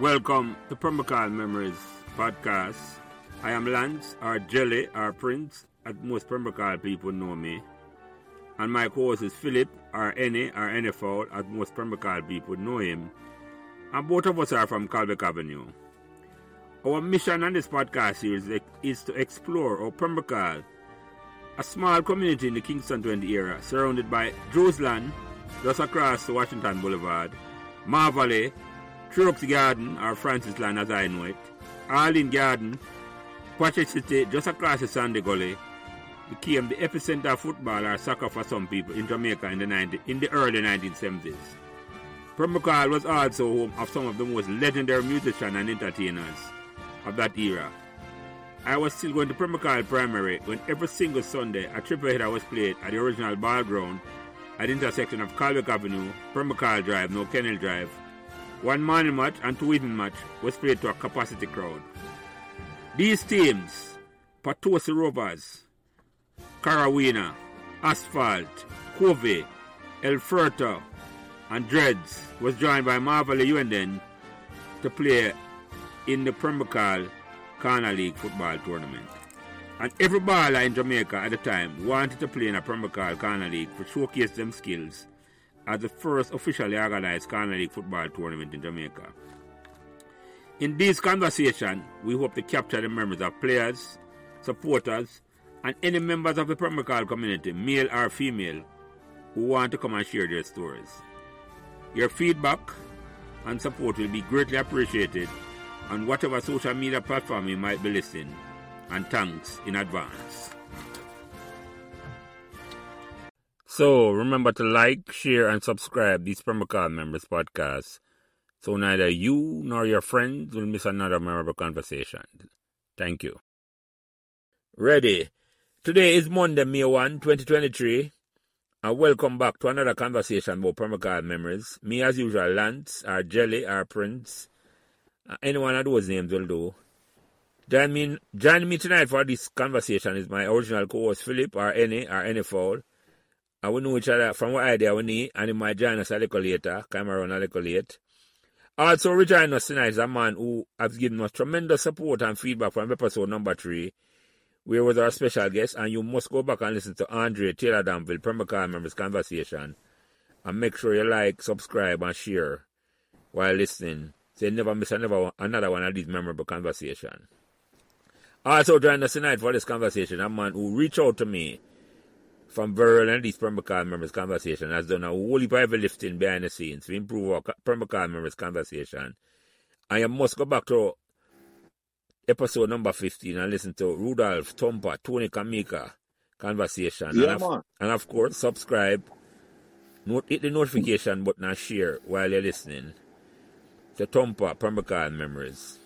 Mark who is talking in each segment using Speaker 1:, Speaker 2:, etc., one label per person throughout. Speaker 1: Welcome to Permacal Memories podcast. I am Lance, or Jelly, or Prince, as most Permacal people know me. And my co-host is Philip, or Any, or Anyfowl, as most Permacal people know him. And both of us are from Calvick Avenue. Our mission on this podcast series is to explore our Permacal, a small community in the Kingston 20 area, surrounded by Jerusalem, just across Washington Boulevard, Marvalley, Trucks Garden, or Francis Land as I know it, Arlene Garden, Patrick City, just across the Sandy Gully, became the epicenter of football or soccer for some people in Jamaica in the, 90, in the early 1970s. Permacal was also home of some of the most legendary musicians and entertainers of that era. I was still going to Permacal Primary when every single Sunday a triple header was played at the original ball ground at the intersection of Calvick Avenue, Permacal Drive, No Kennel Drive, one morning match and two evening match was played to a capacity crowd. These teams, Patosi Rovers, Carawina, Asphalt, Covey, Elferta, and Dreads, was joined by Marvel Uenden to play in the Premier Corner League football tournament. And every baller in Jamaica at the time wanted to play in a Premier Corner League to showcase them skills as the first officially organized Canada League football tournament in Jamaica. In this conversation, we hope to capture the memories of players, supporters, and any members of the Permacal community, male or female, who want to come and share their stories. Your feedback and support will be greatly appreciated on whatever social media platform you might be listening, and thanks in advance. So remember to like, share, and subscribe these Permacal Members podcasts so neither you nor your friends will miss another memorable conversation. Thank you. Ready. Today is Monday, May 1, 2023, and Uh, welcome back to another conversation about Permacal Memories. Me, as usual, Lance, or Jelly, or Prince, Uh, anyone of those names will do. Join me, join me tonight for this conversation is my original co-host, Philip, or any, or any foul. I will know each other from what idea we need, and it might join us a little later, come around a little late. Also, rejoin us tonight is a man who has given us tremendous support and feedback from episode number three, where was our special guest, and you must go back and listen to Andre Taylor Danville, Permacar Members Conversation, and make sure you like, subscribe, and share while listening, so you never miss another, another one of these memorable conversations. Also, join us tonight for this conversation, a man who reached out to me from Viral and these Permacal Members Conversation has done a whole heap of lifting behind the scenes to improve our Permacal Members Conversation. I must go back to episode number 15 and listen to Rudolph, Tompa, Tony Kamika Conversation.
Speaker 2: Yeah,
Speaker 1: and,
Speaker 2: man.
Speaker 1: of, and of course, subscribe, not, hit the notification button and share while you're listening to Tompa, Permacal Memories.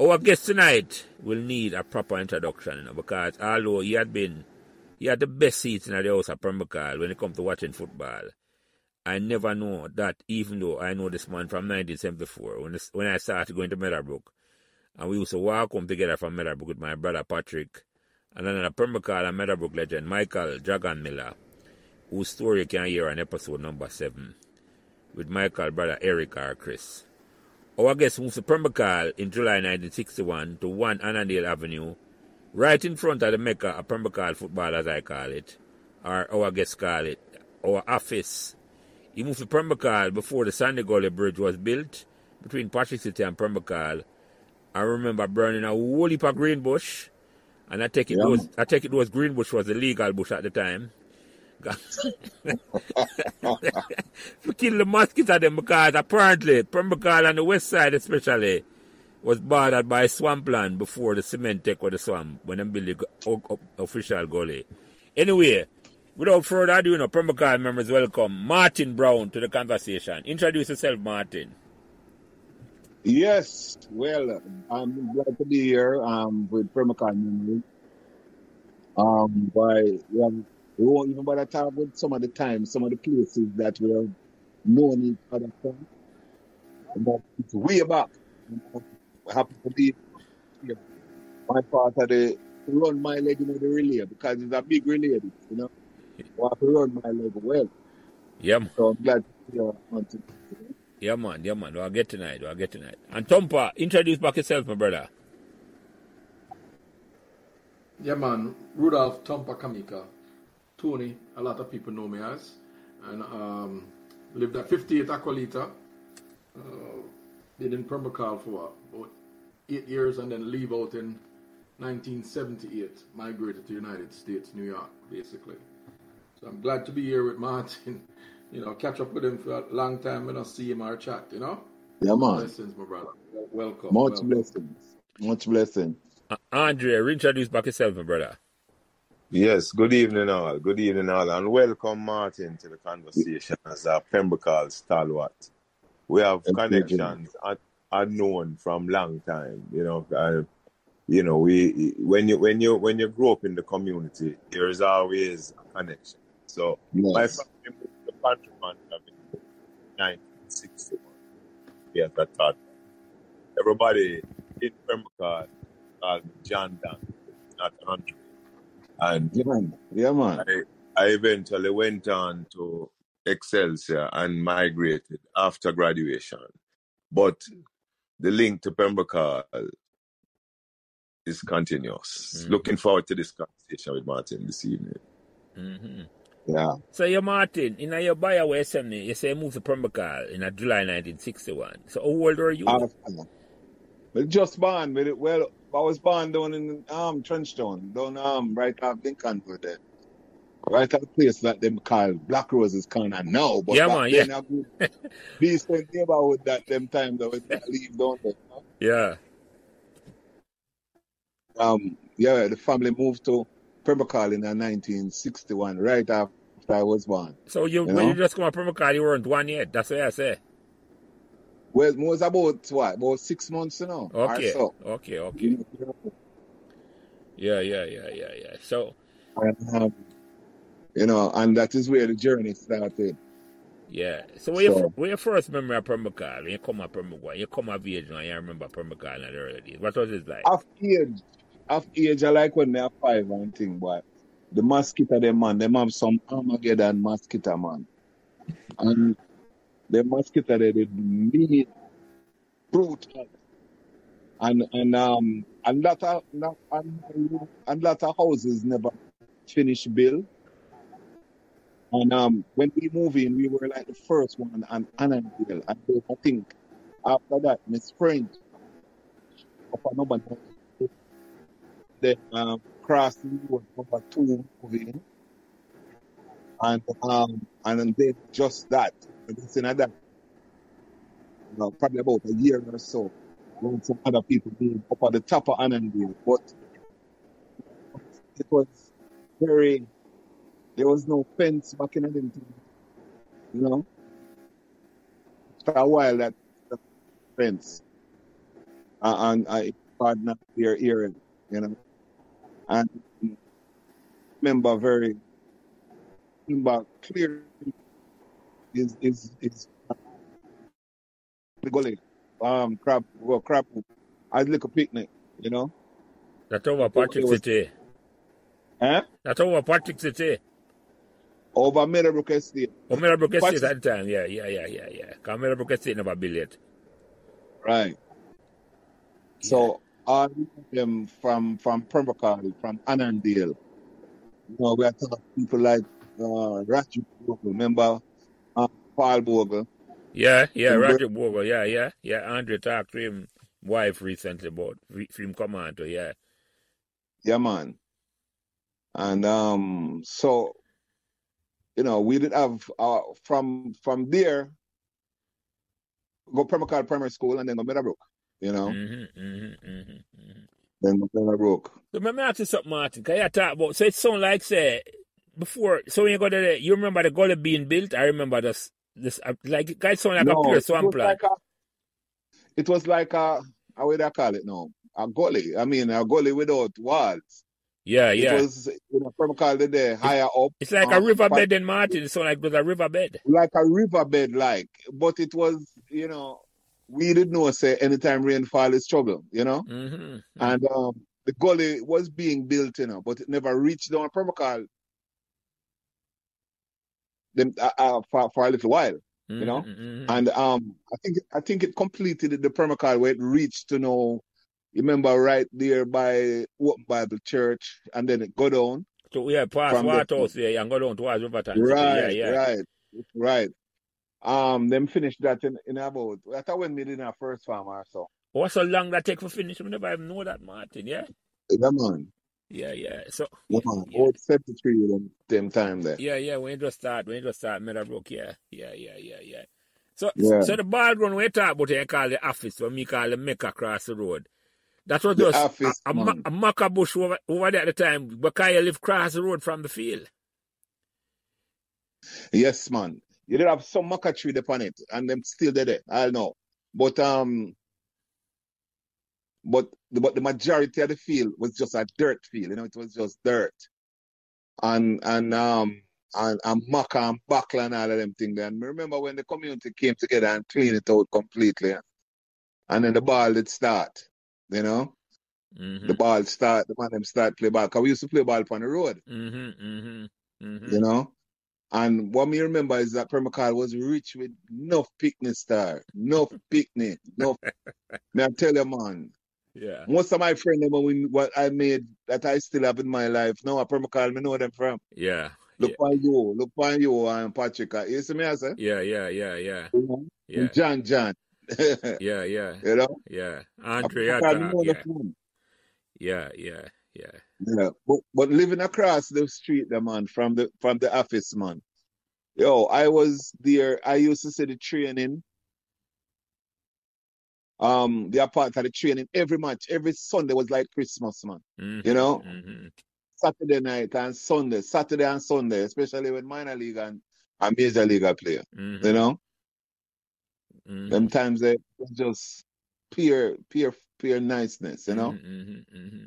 Speaker 1: Our guest tonight will need a proper introduction you know, because although he had been he had the best seats in the house at Permacal when it comes to watching football. I never know that, even though I know this man from 1974, when, this, when I started going to Meadowbrook. And we used to walk home together from Meadowbrook with my brother Patrick and another Permacal and Meadowbrook legend, Michael Dragon Miller, whose story you can hear on episode number 7 with Michael brother Eric or Chris. Our guest moved to Permacal in July 1961 to 1 Annandale Avenue right in front of the Mecca of Pembroke football, as I call it, or our guests call it, our office. He moved to Pembroke before the Sandy Gully Bridge was built between Patrick City and Pembroke. I remember burning a whole heap of green bush, and I take it
Speaker 2: Yeah,
Speaker 1: those I take it those green bush was the legal bush at the time. we kill the mosquito them because apparently Pembroke on the west side especially was bothered by swampland before the cement take with the swamp when them build the go- o- o- official gully. Anyway, without further ado, you know, Permacal members welcome Martin Brown to the conversation. Introduce yourself, Martin.
Speaker 2: Yes, well, I'm glad to be here um, with Permacan Memory. Um, by um, we won't even bother talk with some of the times, some of the places that we have known each other from. But it's way back. And I'm happy to be here. My part of the to run my leg in the relay because it's a big relay, you know. I have to run my leg well,
Speaker 1: Yeah, m-
Speaker 2: so I'm glad to be here. on today.
Speaker 1: Yeah, man. Yeah, man. We'll get tonight. We'll get tonight. And Tompa, introduce back yourself, my brother.
Speaker 3: Yeah, man. Rudolph Tompa Kamika. Tony, a lot of people know me as. And um, lived at 58 Aqualita. Uh, been in Permacal for about eight years and then leave out in 1978. Migrated to United States, New York, basically. So I'm glad to be here with Martin. You know, catch up with him for a long time and I see him or chat, you know?
Speaker 2: Yeah, man.
Speaker 3: Blessings, my brother.
Speaker 2: Much
Speaker 3: Welcome. welcome.
Speaker 2: blessings. Much blessing.
Speaker 1: Uh, Andre, introduce back yourself, my brother.
Speaker 4: Yes, good evening all. Good evening all and welcome Martin to the conversation as a Pembrokeshire stalwart. We have
Speaker 2: Thank you,
Speaker 4: connections un- unknown from long time, you know. uh, you know, we when you when you when you grow up in the community, there is always a connection. So my
Speaker 2: Yes.
Speaker 4: family moved to Pantramantra in 1961. Yes, I thought everybody in Pembrokeshire called me John Dan, not Andre. And
Speaker 2: Yeah, man. Yeah, man.
Speaker 4: I, I eventually went on to Excelsior and migrated after graduation. But the link to Pembroke is continuous.
Speaker 1: Mm.
Speaker 4: Looking forward to this conversation with Martin this evening.
Speaker 1: Mm-hmm.
Speaker 4: Yeah.
Speaker 1: So, yeah, Martin, in your bio where you send me, you say you moved to Pembroke in uh, July 1961. So, how old were you?
Speaker 2: Out of color. But just born, but it, well, I was born down in um Trenchtown, down um right off Lincoln over there. Right at a place that them call Black Roses Corner now, but
Speaker 1: Yeah, man,
Speaker 2: back then a good decent neighborhood that them time that was leave down there. you know.
Speaker 1: yeah.
Speaker 2: Um yeah, the family moved to Pembroke in uh, nineteen sixty one, right after I was born.
Speaker 1: So, you,
Speaker 2: You
Speaker 1: when you
Speaker 2: know?
Speaker 1: just come to Pembroke, you weren't one yet. That's what I say.
Speaker 2: Well it was about what, about six months you know. or
Speaker 1: Okay.
Speaker 2: so.
Speaker 1: Okay, okay.
Speaker 2: You know,
Speaker 1: Yeah, yeah, yeah, yeah, yeah. So,
Speaker 2: and, um, you know, and that is where the journey started.
Speaker 1: yeah. So, where, you,
Speaker 2: So-
Speaker 1: where your first memory of Pembroke? When you come to Pembroke, when you come of age now, you remember Pembroke in the early days. What was it like?
Speaker 2: Half age, half age, I like when they are five and thing, but the mosquito, them man, them have some Armageddon mosquito, man. And the mosquito, they did mean brutal. And, and, um, and lot of, lot, and, and lot of houses never finish built. And um, when we moved in, we were like the first one on Annandale. And then I think after that, Miss French, up on number nine, then um, cross the road number two moving. And um, and then just that, and it's in that, you know, probably about a year or so, when some other people being up at the top of Annandale. But it was very there was no fence back in them time. You know? After a while that that fence. Uh, and I pardon not their hearing, you know. And remember very remember clearly is is is the gully. Um crab well crab I look a picnic, you know.
Speaker 1: That's over Patrick
Speaker 2: it was-
Speaker 1: City.
Speaker 2: Huh?
Speaker 1: That's over Patrick City. Oh,
Speaker 2: Over Meadowbrook Estate.
Speaker 1: Or Meadowbrook Estate
Speaker 2: Patrick-
Speaker 1: at the time. Yeah, yeah, yeah, yeah, yeah. Because Meadowbrook Estate never built yet.
Speaker 2: Right. So all of them from from Pembroke, from Annandale. You know, we are talking people like uh, Roger Bogle, remember uh, Paul Bogle.
Speaker 1: Yeah, yeah,
Speaker 2: Remember-
Speaker 1: Roger Bogle. Yeah, yeah, yeah. Andre talked to him wife recently about re- film commando. Yeah,
Speaker 2: Yeah, man. And um, so you know, we did have uh, from from there go Pembroke Primary School and then go Meadowbrook. You know,
Speaker 1: mm-hmm, mm-hmm, mm-hmm, mm-hmm.
Speaker 2: then go Meadowbrook.
Speaker 1: So let me ask you something, Martin. Can you talk about? So it sound like say before. So when you go to the, you remember the gully being built. I remember this. This uh, like guy sound like a
Speaker 2: no,
Speaker 1: pure
Speaker 2: it
Speaker 1: swamp
Speaker 2: was
Speaker 1: plan.
Speaker 2: like a, it was like a how would I call it now? A gully. I mean, a gully without walls.
Speaker 1: yeah, yeah.
Speaker 2: It was you know from Calder there, higher up,
Speaker 1: it's like a
Speaker 2: um,
Speaker 1: riverbed in Martin. It sound like it was a riverbed.
Speaker 2: like a riverbed like. But it was, you know, we didn't know say anytime rainfall is trouble, you know?
Speaker 1: Mm-hmm.
Speaker 2: And um the gully was being built, you know, but it never reached down Permacal them uh, uh, for, for a little while. You know?
Speaker 5: Mhm,
Speaker 1: mm-hmm.
Speaker 5: mhm,
Speaker 1: Mm.
Speaker 5: mhm.
Speaker 2: And um, I think I think it completed the permacard where it reached to know. You remember right there by Open Bible Church, and then it go down.
Speaker 1: So yeah, past
Speaker 2: From the-
Speaker 1: Waterhouse there and go down towards Riverton. City. yeah,
Speaker 2: Right,
Speaker 1: yeah.
Speaker 2: right, right. Um, them finished that in, in about. I thought when we did our first farm or so.
Speaker 1: What's so long that take for finish? I never even know that, Martin. Yeah,
Speaker 2: Yeah, man,
Speaker 1: yeah, yeah. So
Speaker 2: yeah, man.
Speaker 1: yeah,
Speaker 2: Old seventy three them, them time there.
Speaker 1: yeah, yeah. When you just start, when you just start Meadowbrook, yeah, yeah, yeah, yeah, yeah. So,
Speaker 2: Yeah.
Speaker 1: so the ball ground we talk about, I call the office, when me call the mecca across the road. That was
Speaker 2: The
Speaker 1: just
Speaker 2: office,
Speaker 1: a, a, ma-
Speaker 2: man.
Speaker 1: a maca bush over, over there at the time. Because you live across the road from the field.
Speaker 2: Yes, man. You did have some maca tree upon it, and them still did it. I know, but um, but the, but the majority of the field was just a dirt field. You know, it was just dirt, and and um and, and maca and backla and all of them things. And I remember when the community came together and cleaned it out completely, and then the ball did start. You know,
Speaker 1: Mm-hmm.
Speaker 2: the ball start. The man them start play ball. 'Cause we used to play ball upon the road.
Speaker 1: Mm-hmm. Mm-hmm. Mm-hmm.
Speaker 2: you know. And what me remember is that Permacal was rich with no picnic star, no picnic, no. me I tell you, man,
Speaker 1: Yeah.
Speaker 2: most of my friends them when what I made that I still have in my life now at Permacal, me know them from.
Speaker 1: Yeah.
Speaker 2: Look on you, look on you and Patrick. uh, You see me, I say,
Speaker 1: Yeah. Yeah. Yeah. Yeah.
Speaker 2: you know?
Speaker 1: Yeah.
Speaker 2: and John, John, you
Speaker 1: Yeah. Yeah.
Speaker 2: know.
Speaker 1: Yeah.
Speaker 2: At
Speaker 1: Andre
Speaker 2: Permacal, me
Speaker 1: Attack.
Speaker 2: know them
Speaker 1: Yeah.
Speaker 2: from.
Speaker 1: Yeah. Yeah. Yeah.
Speaker 2: Yeah, but but living across the street, the man from the from the office, man. Yo, I was there. I used to see the training. Um, they are part of the training every match. Every Sunday was like Christmas, man.
Speaker 1: Mm-hmm.
Speaker 2: You know,
Speaker 1: Mm-hmm.
Speaker 2: Saturday night and Sunday, Saturday and Sunday, especially with minor league and, and major league I play.
Speaker 1: Mm-hmm.
Speaker 2: You know,
Speaker 1: Mm-hmm.
Speaker 2: them times they just pure, pure, pure niceness. You know,
Speaker 1: Mm-hmm, mm-hmm.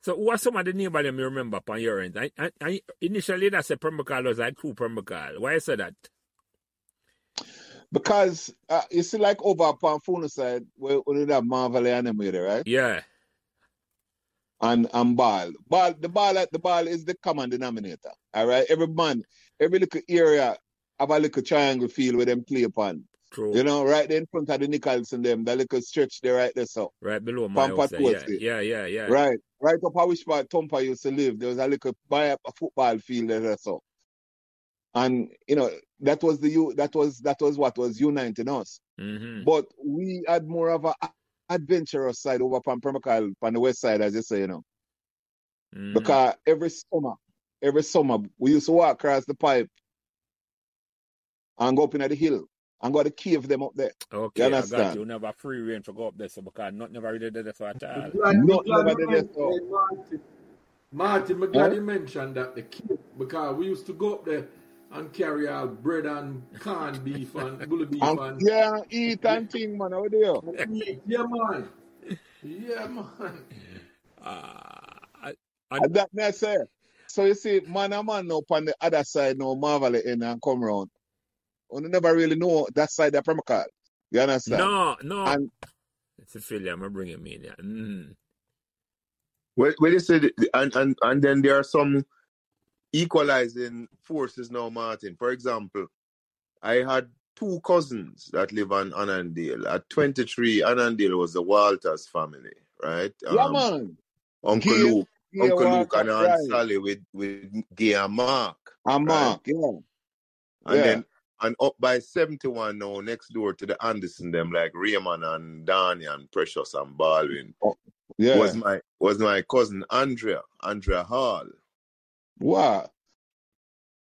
Speaker 1: So, who are some of the names that you remember upon your end? I, I, I, initially, that's a permacal was like two permacal. Why you say that?
Speaker 2: because uh, you see, like over upon Funo side, we we did have Marvelly and them with it, right?
Speaker 1: Yeah.
Speaker 2: And and ball, ball, the ball, the ball is the common denominator. All right, every man, every little area have a little triangle field where them play upon.
Speaker 1: True.
Speaker 2: You know, right there in front of the Nicholson them, that little stretch there right there, so
Speaker 1: right below my
Speaker 2: Pampa
Speaker 1: house. there. Yeah.
Speaker 2: Toasty.
Speaker 1: Yeah. Yeah. Yeah.
Speaker 2: Right. Right up how which part Tompa used to live. There was a little by a a football field there, so. And you know, that was the you that was that was what was uniting us.
Speaker 1: Mm-hmm.
Speaker 2: But we had more of a a- adventurous side over Pan Permacal on the west side, as you say, you know.
Speaker 1: mm-hmm.
Speaker 2: Because every summer, every summer we used to walk across the pipe and go up in the hill and go to cave them up there.
Speaker 1: Okay, I got
Speaker 2: understand?
Speaker 1: you. Never free reign for go up there, so because not never really did this at all.
Speaker 3: I'm glad, I'm
Speaker 2: Not
Speaker 3: glad
Speaker 2: never
Speaker 3: you
Speaker 2: did this
Speaker 3: mentioned
Speaker 2: so.
Speaker 3: it, Martin. Martin, I'm
Speaker 2: Huh?
Speaker 3: glad you mentioned that the kid because we used to go up there and carry our bread and corned beef and bully beef
Speaker 2: And
Speaker 3: and,
Speaker 2: yeah, eat and thing, man. How do you?
Speaker 3: and eat. Yeah, man. Yeah, man.
Speaker 1: Uh,
Speaker 2: And that me I say. So you see, man a man up on the other side now, Marvel in and come round. You never really know that side of Permacal. You understand?
Speaker 1: no, no.
Speaker 2: And
Speaker 1: It's a failure. I'm bringing me there. Mm.
Speaker 4: Well, well you said, and, and, and then there are some equalizing forces now, Martin. For example, I had two cousins that live on Annandale. At 23, Annandale was the Walters family, right?
Speaker 2: yeah, man.
Speaker 4: Uncle
Speaker 2: Gail,
Speaker 4: Luke,
Speaker 2: Gail
Speaker 4: Um, Uncle Luke
Speaker 2: Walker,
Speaker 4: and Aunt
Speaker 2: right.
Speaker 4: Sally with, with Gay and Mark,
Speaker 2: And
Speaker 4: right?
Speaker 2: Mark, yeah.
Speaker 4: And
Speaker 2: Yeah.
Speaker 4: then and up by 71 now, next door to the Anderson, them like Raymond and Donnie and Precious and Baldwin,
Speaker 2: Yeah.
Speaker 4: was my was my cousin Andrea, Andrea Hall.
Speaker 2: Wow.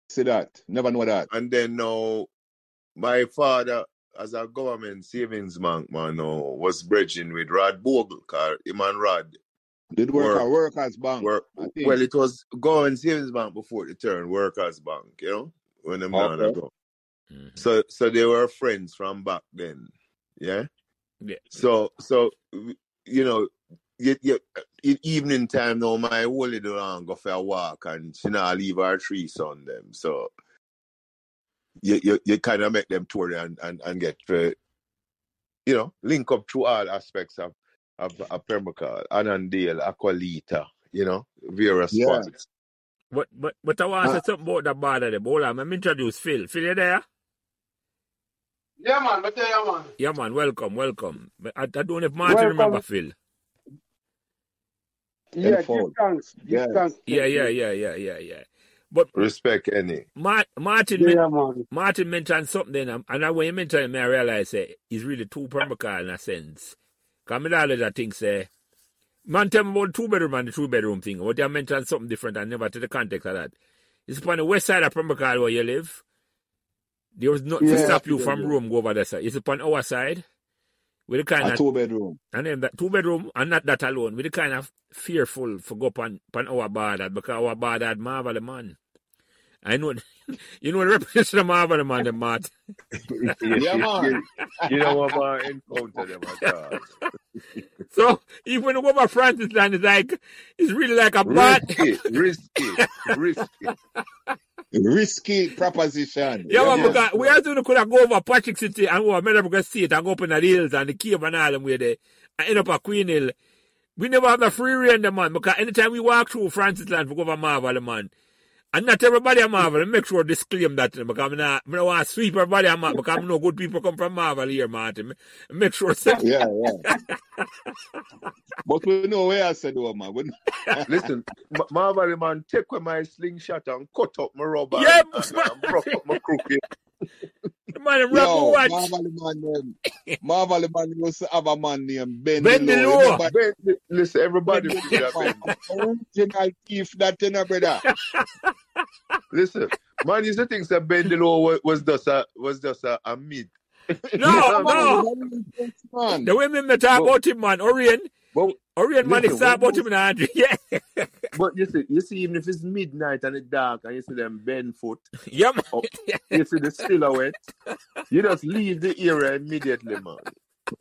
Speaker 2: See that. Never know that.
Speaker 4: And then now my father, as a government savings bank man, now, was bridging with Rod Bogle, car him and Rod
Speaker 2: Did work
Speaker 4: Work.
Speaker 2: at Workers Bank,
Speaker 4: were
Speaker 2: I think.
Speaker 4: well, it was government savings bank before the turn Workers Bank, you know, when them down
Speaker 2: Okay.
Speaker 4: ago.
Speaker 1: Mhm.
Speaker 4: So so they were friends from back then, yeah.
Speaker 1: Yeah.
Speaker 4: So so you know, you, you, in evening time now, my whole little one go for a walk and she now leave her trees on them. So you you, you kind of make them tour and and and get uh, you know link up through all aspects of of, of Permacal, Annandale, Aqualita, you know, various
Speaker 2: Yeah.
Speaker 4: spots.
Speaker 1: But but but I want to
Speaker 2: Uh,
Speaker 1: say something about the border. There. But Hold on, let me introduce Phil. Phil, you there?
Speaker 3: Yeah, man, I tell you, man.
Speaker 1: Yeah, man, welcome, welcome. But I, I don't know if Martin remember
Speaker 6: Welcome.
Speaker 1: Phil.
Speaker 6: Yeah, give
Speaker 2: Enfold.
Speaker 6: thanks. Give
Speaker 2: Yes.
Speaker 6: thanks.
Speaker 1: Yeah, yeah, yeah, yeah, yeah, yeah. But
Speaker 4: Respect any.
Speaker 1: Ma- Martin, men-
Speaker 6: Yeah, man.
Speaker 1: Martin mentioned something, and and when he mentioned it, I realized eh, he's really two permacal in a sense. Because I always a think, say, man, tell me about two bedroom and the two bedroom thing. What you mentioned something different, I never to the context of that. It's upon the west side of permacal where you live. There was nothing to
Speaker 6: Yeah.
Speaker 1: stop you
Speaker 2: Yeah,
Speaker 1: from
Speaker 2: yeah.
Speaker 1: room go over there. side. It's upon our side. With the kind
Speaker 2: A
Speaker 1: of
Speaker 2: two bedroom.
Speaker 1: And then that two bedroom, and not that alone, with the kind of fearful for go upon pan our bar that because our bar that Marvel the man. I know you know the reputation of Marvel the man the mad.
Speaker 2: Yeah, man.
Speaker 4: you don't want to encounter them at all.
Speaker 1: So even when you go over Francis land it's like it's really like a bat.
Speaker 4: Risky, risky, risky.
Speaker 2: Risky proposition.
Speaker 1: Yeah, man,
Speaker 4: Yeah,
Speaker 1: because we have to could have go over Patrick City and go over Meadowbrook State and go up in the hills and the cave and all them way there and end up at Queen Hill. We never have the free reign the man because anytime we walk through Francis land we go over Marvel the man. And not everybody a Marvel. Make sure disclaim that you know, because I'm not, I want to sweep everybody a Marvel because I know good people come from Marvel here, Martin. Make sure. say-
Speaker 2: Yeah, yeah. But we know where I said, oh, man. We know.
Speaker 4: Listen, M- Marvel the man, take away my slingshot and cut up my rubber
Speaker 1: Yeah,
Speaker 4: and,
Speaker 1: man.
Speaker 4: and, and broke up my crooked.
Speaker 1: The man, I'm
Speaker 2: Yo,
Speaker 1: watch.
Speaker 2: Marvel man, um, Marvel man used to have a man named Ben
Speaker 1: Bendy
Speaker 2: Lowe.
Speaker 1: Lowe.
Speaker 2: Remember
Speaker 4: Ben, listen, everybody
Speaker 2: Ben
Speaker 4: feel that
Speaker 2: Lowe,
Speaker 4: Ben.
Speaker 2: original thief that you know, brother.
Speaker 4: Listen, man, you see things that Ben DeLo was, was just a was just a, a mid.
Speaker 1: No, no.
Speaker 4: Yeah,
Speaker 2: Man, he was a man.
Speaker 1: The women me talk
Speaker 4: Well-
Speaker 1: about him, man. Orion.
Speaker 4: But
Speaker 1: Orion, man, they
Speaker 4: Listen,
Speaker 1: talk
Speaker 4: when-
Speaker 1: about him in the hundred. Yeah.
Speaker 4: but you see, you see, even if it's midnight and it's dark and you see them bend foot
Speaker 1: Yeah, man.
Speaker 4: up, you see the silhouette, you just leave the area immediately, man.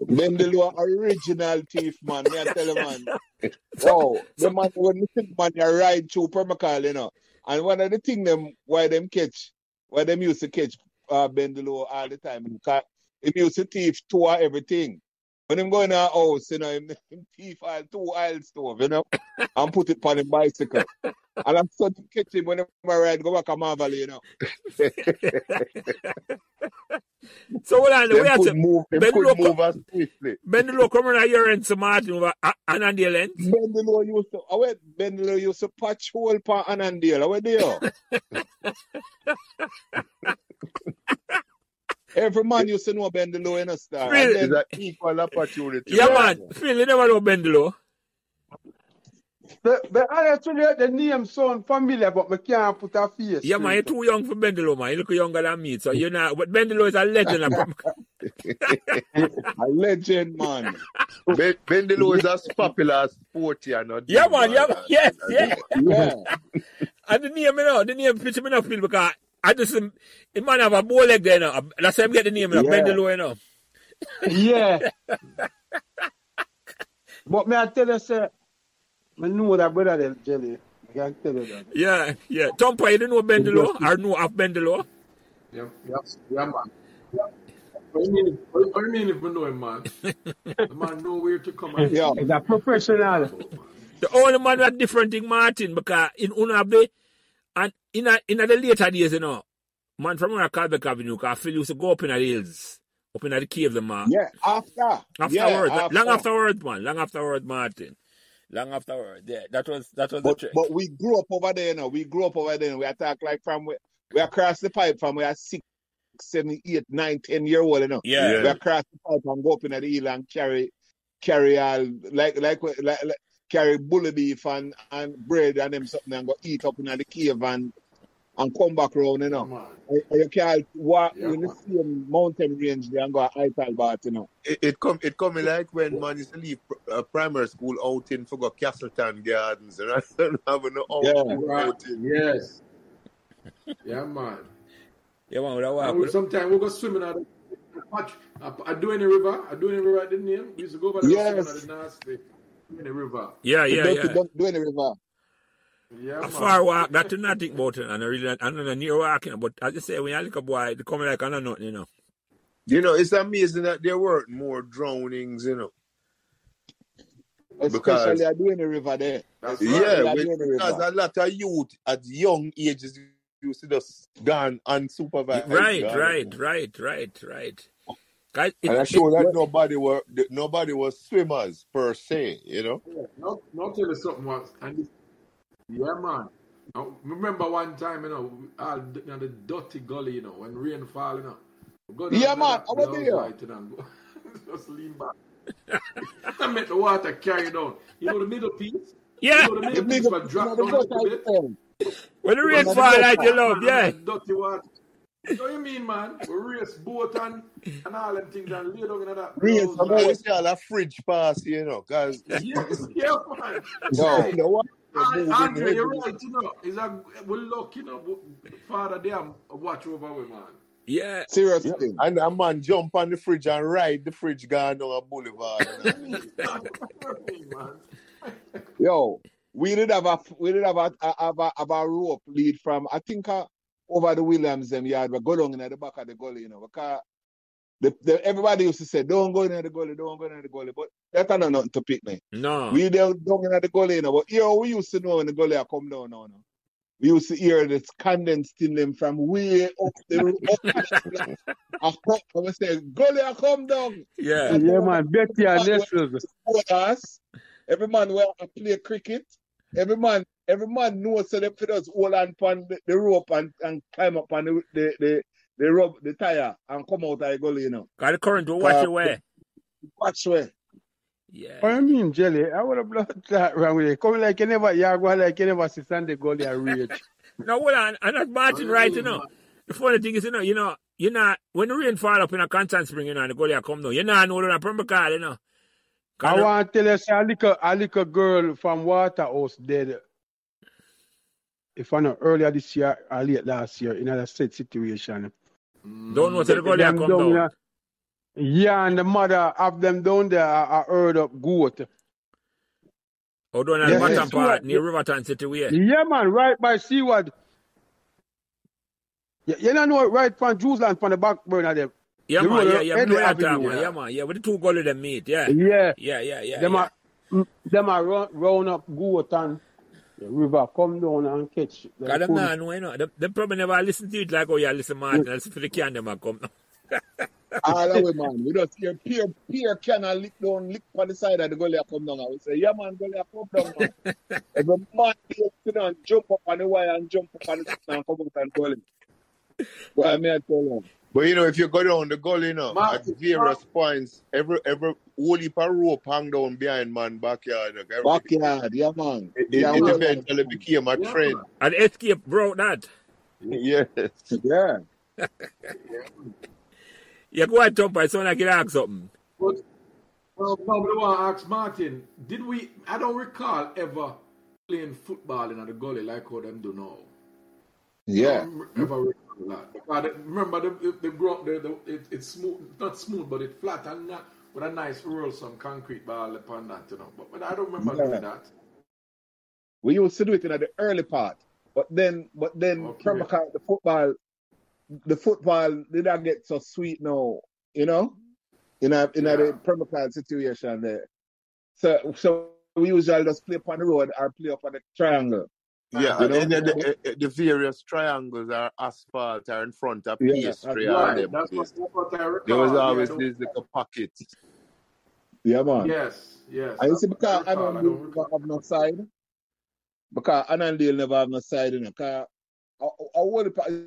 Speaker 2: Ben Lowe, original thief, man. Me I tell you, man. Wow, the man when you think man you ride through permacal, you know. And one of the thing them why them catch, why them used to catch uh Bendelo all the time, because him used to thief two of everything. When him go in a house, you know, him, him thief all two aisle stove, you know, and put it on him bicycle. And I'm sort of catch him when him a ride go back a Marvel, you know.
Speaker 1: So what I
Speaker 4: Them
Speaker 1: we have
Speaker 4: could
Speaker 1: to
Speaker 4: move, them
Speaker 1: Ben
Speaker 4: could
Speaker 1: DeLow
Speaker 4: move as swiftly.
Speaker 1: bend the low come around here and some Martin over uh, and on the lens.
Speaker 2: Bendelo used to I went Bendelo used to patch hole pan Anandale. Where they are? Every man used to know Bendelo in a star.
Speaker 1: Really?
Speaker 2: And
Speaker 4: It's
Speaker 2: then
Speaker 4: an equal opportunity.
Speaker 1: Yeah,
Speaker 4: man.
Speaker 1: man. Phil, you never know bend the low.
Speaker 6: The, the honest with you, the name sound familiar, but me can't put a face.
Speaker 1: Yeah, man,
Speaker 6: to
Speaker 1: you're
Speaker 6: it.
Speaker 1: too young for Bendelo, man. You look younger than me. So you know but Bendelo is a legend of
Speaker 2: a legend, man.
Speaker 4: Ben, ben DeLo is as popular as 40 and a
Speaker 1: Yeah
Speaker 4: dude,
Speaker 1: man, yeah man, yes,
Speaker 4: And- and-
Speaker 1: yeah.
Speaker 2: Yeah.
Speaker 1: And the name you know, the name pitch me not feel because I just um, the man have a bow leg there you know. That's why I'm getting the name you know,
Speaker 2: Yeah.
Speaker 1: Bendelo, you know.
Speaker 6: Yeah. but me I tell you, sir, me know that brother them jelly. I can tell you that.
Speaker 1: Yeah, yeah. Tompa, you don't know Bendelo or know of Bendelo?
Speaker 3: Yeah, yeah, yeah, man. What do you mean? What what do you mean if we know him, man? The man know where to come and
Speaker 2: Yeah.
Speaker 6: He's a professional.
Speaker 1: The only man with a different thing, Martin, because in one of the and in a, in a the later days, you know, man from around Calbeck Avenue, because Phil used to go up in the hills, up in the cave, the man.
Speaker 2: Yeah. After.
Speaker 1: Afterwards,
Speaker 2: Yeah,
Speaker 1: long afterwards, man, long afterwards, Martin, long afterwards. Yeah, that was that was
Speaker 2: But
Speaker 1: the trick.
Speaker 2: but we grew up over there, you know. We grew up over there. We attack like from where we across the pipe from where six, seven, eight, nine, ten year old, you know.
Speaker 1: yeah,
Speaker 4: Yeah.
Speaker 2: We across the pipe and go up in at the hill and carry carry all like like like, like carry bully beef and, and bread and them something and go eat up in at the cave and and come back round, you know.
Speaker 3: man.
Speaker 2: And- and You can't walk
Speaker 3: Mm. Yeah,
Speaker 2: in the
Speaker 3: man.
Speaker 2: same mountain range there and go Italbart, you know.
Speaker 4: It, it come it come like when man used to leave pr- uh, primary school outing for go Castleton Gardens and I don't have no out
Speaker 2: Yeah.
Speaker 4: school
Speaker 3: Right.
Speaker 4: outing.
Speaker 3: Yes. Yeah, man.
Speaker 1: yeah, man, with a
Speaker 3: And
Speaker 1: walk.
Speaker 3: we
Speaker 1: with-
Speaker 3: sometimes we go swimming at the patch. I, I do in the river. I do in the river at the name. We used to go by the swimming at
Speaker 2: Yes.
Speaker 3: the nasty in the river.
Speaker 1: Yeah, yeah,
Speaker 2: Don't,
Speaker 1: yeah.
Speaker 2: don't do any river.
Speaker 3: Yeah,
Speaker 1: A
Speaker 3: man.
Speaker 1: far walk, that to not think about it, and I really, I know the near walk, you know, but as you say, when you look a boy, they come like I know nothing, you know.
Speaker 4: You know, it's amazing that there weren't more drownings, you know. Because-
Speaker 2: Especially I do any river there.
Speaker 3: That's right.
Speaker 4: Yeah,
Speaker 2: Especially I
Speaker 4: when,
Speaker 2: do any
Speaker 4: because
Speaker 2: river.
Speaker 4: a lot of youth at young ages used to just gone unsupervised.
Speaker 1: Right,
Speaker 4: gone.
Speaker 1: right, right, right, right. 'Cause It,
Speaker 4: And I
Speaker 1: it,
Speaker 4: show that nobody were th- nobody was swimmers per se, you know.
Speaker 3: Yeah, now, now tell you something once. And this, yeah, man. Now, remember one time, you know, all, d- you know, the dirty gully, you know, when rain fall, you know. Go down
Speaker 2: Yeah,
Speaker 3: to
Speaker 2: man,
Speaker 3: that
Speaker 2: I was
Speaker 3: blouse
Speaker 2: there.
Speaker 3: light you know, and go, just lean back. and make the water carry down. You know the middle piece? You
Speaker 1: yeah,
Speaker 3: know the
Speaker 2: The
Speaker 3: middle piece
Speaker 2: middle,
Speaker 3: but
Speaker 2: you know,
Speaker 3: drop
Speaker 2: the
Speaker 3: down a
Speaker 2: gutter
Speaker 3: little
Speaker 2: is
Speaker 3: bit?
Speaker 2: down.
Speaker 1: when the
Speaker 2: You
Speaker 1: rain
Speaker 2: know, the
Speaker 1: fall like
Speaker 2: gutter.
Speaker 1: you
Speaker 3: That
Speaker 1: love,
Speaker 3: man,
Speaker 1: yeah.
Speaker 3: and that dirty water. You know what you mean, man? We race boat and, and all them things and lay down in that
Speaker 2: Raise
Speaker 3: blouse
Speaker 2: a
Speaker 4: And
Speaker 3: light.
Speaker 4: we
Speaker 2: boat.
Speaker 4: see all that fridge pass, you know, cause
Speaker 3: Yes, yeah, man.
Speaker 4: yo,
Speaker 3: Hey,
Speaker 2: The water
Speaker 3: An-
Speaker 2: moving
Speaker 3: Andre, you're
Speaker 2: heavily.
Speaker 3: right, you know. It's a we luck, you know. w- Father, damn, watch over we, man.
Speaker 1: Yeah.
Speaker 4: yeah.
Speaker 2: Seriously.
Speaker 4: And a man jump on the fridge and ride the fridge gone down a boulevard and all that.
Speaker 3: man.
Speaker 2: Yo, we did have a we did have a, a, have a, have a rope lead from I think uh, over the Williams them yard, but go down in the back of the gully, you know, because the, the, everybody used to say, "Don't go in the gully, don't go in the gully," but that ain't nothing to pick me.
Speaker 1: No.
Speaker 2: We down down in the gully, you know, but yo, we used to know when the gully a come down, now, no. We used to hear the condensed in them from way up the up the block. I come, I would say, "Gully, I come down."
Speaker 1: Yeah.
Speaker 2: That
Speaker 6: Yeah,
Speaker 2: one
Speaker 6: man. Betty
Speaker 2: man
Speaker 6: and
Speaker 2: went
Speaker 6: Nestles.
Speaker 2: to support us. Every man went to play cricket. Every man, every man knows so they fit us hold on pon the, the rope and, and climb up on the the the, the rub the tire and come out of the gully, you know.
Speaker 1: Cause the current will wash
Speaker 2: Cause
Speaker 1: away.
Speaker 2: watch where.
Speaker 6: What
Speaker 1: Yeah.
Speaker 6: do you mean, Jelly? I would have blood that wrong with you. Come like you never, you go like you never see Sunday go there rich.
Speaker 1: No, hold on. And that's
Speaker 3: What
Speaker 1: Martin
Speaker 3: you
Speaker 1: right, you
Speaker 3: mean,
Speaker 1: know.
Speaker 3: man?
Speaker 1: The funny thing is, you know, you know, you know, when the rain fall up in a constant spring, you know, and the goalie come down, you know, know that from car, you know.
Speaker 6: I
Speaker 1: Cause
Speaker 6: want to tell you, say, a little, a little girl from Waterhouse dead. If I know earlier this year or late last year in a said situation.
Speaker 1: don't know
Speaker 3: Mm.
Speaker 1: till the
Speaker 6: Take
Speaker 1: goalie
Speaker 6: them
Speaker 1: come
Speaker 6: down in
Speaker 1: down.
Speaker 6: a, yeah, and the mother of them down there I heard up goat.
Speaker 1: Or down at Oh, the
Speaker 6: Yes,
Speaker 2: Yeah.
Speaker 6: the
Speaker 1: bottom
Speaker 6: seaward.
Speaker 1: part near Riverton City way.
Speaker 6: Yeah, man, right by seaward. You, you don't know it right from Jews land from the back burner there.
Speaker 1: Yeah,
Speaker 6: The
Speaker 1: man,
Speaker 6: road
Speaker 1: yeah,
Speaker 6: of
Speaker 1: yeah, me know
Speaker 6: Edley
Speaker 1: what you're talking
Speaker 6: Avenue.
Speaker 1: about.
Speaker 3: Yeah.
Speaker 1: Yeah, man, yeah, with the two goalie them meet, yeah.
Speaker 6: Yeah.
Speaker 1: Yeah, yeah, yeah,
Speaker 6: Them
Speaker 1: yeah.
Speaker 6: are mm, them are run, round up goat and the river come down and catch them
Speaker 1: Cause them
Speaker 6: cool.
Speaker 1: not know, you know, them, them probably never listen to it like, oh, yeah, listen, Martin, listen for the can, them a come.
Speaker 2: All the way, man. We just hear peer peer can and lick down, lick on the side of the gully and come down. I would say, Yeah man, gully and come down man. Every man you know, and jump up on the wire and jump up on the thing and come out and gully. Well, may I tell you.
Speaker 4: But you know, if you go down the gully, you know, at
Speaker 3: Martin, Martin,
Speaker 4: various points, every every whole heap of rope hang down behind man backyard. Like, every,
Speaker 2: Backyard, yeah man.
Speaker 4: it, it,
Speaker 2: Yeah man.
Speaker 4: it
Speaker 3: Martin.
Speaker 4: eventually became a
Speaker 3: Yeah,
Speaker 4: trend.
Speaker 3: man.
Speaker 1: And escape brought that.
Speaker 4: Yes.
Speaker 2: Yeah.
Speaker 3: Yeah, man.
Speaker 1: You go and jump, I sound like you ask something.
Speaker 3: But, well, no, but I want to ask Martin, did we, I don't recall ever playing football in the gully like how them do now. I
Speaker 2: Yeah.
Speaker 3: don't ever recall that. Because the- remember, the, the, the, gro- the, the, it, it's smooth, not smooth, but it's flat and not, with a nice roll, some concrete ball upon that, you know. But, but I don't remember
Speaker 2: Yeah.
Speaker 3: doing that.
Speaker 2: We used to do it in the early part, but then, but then, from
Speaker 3: Okay.
Speaker 2: account the football, the football did not get so sweet now, you know, in a in a
Speaker 3: Yeah.
Speaker 2: the Premier League situation there. So, so we usually just play up on the road or play up on the triangle,
Speaker 4: Yeah,
Speaker 2: you
Speaker 4: and,
Speaker 2: know.
Speaker 4: and then the, eh, eh, the various triangles are asphalt are in front of
Speaker 2: Yeah, that's
Speaker 4: pastry and
Speaker 2: right.
Speaker 3: Right.
Speaker 4: them
Speaker 3: That's what,
Speaker 4: places.
Speaker 3: that's what I
Speaker 4: There was
Speaker 3: recall. Yeah, I
Speaker 4: always
Speaker 3: don't.
Speaker 4: these little pockets.
Speaker 2: Yeah, man.
Speaker 3: Yes, yes.
Speaker 2: And you
Speaker 3: That's
Speaker 2: see,
Speaker 3: what
Speaker 2: because
Speaker 3: I recall.
Speaker 2: Anon
Speaker 3: I
Speaker 2: will
Speaker 3: don't
Speaker 2: never
Speaker 3: recall.
Speaker 2: have no side, because Anon Dale never have no side, you know. Because I, I, I,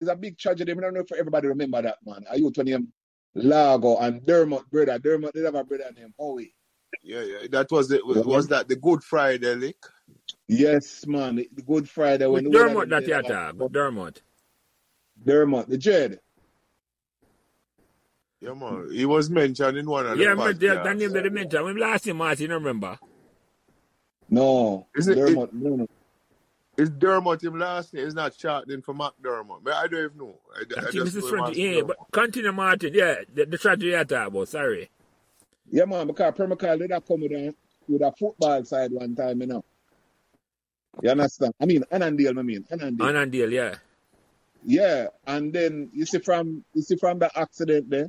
Speaker 2: It's a big tragedy. I don't know if everybody remember that man. A youth named Lago and Dermot brother. Dermot did have a brother named Howie.
Speaker 4: Yeah, yeah. That was it.
Speaker 2: You
Speaker 4: Was
Speaker 2: know?
Speaker 4: that the Good Friday lick?
Speaker 2: Yes, man. The Good Friday when
Speaker 1: With
Speaker 2: the whole of
Speaker 1: Dermot
Speaker 2: them
Speaker 1: that
Speaker 2: did
Speaker 1: you
Speaker 2: have a
Speaker 1: talk, with Dermot.
Speaker 2: Dermot, the Jed.
Speaker 4: Yeah, man. He was mentioned in one of the
Speaker 1: Yeah, remember that, that
Speaker 4: podcasts.
Speaker 1: name that they mentioned. When last time, Martin, you remember?
Speaker 2: No,
Speaker 4: Is it, it
Speaker 2: Dermot, no, no.
Speaker 4: is Dermot him last name? It's not shortening for McDermott. But I don't even know. I, ju-
Speaker 1: I
Speaker 4: I
Speaker 1: think this is
Speaker 4: just know him
Speaker 1: French.
Speaker 4: as
Speaker 1: Yeah,
Speaker 4: Dermot.
Speaker 1: but continue, Martin. Yeah, the, the tragedy you talk about. Sorry.
Speaker 2: Yeah, man, because Permacal did have come with a, with a football side one time, you know. You understand? I mean, Annandale, I mean, Annandale.
Speaker 1: Anandale, yeah.
Speaker 2: Yeah, and then you see from you see from the accident there,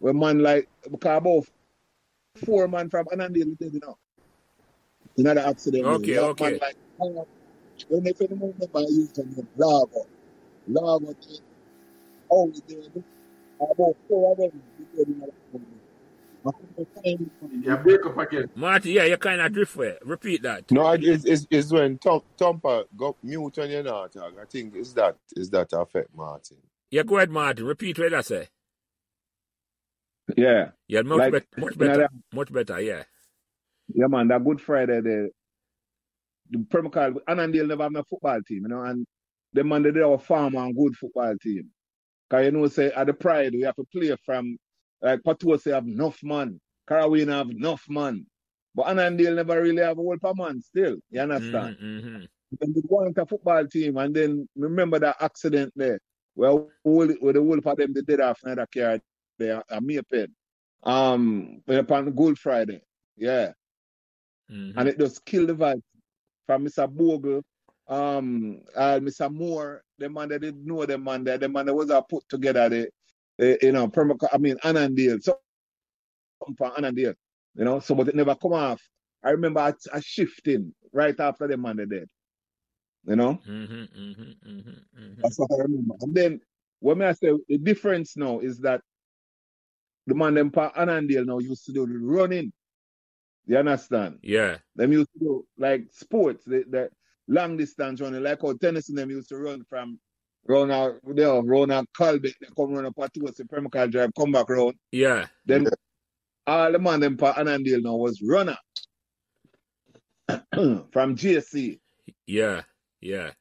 Speaker 2: where man like because about four man from Annandale did, you know, in that accident there.
Speaker 1: Okay,
Speaker 2: You have man
Speaker 1: okay.
Speaker 2: like four When they couldn't move them by using the lago, lago, oh, they did. about four of them. they did in that company. But at the time,
Speaker 3: You break up again.
Speaker 1: Marty, yeah, you kind of drift away. Repeat that.
Speaker 4: No, I- it's, it's, it's when Tom, Tompa got mute on your know, dog. I think is that is that affect Martin.
Speaker 1: Yeah, go ahead, Marty. Repeat what I say.
Speaker 2: Yeah,
Speaker 1: Yeah, much
Speaker 2: Like,
Speaker 1: better. Much
Speaker 2: you know
Speaker 1: better.
Speaker 2: that-
Speaker 1: Much better, yeah.
Speaker 2: yeah, man. That Good Friday, the the Premier Card, Annandale never have no football team, you know, and the man they did our farm and good football team. Cause you know, say at the Pride we have to play from like Patois say have enough man, Carolina have enough man, but Annandale never really have a whole per man still. You understand?
Speaker 1: Mhm, mhm.
Speaker 2: Then we go into football team, and then remember that accident there, where, whole, where the whole of them they did off another car there, a Maypen, um, upon Good Friday, yeah,
Speaker 1: Mhm.
Speaker 2: and it just killed the vibe from Mr. Bogle, um, uh, Mr. Moore, the man that didn't know the man that the man that was uh, put together the, eh, you know, Permac- I mean Annandale, so from Annandale, you know, so but it never come off. I remember I, I shifting right after the man they dead, you know.
Speaker 1: Mhm, mhm, mhm, mhm.
Speaker 2: That's what I remember. And then when me I say the difference now is that the man them pa Annandale now used to do the running. You understand?
Speaker 1: Yeah.
Speaker 2: Them used to do like sports, the, the long distance running, like how tennis and them used to run from round out they are round out Calbeck, they come run up at towards the Premier Drive, come back round.
Speaker 1: Yeah.
Speaker 2: Then all the man them pa Annandale now was runner from JC.
Speaker 1: Yeah. Yeah.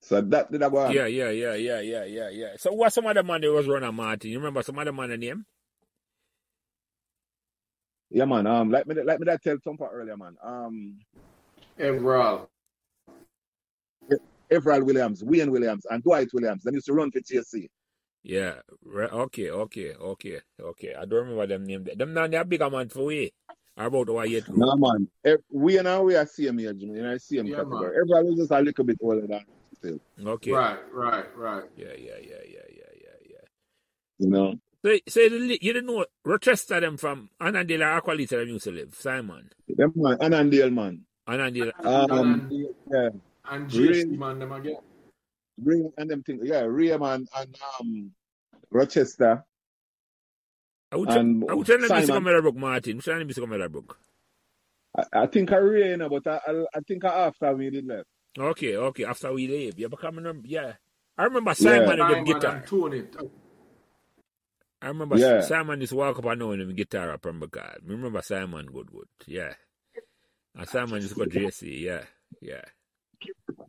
Speaker 2: So that did I go on.
Speaker 1: Yeah, yeah, yeah, yeah, yeah, yeah, yeah. So what some other man that was running Martin? You remember some other man the name?
Speaker 2: Yeah, man. Um like me like me that tell Tompa earlier, man. Um
Speaker 3: Everall.
Speaker 2: Everal Williams, Wayne Williams, and Dwight Williams. They used to run for TSC.
Speaker 1: Yeah. Re- okay, okay, okay, okay. I don't remember them name. Them now they're bigger man for we. How about our yet group?
Speaker 2: No, man. Ev- Wayne and we are same age, you know, same
Speaker 3: Yeah,
Speaker 2: category. Everal was just a little bit older than us still,
Speaker 1: Okay.
Speaker 3: Right, right, right.
Speaker 1: Yeah, yeah, yeah, yeah, yeah, yeah, yeah.
Speaker 2: you know.
Speaker 1: So, so you didn't li- you didn't know Rochester them from Anandela Aqualita them used to live, Simon.
Speaker 2: Them man, Annandale, man.
Speaker 1: Anandela.
Speaker 2: Um,
Speaker 3: and,
Speaker 2: yeah.
Speaker 3: and
Speaker 2: really-
Speaker 3: GC, man, them again.
Speaker 2: Ray and them things. Yeah, Ray, man, and um, Rochester.
Speaker 1: I would tell
Speaker 2: And
Speaker 1: I would tell them to come
Speaker 2: Simon.
Speaker 1: Meadowbrook, Martin. Which them to come Meadowbrook.
Speaker 2: I, I think I Ray, you know, but I, I, I think I after we did left.
Speaker 1: Okay, okay. After we leave, yeah, but I remember, yeah. I remember
Speaker 2: Yeah.
Speaker 1: Simon and them
Speaker 3: Simon
Speaker 1: guitar.
Speaker 3: and Tony. uh,
Speaker 1: I remember
Speaker 2: Yeah.
Speaker 1: Simon used to walk up and down with him guitar up from the car. Me remember Simon good, good. Yeah. And Simon used to go JC. Yeah. Yeah.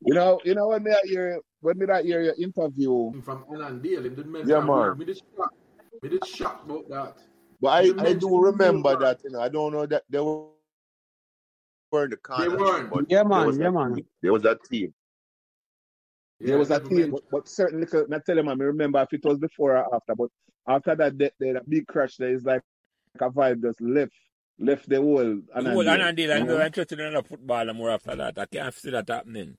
Speaker 2: You know, you know when they hear when did I hear your interview?
Speaker 3: From Annandale. Him didn't mention
Speaker 4: Yeah,
Speaker 3: that.
Speaker 4: man.
Speaker 3: Me did shock. Me did shock about that.
Speaker 4: But
Speaker 3: You
Speaker 4: I, I do
Speaker 3: mentioned
Speaker 4: remember
Speaker 3: Newmark.
Speaker 4: that, you know, I don't know that they were in the
Speaker 3: They
Speaker 4: corner,
Speaker 3: weren't.
Speaker 4: but
Speaker 6: Yeah,
Speaker 4: there was
Speaker 6: man. Yeah,
Speaker 4: that
Speaker 6: man.
Speaker 4: team. There was that team.
Speaker 2: there was a
Speaker 3: never
Speaker 2: team,
Speaker 3: mentioned.
Speaker 2: but, but certainly, could- not tell him, I remember if it was before or after, but after that, there, there a big crash there is like a vibe just left, left the whole.
Speaker 1: The
Speaker 2: And
Speaker 1: whole Anandil, I know
Speaker 2: you know?
Speaker 1: I'm interested in the football and more after that. I can't see that happening.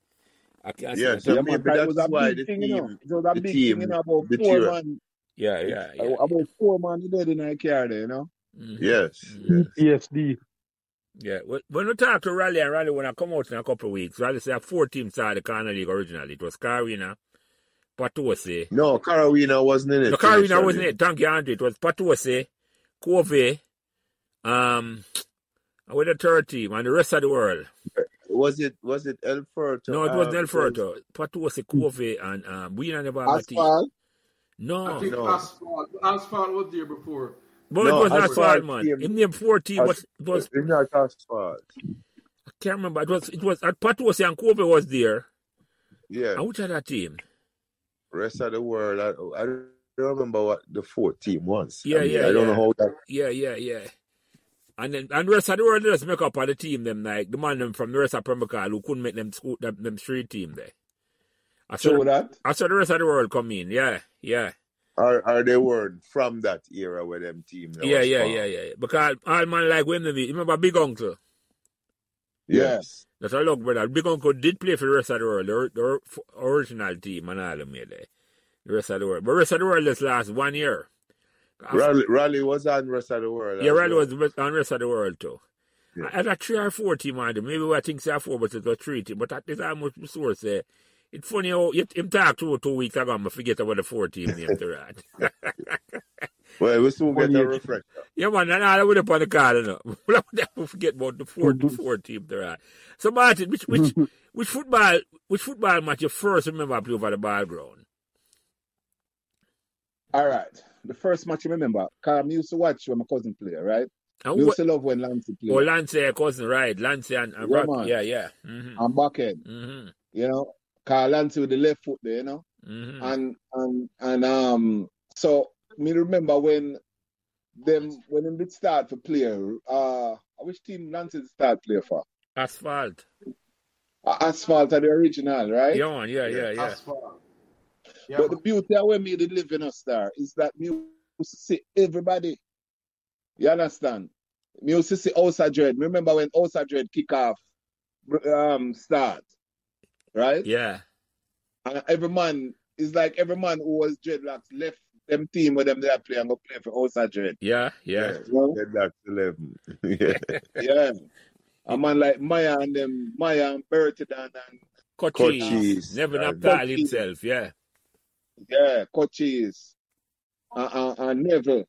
Speaker 1: I can't see
Speaker 4: Yeah,
Speaker 1: that
Speaker 4: so
Speaker 2: Yeah,
Speaker 1: happening.
Speaker 2: man,
Speaker 4: maybe
Speaker 2: 'cause it was
Speaker 4: that's
Speaker 2: a
Speaker 4: why
Speaker 2: big
Speaker 4: the
Speaker 2: thing, you know.
Speaker 4: team,
Speaker 2: It was a
Speaker 4: the
Speaker 2: big thing, you
Speaker 4: team,
Speaker 2: know, about
Speaker 4: the
Speaker 2: four
Speaker 4: team.
Speaker 2: man,
Speaker 1: Yeah,
Speaker 4: It,
Speaker 1: yeah, yeah.
Speaker 2: about four man dead in a car there, you know.
Speaker 1: hmm
Speaker 4: yes,
Speaker 1: hmm
Speaker 4: yes.
Speaker 6: PTSD.
Speaker 1: Yeah, when when we talk to Raleigh and Raleigh, when I come out in a couple of weeks, Raleigh said four teams out of the Corner League originally. It was Carina, Patuose.
Speaker 4: No, Carolina wasn't in
Speaker 1: No,
Speaker 4: it
Speaker 1: Carina wasn't
Speaker 4: initially.
Speaker 1: it. Thank you, Andre. It was Patuose, Cove, um, and with the third team, and the rest of the world.
Speaker 4: Was it was it El Ferto?
Speaker 1: No, it wasn't
Speaker 4: Um,
Speaker 1: El
Speaker 4: it was
Speaker 1: Ferto. Patuose, Cove, and um, we never have a team.
Speaker 2: Asphalt,
Speaker 3: I
Speaker 1: No,
Speaker 3: think
Speaker 4: Oh, No.
Speaker 3: Asphalt. Asphalt was there before.
Speaker 1: but it
Speaker 4: no
Speaker 1: was not
Speaker 4: asphalt
Speaker 1: Solomon. man.
Speaker 4: team.
Speaker 1: Him named four team
Speaker 4: As,
Speaker 1: was it was
Speaker 4: it's not asphalt.
Speaker 1: I can't remember. It was it was at Patuose and Cove was there.
Speaker 4: Yeah,
Speaker 1: And which other team?
Speaker 4: rest of the world. I, I don't remember what the fourth team was. I
Speaker 1: Yeah,
Speaker 4: mean,
Speaker 1: yeah,
Speaker 4: I don't know
Speaker 1: yeah.
Speaker 4: how that.
Speaker 1: Yeah, yeah, yeah. And then and the rest of the world just make up of the team them like the man them from the rest of Pembroke who couldn't make them school them, them street team there. I saw
Speaker 2: show
Speaker 1: the,
Speaker 2: that.
Speaker 1: I saw the rest of the world come in, yeah, yeah.
Speaker 4: Are are they weren't from that era where them team that
Speaker 1: Yeah,
Speaker 4: was
Speaker 1: yeah,
Speaker 4: formed?
Speaker 1: yeah, yeah. Because all man like women be- remember Big Uncle.
Speaker 2: Yeah.
Speaker 4: Yes.
Speaker 1: That's a look, brother. Big Uncle did play for the rest of the world, the, or- the or- original team and all of them yeah, there. The rest of the world. But rest of the world just last one year. After,
Speaker 4: Raleigh, Raleigh was on rest of the world
Speaker 1: yeah,
Speaker 4: as
Speaker 1: Raleigh
Speaker 4: well.
Speaker 1: was best- on rest of the world too.
Speaker 4: Yeah.
Speaker 1: I had a three or four team on them. Maybe I think say four, but it was three team. But at the time, we was source there. It's funny how you, him talk two two weeks ago, I forget about the four team name to that.
Speaker 4: Well, we soon get a
Speaker 7: Forty-eight.
Speaker 4: refresher.
Speaker 1: yeah, man, and I would have put the card in I forget about the four the four team there. are. So Martin, which which which football which football match you first remember play over the ball ground?
Speaker 2: All right. The first match I remember, Carl, me used to watch when my cousin play, right?
Speaker 1: And
Speaker 2: Me
Speaker 1: Oh, what,
Speaker 2: used to love when Lance play.
Speaker 1: oh Lance eh, cousin, right. Lance and, and
Speaker 2: Yeah,
Speaker 1: Rob-
Speaker 2: man.
Speaker 1: yeah, yeah. hmm
Speaker 2: and backhand,
Speaker 1: hmm
Speaker 2: you know. Carl Lance with the left foot there, you know.
Speaker 1: hmm
Speaker 2: And and and um so me remember when them when him did start for play, uh which team Lance did start play for?
Speaker 1: Asphalt.
Speaker 2: Uh, Asphalt are the original, right?
Speaker 1: Yeah, man, yeah, yeah, yeah.
Speaker 3: Asphalt. Yeah,
Speaker 2: But the
Speaker 3: man.
Speaker 2: beauty of where me did live in a star is that me used to see everybody. You understand? Me used to see Osa Dread. Remember when Osa Dread kick off um start, right?
Speaker 1: Yeah.
Speaker 2: And every man is like every man who was dreadlocks left them team with them they play and go play for Osa Dread.
Speaker 1: Yeah, yeah.
Speaker 2: You know?
Speaker 4: Get back to eleven. yeah.
Speaker 2: Yeah. A man like Maya and them Maya and Bertidan and
Speaker 1: Cochise.
Speaker 4: Cochise.
Speaker 1: Never
Speaker 4: Uh,
Speaker 1: Naptal
Speaker 2: Cochise.
Speaker 1: himself, yeah.
Speaker 2: yeah, coaches and, and, and Neville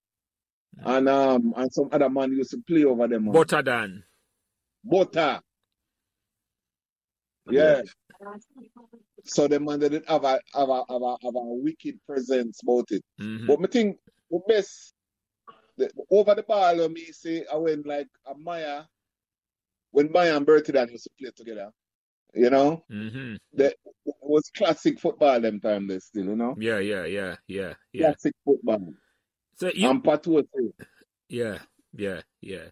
Speaker 2: and um and some other man used to play over
Speaker 1: Mm-hmm.
Speaker 2: them. man.
Speaker 1: Butterdan.
Speaker 2: Butter. Yeah. So the man they did have a have a have a, have a wicked presence about it.
Speaker 1: Mhm.
Speaker 2: But me think the best the, over the ball when me say I went like a Maya when Maya and Bertidan used to play together. You know?
Speaker 1: Mhm.
Speaker 2: It was classic football them time they still, you know?
Speaker 1: Yeah, yeah, yeah, yeah, yeah. Um,
Speaker 2: Classic football.
Speaker 1: So you,
Speaker 2: And Patote.
Speaker 1: yeah, yeah, yeah.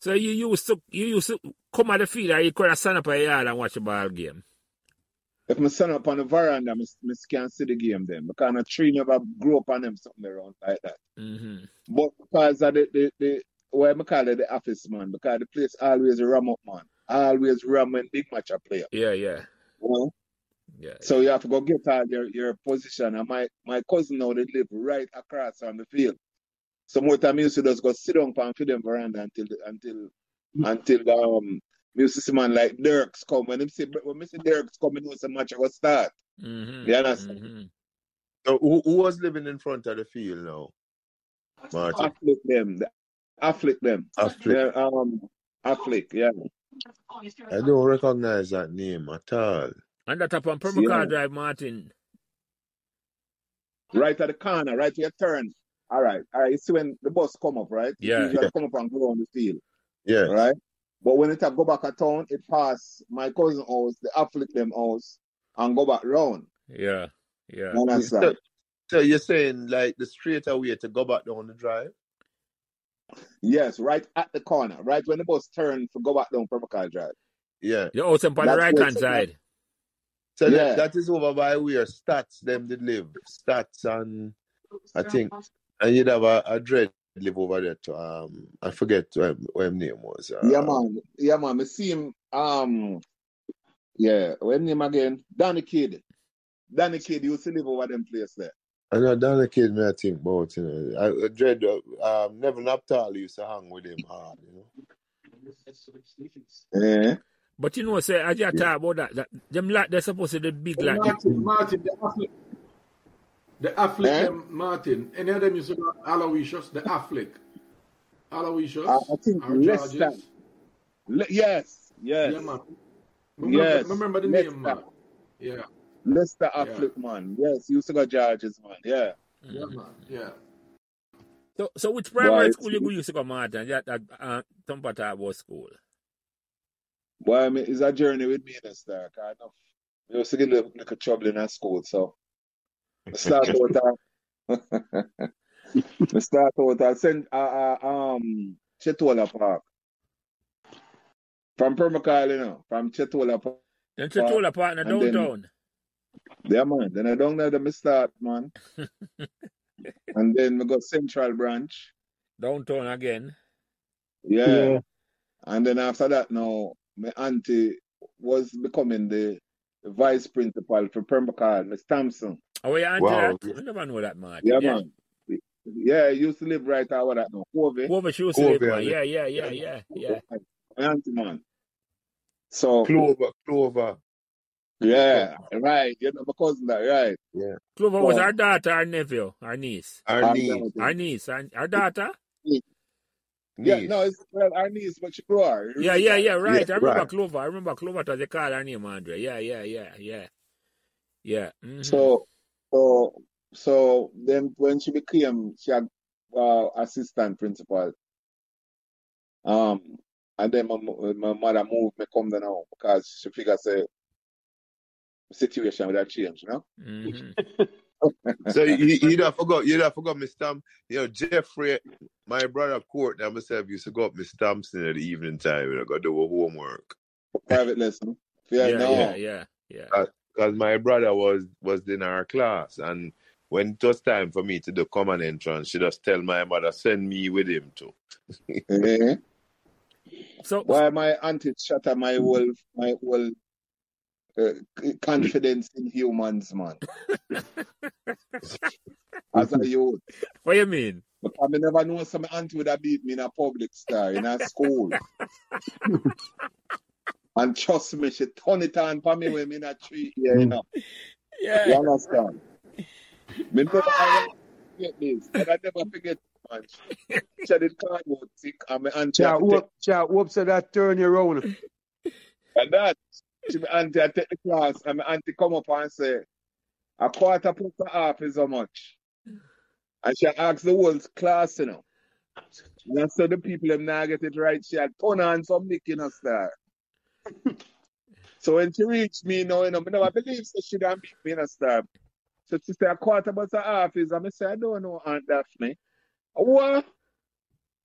Speaker 1: So you used to you used to come at the field and you could have stand up at yard and watch the ball game.
Speaker 2: If I stand up on the veranda, I can't see the game then. Because a tree never grew up on them something around like that.
Speaker 1: Mhm.
Speaker 2: But because of the, the, the why I call it the office man, because the place always ram up man. Always ram when big match a player.
Speaker 1: Yeah, yeah,
Speaker 2: Well,
Speaker 1: yeah.
Speaker 2: so you have to go get all your, your position. And my, my cousin now they live right across on the field. So more time I used to just go sit down and feed them veranda until the- until until um me used to see man like Dirks come. When him see when me see Dirks come, you know some match I go start.
Speaker 1: Mhm.
Speaker 2: You understand?
Speaker 1: Mhm.
Speaker 4: So who, who was living in front of the field now? Martin.
Speaker 2: Afflict them. the- Afflict them.
Speaker 4: After,
Speaker 2: Yeah, um Afflict, yeah.
Speaker 4: I don't recognize that name at all.
Speaker 1: And that up on
Speaker 2: Yeah.
Speaker 1: Permacar Drive, Martin.
Speaker 2: right at the corner, right to your turn. All right, all right. You see when the bus come up, right? It
Speaker 1: Yeah.
Speaker 2: usually
Speaker 4: Yeah.
Speaker 2: come up and go on the field,
Speaker 4: Yeah.
Speaker 2: right? But when it a go back a town, it pass my cousin house, the afflict them house, and go back round.
Speaker 1: Yeah, yeah.
Speaker 2: You
Speaker 4: So,
Speaker 2: understand?
Speaker 4: so you're saying like the straighter way to go back down the drive?
Speaker 2: Yes, right at the corner, right when the bus turn to go back down Permacal Drive.
Speaker 4: Yeah.
Speaker 1: You're out on the
Speaker 2: That's
Speaker 1: right hand
Speaker 2: what-
Speaker 1: side.
Speaker 4: So
Speaker 2: Yeah.
Speaker 4: that, that is over by where stats them they live. Stats and I think and you'd have a, a dread live over there too. Um I forget what, what his name was. Uh,
Speaker 2: yeah, man. Yeah, man. Me see him. Um, yeah. When him again? Danny Kid. Danny Kid used to live over them place there.
Speaker 4: I know Donna kid me I think about, you know. I, I dread uh, um Neville Naptali used to hang with him hard, you know.
Speaker 2: Yeah.
Speaker 1: But you know, say as you talk about that, that them lot they're supposed to be big like them.
Speaker 3: Martin, Martin, the Affleck. The Affleck,
Speaker 2: Eh?
Speaker 3: them, Martin. Any of them you said Aloysius, the Affleck. Aloysius,
Speaker 2: I, I think
Speaker 3: our
Speaker 2: less than.
Speaker 3: Georges.
Speaker 2: Le- yes. Yes.
Speaker 3: Yeah, man.
Speaker 2: Yes.
Speaker 3: Remember, remember the
Speaker 2: Next
Speaker 3: name,
Speaker 2: time.
Speaker 3: man. Yeah,
Speaker 2: Lester
Speaker 3: Yeah.
Speaker 2: Affleck, man. Yes, used to go Georges, man. Yeah.
Speaker 3: yeah,
Speaker 1: Mm-hmm.
Speaker 3: man. Yeah.
Speaker 1: So, so which primary
Speaker 2: Right.
Speaker 1: school you go used to go, Martin? Yeah, that uh, Tumpa Tabo school.
Speaker 2: Well, I mean, it's a journey with me and Star. Kind of. We used to get a little, little trouble in our school, so I start out. at- I start out. I send uh, uh, um Chetola Park from Permacal, you know, from Chetola Park.
Speaker 1: Then Tritola partner
Speaker 2: and then-
Speaker 1: downtown.
Speaker 2: Yeah, man. Then I don't know them start, man. and then we got Central Branch.
Speaker 1: downtown again.
Speaker 2: yeah. And then after that, now my auntie was becoming the vice principal for Permacal, Miss Thompson.
Speaker 1: Oh, yeah, auntie,
Speaker 4: Wow.
Speaker 1: that, I never know that, Martin.
Speaker 2: Yeah, man. Yeah, I used to live right over that now. Covey.
Speaker 1: Over shoes
Speaker 4: Go
Speaker 1: sleep,
Speaker 4: over
Speaker 1: man.
Speaker 4: there.
Speaker 1: Yeah, yeah, yeah, yeah, yeah.
Speaker 2: My auntie, man. So
Speaker 4: Clover, Clover.
Speaker 2: Yeah, right. You know, my cousin, that, right.
Speaker 1: Clover was
Speaker 2: Well-
Speaker 1: our daughter, our nephew, our niece,
Speaker 2: Our
Speaker 4: Our niece.
Speaker 2: daughter.
Speaker 1: our niece, our, our daughter.
Speaker 2: Yeah,
Speaker 4: niece.
Speaker 2: no, it's well, our niece, but she grew her.
Speaker 1: Yeah, yeah, yeah. Right.
Speaker 4: Yeah,
Speaker 1: I remember
Speaker 4: right.
Speaker 1: Clover. I remember Clover. They call her name Andre. Yeah, yeah, yeah, yeah, yeah. mhm.
Speaker 2: So, so, so then when she became, she had uh, assistant principal. Um, and then my, mo- my mother moved me come down now because she figure say situation would have changed, you know.
Speaker 1: Mhm.
Speaker 4: So you, you don't forgot, you don't forgot, Miss Tom. You know, Jeffrey, my brother Court and myself used to go up Miss Thompson at the evening time and I go do her homework.
Speaker 2: Private lesson. Yeah,
Speaker 1: Yeah,
Speaker 2: no.
Speaker 1: yeah, yeah, yeah.
Speaker 4: Because my brother was was in our class and when it was time for me to do common entrance, she just tell my mother, send me with him too.
Speaker 2: Eh.
Speaker 1: So,
Speaker 2: Why my auntie shatter my whole my whole uh, c- confidence in humans, man. As a youth.
Speaker 1: what you mean?
Speaker 2: Because I never know some auntie would have beat me in a public star, in a school. and trust me, she turn it on for me when me in a tree here, you know. You
Speaker 1: Yeah,
Speaker 2: understand? Me never I never forget this. And I never forget much. She did cardboard sick and my auntie had
Speaker 6: Cha
Speaker 2: to take
Speaker 6: whoop, cha whoop, so that turn you around.
Speaker 2: And that, she, my auntie, I take the class, and my auntie come up and say, a quarter plus a half is how much? And she asked the whole class, you know. And so the people them now get it right. She had pun on some nick in us there. so when she reached me, you know, you know, me never believe so she done beat me in a star. So she said, a quarter plus a half is, and I say, I don't know, Aunt Daphne. What?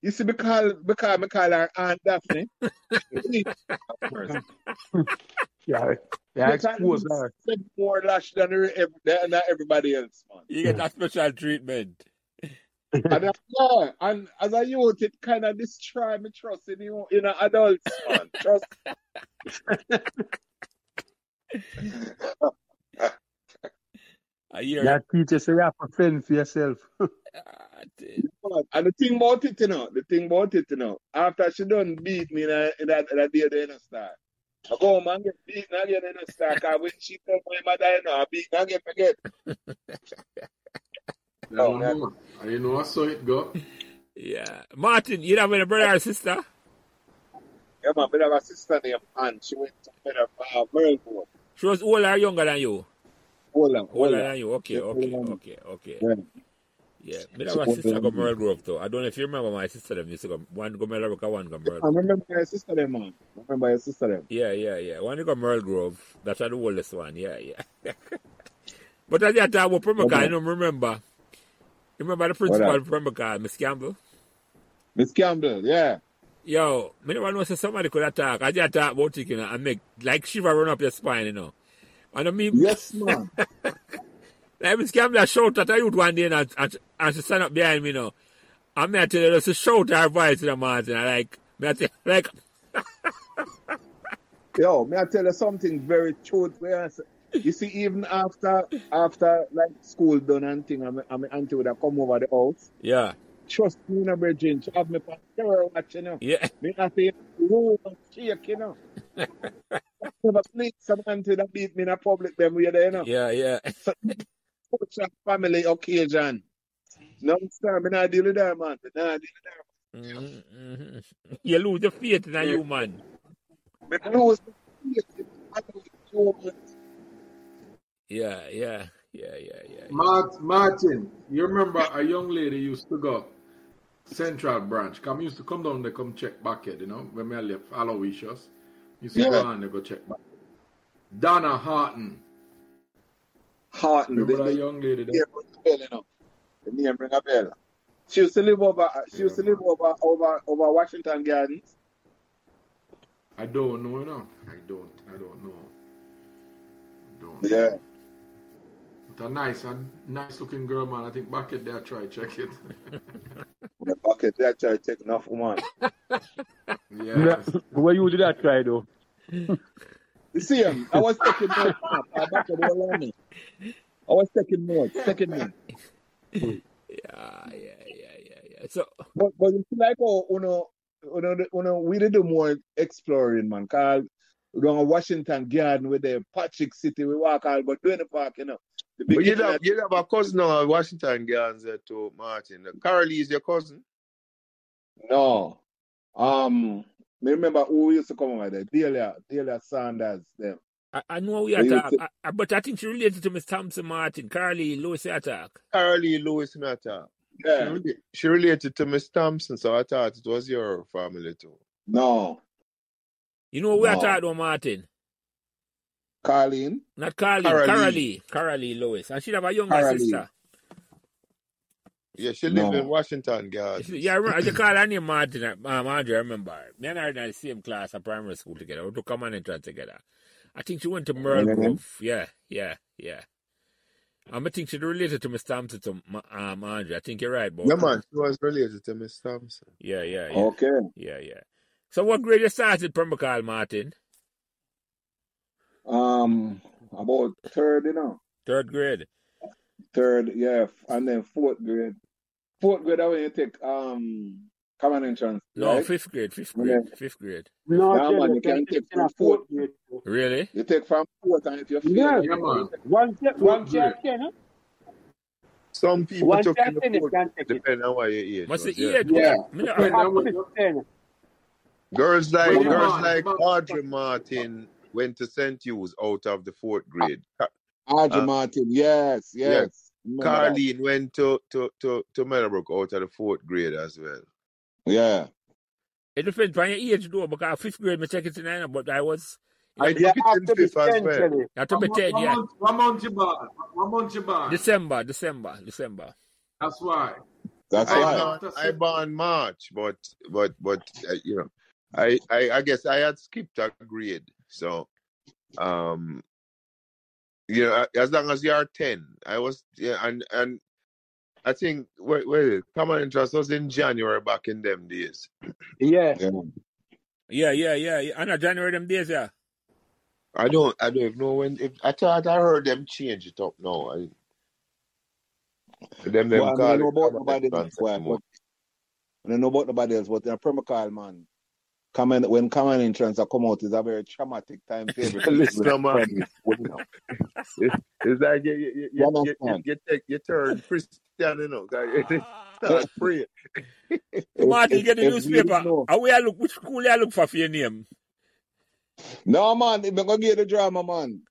Speaker 2: You see, because, because I call her Aunt Daphne.
Speaker 6: Yeah, yeah, expose her.
Speaker 2: Spend more lash than, her, ev- than than everybody else, man.
Speaker 1: you get that special treatment.
Speaker 2: and, uh, yeah, and as a youth, it kind of destroy me trust in you, in a adults, man. Trust.
Speaker 1: I hear
Speaker 6: Yeah, teacher say you have to fend for yourself.
Speaker 1: it.
Speaker 2: man. And the thing about it, you know, the thing about it, you know, after she done beat me in a, in a, in a day, then I start. I go home and get beaten again in a star. Cause when she tell my mother, you know, I beat again again.
Speaker 3: They
Speaker 2: Oh,
Speaker 3: don't
Speaker 2: that-
Speaker 3: know. And you know, I saw it go.
Speaker 1: Yeah, Martin, you have any brother or sister?
Speaker 2: Yeah, man, but I have a sister named Anne. She went to bed uh, Melbourne.
Speaker 1: She was older or younger than you?
Speaker 2: Hold on, hold
Speaker 1: Older
Speaker 2: on.
Speaker 1: than you. Okay,
Speaker 2: Oh, Yeah,
Speaker 1: okay,
Speaker 2: older than me.
Speaker 1: okay, okay.
Speaker 2: Yeah.
Speaker 1: Yeah, me have
Speaker 2: She
Speaker 1: a
Speaker 2: older
Speaker 1: sister
Speaker 2: than
Speaker 1: go
Speaker 2: me.
Speaker 1: Merle Grove though. I don't know if you remember my sister them used to go one go Merle Grove, one go Merle
Speaker 2: I
Speaker 1: Grove.
Speaker 2: remember your sister them, man. Remember your sister them.
Speaker 1: Yeah, yeah, yeah. One go Merle Grove. That's the oldest one. Yeah, yeah. but at that time, we
Speaker 2: Hold
Speaker 1: Primaca, I
Speaker 2: on.
Speaker 1: don't remember. You Remember the
Speaker 2: What
Speaker 1: principal
Speaker 2: up?
Speaker 1: of Primaca, Miss Campbell?
Speaker 2: Miss Campbell, yeah.
Speaker 1: Yo, me never know say somebody could attack. I just talk about it, you know, and make like shiver run up your spine, you know. And I mean,
Speaker 2: Yes, man.
Speaker 1: Like, Miss Campbell shout at a youth one day and, and, and she stand up behind me now. And me I tell her just to shout her voice to the mountain. And like, me I tell like,
Speaker 2: Yo, may I tell you something very truthful? You see, even after after like school done and thing, and my, and my auntie would have come over the house.
Speaker 1: yeah,
Speaker 2: Trust me, you know, Virgin, she have me for terror watching her.
Speaker 1: yeah,
Speaker 2: Me I say, room and shake, you know. Never please some auntie that beat me in a public them way there, you know.
Speaker 1: yeah, yeah.
Speaker 2: So, social family occasion. No, understand? Me not deal with that, man. Me not deal with that.
Speaker 1: Mhm, mhm. You lose your faith in a human.
Speaker 2: Me lose my faith in adult humans.
Speaker 1: Yeah, yeah, yeah, yeah, yeah. yeah.
Speaker 3: Mart- Martin, you remember a young lady used to go Central Branch. Come used to come down there, come check back it, you know, when I left Aloysius. Used to
Speaker 2: Yeah.
Speaker 3: go on there, go check back. Donna Harton.
Speaker 2: Heart and
Speaker 3: Remember
Speaker 2: the-
Speaker 3: that young lady there?
Speaker 2: name ring a bell, you know. The name ring a bell. She used to live over. She used to live over over over Washington Gardens.
Speaker 3: I don't know, you know. I don't, I don't know. Don't
Speaker 2: Yeah.
Speaker 3: know. But a nice, a nice looking girl, man. I think back it there, try check it.
Speaker 2: In the pocket, they actually take enough woman.
Speaker 6: Yeah.
Speaker 3: yeah.
Speaker 6: Where you did that try though?
Speaker 2: You see him. I was taking notes. man. I back the whole army. I was taking notes. Taking notes.
Speaker 1: Yeah, yeah, yeah, yeah, yeah. So,
Speaker 2: But but you see, like oh, you know, you know, you know, we did do more exploring, man. Cause down Washington Garden with the Patrick City. We walk all but doing the park, you know. The big
Speaker 4: But you
Speaker 2: internet-
Speaker 4: have you have a cousin now, a Washington Gans there too, Martin. Carol is your cousin.
Speaker 2: No. Um, me remember who used to come over there? Delia, Delia Sanders, them.
Speaker 1: I, I know we
Speaker 2: We used
Speaker 1: attack,
Speaker 2: to-
Speaker 1: I, I, but I think she related to Miss Thompson Martin, Carly Lewis attack.
Speaker 4: Carol Lewis Matter. She,
Speaker 2: Yeah.
Speaker 4: rela- she related to Miss Thompson, so I thought it was your family too.
Speaker 2: No.
Speaker 1: You know we
Speaker 2: No.
Speaker 1: attack though, Martin.
Speaker 2: Carleen?
Speaker 1: Not Carly,
Speaker 4: Carly.
Speaker 1: Carly, Carly Lewis, and she have a younger
Speaker 2: Carly.
Speaker 1: sister.
Speaker 4: Yeah, she lived
Speaker 2: No.
Speaker 4: in Washington Gardens.
Speaker 1: She, yeah, I remember. I just call her name Martin. Um, Andrew, I remember. Me and her in the same class at primary school together. We took common entrance together. I think she went to Merle
Speaker 2: Mhm.
Speaker 1: Grove. Yeah, yeah, yeah. Um, I think she related to Miss Thompson to Ma- um, Andrew. I think you're right, boy.
Speaker 4: Yeah, man, she was related to Miss Thompson.
Speaker 1: Yeah, yeah, yeah,
Speaker 2: Okay.
Speaker 1: yeah, yeah. So what grade you started from, Carl Martin?
Speaker 2: Um, about third, you know.
Speaker 1: Third grade.
Speaker 2: Third, yeah. f- And then fourth grade. Fourth grade, I when you take um, common entrance.
Speaker 1: No,
Speaker 2: right?
Speaker 1: fifth grade, fifth
Speaker 2: Yeah.
Speaker 1: grade, fifth grade.
Speaker 8: No,
Speaker 2: Yeah, man,
Speaker 8: Jelly,
Speaker 2: you can take
Speaker 8: in a
Speaker 2: from fourth.
Speaker 8: fourth grade. too.
Speaker 1: Really?
Speaker 2: You take from fourth, and if you fail,
Speaker 8: Yeah.
Speaker 2: you
Speaker 3: Yeah,
Speaker 2: you
Speaker 3: man.
Speaker 2: take
Speaker 8: Once you,
Speaker 3: Fourth
Speaker 8: once you
Speaker 3: grade.
Speaker 8: attend it,
Speaker 4: Some people
Speaker 8: once
Speaker 4: took
Speaker 8: you
Speaker 4: in the
Speaker 8: attend it,
Speaker 4: fourth,
Speaker 8: can take it.
Speaker 4: depending on what your age
Speaker 1: Must the
Speaker 4: was. Yeah,
Speaker 1: eight?
Speaker 3: Yeah.
Speaker 1: Me no-
Speaker 3: Depend
Speaker 8: Up
Speaker 3: on what
Speaker 8: to
Speaker 3: you
Speaker 8: ten.
Speaker 4: girls
Speaker 3: where
Speaker 4: like
Speaker 3: you
Speaker 4: girls
Speaker 3: born.
Speaker 4: like
Speaker 3: About
Speaker 4: Audrey Martin went to St. Hughes out of the fourth grade. Ca-
Speaker 2: Audrey
Speaker 4: Uh,
Speaker 2: Martin. Yes,
Speaker 4: yeah,
Speaker 2: yes. Remember that.
Speaker 4: Carleen went to to to to Meadowbrook out of the fourth grade as well.
Speaker 2: Yeah.
Speaker 1: It depends on your age, though, because fifth grade, me take it to nine, but I was,
Speaker 4: I
Speaker 8: Yeah,
Speaker 4: took it
Speaker 8: up
Speaker 4: in
Speaker 8: to be
Speaker 4: fifth as
Speaker 8: ten,
Speaker 4: well.
Speaker 8: Jelly.
Speaker 1: I took
Speaker 3: One
Speaker 1: me
Speaker 3: month,
Speaker 1: 10,
Speaker 3: one
Speaker 1: yeah.
Speaker 3: month, one month you born. One month you born.
Speaker 1: December, December, December.
Speaker 3: That's why.
Speaker 2: That's
Speaker 4: I
Speaker 3: Born
Speaker 2: right.
Speaker 4: born
Speaker 3: after
Speaker 4: I
Speaker 3: six.
Speaker 4: born March, but but but uh, you know, I, I I guess I had skipped a grade. So um, you know, as long as you are ten, I was yeah, and and I think wait wait, common interest was in January back in them days.
Speaker 8: Yeah.
Speaker 2: Yeah.
Speaker 1: Yeah, yeah, yeah. yeah. I know January them days, yeah.
Speaker 4: I don't I don't even know when. If, I thought I heard them change it up now. I,
Speaker 2: Well,
Speaker 4: them them
Speaker 2: I don't
Speaker 4: call
Speaker 2: know
Speaker 4: it
Speaker 2: about
Speaker 4: common
Speaker 2: nobody else,
Speaker 4: entrance
Speaker 2: boy,
Speaker 4: anymore.
Speaker 2: but I don't know about nobody else, but in a permacal, man, common, when common entrance are come out, is a very traumatic time for everybody to
Speaker 4: Listen, man.
Speaker 2: study school, you know.
Speaker 4: It's, it's like you you
Speaker 2: You
Speaker 4: you you, you, you,
Speaker 2: understand?
Speaker 4: you take you turn Christian, you know, 'cause you
Speaker 2: If,
Speaker 4: start praying.
Speaker 1: So, Martin, you
Speaker 2: if,
Speaker 1: get the
Speaker 2: if you didn't
Speaker 1: newspaper.
Speaker 2: know.
Speaker 1: And where I look, which school I look for for your name?
Speaker 2: No, man, I'm going to give you the drama, man.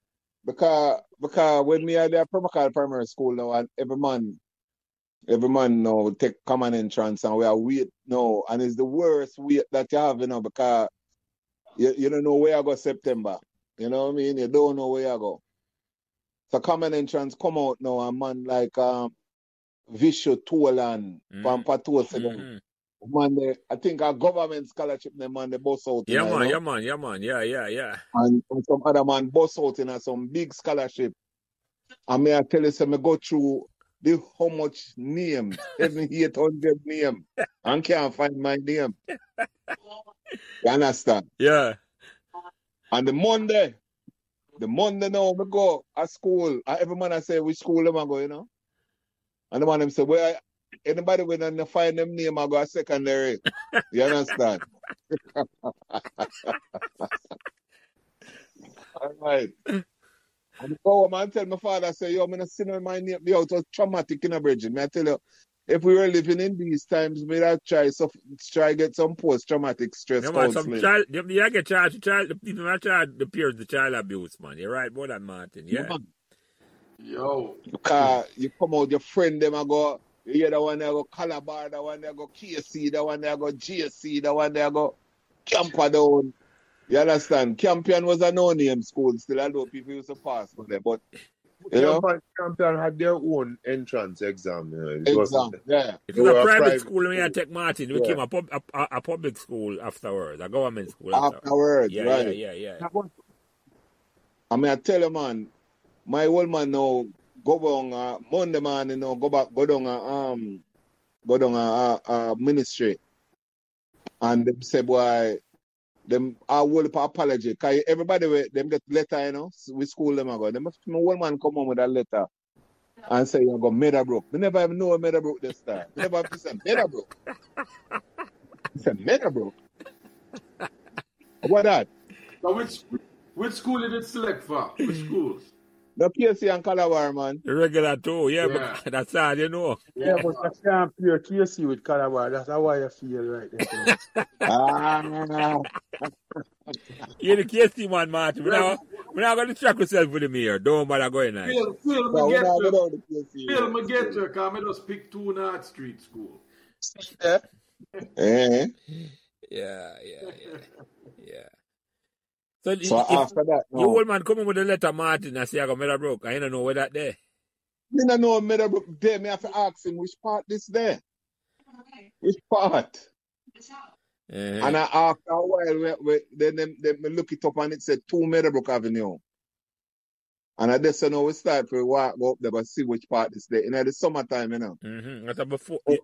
Speaker 2: Because, because when me had a permacal primary school now, and every man, every man now take common entrance and we are wait now, and it's the worst wait that you have, you know, because you, you don't know where I go September. You know what I mean? You don't know where I go. So common entrance come out now, a man like um Vishu Tolan,
Speaker 1: Mm,
Speaker 2: Pampatosi, them.
Speaker 1: mm-mm.
Speaker 2: man, they, I think a government scholarship, them man, they bus out in,
Speaker 1: Yeah,
Speaker 2: you
Speaker 1: man, yeah,
Speaker 2: know,
Speaker 1: man, yeah, man, yeah, yeah, yeah.
Speaker 2: and, and some other man bus out in a some big scholarship. And me I tell you, say, me go through the how much names, seven, eight hundred name, and can't find my name. You understand?
Speaker 1: Yeah.
Speaker 2: And the Monday, The Monday now, we go at school. And every man I say, which school am I go, you know? And the man them say, well, anybody when I find them name, I go a secondary. You understand? All right. And I go home and tell my father, I say, yo, I'm going to sit on my name. Yo, it was traumatic in a bridge. Me I tell you, if we were living in these times, me I try so try get some post traumatic stress
Speaker 1: Yeah, man, some
Speaker 2: counseling.
Speaker 1: child, them- yeah, I get charged, child, the people I charge the peers, the child abuse, man. You're right, more than Martin,
Speaker 2: Yeah,
Speaker 1: yeah.
Speaker 2: man.
Speaker 3: Yo.
Speaker 2: Because you come out, your friend them I go, you hear the one that go Calabar, the one that go KC, the one that go GSC, the one that go Camperdown. You understand? Campion was a no-name school still, although people used to pass for there, but you know,
Speaker 4: Champion, champion had their own entrance exam. You know, it wasn't.
Speaker 2: exam, yeah.
Speaker 1: It
Speaker 4: They
Speaker 1: was a
Speaker 4: were a
Speaker 1: private
Speaker 4: private
Speaker 1: school when I
Speaker 4: school.
Speaker 1: take Martin. It
Speaker 4: Yeah.
Speaker 1: became a, pub, a, a, a public school afterwards, a government school afterwards.
Speaker 2: Afterwards,
Speaker 1: Yeah, yeah,
Speaker 2: right.
Speaker 1: yeah, yeah.
Speaker 2: That was- I mean, I tell you, man, my old man now go down uh, Monday man, you know, go back, go down, uh, um, go down uh, uh, uh, ministry, and them say, boy, them I will apology. Cause everybody we, them get letter, you know, s- we school them ago. Them my old man come home with a letter and say you go Meadowbrook. We never even know where Meadowbrook they start. We never even say Meadowbrook. He said Meadowbrook. What that?
Speaker 3: So which? Which school did it select for? Which schools?
Speaker 2: The PSC and Calawar, man.
Speaker 1: Regular too, yeah,
Speaker 3: Yeah.
Speaker 1: but that's all you know.
Speaker 6: Yeah, but I can't play Casey with Calabar. That's how I feel right there.
Speaker 2: Ah,
Speaker 1: You're the KC man, Martin. We're not, we're not going to track yourself with him here. Don't bother going on.
Speaker 3: Phil, Phil
Speaker 2: no, we not
Speaker 3: Magetra.
Speaker 2: without the PSC.
Speaker 3: Phil Magetra, come and just pick two North Street School.
Speaker 2: Eh?
Speaker 1: Yeah, yeah, yeah. yeah. So,
Speaker 2: So uh, oh.
Speaker 1: if,
Speaker 2: after that, no.
Speaker 1: you old man coming with a letter, Martin, and say, I got Meadowbrook, I don't know where that there.
Speaker 2: Me no know Meadowbrook there. Me have to ask him which part this there. Which part?
Speaker 1: Uh-huh.
Speaker 2: And I, after a while, we, we, then, then, then me look it up and it said 2 Meadowbrook Avenue. And I just know we start for walk go up there but see which part this there. In the summertime, you know.
Speaker 1: hmm That's a before.
Speaker 2: Oh.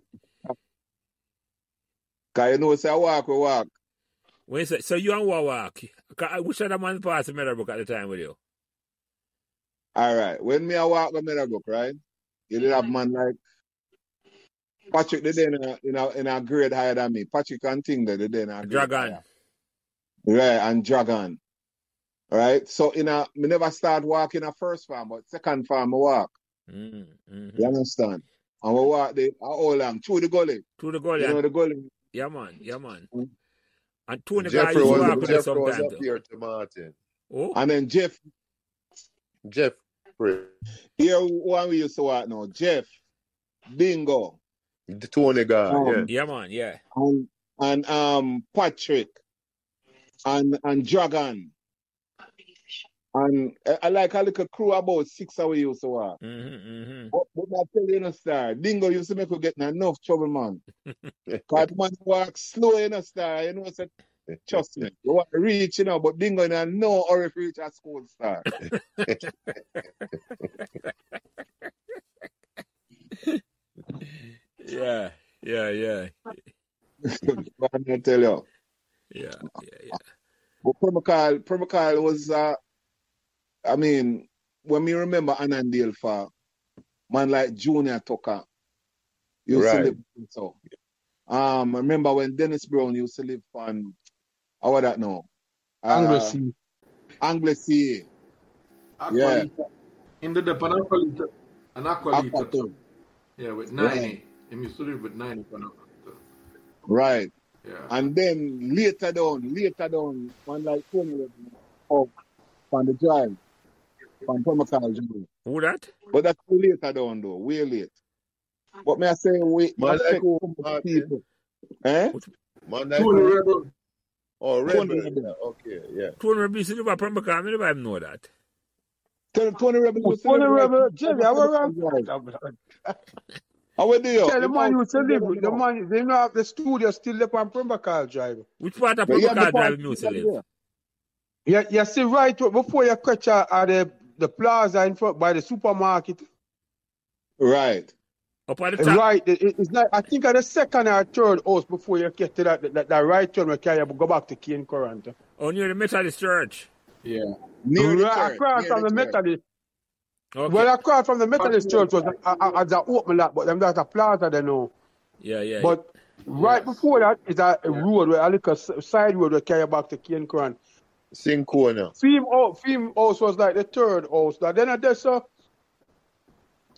Speaker 2: Because you know, say I walk, we walk.
Speaker 1: When you say, so you and Wawak, which other man passed Meadowbrook at the time with you?
Speaker 2: All right. When me I walk with Meadowbrook, right? You did have man like Patrick, they then in a, in a, in a grade higher than me. Patrick and Ting, they then in a grade
Speaker 1: Dragon.
Speaker 2: higher. Right, and Dragon. Right? So in a, me never start walking a first farm, but second farm I walk.
Speaker 1: Mm-hmm.
Speaker 2: You understand? And we walk the all along through the gully.
Speaker 1: To the goal,
Speaker 2: You
Speaker 1: yeah.
Speaker 2: know the gully.
Speaker 1: yeah, man, yeah, man.
Speaker 2: Mm.
Speaker 1: And Tony guy
Speaker 4: Jeffrey
Speaker 1: used to
Speaker 4: was,
Speaker 1: walk with us
Speaker 4: Jeffrey was
Speaker 1: sometimes.
Speaker 4: up here to Martin.
Speaker 1: Oh,
Speaker 2: And then Jeff,
Speaker 4: Jeffrey.
Speaker 2: here one we used to walk now. Jeff, Bingo,
Speaker 4: The Tony guy, yeah.
Speaker 2: um,
Speaker 1: yeah, man, yeah.
Speaker 2: and, and um Patrick and and Dragon. And I, I like a little crew about six hour used to walk.
Speaker 1: Mm-hmm,
Speaker 2: But, but I tell you, you know, star, Dingo used to make us get in enough trouble, man. Cause the man walk slow, you know, star. You know, so trust me. You want to reach, you know, but Dingo in a no hurry to reach a school star.
Speaker 1: mm-hmm. Yeah, yeah, yeah,
Speaker 2: I'm gonna tell you.
Speaker 1: yeah, yeah, yeah.
Speaker 2: But Permacal, Permacal was, uh, I mean, when we remember Anandale for man like Junior Tucker used
Speaker 4: Right.
Speaker 2: to live so. Um, I remember when Dennis Brown used to live on, how was that now? Uh,
Speaker 6: Anglesey.
Speaker 2: Anglesey, Yeah.
Speaker 3: Aqualita. In the depot, an Aqualita. An Aqualita.
Speaker 2: Aquatone.
Speaker 3: Yeah, with
Speaker 2: Yeah.
Speaker 3: 90. And used to live with 90 for an Aqualita.
Speaker 2: Right.
Speaker 3: Yeah.
Speaker 2: And then later down, later down, man like Tony was up on the drive, on Permacal drive.
Speaker 1: Who that?
Speaker 2: But that's too later down though, way late. But may I say, we
Speaker 4: Man like
Speaker 2: respect
Speaker 4: who,
Speaker 2: some of the
Speaker 4: Martin?
Speaker 2: people. Eh?
Speaker 4: Man, like
Speaker 3: Tony
Speaker 4: who?
Speaker 3: Rebel.
Speaker 4: Oh,
Speaker 2: Tony
Speaker 4: Rebel.
Speaker 2: Rebel.
Speaker 4: Yeah, okay, yeah.
Speaker 1: Tony Rebbe used to live at Pembroke. I don't even know that.
Speaker 2: Tony, Tony Rebel
Speaker 6: Oh,
Speaker 2: used to
Speaker 6: Tony
Speaker 2: live right
Speaker 6: Rebel, Jerry, I was
Speaker 2: Permacal drive.
Speaker 6: wrong.
Speaker 2: How we do you?
Speaker 6: Tell the
Speaker 2: Him
Speaker 6: man
Speaker 2: house
Speaker 6: you
Speaker 2: still
Speaker 6: to
Speaker 2: there
Speaker 6: live with, the
Speaker 2: now.
Speaker 6: man, they know have the studio still up on Pembrokeshire Drive.
Speaker 1: Which part of
Speaker 2: But yeah, the
Speaker 1: Pembroke
Speaker 2: house
Speaker 1: Drive you used to
Speaker 2: still
Speaker 1: live?
Speaker 2: there.
Speaker 6: Yeah, you see, right w- before you catch uh, uh, the, the plaza in front by the supermarket,
Speaker 2: Right.
Speaker 1: Up at the top?
Speaker 6: right, it- it- it's like, I think at the second or third house before you get to that, that, that right turn, where you go back to Kane Current.
Speaker 1: Oh, near the Methodist Church.
Speaker 3: Yeah.
Speaker 2: Near the
Speaker 6: Right,
Speaker 2: church.
Speaker 6: across
Speaker 2: Near
Speaker 6: from
Speaker 2: the
Speaker 6: the
Speaker 2: church.
Speaker 6: Methodist.
Speaker 1: Okay.
Speaker 6: Well, across from the Methodist
Speaker 2: Near the
Speaker 6: church was
Speaker 2: church.
Speaker 6: at the open lot, but them that's a plaza they know.
Speaker 1: Yeah, yeah, yeah.
Speaker 6: But right
Speaker 3: Yes.
Speaker 6: before that is a
Speaker 3: Yeah.
Speaker 6: road where a little s- side road where carry back to Kane Current.
Speaker 4: Sincona.
Speaker 6: Fame, oh, Fame house was like the third house. That then I just saw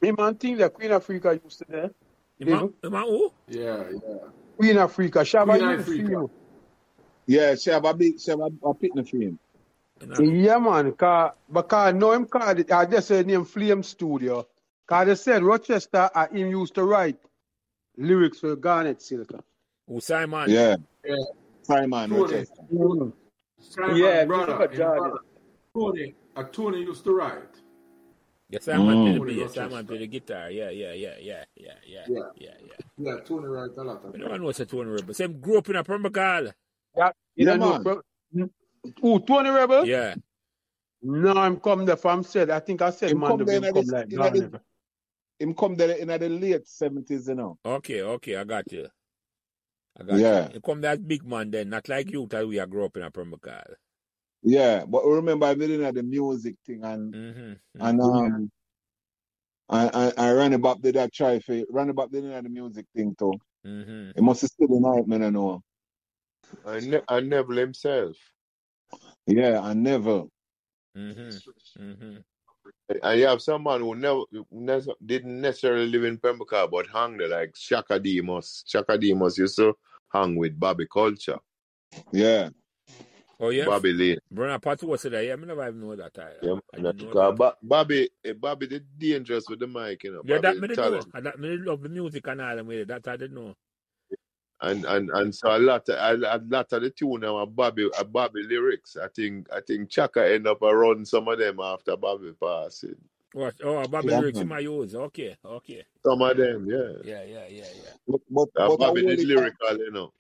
Speaker 6: him and thing that Queen Africa used to there.
Speaker 1: Ima,
Speaker 6: live.
Speaker 1: Ima who?
Speaker 3: Yeah. Yeah.
Speaker 6: Queen Africa. Shaba
Speaker 3: Queen
Speaker 6: you
Speaker 3: Africa.
Speaker 6: feel.
Speaker 2: Yeah, she have a big, she have a, a picnic for him.
Speaker 1: In Africa.
Speaker 6: Yeah man, ka because no him called it I just said name Flame Studio. Cause they said Rochester and him used to write lyrics for Garnet Silk.
Speaker 1: Who Simon?
Speaker 2: Yeah.
Speaker 3: Yeah.
Speaker 2: Simon
Speaker 3: Tony.
Speaker 2: Rochester.
Speaker 6: Mm.
Speaker 3: Simon
Speaker 8: Yeah,
Speaker 3: brother.
Speaker 8: Christopher
Speaker 3: Him
Speaker 8: Jordan.
Speaker 3: brother. Tony. A Tony used to write.
Speaker 1: Yeah, Simon play the
Speaker 2: Mm.
Speaker 3: Tony
Speaker 1: bass. Simon
Speaker 3: Rochester.
Speaker 1: play the guitar. Yeah, yeah, yeah, yeah, yeah, yeah,
Speaker 3: Yeah.
Speaker 1: yeah, yeah.
Speaker 3: Yeah. Tony writes a lot of
Speaker 1: I
Speaker 3: things.
Speaker 1: don't know what's a Tony Rebel. Same grew up in a Pembroke.
Speaker 6: That you
Speaker 2: Yeah,
Speaker 6: don't know
Speaker 2: man.
Speaker 6: from Who Tony Rebel?
Speaker 1: Yeah.
Speaker 6: No, I'm come there from said I think I said
Speaker 2: Him
Speaker 6: man
Speaker 2: come
Speaker 6: them
Speaker 2: there in
Speaker 6: him come
Speaker 2: the,
Speaker 6: like
Speaker 2: in the,
Speaker 6: Garnet.
Speaker 2: him come there in the late seventies, you know.
Speaker 1: Okay, okay. I got you. I got you.
Speaker 2: Yeah.
Speaker 1: You come that big man then, not like you that we are grew up in a Pembroke.
Speaker 2: Yeah, but remember I didn't have the music thing and
Speaker 1: Mm-hmm.
Speaker 2: and
Speaker 1: Mm-hmm.
Speaker 6: Yeah.
Speaker 2: um I I, I ran about did that try for ran about didn't have the music thing too.
Speaker 1: Mm-hmm.
Speaker 2: It must have still in hype, man, I know.
Speaker 4: And, ne- and Neville himself.
Speaker 2: Yeah, and never.
Speaker 1: Mm-hmm.
Speaker 3: Restriction.
Speaker 1: Mm-hmm.
Speaker 4: And you have someone who never who nes- didn't necessarily live in Pembroke but hung there like Shaka Demos. Shaka Demos used to hang with Bobby Culture,
Speaker 2: Yeah.
Speaker 1: Oh, yes.
Speaker 4: Bobby Lane.
Speaker 1: Brother Patu was there. Yeah, I never even know that. I,
Speaker 4: Yeah,
Speaker 1: I
Speaker 4: man,
Speaker 1: didn't know
Speaker 4: because
Speaker 1: that.
Speaker 4: Bo- Bobby, eh, Bobby did dangerous with the mic, you know.
Speaker 1: Yeah, that
Speaker 4: Bobby
Speaker 1: me did know.
Speaker 4: talent,
Speaker 1: And That me love the music and all them with it. That I didn't know.
Speaker 4: and and and so a lot, of, a, a lot of the tune now are Bobby, are Bobby lyrics. I think, I think Chaka end up around some of them after Bobby passing.
Speaker 1: What? Oh, Bobby
Speaker 2: Yeah,
Speaker 1: lyrics in
Speaker 2: man.
Speaker 1: my use. Okay, okay.
Speaker 4: Some of them, yeah.
Speaker 1: Yeah, yeah, yeah, yeah.
Speaker 2: But but,
Speaker 4: Uh,
Speaker 2: but I
Speaker 4: Bobby
Speaker 2: hold
Speaker 4: did
Speaker 2: it
Speaker 4: lyrical, you know.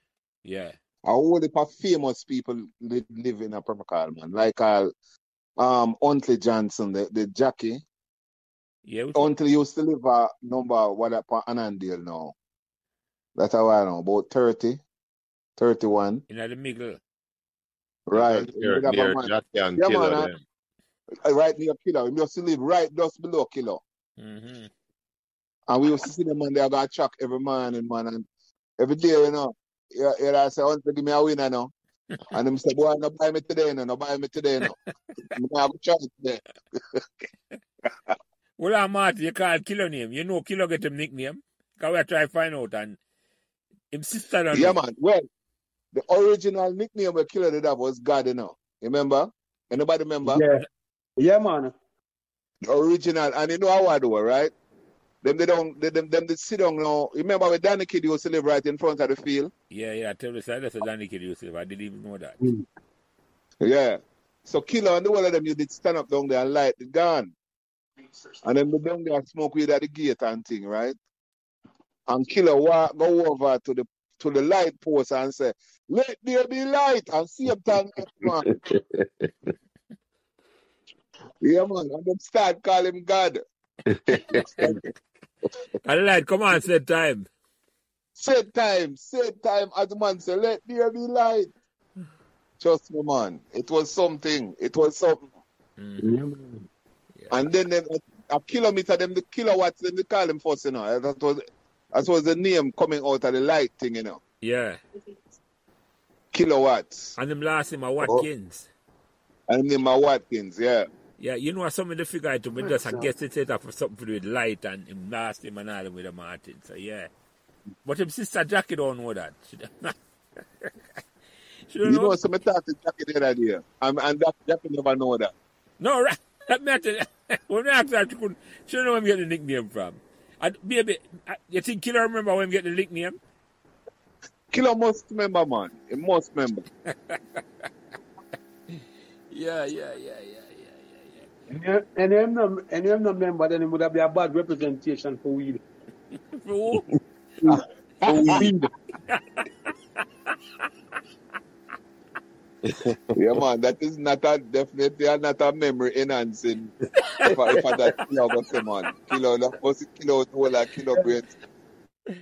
Speaker 1: Yeah.
Speaker 2: I hold it for famous people li- live in a Pembroke, man. Like uh, um Huntley Johnson, the, the jockey.
Speaker 1: Yeah, which one?
Speaker 2: Huntley used to live a number what up on Annandale now. That's how I know, about 30, 31.
Speaker 1: In the middle.
Speaker 2: Right.
Speaker 4: That's
Speaker 2: He
Speaker 4: near
Speaker 2: live a
Speaker 4: near
Speaker 2: man.
Speaker 4: that young
Speaker 2: Yeah,
Speaker 4: killer
Speaker 2: man, uh,
Speaker 4: them.
Speaker 2: uh, right near Killer. We used to live right just below Killer.
Speaker 1: Mm-hmm.
Speaker 2: And we used to see them man, they got chuck every man and man and every day, you know. Yeah, yeah, I say, Huntley, give me a winner now. And them say, boy, no buy me today, no, no buy me today, no. Me nah go try it today.
Speaker 1: Well, I'm at you call Kilo name. You know Kilo get him nickname. Can we try find out and him sister don't
Speaker 2: Yeah,
Speaker 1: know.
Speaker 2: man. Well, the original nickname we Killer did have was God, you know. Remember? Anybody remember?
Speaker 6: Yeah.
Speaker 1: Is-
Speaker 6: Yeah, man.
Speaker 2: The original, and you know how I do it, right? Them they don't they, them them they sit down now. Remember when Danny Kid used to live right in front of the field?
Speaker 1: Yeah, yeah, I tell you, so that's a Danny Kid Yusuf. I didn't even know that.
Speaker 6: Mm.
Speaker 2: Yeah. So Killer and the one of them you did stand up down there and light the gun. And then they down there and smoke weed at the gate and thing, right? And Killer walk, go over to the to the light post and say, Let there be light and see him turn light on. Yeah man. And them start call him God. Start,
Speaker 1: And like, come on, said time.
Speaker 2: said time, said time as the man say, Let there be light. Trust me, man. It was something. It was something.
Speaker 1: Mm-hmm.
Speaker 6: Yeah, man.
Speaker 1: Yeah.
Speaker 2: And then them, a kilometer, them the kilowatts, then they call them first, you know. That was that was the name coming out of the light thing, you know.
Speaker 1: yeah.
Speaker 2: Kilowatts.
Speaker 1: And him last name are
Speaker 4: oh,
Speaker 1: Watkins.
Speaker 2: And name my Watkins, yeah.
Speaker 1: Yeah, you know some of the figure to me just I guess it set up for something to do with light and him last name and all them with a Martin. So yeah. But him sister Jackie don't know that. She don't, she don't
Speaker 2: You
Speaker 1: know.
Speaker 2: know, so me talk to Jackie the other day. And, and that Jackie never know that.
Speaker 1: No, right. That matter. When I asked her, she couldn't. She don't know where I'm getting the nickname from. I, baby, I, you think Killer remember when I'm getting the nickname?
Speaker 2: Killer must remember, man. He must remember.
Speaker 1: Yeah, yeah, yeah, yeah, yeah,
Speaker 6: And them- and them no and them no member then it would have been a bad representation for weed.
Speaker 1: yeah. For who?
Speaker 6: For weed.
Speaker 2: Yeah, man. That is not a, definitely a, not a memory enhancing. If I, if I that killer go say, man. Killer, that was killer, the whole of killer brain.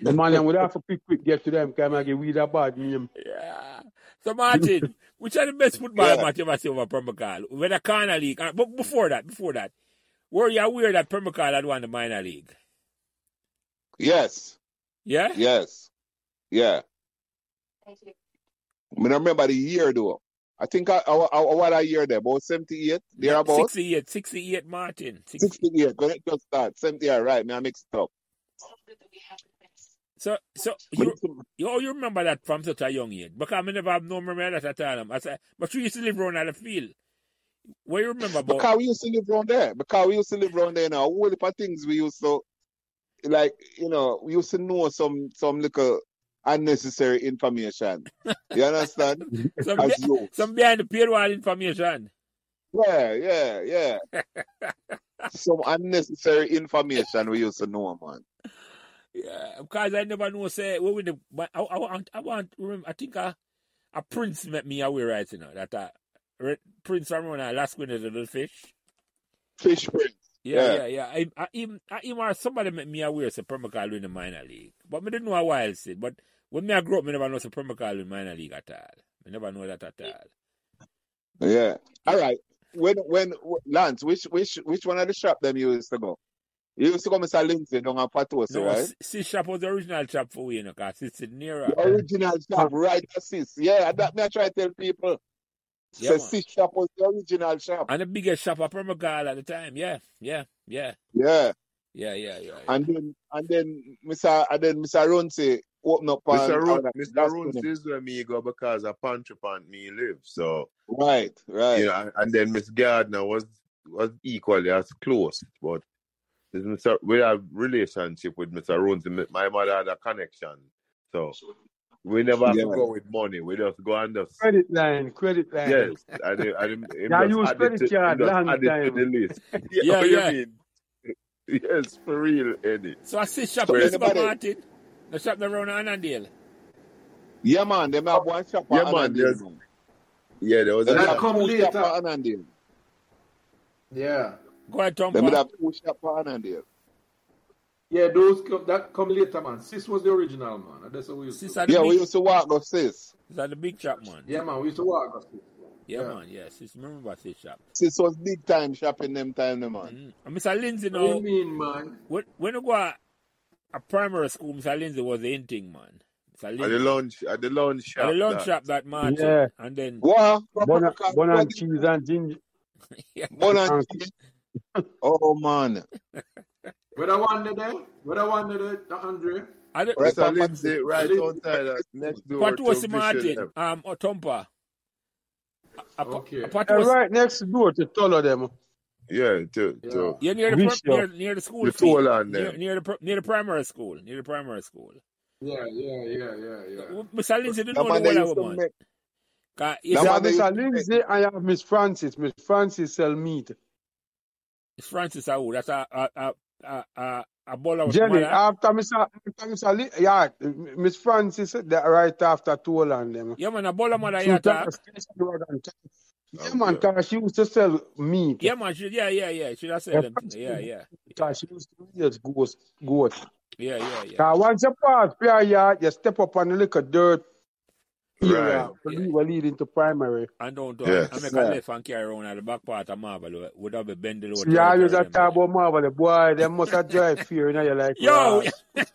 Speaker 6: The man them would have to quick quick get to them, come and give weed a bad name.
Speaker 1: Yeah. So Martin, which are the best football
Speaker 2: Yeah.
Speaker 1: match you ever seen over Permacal? With a corner league, uh, but before that, before that, were you aware that Permacal had won the minor league?
Speaker 2: Yes.
Speaker 1: Yeah.
Speaker 2: Yes. Yeah. I mean, I remember the year though. I think I, I, I what a year there, about 78,
Speaker 1: No,
Speaker 2: thereabout.
Speaker 1: 68, 68, Martin. 60.
Speaker 2: 68, when it just start. 70, yeah, right, man, I mixed it up.
Speaker 1: So, so
Speaker 2: But
Speaker 1: you,
Speaker 2: this one-
Speaker 1: you, oh, you remember that from such a young age? Because I never have no memory of that at all. I said, but you used to live around at the field. What you remember about?
Speaker 2: Because we used to live round there. Because we used to live round there now. All the things we used to, like, you know, we used to know some, some little unnecessary information. You understand?
Speaker 1: Some be-
Speaker 2: As youths.
Speaker 1: some behind the paywall information.
Speaker 2: Yeah, yeah, yeah. Some unnecessary information we used to know, man.
Speaker 1: Yeah, because I never know. Say, what with the? but I, I want. I want. Remember, I think a, a prince met me away right you know that uh, re- prince from when I last went to the little fish.
Speaker 2: Fish print.
Speaker 1: Yeah,
Speaker 2: Yeah.
Speaker 1: yeah, yeah. I, I, him, I, him or somebody met me aware of Supremacal in the minor league. But me didn't know a while since. But when me I grew up, me never know Supremacal in minor league at all. Me never know that at all.
Speaker 2: Yeah. All
Speaker 1: Yeah.
Speaker 2: right. When when Lance, which which which one of the shop them you used to go? You used to go Mr. Lindsay down at Patosi,
Speaker 1: No,
Speaker 2: right?
Speaker 1: S- Sis Shop was the original shop for we, you
Speaker 2: Oh.
Speaker 1: know, because it's nearer.
Speaker 2: The original shop,
Speaker 6: Man,
Speaker 2: right assist. Yeah, that me I try to tell people.
Speaker 1: Yeah,
Speaker 2: so Six Shop was the original shop.
Speaker 1: And the biggest shop of Permacal at the time. Yeah, yeah, yeah,
Speaker 2: Yeah.
Speaker 1: yeah, yeah, yeah. yeah.
Speaker 2: And then and then Mr. and then Mr. Runce opened up and,
Speaker 4: Mr. Roon,
Speaker 2: and
Speaker 4: Mr.
Speaker 2: that's
Speaker 4: Roon
Speaker 2: when it-
Speaker 4: is where me go because a pantry pant me live. So
Speaker 2: Right, right.
Speaker 4: you know, and- and then Miss Gardner was was equally as close, but it's Mr. we have relationship with Mr. Roons. and My mother had a connection, so we never have
Speaker 2: Yeah.
Speaker 4: to go with money. We just go and just
Speaker 6: Credit line, credit line.
Speaker 4: yes, and him, and him, him
Speaker 6: Yeah,
Speaker 4: just
Speaker 6: use
Speaker 4: add it
Speaker 6: credit
Speaker 4: to-
Speaker 6: card
Speaker 4: him just
Speaker 6: long
Speaker 4: add it to
Speaker 6: time.
Speaker 4: the list. Yeah,
Speaker 1: Yeah,
Speaker 4: what
Speaker 1: yeah.
Speaker 4: you mean? Yes, for real, Eddie.
Speaker 1: So I see shop
Speaker 2: So
Speaker 1: in
Speaker 4: Where-
Speaker 1: the
Speaker 2: anybody
Speaker 1: supermarket. The shop there around Annandale.
Speaker 2: Yeah man, them have one shop
Speaker 4: Yeah,
Speaker 2: at
Speaker 4: man.
Speaker 2: Anandale,
Speaker 4: There's,
Speaker 2: man.
Speaker 4: yeah, there was
Speaker 2: Them
Speaker 4: a
Speaker 2: would
Speaker 3: That
Speaker 2: have
Speaker 4: shop.
Speaker 3: come
Speaker 2: two shop
Speaker 3: later.
Speaker 2: at Anandale.
Speaker 3: Yeah.
Speaker 1: Go ahead,
Speaker 2: Them would
Speaker 1: Tompa.
Speaker 2: have two shop at Anandale.
Speaker 3: Yeah, those come, that come later, man. Sis was the original, man. That's what we used to
Speaker 1: Sis
Speaker 3: do.
Speaker 1: are the
Speaker 2: Yeah, we
Speaker 1: big,
Speaker 2: used to walk those sis.
Speaker 1: sis are the big shop, man.
Speaker 3: Yeah, man. We used to walk. us.
Speaker 1: Yeah, man, yeah. Sis, remember sis shop.
Speaker 2: Sis was big time shopping them time, them man.
Speaker 1: Mm. And Mr. Lindsay
Speaker 3: What do you
Speaker 1: now,
Speaker 3: mean, man?
Speaker 1: when, when you go a, a primary school, Mr. Lindsay was the in thing, man. Mr.
Speaker 4: At the
Speaker 1: Lindsay.
Speaker 4: lounge, at the lounge
Speaker 1: At the
Speaker 4: shop,
Speaker 1: lunch
Speaker 4: that
Speaker 1: shop that Martin.
Speaker 6: Yeah.
Speaker 1: And then,
Speaker 2: What?
Speaker 6: Bun, bun and cheese and ginger.
Speaker 1: yeah.
Speaker 2: Bun and
Speaker 6: And,
Speaker 2: cheese. Oh man.
Speaker 3: Whether one day there, whether one day there, the Andre,
Speaker 1: And the,
Speaker 2: Right
Speaker 4: Mr.
Speaker 2: on Max.
Speaker 4: Lindsay, right outside us, next door to
Speaker 1: Patuosi
Speaker 4: Vision.
Speaker 1: Martin, um, or Tompa. A, a,
Speaker 3: Okay.
Speaker 1: a
Speaker 6: yeah,
Speaker 1: Patuosi,
Speaker 6: right next door to Tolo them.
Speaker 4: Yeah, to
Speaker 3: yeah.
Speaker 4: to
Speaker 1: Yeah, near the prim-
Speaker 6: Bishop.
Speaker 1: near near the school
Speaker 4: the
Speaker 1: field,
Speaker 4: toll on
Speaker 1: near
Speaker 4: them.
Speaker 1: near the pr- near the primary school, near the primary school.
Speaker 3: Yeah, yeah, yeah, yeah, yeah.
Speaker 1: Mr. Lindsay didn't
Speaker 2: That
Speaker 1: know the
Speaker 2: man they
Speaker 1: whole
Speaker 2: used
Speaker 1: of
Speaker 2: to
Speaker 1: man.
Speaker 2: make
Speaker 1: 'Cause
Speaker 6: You
Speaker 2: that
Speaker 1: It's,
Speaker 6: have
Speaker 2: man they used
Speaker 6: Mr.
Speaker 2: to make
Speaker 6: Lindsay and you have Miss Francis. Miss Francis sell meat.
Speaker 1: it's Francis Aou. That's a a a a a, a baller
Speaker 6: Jenny,
Speaker 1: mother.
Speaker 6: after Mr. After Mr. Li- yeah, Miss Francis, that right after Toland them.
Speaker 1: Yeah, man, a baller mother
Speaker 6: She
Speaker 1: yeah
Speaker 6: was
Speaker 1: talk.
Speaker 6: Yeah,
Speaker 4: Oh
Speaker 6: man,
Speaker 4: God.
Speaker 6: cause she used to sell meat.
Speaker 1: Yeah, man, she, yeah, yeah, yeah. Should I sell
Speaker 6: Her
Speaker 1: them thing?
Speaker 6: first
Speaker 1: Yeah, yeah, yeah,
Speaker 6: cause she used to raise goats. goat.
Speaker 1: yeah, yeah, yeah,
Speaker 6: Cause once you pass prayer yard, you step up on the little dirt
Speaker 4: Right.
Speaker 6: area,
Speaker 1: yeah.
Speaker 6: believe we lead into primary.
Speaker 1: And don't do and, and
Speaker 4: Yes.
Speaker 1: make a
Speaker 2: yeah.
Speaker 1: left and carry around at the back part of Marvel uh, would have a bend the low
Speaker 6: See, I
Speaker 1: territory
Speaker 6: always a
Speaker 1: them there.
Speaker 6: talk about Marvel, the boy, they must have drive fear in you like
Speaker 1: Yo,
Speaker 6: Ross.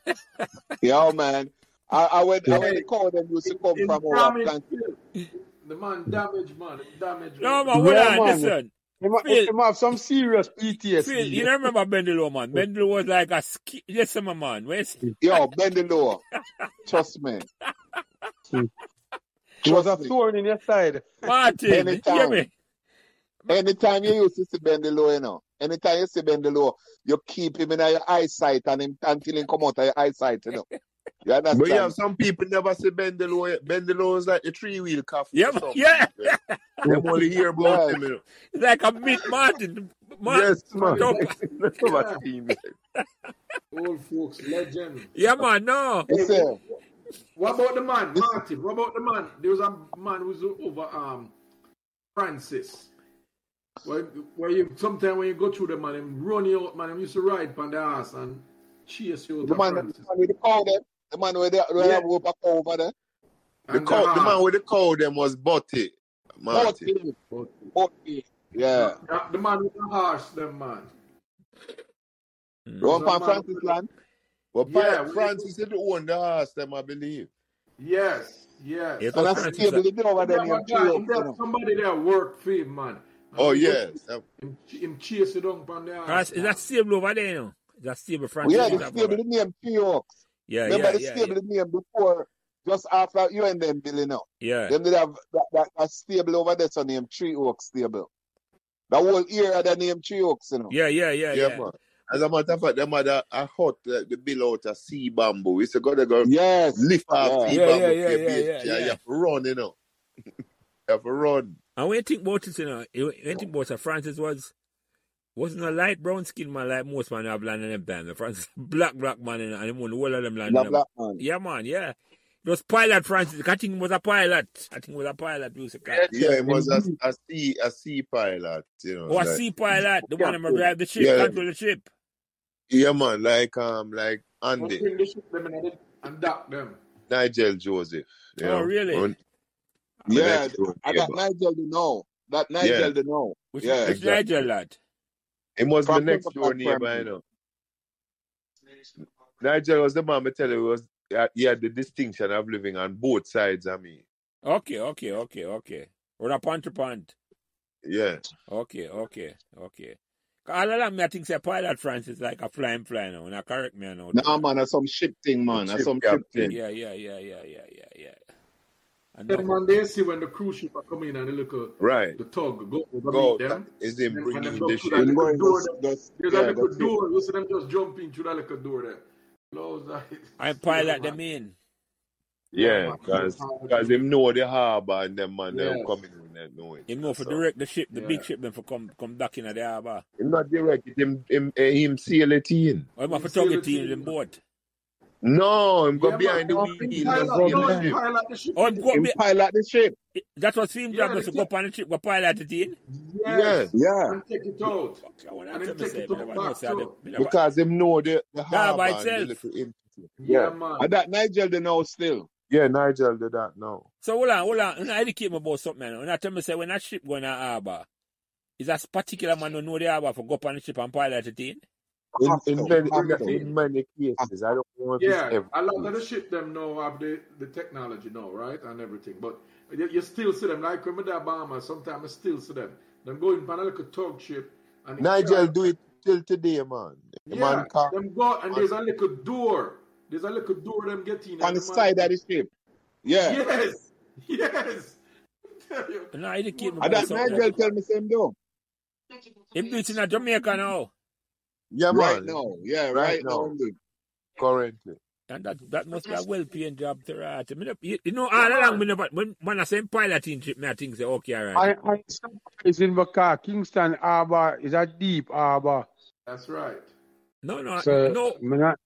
Speaker 2: Yeah, man. I, I when I
Speaker 6: Yeah.
Speaker 2: when
Speaker 3: Hey,
Speaker 2: the cow them used to
Speaker 3: in,
Speaker 2: come
Speaker 3: in
Speaker 2: from our
Speaker 3: damage,
Speaker 2: plant.
Speaker 3: Phil. The man damaged, man. Him Damaged,
Speaker 1: no
Speaker 3: man.
Speaker 1: man, hold
Speaker 6: Yeah,
Speaker 1: on,
Speaker 6: man.
Speaker 1: listen.
Speaker 6: He might,
Speaker 1: Phil,
Speaker 6: he might have some serious
Speaker 1: Phil, you
Speaker 6: PTSD.
Speaker 1: don't remember Bendelo, man. Bendelo was like a ski. Listen, my man. Where's
Speaker 2: Yo, bend the lower. Trust me.
Speaker 6: He was a
Speaker 2: Trust me.
Speaker 6: thorn in your side.
Speaker 1: Martin? You hear
Speaker 2: Anytime.
Speaker 1: me? Ma-
Speaker 2: Anytime you used to see bend the low, you know. Anytime you see bend the low, you keep him in your eyesight and him until he come out of your eyesight, you know. You
Speaker 4: But yeah,
Speaker 2: understand?
Speaker 4: some people never say Bendelo. Bendelo is like a three wheel coffee
Speaker 1: Yeah,
Speaker 4: to
Speaker 1: ma-
Speaker 4: some
Speaker 1: yeah.
Speaker 4: people. Them only hear about
Speaker 2: Yes.
Speaker 4: him. You know.
Speaker 1: It's like a meat Martin. Martin,
Speaker 4: Yes, man.
Speaker 3: Is
Speaker 1: don't.
Speaker 3: that,
Speaker 4: never
Speaker 3: yeah.
Speaker 4: seen that.
Speaker 3: Old folks, legend.
Speaker 1: Yeah, man. No.
Speaker 3: Hey,
Speaker 2: Yes, sir.
Speaker 3: what about the man,
Speaker 2: This
Speaker 3: Martin? What about the man? There was a man who was over um Francis. Where, where you sometimes when you go through the man, him run you out, man. Him used to ride upon the ass and chase you out
Speaker 2: the
Speaker 3: of
Speaker 2: man, the
Speaker 3: Francis.
Speaker 2: man with the cow there. The man with the where
Speaker 3: Yeah,
Speaker 2: have rope a cow over there.
Speaker 4: The
Speaker 3: and the
Speaker 4: cow, the man
Speaker 3: horse.
Speaker 4: with the cow, them was Butty
Speaker 2: Both
Speaker 4: Martin.
Speaker 2: feet.
Speaker 3: But
Speaker 2: Both feet. Yeah.
Speaker 3: the, the, the man with the horse, them man. There
Speaker 1: Mm.
Speaker 3: was
Speaker 2: Run
Speaker 3: a
Speaker 2: pan
Speaker 3: man.
Speaker 2: Francis land.
Speaker 4: But
Speaker 3: Yeah,
Speaker 4: Pi-
Speaker 3: when you go,
Speaker 4: Francis did own the horse, them I believe.
Speaker 1: Mm-hmm.
Speaker 3: yes,
Speaker 1: Here
Speaker 2: And
Speaker 3: yes.
Speaker 1: goes
Speaker 2: I
Speaker 3: And
Speaker 1: Francis.
Speaker 2: stable it over
Speaker 3: Him
Speaker 2: there
Speaker 3: have
Speaker 2: and
Speaker 3: a
Speaker 2: him tree
Speaker 3: guy,
Speaker 2: up,
Speaker 3: him
Speaker 2: you
Speaker 3: have
Speaker 2: know.
Speaker 3: somebody there work for him, man. And
Speaker 4: Oh
Speaker 3: when you go
Speaker 4: yes,
Speaker 3: through,
Speaker 4: um,
Speaker 3: him, ch- him chase you down upon the
Speaker 1: That's
Speaker 3: ass,
Speaker 1: is
Speaker 3: man.
Speaker 1: that stable over there? You know? That stable
Speaker 2: Well,
Speaker 1: Francis
Speaker 2: yeah,
Speaker 1: you
Speaker 2: the
Speaker 3: Yeah,
Speaker 1: talking
Speaker 2: stable
Speaker 1: about?
Speaker 2: the name tree oaks.
Speaker 1: Yeah,
Speaker 2: Remember
Speaker 1: yeah,
Speaker 2: the
Speaker 1: yeah, yeah,
Speaker 2: stable the name before, just after you and them building up.
Speaker 1: yeah.
Speaker 2: Them did have that, that, that stable over there, so named Tree Oaks stable. The whole area that named Tree Oaks, you know.
Speaker 1: Yeah, yeah, yeah,
Speaker 4: yeah,
Speaker 1: yeah.
Speaker 4: man. As a matter of fact, them had a, a hut like the bill out of sea bamboo. We used to go to go
Speaker 2: Yes.
Speaker 4: lift off
Speaker 2: Yeah.
Speaker 4: sea
Speaker 1: Yeah, yeah,
Speaker 4: bamboo
Speaker 1: yeah,
Speaker 4: for your
Speaker 1: yeah,
Speaker 4: bait.
Speaker 1: yeah,
Speaker 4: Yeah, you
Speaker 1: yeah.
Speaker 4: have to run, you know. You have to run.
Speaker 1: And when you think about it, you know, you- when you think about it, Francis was wasn't a light brown skin man like most man have land in them time. Francis black black man and, and him own the whole of them land in
Speaker 2: The
Speaker 1: them.
Speaker 2: black man.
Speaker 1: Yeah man, yeah. It was pilot Francis. I think he was a pilot. I think he was a pilot we used to call.
Speaker 6: Yes,
Speaker 4: Yeah,
Speaker 6: yes,
Speaker 4: it was a,
Speaker 6: indeed.
Speaker 4: a sea a sea pilot, you know,
Speaker 1: Or Oh, a
Speaker 4: like
Speaker 1: sea pilot, the one that might
Speaker 2: Captain.
Speaker 1: drive the ship,
Speaker 4: yeah,
Speaker 1: control the ship.
Speaker 4: yeah, man, like um, like
Speaker 3: Well,
Speaker 4: Andy,
Speaker 3: bring the ship them and, and dock them.
Speaker 4: Nigel Joseph, you
Speaker 1: Oh
Speaker 4: know,
Speaker 1: really?
Speaker 4: when my
Speaker 2: Yeah.
Speaker 4: next door
Speaker 2: And that
Speaker 4: neighbor.
Speaker 2: Nigel do know. That
Speaker 4: Yeah,
Speaker 2: Nigel do know.
Speaker 1: Which
Speaker 2: Yeah.
Speaker 1: which
Speaker 4: exactly.
Speaker 1: Nigel lad?
Speaker 4: It was my
Speaker 2: From
Speaker 4: next door
Speaker 2: Pemberton
Speaker 4: neighbor, you
Speaker 2: Primary.
Speaker 4: know. Nigel was the man I tell you he was he had he had the distinction of living on both sides of me.
Speaker 1: Okay, okay, okay, okay. Or a pant to pant.
Speaker 4: Yeah.
Speaker 1: Okay, okay, okay. 'Cause All along, me, I think say pilot Francis like a flying fly now. Now correct me, I know.
Speaker 2: Nah, man, that's some ship thing, man. That's
Speaker 4: Ship
Speaker 2: some ship
Speaker 4: captain.
Speaker 2: thing.
Speaker 1: Yeah, yeah, yeah, yeah, yeah, yeah, yeah. And
Speaker 3: Then
Speaker 1: no,
Speaker 3: man, they see when the cruise ship are coming in and they look at
Speaker 4: Right.
Speaker 3: the tug go over
Speaker 4: Go.
Speaker 3: meet them.
Speaker 4: Is
Speaker 3: And-
Speaker 4: him
Speaker 3: and
Speaker 4: bringing
Speaker 3: them
Speaker 4: the
Speaker 3: look to
Speaker 4: ship?
Speaker 3: that
Speaker 2: When
Speaker 3: little
Speaker 2: going,
Speaker 3: door
Speaker 2: that's,
Speaker 3: there.
Speaker 2: that's,
Speaker 3: There's a
Speaker 2: yeah,
Speaker 3: little
Speaker 2: that's it.
Speaker 3: door. You see them just jumping through that little door there. Close that.
Speaker 1: I
Speaker 3: Yeah,
Speaker 1: pilot them
Speaker 3: man.
Speaker 1: in.
Speaker 3: Yeah,
Speaker 4: Yeah,
Speaker 3: man. That's
Speaker 4: because
Speaker 3: hard
Speaker 4: because
Speaker 3: thing.
Speaker 4: him know the harbor and them man them
Speaker 3: Yes.
Speaker 4: coming in and know it.
Speaker 1: You know,
Speaker 4: And
Speaker 1: for
Speaker 4: so
Speaker 1: direct the ship, the
Speaker 3: Yeah.
Speaker 1: big ship, then for come come back in the harbour.
Speaker 4: him not direct. it Him him eh, him seal it in.
Speaker 1: Or I'm
Speaker 3: You
Speaker 1: for
Speaker 3: see
Speaker 1: tug
Speaker 3: the
Speaker 1: it in the
Speaker 3: team.
Speaker 1: boat.
Speaker 4: No, him go
Speaker 3: Yeah, man.
Speaker 4: behind the
Speaker 3: Him,
Speaker 6: Oh,
Speaker 4: wheel
Speaker 3: him
Speaker 4: and
Speaker 3: pilot,
Speaker 4: row
Speaker 6: go
Speaker 3: you
Speaker 4: the
Speaker 3: know, him
Speaker 4: ship.
Speaker 6: behind.
Speaker 3: pilot the ship
Speaker 1: Or
Speaker 3: in
Speaker 1: him
Speaker 3: it.
Speaker 1: Oh, go up
Speaker 2: Him
Speaker 1: be,
Speaker 2: pilot the ship.
Speaker 1: that was him
Speaker 3: Yeah,
Speaker 1: job
Speaker 3: the
Speaker 1: was to go
Speaker 3: tip.
Speaker 1: up on the ship, go pilot it in.
Speaker 4: Yeah,
Speaker 3: Yes.
Speaker 2: Yeah.
Speaker 3: And take it out.
Speaker 1: Fuck, I want
Speaker 3: And
Speaker 1: to
Speaker 3: him
Speaker 1: tell me
Speaker 3: take
Speaker 1: say,
Speaker 3: it
Speaker 1: me never
Speaker 3: out
Speaker 1: know
Speaker 3: back
Speaker 1: say that.
Speaker 3: too.
Speaker 1: Me never,
Speaker 4: because him know the the
Speaker 1: the harbour
Speaker 4: harbor and the
Speaker 1: itself.
Speaker 4: little entity. Yeah,
Speaker 3: Yeah, man.
Speaker 2: And that Nigel, they know still.
Speaker 4: yeah. Nigel did that now.
Speaker 1: So hold on, hold on. And I educate me about something. And I tell me say when that ship going to harbour, is that particular man who know the harbour for go up on the ship and pilot it in?
Speaker 4: In
Speaker 2: Have
Speaker 4: in
Speaker 2: to,
Speaker 4: many
Speaker 2: have
Speaker 4: in,
Speaker 3: Bring it
Speaker 2: to,
Speaker 4: in
Speaker 3: in.
Speaker 4: many
Speaker 2: have
Speaker 4: cases, I don't know if it's
Speaker 3: Yeah,
Speaker 4: every
Speaker 3: a lot of the
Speaker 4: case.
Speaker 3: ship them now have the, the technology now, right? And everything. But you, you still see them. Like when the Bahamas, sometimes I still see them. Them going on a little tug ship and it
Speaker 4: Nigel
Speaker 3: carry.
Speaker 4: do it till today, man. The
Speaker 3: Yeah,
Speaker 4: man can't.
Speaker 3: them go and
Speaker 4: man-
Speaker 3: there's a little door. There's a little door them get in
Speaker 2: on
Speaker 3: and
Speaker 2: the
Speaker 3: the man.
Speaker 2: side of the ship. Yeah.
Speaker 3: Yes, yes. Tell you,
Speaker 1: And I educate
Speaker 3: what
Speaker 1: me
Speaker 2: And
Speaker 1: about
Speaker 2: that
Speaker 1: something.
Speaker 2: Nigel
Speaker 1: That,
Speaker 2: tell me same though.
Speaker 1: him do it in a Jamaica now.
Speaker 4: Yeah,
Speaker 2: Right
Speaker 4: man.
Speaker 2: now. Yeah,
Speaker 4: Right
Speaker 2: right now
Speaker 4: now,
Speaker 2: indeed.
Speaker 4: currently.
Speaker 1: And that, that must be a well paying job to right. I mean, you, you know,
Speaker 3: yeah,
Speaker 1: all along,
Speaker 3: man.
Speaker 1: me never, when, when I say piloting ship, me I think say, okay, all right.
Speaker 6: I, I is in Vaca, Kingston Harbor is a deep harbor.
Speaker 3: That's right.
Speaker 1: No, no,
Speaker 6: So
Speaker 1: Uh, no.
Speaker 6: me not,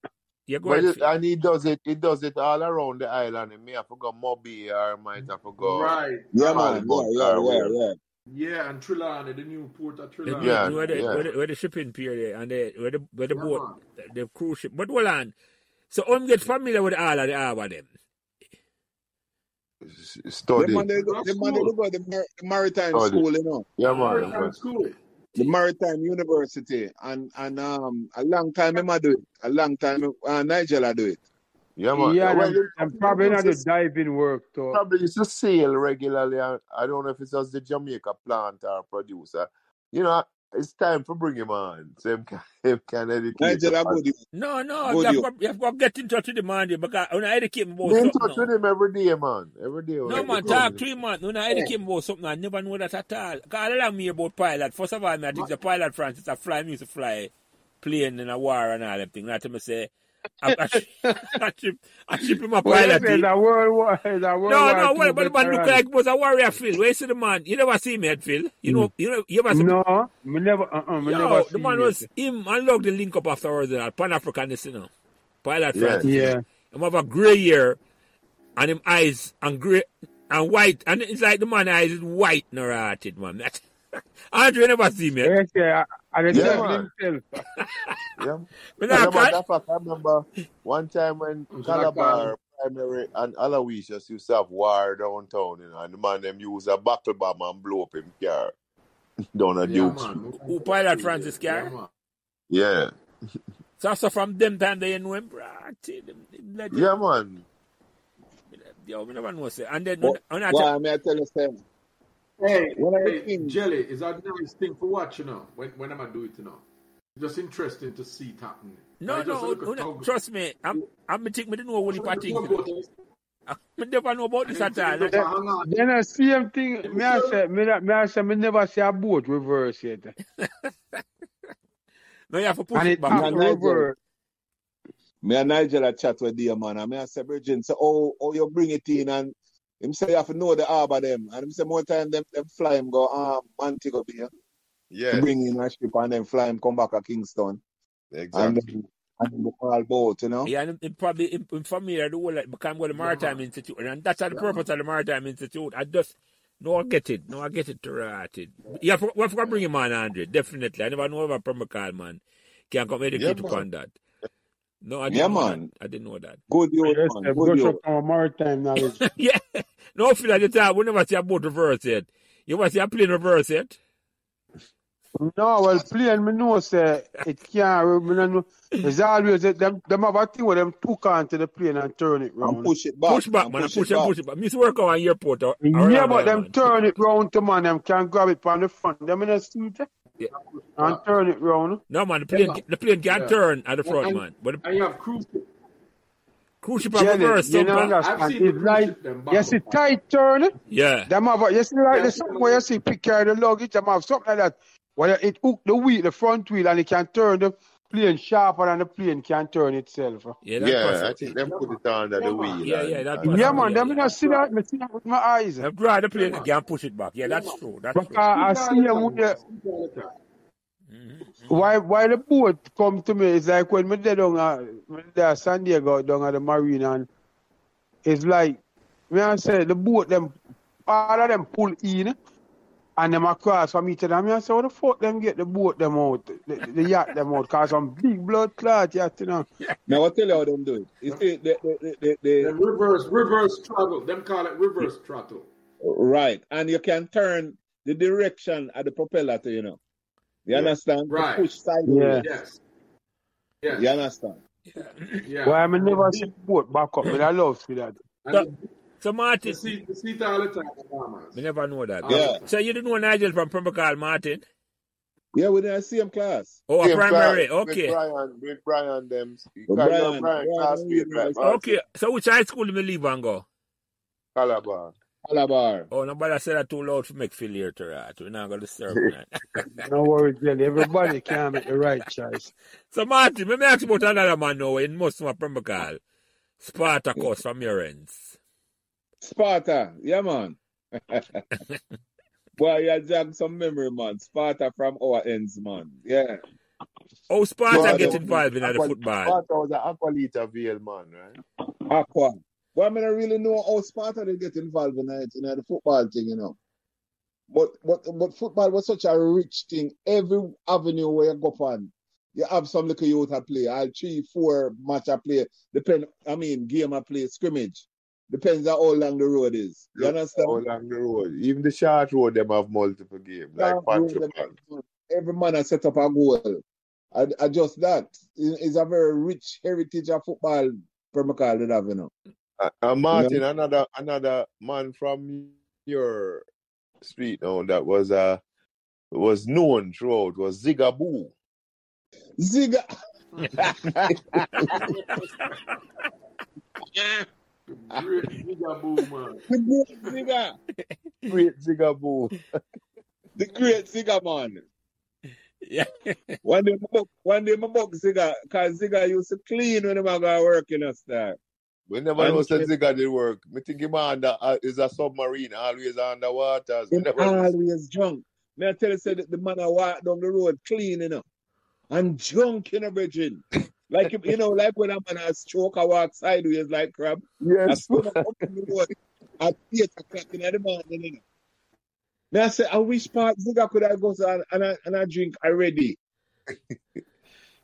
Speaker 1: You go
Speaker 4: But
Speaker 1: ahead,
Speaker 4: it,
Speaker 1: Phil.
Speaker 4: and he does it. He does it all around the island. He may have forgot Moby, or might have forgot
Speaker 3: Right.
Speaker 2: Yeah,
Speaker 3: Um,
Speaker 2: man. Yeah,
Speaker 4: Falmouth,
Speaker 2: yeah,
Speaker 4: or
Speaker 2: yeah,
Speaker 4: where.
Speaker 2: yeah.
Speaker 3: yeah, and Trelawney, the new port of
Speaker 1: The new,
Speaker 3: Trelawney
Speaker 4: Yeah,
Speaker 1: where
Speaker 3: and
Speaker 1: the,
Speaker 4: yeah.
Speaker 1: where
Speaker 3: everything.
Speaker 1: the, where the shipping pier there, and the, where the, where the
Speaker 3: Yeah,
Speaker 1: boat,
Speaker 3: man.
Speaker 1: the, cruise ship. But hold on. So, I'm get familiar with all of the harbor them.
Speaker 4: S-
Speaker 2: The
Speaker 4: Study,
Speaker 2: man they go,
Speaker 3: That's
Speaker 2: the man they
Speaker 3: cool.
Speaker 2: go to the, mar- the maritime
Speaker 4: study.
Speaker 2: school, you know,
Speaker 4: Yeah, man. I'm
Speaker 3: Maritime
Speaker 4: going.
Speaker 1: Ah,
Speaker 3: school.
Speaker 2: the
Speaker 1: dear.
Speaker 2: maritime university, and and um, a long time him a do it. A long time, uh, Nigel a do it.
Speaker 4: Yeah, man.
Speaker 6: yeah,
Speaker 4: Well,
Speaker 6: them,
Speaker 4: it
Speaker 6: them
Speaker 4: probably
Speaker 6: probably
Speaker 4: used
Speaker 6: not
Speaker 4: to
Speaker 6: the diving work though.
Speaker 4: probably used to sail regularly. I, I don't know if it's as the Jamaica plant or producer. You know, it's time for bring him on. So him can, him can educate
Speaker 2: Nigel
Speaker 4: him.
Speaker 2: a
Speaker 4: And
Speaker 2: good you,
Speaker 1: No, no, you
Speaker 2: good
Speaker 1: have
Speaker 2: you.
Speaker 1: got, you have got to get in touch with the man there because when I educate him about
Speaker 4: Be in
Speaker 1: something
Speaker 4: touch with
Speaker 1: now.
Speaker 4: him every day, man. Every day
Speaker 1: No,
Speaker 4: when
Speaker 2: Every
Speaker 4: we
Speaker 1: man,
Speaker 2: day.
Speaker 1: talk
Speaker 4: coming.
Speaker 1: to him, man. When I
Speaker 2: Yeah.
Speaker 1: educate him about something, I never know that at all. Because all along me about pilot, first of all, me, I
Speaker 3: Ma-
Speaker 1: think the pilot Francis, I fly, me used to fly plane in a war and all them things. Not to me say, I, I, sh- I, ship, I ship him a
Speaker 6: Well, you
Speaker 1: pilot
Speaker 6: say
Speaker 1: in.
Speaker 6: the World War, the World
Speaker 1: No,
Speaker 6: War
Speaker 1: no, what
Speaker 6: Two
Speaker 1: about the man look
Speaker 6: veteran.
Speaker 1: like was a warrior, Phil? Where you see the man? You never see him yet, Phil. You
Speaker 6: Hmm.
Speaker 1: know, you know, you ever see
Speaker 6: No, me never, uh-uh, me never
Speaker 1: Yo, the
Speaker 6: see
Speaker 1: man
Speaker 6: him
Speaker 1: was
Speaker 6: yet.
Speaker 1: him. I love the link up afterwards. Uh, Pan Africanist, you know. Pilot
Speaker 4: Yeah.
Speaker 1: Francis, you know.
Speaker 6: Yeah,
Speaker 1: Him have a grey hair and him eyes and grey and white. And it's like the man eyes is white and rotted, man. That, Andre never see me.
Speaker 6: yes, yeah, I, I
Speaker 4: Yeah,
Speaker 6: tell
Speaker 2: Yeah.
Speaker 4: man.
Speaker 6: himself.
Speaker 4: Yeah.
Speaker 1: But
Speaker 4: As
Speaker 1: I
Speaker 4: a matter
Speaker 1: can't.
Speaker 4: of fact, I remember one time when
Speaker 3: I'm sure that
Speaker 4: Calabar
Speaker 3: call.
Speaker 4: Primary and Aloysius used to have war downtown, you know, and the man them use a battle bomb and blow up him car down a
Speaker 3: Yeah, man.
Speaker 4: Duke Street.
Speaker 3: We went
Speaker 1: Who
Speaker 3: to that
Speaker 1: pilot
Speaker 3: school
Speaker 1: Francis
Speaker 3: there. Yeah,
Speaker 1: car?
Speaker 3: man.
Speaker 4: Yeah.
Speaker 1: So, so from them time they know him, bro. I tell them, them legend.
Speaker 4: Yeah, man.
Speaker 1: Yo, we never know say. And then
Speaker 2: But
Speaker 1: when, when I tell,
Speaker 2: why may I tell you something?
Speaker 3: Hey,
Speaker 2: One of the
Speaker 3: hey,
Speaker 2: things,
Speaker 3: Jelly, is that nice thing for watching now? When when am I do it now? Just interesting to see it happening.
Speaker 1: no,
Speaker 3: Cause I just
Speaker 1: no,
Speaker 3: look at
Speaker 1: una,
Speaker 3: tug.
Speaker 1: trust me. I'm, I'm me think me don't know what the
Speaker 3: I look
Speaker 1: part
Speaker 3: at
Speaker 1: things, you
Speaker 3: tugboat
Speaker 1: know.
Speaker 3: and
Speaker 1: I never know about this
Speaker 3: and
Speaker 1: at all.
Speaker 3: things just
Speaker 6: Then,
Speaker 3: hang on.
Speaker 6: then the same thing,
Speaker 3: You
Speaker 6: me I
Speaker 3: sure?
Speaker 6: say, me, not- me I say, me never see a boat reverse yet.
Speaker 1: Now you have to push
Speaker 6: And
Speaker 1: it
Speaker 6: it
Speaker 2: me
Speaker 1: back.
Speaker 6: have
Speaker 2: and
Speaker 6: to
Speaker 2: Nigel,
Speaker 6: reverse.
Speaker 2: me and Nigel a chat with dear man, and me a say, Bridget, say, oh, oh, you bring it in, and him say, you have to know the harbor them, and him say, more time them, them fly him go, um, Montego Bay,
Speaker 4: Yeah,
Speaker 2: bring in a ship, and then fly him come back to Kingston, and
Speaker 4: exactly.
Speaker 2: then, and then go all boat, you know?
Speaker 1: Yeah, and it probably in, in familiar the whole like become go to the
Speaker 3: Yeah, man.
Speaker 1: Maritime Institute. And that's the
Speaker 3: Yeah, man.
Speaker 1: purpose of the Maritime Institute. I just no I get it. No I get it to right it. Yeah, for, well, for bring him on, Andre, definitely. I never know about Permacal man. Can come
Speaker 4: Yeah,
Speaker 1: educate
Speaker 4: man.
Speaker 1: upon that. No, I
Speaker 2: Yeah,
Speaker 1: didn't know that.
Speaker 2: man.
Speaker 1: I didn't know that.
Speaker 2: Good youth,
Speaker 6: Yes,
Speaker 2: man.
Speaker 6: I've
Speaker 2: Good
Speaker 6: got
Speaker 2: youth.
Speaker 6: some our maritime knowledge.
Speaker 1: yeah. uh, No feel like the time we never see a boat reverse yet. You ever see a plane reverse yet?
Speaker 6: No, well, playing, me know, say, it can't, me no know. It's always, them, them have a thing where them took on to the plane and turn it
Speaker 2: And
Speaker 6: round.
Speaker 2: push it back.
Speaker 1: Push back,
Speaker 2: and
Speaker 1: man.
Speaker 2: Push
Speaker 1: Push
Speaker 2: it
Speaker 1: and
Speaker 2: back.
Speaker 1: push it back. Miss work out on airport. Or, or
Speaker 6: Yeah, but them
Speaker 1: man.
Speaker 6: turn it round to man, them can grab it from the front. Them in the street eh,
Speaker 1: Yeah.
Speaker 6: and turn it round.
Speaker 1: No, man. The plane,
Speaker 3: Emma,
Speaker 1: ca- the plane can't
Speaker 3: yeah.
Speaker 1: turn at the front,
Speaker 3: And,
Speaker 1: man. But the
Speaker 3: and you have cruise ship.
Speaker 1: cruise ship have
Speaker 6: Jelly,
Speaker 1: reverse
Speaker 6: you know
Speaker 1: thumper.
Speaker 3: I've
Speaker 6: understand?
Speaker 3: seen the
Speaker 6: It's
Speaker 3: cruise
Speaker 6: like,
Speaker 3: ship them back
Speaker 6: yes,
Speaker 3: up.
Speaker 6: it tight turn. eh,
Speaker 1: Yeah.
Speaker 6: Them have, a, yes, like
Speaker 3: Yeah,
Speaker 6: the something where you see pick carry the luggage, them have something like that. Where it hook the wheel, the front wheel, and it can turn the plane sharper than the plane can turn itself. eh.
Speaker 1: Yeah, that
Speaker 4: Yeah,
Speaker 1: possible.
Speaker 4: I think them
Speaker 3: yeah,
Speaker 4: put
Speaker 3: man.
Speaker 4: it under
Speaker 3: Yeah,
Speaker 4: the
Speaker 3: man.
Speaker 4: wheel
Speaker 1: Yeah, yeah,
Speaker 4: and,
Speaker 1: that
Speaker 4: and,
Speaker 6: Yeah,
Speaker 1: possible.
Speaker 4: and
Speaker 6: man,
Speaker 1: Yeah,
Speaker 6: them
Speaker 1: yeah.
Speaker 6: in a see that, me see that with my eyes. eh.
Speaker 1: I've drive the
Speaker 3: Yeah,
Speaker 1: plane
Speaker 3: man.
Speaker 1: again, push it back. Yeah,
Speaker 3: Yeah,
Speaker 1: that's
Speaker 3: man.
Speaker 1: true. That's true.
Speaker 6: Because
Speaker 3: Speak
Speaker 6: I
Speaker 3: all
Speaker 6: see
Speaker 3: the
Speaker 6: them
Speaker 3: time,
Speaker 6: with
Speaker 3: man.
Speaker 6: the
Speaker 3: Speak all the time.
Speaker 1: hmm
Speaker 6: why why the boat come to me, it's like when me dead down at me there San Diego down at the marina and it's like me I say the boat them all of them pull in and them across from each other. And me I say, how the fuck them get the boat them out, the, the yacht them out, cause some big blood clot yacht, you know.
Speaker 2: Now I tell you how them do it. You
Speaker 3: Them,
Speaker 2: see, the, the, the, the, the,
Speaker 3: them reverse, reverse throttle. Them call it reverse throttle.
Speaker 2: right, and you can turn the direction of the propeller to you know. You
Speaker 4: yeah.
Speaker 2: understand to
Speaker 3: Right.
Speaker 2: push sideways.
Speaker 6: Yeah.
Speaker 3: Yes.
Speaker 2: You
Speaker 3: Yes.
Speaker 2: understand?
Speaker 1: Yeah.
Speaker 3: Yeah.
Speaker 6: Why me
Speaker 3: And the
Speaker 6: never see
Speaker 3: deep,
Speaker 6: the boat back up, me I love see that.
Speaker 1: So,
Speaker 3: and the deep,
Speaker 1: so
Speaker 3: the
Speaker 1: Martin,
Speaker 3: seat, the seat all the time,
Speaker 1: we
Speaker 3: Bahamas.
Speaker 1: never know that.
Speaker 3: All the
Speaker 2: Yeah,
Speaker 3: time.
Speaker 1: So you didn't know Nigel from Pembroke, Martin?
Speaker 2: yeah. We didn't see him class.
Speaker 1: Oh, a
Speaker 4: Same class
Speaker 1: primary.
Speaker 4: with
Speaker 1: Okay.
Speaker 4: Brian, with Brian them.
Speaker 2: But
Speaker 4: Cause you know
Speaker 2: Brian,
Speaker 4: Brian
Speaker 2: Brian and
Speaker 4: classmate
Speaker 2: Reed
Speaker 4: like
Speaker 2: was
Speaker 4: Martin
Speaker 1: Okay. So which high school did me leave and go?
Speaker 4: Calabar.
Speaker 2: Calabar.
Speaker 1: Oh, nobody said that too loud for make feel here to that. We're not going to disturb that.
Speaker 6: No worries, Jelly. Everybody can make the right choice.
Speaker 1: so Martin, let me ask you about another man now in most of Pembroke. Spartacus from your ends.
Speaker 2: Sparta, yeah, man. Well, you jog some memory, man. Sparta from our ends, man. Yeah.
Speaker 1: Oh, Sparta
Speaker 4: Sparta
Speaker 1: get
Speaker 2: Sparta from
Speaker 4: was
Speaker 1: involved in
Speaker 4: an
Speaker 1: the
Speaker 4: aqua,
Speaker 1: football.
Speaker 4: Sparta was an Aqualita veil man, right?
Speaker 2: Aqua. Well, I mean, I really know how Sparta they get involved in it, you know, the football thing, you know. But but but football was such a rich thing. Every avenue where you go on, you have some little youth I play. All three, four match I play. Depend I mean game I play, scrimmage. Depends on how long the road is. You
Speaker 4: Look how
Speaker 2: understand?
Speaker 4: long the road. Even the short road them have multiple game, like
Speaker 2: Long road
Speaker 4: Pancho
Speaker 2: them
Speaker 4: Pan.
Speaker 2: have. every man has set up a goal. And, and just that is is a very rich heritage of football Permacal did have, you know.
Speaker 4: Uh, and
Speaker 2: You know?
Speaker 4: Martin, another another man from your street now that was uh was known throughout was Zigaboo.
Speaker 2: Ziga
Speaker 3: The great nigga boom, man.
Speaker 2: the great Ziga.
Speaker 4: Great Zigaboo.
Speaker 2: The great Ziga man.
Speaker 1: yeah.
Speaker 2: One day, my book, one day, my book, Ziga, cause Ziga used to clean when him a go work in a star.
Speaker 4: We never know
Speaker 2: And
Speaker 4: said Ziga did work. Me think him under uh, is a submarine, always underwater. We
Speaker 2: him
Speaker 4: never know.
Speaker 2: always drunk. May I tell you, say that the man I walk down the road clean, you know, and drunk in a virgin. Like, you know, like when a man has stroke, I walk sideways like crab. I
Speaker 4: Yes.
Speaker 2: still up on the road at 8 o'clock in the morning, you know. May I say, I wish part Ziga could have gone and, and, I, and I drink already.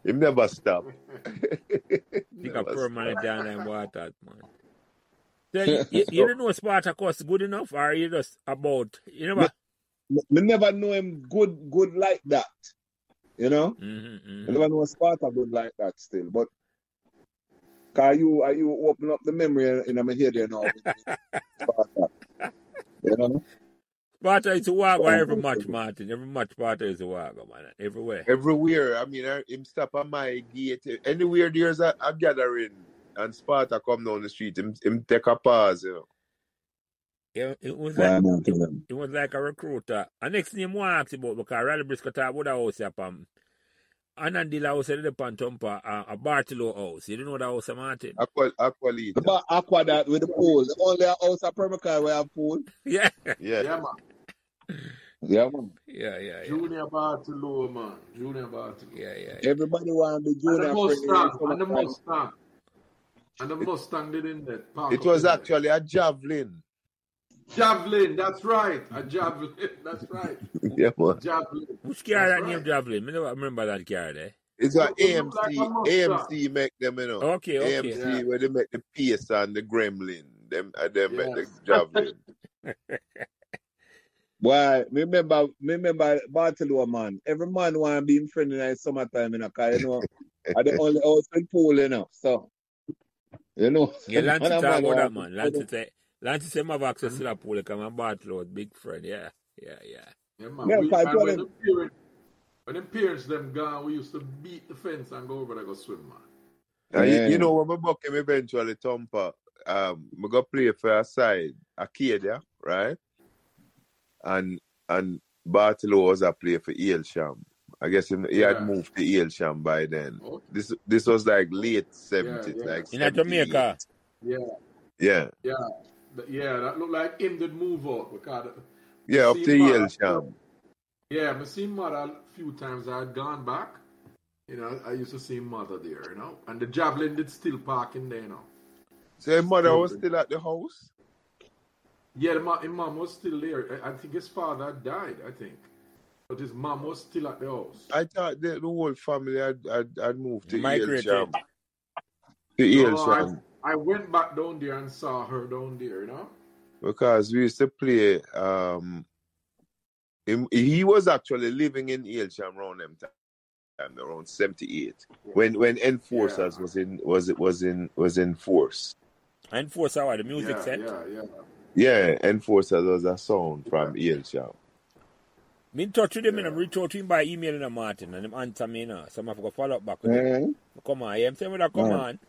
Speaker 4: him never stop.
Speaker 1: Think a
Speaker 4: never stop.
Speaker 1: permanent down and water, man. Then you, you, you
Speaker 2: so,
Speaker 1: didn't know Spartacus good enough, or you just about, you
Speaker 2: me,
Speaker 1: know?
Speaker 2: me me never know him good, good like that, you know?
Speaker 1: Mm-hmm,
Speaker 2: I
Speaker 1: mm-hmm.
Speaker 2: never know Sparta good like that still. But cause you are you open up the memory and, and I'm here there now with with Sparta, you know?
Speaker 1: Sparta is a
Speaker 2: So,
Speaker 1: wago every
Speaker 2: um,
Speaker 1: match, Martin. Every match Sparta is a wago, man. Everywhere.
Speaker 4: Everywhere. I mean, I, him stop at my gate. Anywhere there's a, a gathering and Sparta come down the street, him, him take a pause, you know.
Speaker 1: It, it was like
Speaker 2: Why am I
Speaker 1: it,
Speaker 2: telling them?
Speaker 1: it was like a recruiter. And next thing I asked about because Riley Briscoe talk about the house up um Anandila house in the Pantumpa uh, a Bartolo house. You didn't know that house uh, Martin?
Speaker 4: Aqua,
Speaker 2: The
Speaker 4: Aqualita.
Speaker 2: ba- aqua that with the pool. The only house at Permacal where I have pool.
Speaker 1: Yeah.
Speaker 4: Yeah.
Speaker 3: Yeah, man.
Speaker 2: Yeah, man.
Speaker 1: Yeah, yeah, yeah.
Speaker 3: Junior Bartolo, man. Junior Bartolo.
Speaker 1: Yeah, yeah, yeah.
Speaker 2: Everybody want to be
Speaker 3: And the
Speaker 2: junior friend in
Speaker 3: Mustang. And the
Speaker 2: summertime.
Speaker 3: Mustang. And the Mustang did in there. Park
Speaker 4: It
Speaker 3: up
Speaker 4: was
Speaker 3: in there.
Speaker 4: actually a javelin.
Speaker 3: Javelin, that's right. A javelin, that's right.
Speaker 4: yeah, man.
Speaker 3: Javelin,
Speaker 1: Which
Speaker 3: that's
Speaker 1: car that name
Speaker 3: right.
Speaker 1: Javelin? I never remember that car there.
Speaker 4: It's
Speaker 3: It,
Speaker 4: a
Speaker 3: it looked like a
Speaker 4: AMC.
Speaker 3: mustard.
Speaker 4: AMC make them, you know.
Speaker 1: Okay, okay.
Speaker 3: Yeah,
Speaker 4: AMC where they make the PS and the Gremlin. Them, uh, them make the
Speaker 3: yes.
Speaker 4: javelin.
Speaker 2: Why? Me remember, me remember Bartolo, man. Every man want to be in friend in the summertime, you know, 'cause, you know, I the only house in pool, you know. So, you know,
Speaker 1: Yeah,
Speaker 2: man,
Speaker 1: Lance
Speaker 2: a
Speaker 1: talk
Speaker 2: man
Speaker 1: about that
Speaker 2: want
Speaker 1: man. Lance say Lance say have access to that pool like I'm a Bartlett, big friend, yeah. Yeah, yeah.
Speaker 3: Yeah, man.
Speaker 2: Yeah,
Speaker 3: We,
Speaker 2: 'cause I
Speaker 3: and
Speaker 2: told
Speaker 3: when the
Speaker 2: him,
Speaker 3: parents, when the parents them gone, we used to beat the fence and go over there go swim, man.
Speaker 4: And you, you
Speaker 2: yeah.
Speaker 4: know, when I book him eventually, Tompa, um, I go play for a side, Acadia, right? And and Bartolo was a player for Aylsham. I guess him, he had
Speaker 3: Yeah.
Speaker 4: moved to Aylsham by then.
Speaker 3: Oh,
Speaker 4: This this was like late
Speaker 3: yeah,
Speaker 4: 70s,
Speaker 3: yeah,
Speaker 4: like
Speaker 1: In a
Speaker 4: 78.
Speaker 1: Jamaica.
Speaker 3: yeah,
Speaker 4: Yeah.
Speaker 3: yeah, Th- yeah. That looked like him did move out because me
Speaker 4: Yeah, up to
Speaker 3: seen mother.
Speaker 4: Aylsham.
Speaker 3: Yeah, me seen mother a few times. I had gone back. You know, I used to see mother there. You know, and the javelin did still park in there. You know,
Speaker 4: So his mother
Speaker 3: still.
Speaker 4: was still at the house?
Speaker 3: Yeah, the ma- his mom was still there. I, I think his father had died. I think, but his mom was still at the house.
Speaker 4: I thought that the whole family had, had, had moved to
Speaker 1: Migrated.
Speaker 4: Aylsham. To
Speaker 3: No, I
Speaker 4: Aylsham.
Speaker 3: I went back down there and saw her down there. You know.
Speaker 4: Because we used to play um Him- he was actually living in Aylsham around them time, around seventy eight, when when
Speaker 3: Yeah,
Speaker 4: enforcers was in was it was in was in force.
Speaker 1: And four hour the music
Speaker 3: yeah,
Speaker 1: set.
Speaker 3: yeah, yeah,
Speaker 4: Yeah, enforcers was a sound
Speaker 3: yeah,
Speaker 4: from Aylsham.
Speaker 1: Me in touch with him and I
Speaker 3: yeah.
Speaker 1: reach out to him by email and a Martin and him answer me now. So I have to follow up back with him.
Speaker 2: Eh?
Speaker 1: Come on, yeah, I'm saying with a come
Speaker 2: Man.
Speaker 1: on.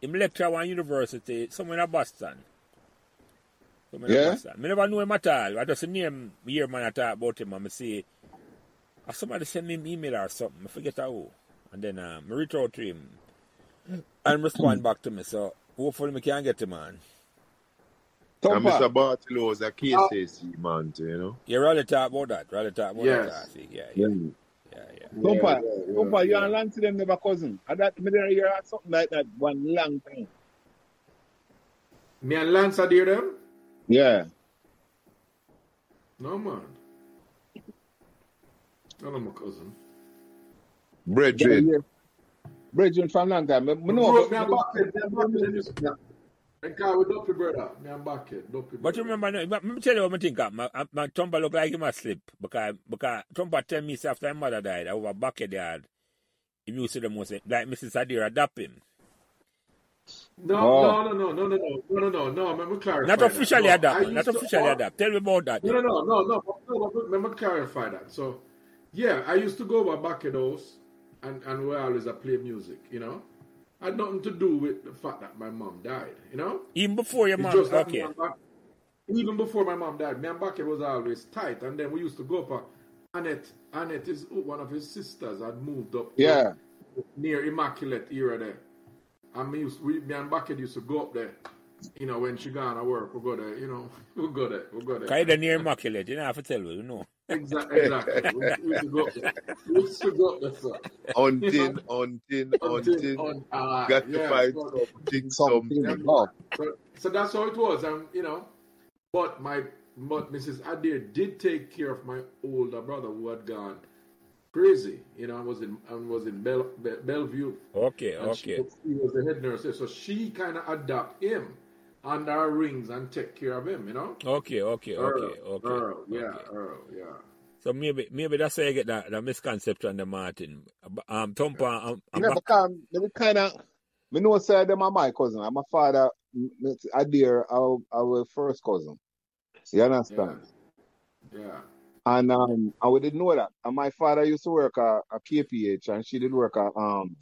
Speaker 1: Him lecture at one university, somewhere in Boston. Somewhere in
Speaker 2: Yeah?
Speaker 1: Boston. I never knew him at all. I just hear him hear man I talk about him and I say "Ah, somebody send me an email or something. I forget how. And then um, I reach out to him and respond back to me. So hopefully I can get him on.
Speaker 4: And
Speaker 2: Tompa.
Speaker 4: Mr. Bartolo was a
Speaker 3: Uh,
Speaker 4: KCC man, too, you know.
Speaker 1: Yeah, rather talk about that. Rather talk about that
Speaker 3: yes.
Speaker 1: last week. Yeah, yeah,
Speaker 2: Yeah.
Speaker 1: yeah, yeah.
Speaker 3: Yeah,
Speaker 2: Tompa.
Speaker 3: yeah, yeah,
Speaker 2: Tompa, Oh, you
Speaker 3: yeah.
Speaker 2: and Lance them never cousin. I that me there hear something like that one long time.
Speaker 3: Me and Lance are there them?
Speaker 2: Yeah.
Speaker 3: No man. None of my cousin.
Speaker 2: Yeah,
Speaker 4: Brethren.
Speaker 2: yeah. Bridging from long time. Me, me
Speaker 3: Me
Speaker 2: know,
Speaker 3: bro,
Speaker 2: but
Speaker 3: me
Speaker 2: me just think
Speaker 3: and Buckhead, me and
Speaker 2: them
Speaker 3: Buckhead, them
Speaker 2: them.
Speaker 3: used to yeah. And car with Duffy brother. Me and Buckhead, Duffy
Speaker 1: But you
Speaker 3: brother.
Speaker 1: remember, no, but let me tell you what I think. ah, My, ah, my Trumpa look like he must sleep because because Trumpa tell me say after his mother died, I was back at the yard. If you see the most like Mrs. Sadira dap him.
Speaker 3: No,
Speaker 2: Oh.
Speaker 3: no, no, no, no, no, no, no, no, no, no. Let me
Speaker 1: Not
Speaker 3: clarify that.
Speaker 1: officially
Speaker 3: No,
Speaker 1: adapt,
Speaker 3: I
Speaker 1: man. Not
Speaker 3: used to
Speaker 1: officially
Speaker 3: all.
Speaker 1: adapt. Tell me about that
Speaker 3: No,
Speaker 1: then.
Speaker 3: no, no, no, no. but- no but let me clarify that. So, yeah, I used to go over Buckhead house, and and we always a play music. You know, had nothing to do with the fact that my mom died. You know,
Speaker 1: Even before your
Speaker 3: it's
Speaker 1: mom,
Speaker 3: just that me
Speaker 1: okay.
Speaker 3: and Buck even before my mom died, me and Bucky was always tight. And then we used to go up. uh, Annette, Annette is oh, one of his sisters had moved up to
Speaker 2: Yeah.
Speaker 3: near Immaculate era there. And me, used, we, me and Bucky used to go up there. You know, when she gone to work, we go there. You know, we go there, we go
Speaker 1: Because you're near
Speaker 3: there.
Speaker 1: immaculate. You know, I have to tell you, you know.
Speaker 3: exactly, exactly. We, we used to go up there. We used to go up there, sir. You
Speaker 4: Untin,
Speaker 3: know,
Speaker 4: untin,
Speaker 3: until
Speaker 4: untin.
Speaker 3: on, uh,
Speaker 4: Got to
Speaker 3: yeah.
Speaker 4: find
Speaker 3: So,
Speaker 4: something,
Speaker 2: Something.
Speaker 4: something.
Speaker 2: Oh.
Speaker 3: so, so that's how it was. And you know, But my but Mrs. Adair did take care of my older brother who had gone crazy. You know, I was in I was in Bel, Bel, Bellevue,
Speaker 1: Okay,
Speaker 3: and she
Speaker 1: okay.
Speaker 3: was, he was the head nurse there. So she kind of adopt him under her rings and take care of him. You know,
Speaker 1: Okay, okay,
Speaker 3: Earl,
Speaker 1: okay, okay,
Speaker 3: Earl, yeah,
Speaker 1: okay.
Speaker 3: Earl, yeah,
Speaker 1: So maybe maybe that's how you get that, that misconception on the Martin. Um, Tompa, um,
Speaker 2: You
Speaker 1: I'm
Speaker 2: never
Speaker 1: back.
Speaker 2: come. Never kind of. Me know say them are my cousin. I'm a father. m- m- I dear our our first cousin. You
Speaker 3: yeah,
Speaker 2: understand?
Speaker 3: yeah.
Speaker 2: And um, I we didn't know that. And my father used to work at, at KPH, and she did work at um.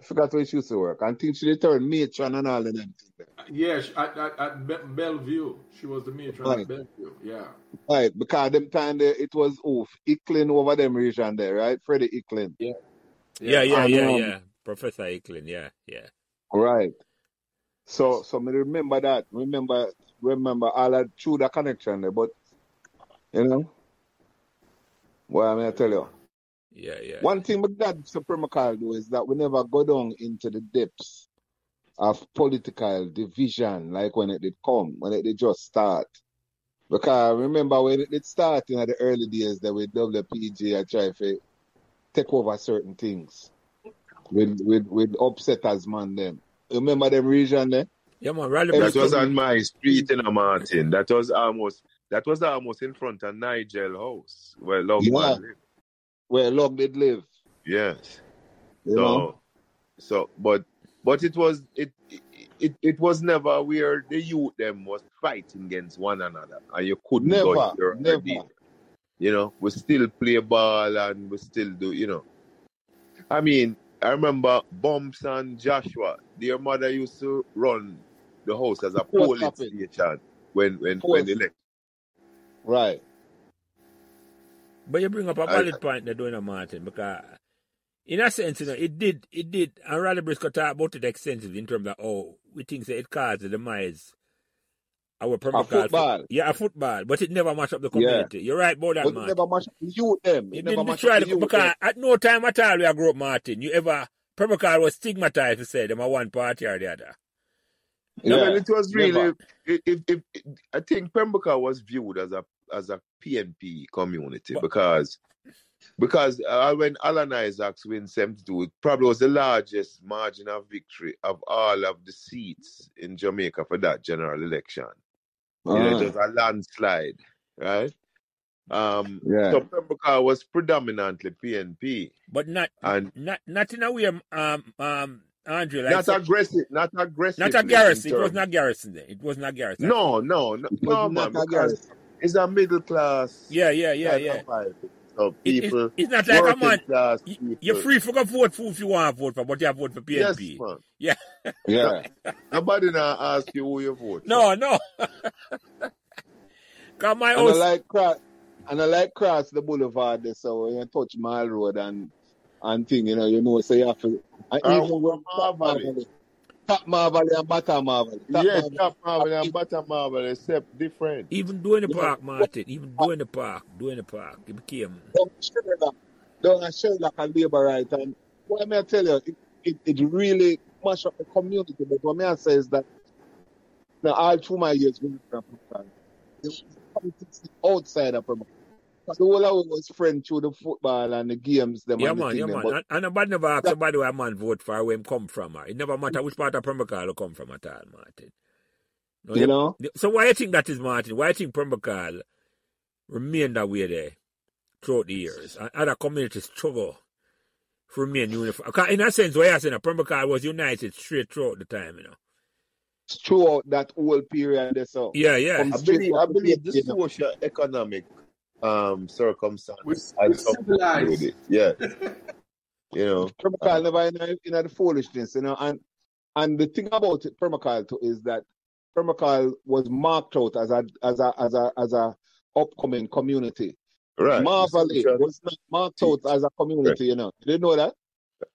Speaker 2: I forgot where she used to work. I think she returned matron and all of them. things there.
Speaker 3: Yeah, she, at, at, at Be- Bellevue, she was the matron
Speaker 2: Right,
Speaker 3: at Bellevue. Yeah,
Speaker 2: right. Because them time there, it was oof Icklin over them region there, right? Freddie Icklin.
Speaker 3: yeah,
Speaker 1: Yeah,
Speaker 3: yeah,
Speaker 1: yeah,
Speaker 2: And
Speaker 1: yeah,
Speaker 2: um,
Speaker 1: yeah. Professor Eklund, yeah, yeah.
Speaker 2: right. So so me remember that. Remember remember all that through the connection there. But you know. Well, I'm gonna
Speaker 3: yeah,
Speaker 2: tell you.
Speaker 1: Yeah, yeah.
Speaker 2: One thing with that Supreme Court do is that we never go down into the depths of political division like when it did come, when it did just start. Because remember when it did start in the early days that with WPG I try to take over certain things with with with upsetters man them. Remember them region eh, there?
Speaker 1: Yeah, man, Raleigh
Speaker 2: Every
Speaker 4: That was
Speaker 1: Bristol.
Speaker 4: on
Speaker 2: single
Speaker 4: my street, you know, Martin. That was almost. That was almost in front of Nigel House, where Love
Speaker 2: Yeah.
Speaker 4: Man lived.
Speaker 2: where Love did live.
Speaker 4: Yes.
Speaker 2: You
Speaker 4: so,
Speaker 2: know?
Speaker 4: so, but, but it was it, it it was never where the youth them was fighting against one another, and you couldn't go
Speaker 2: Never,
Speaker 4: here or
Speaker 2: never.
Speaker 4: there. You know, we still play ball and we still do. You know, I mean, I remember Bumps and Joshua. Their mother used to run the house as a
Speaker 2: Post
Speaker 4: police
Speaker 2: office.
Speaker 4: station when when when
Speaker 2: Post.
Speaker 4: elect.
Speaker 2: Right.
Speaker 1: But you bring up a
Speaker 4: I-
Speaker 1: valid point there, doing a Martin, because in a sense, you know, it did, it did, and Riley Briscoe talked about it extensively in terms of, oh, we think that it caused the demise our
Speaker 2: A
Speaker 1: Premier Card fo-
Speaker 2: football.
Speaker 1: yeah, a football, but it never matched up the
Speaker 2: Yeah.
Speaker 1: community. You're right about that,
Speaker 2: But it
Speaker 1: Martin.
Speaker 2: never match up the youth them. It
Speaker 1: It
Speaker 2: never
Speaker 1: didn't
Speaker 2: match up
Speaker 1: destroy
Speaker 2: the
Speaker 1: the
Speaker 2: youth them.
Speaker 1: because at no time at all we I grew up, Martin. You ever Premier Card was stigmatized to say them are one party or the other. No,
Speaker 4: Well,
Speaker 2: Yeah.
Speaker 4: it was
Speaker 2: Never.
Speaker 4: really. If, if, if- I think Pembroke was viewed as a as a PNP community
Speaker 1: but
Speaker 4: because because uh, when Alan Isaacs win seventy two, it probably was the largest margin of victory of all of the seats in Jamaica for that general election. You know, it
Speaker 2: Uh-huh.
Speaker 4: was a landslide, right? Um,
Speaker 2: Yeah.
Speaker 4: so Pembroke was predominantly PNP
Speaker 1: but not
Speaker 4: and
Speaker 1: not not in a way um um Andre like
Speaker 4: not
Speaker 1: so
Speaker 4: aggressive, not
Speaker 1: not a
Speaker 4: aggressively in
Speaker 1: Garrison. It was
Speaker 4: terms
Speaker 1: not Garrison there. It was not Garrison at all.
Speaker 4: No, no, no,
Speaker 2: It was
Speaker 4: no,
Speaker 2: not
Speaker 4: man,
Speaker 2: a
Speaker 4: because
Speaker 2: garrison.
Speaker 4: it's a middle class
Speaker 1: Yeah, yeah, yeah,
Speaker 4: kind of
Speaker 1: yeah.
Speaker 4: vibe. So
Speaker 1: It, it
Speaker 4: people,
Speaker 1: it's not like a
Speaker 4: working
Speaker 1: man.
Speaker 4: class
Speaker 1: you- You're
Speaker 4: people.
Speaker 1: free for go vote for if you want to vote for, but you have vote for
Speaker 4: Yes,
Speaker 1: PNP.
Speaker 4: man.
Speaker 1: Yeah,
Speaker 4: No,
Speaker 2: Yeah.
Speaker 4: nobody now ask you who you vote for.
Speaker 1: no, no. Cause my
Speaker 2: And I
Speaker 1: house
Speaker 2: like cross and I like cross the boulevard there, so you touch Mile Road and and thing, you know, you know, so you have to and
Speaker 4: And
Speaker 2: even
Speaker 4: over
Speaker 2: when top
Speaker 4: Marvel.
Speaker 2: marvel, top marvel and bottom marvel, top
Speaker 4: Yeah,
Speaker 2: marvel,
Speaker 4: top
Speaker 2: top
Speaker 4: Marvel and bottom Marvel, except different.
Speaker 1: even doing the
Speaker 2: you know,
Speaker 1: park, Martin. Even doing the park, doing the park. It became
Speaker 2: down a Sherlock, down a Sherlock and labor right. And what may I tell you, it, it, it really mash up the community. But what may I say is that now, all through my years growing up in Africa, there was politics outside of Africa. Because the whole of it was friend through the football and the games them
Speaker 1: Yeah,
Speaker 2: and the
Speaker 1: man,
Speaker 2: thing
Speaker 1: yeah,
Speaker 2: them.
Speaker 1: man.
Speaker 2: But
Speaker 1: And, and nobody never asked
Speaker 2: that,
Speaker 1: somebody where a man vote for, where him come from. Or. It never matter which part of Pembroke you come from at all, Martin.
Speaker 4: Oh,
Speaker 1: No,
Speaker 2: you
Speaker 1: they,
Speaker 2: know,
Speaker 1: they- so why you think that is, Martin? Why you think Pembroke remained that way there throughout the years? And other communities struggle for remain uniform. In a sense, why I saying that Pembroke was united straight throughout the time, you know.
Speaker 2: throughout that whole period, there, so
Speaker 1: Yeah, yeah.
Speaker 2: from
Speaker 4: I
Speaker 2: straight
Speaker 4: believe,
Speaker 2: up
Speaker 4: I
Speaker 2: to date,
Speaker 4: believe the
Speaker 2: you know.
Speaker 4: social economic um
Speaker 3: We're,
Speaker 4: circumstances
Speaker 3: we're
Speaker 4: had something to do with
Speaker 3: civilized.
Speaker 4: it. Yeah, you know. Uh,
Speaker 2: Premacal never in, a- in a foolishness, you know. And and the thing about it, Permacal too, is that Permacal was marked out as a as a as a as a upcoming community.
Speaker 4: right, the
Speaker 2: Marvelly
Speaker 4: social
Speaker 2: was not marked out
Speaker 4: seats.
Speaker 2: as a
Speaker 4: Right.
Speaker 2: community, you know. You didn't know that?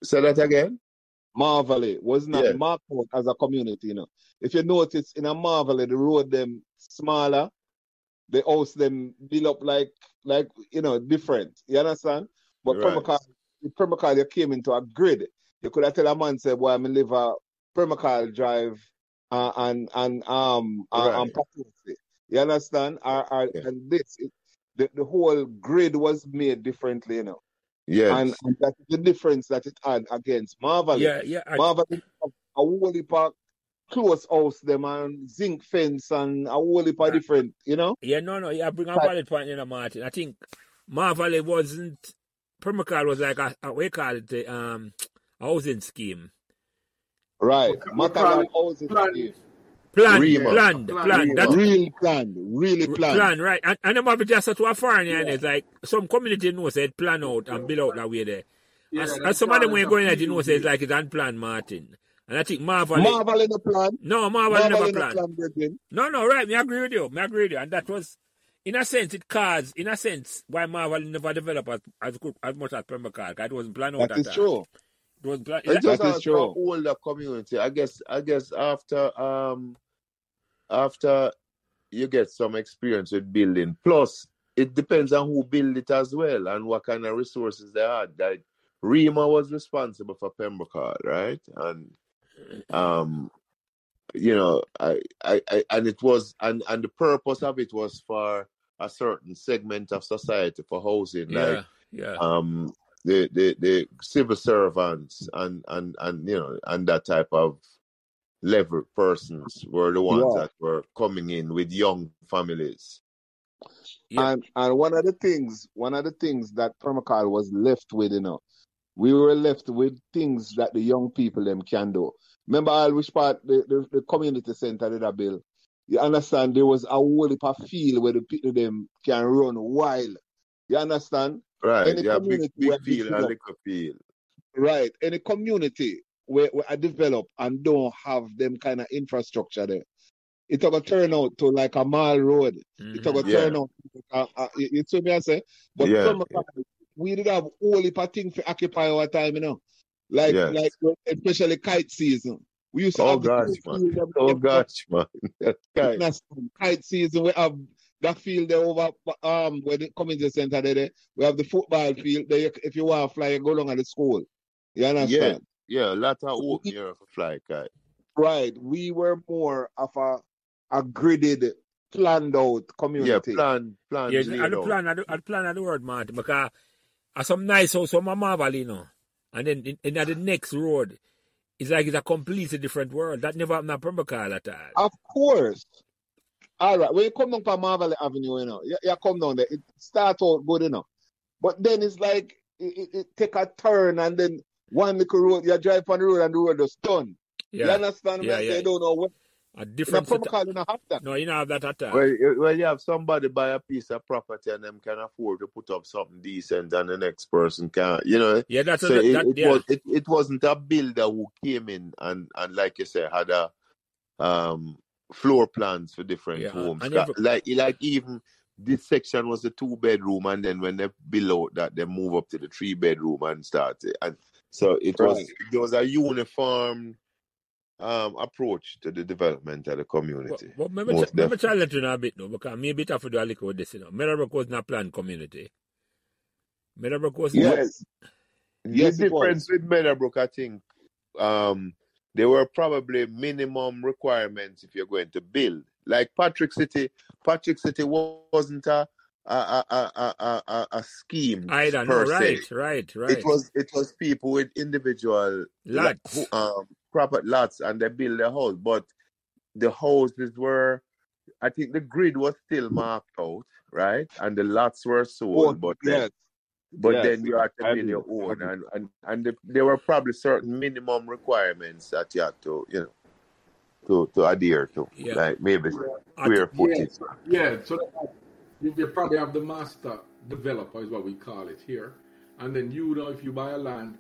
Speaker 4: Say that again.
Speaker 2: Marvelly was not
Speaker 4: Yeah.
Speaker 2: marked out as a community, you know. If you notice in a Marvelly, the road them smaller, the house them built up like like you know different. You understand? But
Speaker 4: Right.
Speaker 2: Permacal, Permacal, you came into a grid. You could have tell a man say, "Boy, I'm live a Permacal Drive uh, and and um uh, and
Speaker 4: Right.
Speaker 2: Papuasi." You understand? Or, or,
Speaker 4: Yeah.
Speaker 2: and this, it, the the whole grid was made differently, you know. And,
Speaker 4: Yes.
Speaker 2: and that's the difference that it had against Marvelly.
Speaker 1: Yeah, yeah. I,
Speaker 2: Marvelly have a whole heap of close house them and zinc fence and a whole heap of
Speaker 1: I,
Speaker 2: different, you know.
Speaker 1: Yeah, no, no, yeah, bring a
Speaker 2: type
Speaker 1: valid point in, Martin. I think Marvel wasn't Permacal was like a, a what you call it, a, um, a housing scheme
Speaker 3: We,
Speaker 2: Right.
Speaker 3: ca- we call
Speaker 2: Matalan
Speaker 3: it
Speaker 2: housing
Speaker 3: plan.
Speaker 2: scheme.
Speaker 1: planned,
Speaker 3: Yeah,
Speaker 4: Rima.
Speaker 1: planned,
Speaker 3: plan.
Speaker 1: planned. That's
Speaker 4: Rima.
Speaker 2: Real plan. Really
Speaker 1: r-
Speaker 2: plan.
Speaker 1: plan, right? And, and them have it just to a foreign
Speaker 2: Yeah.
Speaker 1: and it's like some community know said plan out and build out that way there.
Speaker 3: Yeah,
Speaker 1: And, s- and
Speaker 3: them
Speaker 1: some of them
Speaker 3: call
Speaker 1: when
Speaker 3: it
Speaker 1: you
Speaker 3: a
Speaker 1: go in at you know
Speaker 3: field
Speaker 1: says
Speaker 3: day.
Speaker 1: like it's unplanned, Martin. And I think Marvel it-
Speaker 2: Marvel in a plan.
Speaker 1: no, Marvel
Speaker 2: Marvel
Speaker 1: never
Speaker 2: in a
Speaker 1: planned.
Speaker 2: plan, brethren.
Speaker 1: No, no, right. Me agree with you. Me agree with you. And that was, in a sense, it caused, in a sense, why Marvel never developed as as, good, as much as Permacar. 'cause It wasn't planned out at
Speaker 2: That is
Speaker 1: all.
Speaker 2: true.
Speaker 1: It wasn't planned. It's
Speaker 4: It
Speaker 1: like,
Speaker 4: was
Speaker 2: That is
Speaker 4: also an
Speaker 2: true.
Speaker 4: older community. I guess I guess after um after you get some experience with building. Plus it depends on who build it as well and what kind of resources they had. Like Rima was responsible for Pembroke, right? And um you know, I, I, I and it was and and the purpose of it was for a certain segment of society for housing, like
Speaker 1: yeah, yeah.
Speaker 4: um the the the civil servants and and and you know and that type of level persons were the ones
Speaker 2: Yeah.
Speaker 4: that were coming in with young families
Speaker 1: Yeah.
Speaker 2: And and one of the things, one of the things that Permacal was left with, you know, we were left with things that the young people them can do. Remember all which part the, the, the community center did a bill. You understand? There was a whole heap of field where the people them can run wild. You understand?
Speaker 4: Right.
Speaker 2: Any
Speaker 4: Yeah, big
Speaker 2: community
Speaker 4: big
Speaker 2: where this is
Speaker 4: field and
Speaker 2: a-
Speaker 4: little field.
Speaker 2: right, any community where, where I develop and don't have them kind of infrastructure there. It's gonna turn out to like a mall road. It's
Speaker 1: Mm-hmm.
Speaker 2: gonna
Speaker 4: Yeah.
Speaker 2: turn out. Uh, uh, you, you see me, I say. But
Speaker 4: Yeah.
Speaker 2: from we did have all heap of thing to occupy our time, you know. Like
Speaker 4: Yes.
Speaker 2: like especially kite season. We used to
Speaker 4: Oh
Speaker 2: have the
Speaker 4: gosh,
Speaker 2: kite
Speaker 4: man.
Speaker 2: field them,
Speaker 4: Oh
Speaker 2: them, them
Speaker 4: gosh, man. Guy.
Speaker 2: fitness kite season. We have that field there over um where the community center there. there. We have the football field there. You- If you want to fly, you go along at the school. You
Speaker 4: Yeah.
Speaker 2: understand?
Speaker 4: Yeah. Lot of
Speaker 2: We-
Speaker 4: open here for fly guy.
Speaker 2: Right. We were more of a a gridded, planned out
Speaker 4: Yeah,
Speaker 2: community.
Speaker 4: plan plan
Speaker 1: Yeah, I
Speaker 4: laid
Speaker 1: the
Speaker 4: out.
Speaker 1: plan, I the, I the plan of the word, Marty, because I some nice house from my marvel, you know. And then in, in at the next road, it's like it's a completely different world. That never happened at Pembroke at all.
Speaker 4: Ah,
Speaker 2: Of course. All right. When you come down from Marvel Avenue, you know, you, you come down there. It starts out good, you know. But then it's like it, it, it take a turn and then one little road, you drive on the road and the road is done. You
Speaker 1: Yeah,
Speaker 2: understand me?
Speaker 1: yeah,
Speaker 2: I say,
Speaker 1: yeah.
Speaker 2: you don't know where.
Speaker 1: A
Speaker 2: In a
Speaker 1: different set.
Speaker 2: promo car, you don't have that.
Speaker 1: No, you don't have that at all.
Speaker 4: Well, you- well, you have somebody buy a piece of property and them can afford to put up something decent, and the next person can't. You know,
Speaker 1: Yeah, that's
Speaker 4: so
Speaker 1: what,
Speaker 4: it,
Speaker 1: that.
Speaker 4: it
Speaker 1: Yeah,
Speaker 4: was it, it wasn't a builder who came in and and like you say had a um floor plans for different
Speaker 1: yeah.
Speaker 4: homes.
Speaker 1: And
Speaker 4: Ca-
Speaker 1: every
Speaker 4: Like like even this section was a two bedroom, and then when they below that they move up to the three bedroom and start it. And so it
Speaker 2: Right.
Speaker 4: was there was a uniform um approach to the development of the
Speaker 1: But,
Speaker 4: community,
Speaker 1: but maybe,
Speaker 4: most
Speaker 1: maybe try
Speaker 4: definitely.
Speaker 1: let you know a bit though, because maybe it have to do a little with this, you know. Meadowbrook was not planned community. Meadowbrook was not.
Speaker 4: Well,
Speaker 2: Yes.
Speaker 4: the
Speaker 2: Yes, it was.
Speaker 4: difference with Meadowbrook, I think, um, there were probably minimum requirements if you're going to build. Like Patrick City, Patrick City wa- wasn't a a a a a, a, a scheme
Speaker 1: I don't know.
Speaker 4: per se.
Speaker 1: Right, right,
Speaker 4: It
Speaker 1: right.
Speaker 4: was it was people with individual la- who,
Speaker 1: Lots.
Speaker 4: um, property lots, and they build their house. But the houses were, I think, the grid was still marked out, right? And the lots were
Speaker 2: Oh,
Speaker 4: sold, but then
Speaker 2: yes.
Speaker 4: but
Speaker 2: Yes.
Speaker 4: then you have to
Speaker 2: I
Speaker 4: build
Speaker 2: agree.
Speaker 4: your
Speaker 2: I
Speaker 4: own
Speaker 2: agree.
Speaker 4: and and, and the, there were probably certain minimum requirements that you had to you know to, to adhere to
Speaker 1: Yeah.
Speaker 4: like maybe
Speaker 1: I th-
Speaker 4: square footage
Speaker 3: Yes, yeah. So that- you you probably have the master developer is what we call it here, and then you know if you buy a land,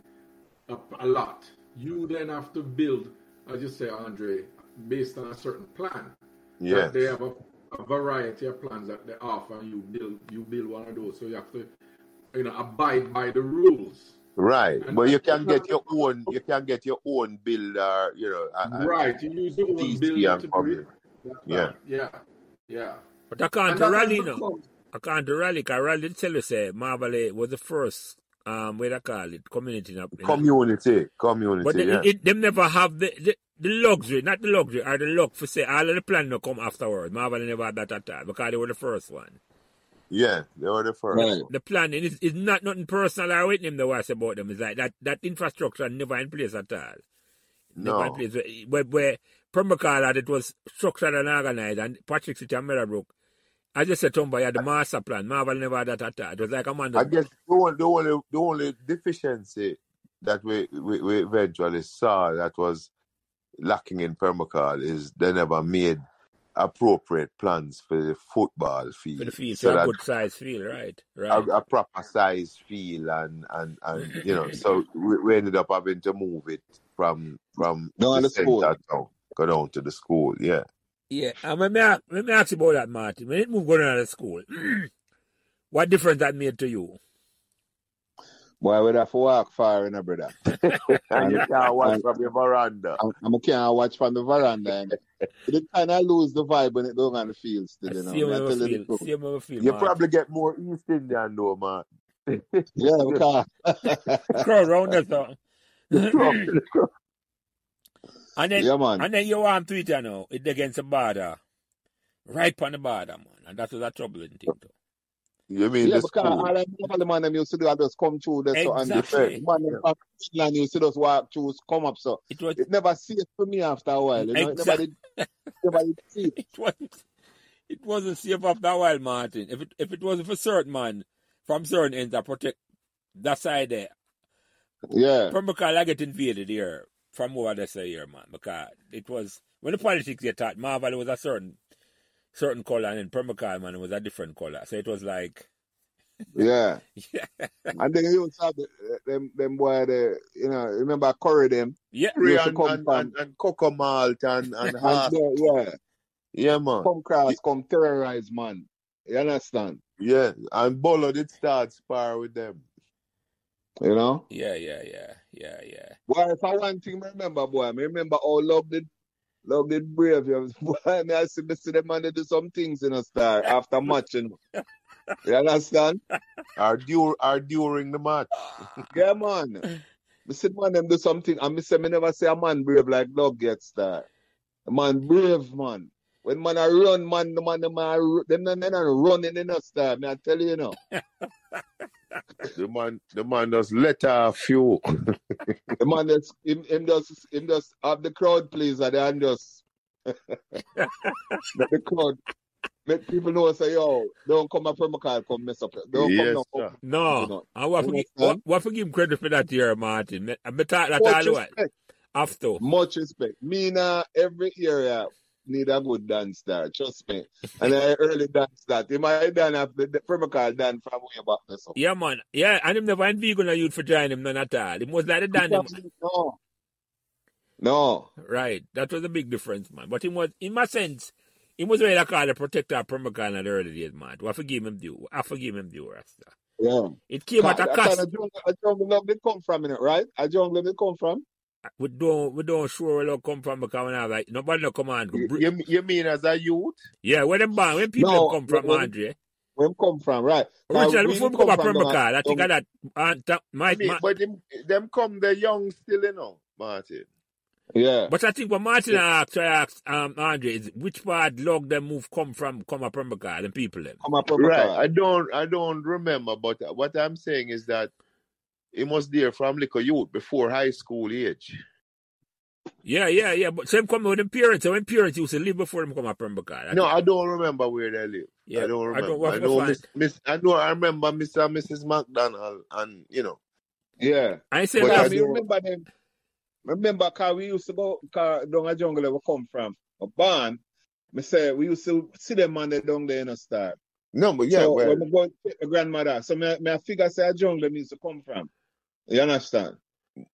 Speaker 3: a, a lot, you then have to build, as you say, Andre, based on a certain plan. That they
Speaker 4: yes
Speaker 3: have a, a variety of plans that they offer. You build, you build one of those. So you have to, you know, abide by the rules.
Speaker 4: right
Speaker 3: And
Speaker 4: but you
Speaker 3: that's the
Speaker 4: can
Speaker 3: plan.
Speaker 4: get your own you can get your own builder you know a, a
Speaker 3: Right, you use your own
Speaker 4: dc
Speaker 3: builder
Speaker 4: and
Speaker 3: to do it.
Speaker 4: public
Speaker 3: That's
Speaker 4: yeah
Speaker 3: right. Yeah, yeah,
Speaker 1: But I can't
Speaker 3: and that has
Speaker 1: rally now.
Speaker 3: become
Speaker 1: I can't rally. Cause rally tell you say Marvel eh, was the first um what I call it community in, a- in a-
Speaker 4: community
Speaker 1: but
Speaker 4: community
Speaker 1: they,
Speaker 4: yeah
Speaker 1: it, it, them never have the, the the luxury, not the luxury, or the luck for say all of the plan no come afterwards. Marvel never had that at all because they were the first one.
Speaker 4: yeah they were the first
Speaker 2: Right.
Speaker 4: one
Speaker 1: the planning is, is not nothing personal or with them the worst about them. It's like that, that infrastructure never in place at all. Never in
Speaker 4: no
Speaker 1: place. Where, where Pembroke that it was structured and organized and Patrick City and Meadowbrook. I just said Tomba had the master plan. Marvel never had that at all. It was like a
Speaker 4: I
Speaker 1: man's
Speaker 4: guess
Speaker 1: book.
Speaker 4: the only, the only, the only deficiency that we, we, we eventually saw that was lacking in Permacal is they never made appropriate plans for the football
Speaker 1: For the
Speaker 4: field
Speaker 1: field, for
Speaker 4: so
Speaker 1: a
Speaker 4: that
Speaker 1: good size field, right?
Speaker 4: a,
Speaker 1: Right.
Speaker 4: a proper size field and and and you know so we, we ended up having to move it from from
Speaker 2: Down
Speaker 4: the
Speaker 2: at the school.
Speaker 4: center town go down to the school yeah
Speaker 1: Yeah. And when me, a- when me ask you about that, Martin, when it moved going out of school, what difference that made to you?
Speaker 2: Boy, we have to walk far, you know, brother.
Speaker 4: and
Speaker 2: And,
Speaker 4: you can't watch
Speaker 2: and,
Speaker 4: from your veranda
Speaker 2: and, and I can't watch from the veranda. And it kind of lose the vibe when it don't on the field still,
Speaker 1: I
Speaker 2: you
Speaker 1: see him
Speaker 2: know. Me I
Speaker 1: ever
Speaker 2: tell you the
Speaker 1: feel,
Speaker 2: truth.
Speaker 1: see him ever feel,
Speaker 4: you
Speaker 1: Martin.
Speaker 4: probably get more East Indian though man
Speaker 2: Yeah,
Speaker 4: the,
Speaker 2: because
Speaker 1: The crowd round us though.
Speaker 4: the crowd
Speaker 1: and
Speaker 4: the crowd.
Speaker 1: then
Speaker 2: yeah, man.
Speaker 1: and then you want Twitter now, it against the border. Right on the border, man. And that's a troubling thing too.
Speaker 4: you mean
Speaker 2: Yeah,
Speaker 4: the
Speaker 2: because
Speaker 4: school
Speaker 2: all the all the man them used to do, I just come through there, so, and
Speaker 4: the fair
Speaker 1: Exactly.
Speaker 2: the man them
Speaker 4: yeah.
Speaker 2: from Finland used to just walk through, come up, so
Speaker 1: It was
Speaker 2: it never safe to me after a while, you know. It never
Speaker 1: exact
Speaker 2: did, never did safe.
Speaker 1: it was It wasn't safe after a while, Martin. If it if it wasn't for certain man from certain ends that protect that side there,
Speaker 4: Yeah.
Speaker 1: from because I get invaded here from over this here, man. Because it was when the politics get taught, Marvel was a certain certain color, and then Permacal man it was a different color. So it was like,
Speaker 4: Yeah.
Speaker 1: yeah,
Speaker 2: And then you also have the, them them boy the you know remember Corey them
Speaker 1: yeah,
Speaker 2: You
Speaker 4: Curry
Speaker 2: also
Speaker 4: and,
Speaker 2: come
Speaker 4: and,
Speaker 2: from
Speaker 4: and, and cocoa malt and, and
Speaker 2: and
Speaker 4: half.
Speaker 2: they, yeah
Speaker 4: Yeah, man.
Speaker 2: come cross come terrorize man. You understand?
Speaker 4: Yeah. And Bolo did start spar with them.
Speaker 2: You know.
Speaker 1: yeah, yeah, yeah, yeah, yeah.
Speaker 2: Well, if I one thing, I remember boy, I remember how love did love did brave. You know. boy, me I see me see them man they do some things in a star after match. You, know. you understand?
Speaker 4: Or, dur- or during the match.
Speaker 2: Yeah, man. Me see man them do something, and me say me never say a man brave like love gets star. Man brave man. When man a run, man, the man them a ru- them them them a running in a star. Me I tell you, you know.
Speaker 4: The man the man just let her few.
Speaker 2: The man that's him, him just him just have the crowd please and then just let the crowd make people know say yo, don't come up from a car, come mess up. Don't come
Speaker 4: Yes,
Speaker 2: now, come
Speaker 4: sir.
Speaker 2: you
Speaker 1: No,
Speaker 2: know.
Speaker 1: I want
Speaker 2: You
Speaker 1: to give what
Speaker 2: understand?
Speaker 1: what for give him credit for that here, Martin. Me- I me talk that
Speaker 2: Much
Speaker 1: all what
Speaker 2: respect.
Speaker 1: after.
Speaker 2: Much respect. Me now every area need a good dance star, trust me. And I early dance that. He might done after the from a car done from way back mess up.
Speaker 1: Yeah, man. Yeah, and him never and vegan youth for join him none at all. It was like the dan him
Speaker 2: No. No.
Speaker 1: Right. That was a big difference, man. But he was, in my sense, he was really like a protector of Permacan in the early days, man. I forgive him due. I forgive him due, Rasta.
Speaker 2: Yeah.
Speaker 1: It came at
Speaker 2: Ca-
Speaker 1: a
Speaker 2: That kind
Speaker 1: cost.
Speaker 2: of jungle, a jungle love they come from in it, right? A jungle they come from.
Speaker 1: We don't, we don't sure where they come from because we have like, nobody no come on.
Speaker 4: You,
Speaker 1: Br-
Speaker 4: you, you mean as a youth?
Speaker 1: Yeah, where them born, when people them
Speaker 2: No,
Speaker 1: come
Speaker 2: where
Speaker 1: from,
Speaker 2: where
Speaker 1: Andre.
Speaker 2: where him come from, right? Cause
Speaker 1: Originally,
Speaker 2: we
Speaker 1: before
Speaker 2: him
Speaker 1: we
Speaker 2: come
Speaker 1: come to
Speaker 2: from down,
Speaker 1: Permacan, I think of
Speaker 2: down
Speaker 1: that, uh, that
Speaker 4: I
Speaker 1: my,
Speaker 4: mean,
Speaker 1: my,
Speaker 4: but them, them come the young still, you know, Martin.
Speaker 2: yeah.
Speaker 1: but I think what Martin
Speaker 2: They
Speaker 1: asked, I asked um, Andre, is which part log them move come from, come up Permacan, them people them.
Speaker 2: Come up from a
Speaker 4: Right.
Speaker 2: car.
Speaker 4: I don't I don't remember, but what I'm saying is that it was there from little youth before high school age.
Speaker 1: Yeah, yeah, yeah. But same come with them parents. So when parents used to live before them come up Permacan, I
Speaker 4: No,
Speaker 1: think.
Speaker 4: I don't remember where they live. I
Speaker 1: Yeah,
Speaker 4: don't
Speaker 1: I don't
Speaker 4: remember.
Speaker 1: want
Speaker 4: I
Speaker 1: to go
Speaker 4: know
Speaker 1: find.
Speaker 4: Miss Miss I know I remember Mr. and Mrs. McDonald and you know,
Speaker 2: Yeah.
Speaker 1: I say
Speaker 4: but
Speaker 2: Yeah,
Speaker 4: I
Speaker 1: last,
Speaker 2: me
Speaker 4: don't
Speaker 2: remember them. Remember, car we used to go car down a jungle where we come from. A barn. Me say we used to see them man they down there in a star.
Speaker 4: no but yeah,
Speaker 2: So
Speaker 4: well
Speaker 2: when we go to my grandmother, so me, me I figure say a jungle me used to come from. You understand?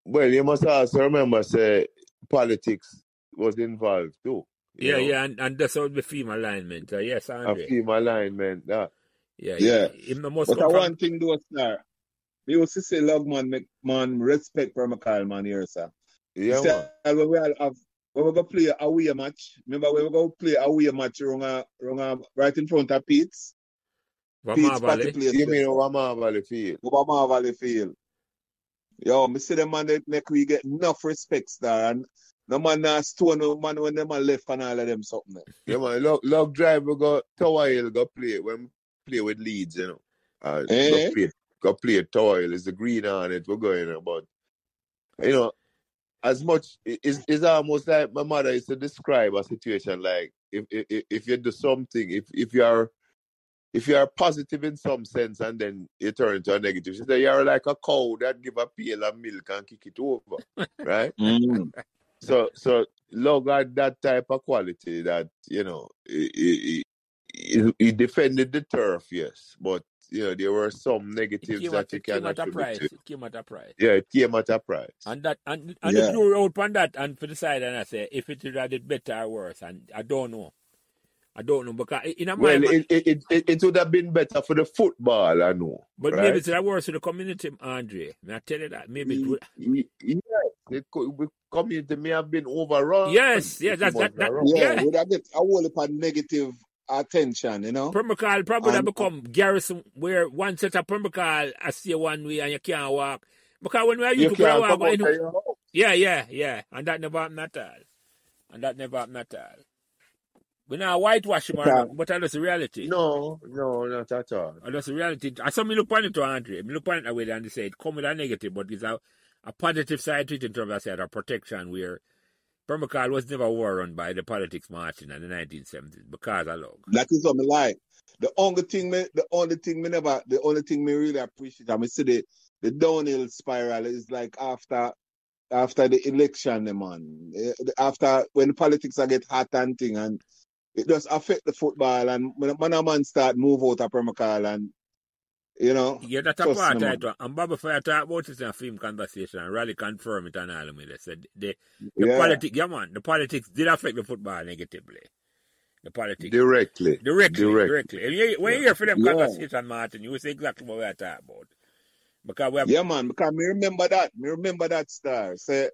Speaker 4: well you must also remember say politics was involved too,
Speaker 1: yeah,
Speaker 4: you know.
Speaker 1: yeah, and, and that's how the theme alignment. Uh, yes,
Speaker 4: A
Speaker 1: Andre.
Speaker 4: female alignment that
Speaker 1: Yeah, yeah.
Speaker 2: Yeah.
Speaker 1: Him the most
Speaker 2: But
Speaker 1: come
Speaker 2: I
Speaker 1: from.
Speaker 2: one thing though, star. Me used to say love man, make man respect for my car man here, sir. You
Speaker 4: yeah
Speaker 2: see,
Speaker 4: man.
Speaker 2: uh, when we all have when we go play away match, remember when we go play away match wrong, uh, wrong, uh, right in front of Pete's,
Speaker 1: From
Speaker 2: Pete's party
Speaker 1: Marvel,
Speaker 2: place,
Speaker 4: You mean
Speaker 2: yes, sir.
Speaker 4: over Marvel Field.
Speaker 2: Over Marvel Field. Yo, me see them man that make we get enough respect, star. And no man not stone, no man when them a left and all of them something. there.
Speaker 4: Yeah man, Log Log Drive we go Tower Hill go play when play with Leeds, you know. Uh go
Speaker 2: Eh?
Speaker 4: play go play at Tower Hill. It's the green on it, we're going about you know, as much it- it's, it's almost like my mother used to describe a situation like if if, if you do something if if you are if you are positive in some sense and then you turn into a negative she said you're like a cow that give a pail of milk and kick it over right
Speaker 2: Mm.
Speaker 4: so so log had that type of quality that you know he, he, he he defended the turf yes but you know there were some
Speaker 1: it
Speaker 4: negatives
Speaker 1: came at
Speaker 4: that you
Speaker 1: it
Speaker 4: can
Speaker 1: came at a
Speaker 4: attribute to
Speaker 1: price. It came at a price.
Speaker 4: yeah it came at a price
Speaker 1: And that and and if
Speaker 2: Yeah.
Speaker 1: you out on that and for the side and I say if it is had it better or worse and I don't know. I don't know because i- in a my
Speaker 4: Well,
Speaker 1: mind,
Speaker 4: it it, it it it would have been better for the football, I know,
Speaker 1: but maybe
Speaker 4: right? Mm.
Speaker 1: it's a worse for the community, Andre. May I tell you that? Maybe it
Speaker 4: Y-
Speaker 1: would
Speaker 4: y- Yes, the co- the community may have been overrun
Speaker 1: Yes,
Speaker 4: if
Speaker 1: yes,
Speaker 4: it
Speaker 1: that's that
Speaker 4: wasn't
Speaker 1: that
Speaker 4: around.
Speaker 2: Yeah,
Speaker 1: yeah.
Speaker 2: would I get a whole lot of negative attention, you know?
Speaker 1: Permacal probably would have
Speaker 2: And
Speaker 1: become garrison where one set of permacal I see one way and you can't walk. Because when we are
Speaker 4: You
Speaker 1: YouTube, we are
Speaker 4: can't
Speaker 1: walk
Speaker 4: come
Speaker 1: by
Speaker 4: out of
Speaker 1: you.
Speaker 4: your house.
Speaker 1: Yeah, yeah, yeah. And that never happened at all. And that never happened at all. We not whitewash him or
Speaker 2: uh,
Speaker 1: nothing, but that's the reality.
Speaker 4: No, no, not at all.
Speaker 1: And that's the reality. I saw me look on it to Andre. Me look on it that way and they say it come with a negative, but it's a, a positive side to it in terms of say, the protection where Permacal was never war run by the politics marching in the 1970s because of love.
Speaker 2: That is what I like. The only thing me, the only thing me never, the only thing me really appreciate, I mean, see the, the downhill spiral is like after, after the election, the man, Eh, the- after when politics are get hot and thing, and it just affect the football, and when when a man start move out of Permacal, and you know,
Speaker 1: Yeah, that's a
Speaker 2: trust me,
Speaker 1: part of
Speaker 2: man.
Speaker 1: it. And Baba Fire talk about it in a film conversation and really confirm it and all of me. They said the, the
Speaker 2: Yeah.
Speaker 1: politics, yeah man, the politics did affect the football negatively. The politics.
Speaker 4: Directly.
Speaker 1: Directly,
Speaker 4: Direct.
Speaker 1: directly. And you, when you hear for them
Speaker 2: Yeah.
Speaker 1: conversation, Martin, you will see exactly what we're talking about. Because we have,
Speaker 2: Yeah, man, because me remember that. Me remember that star. Say,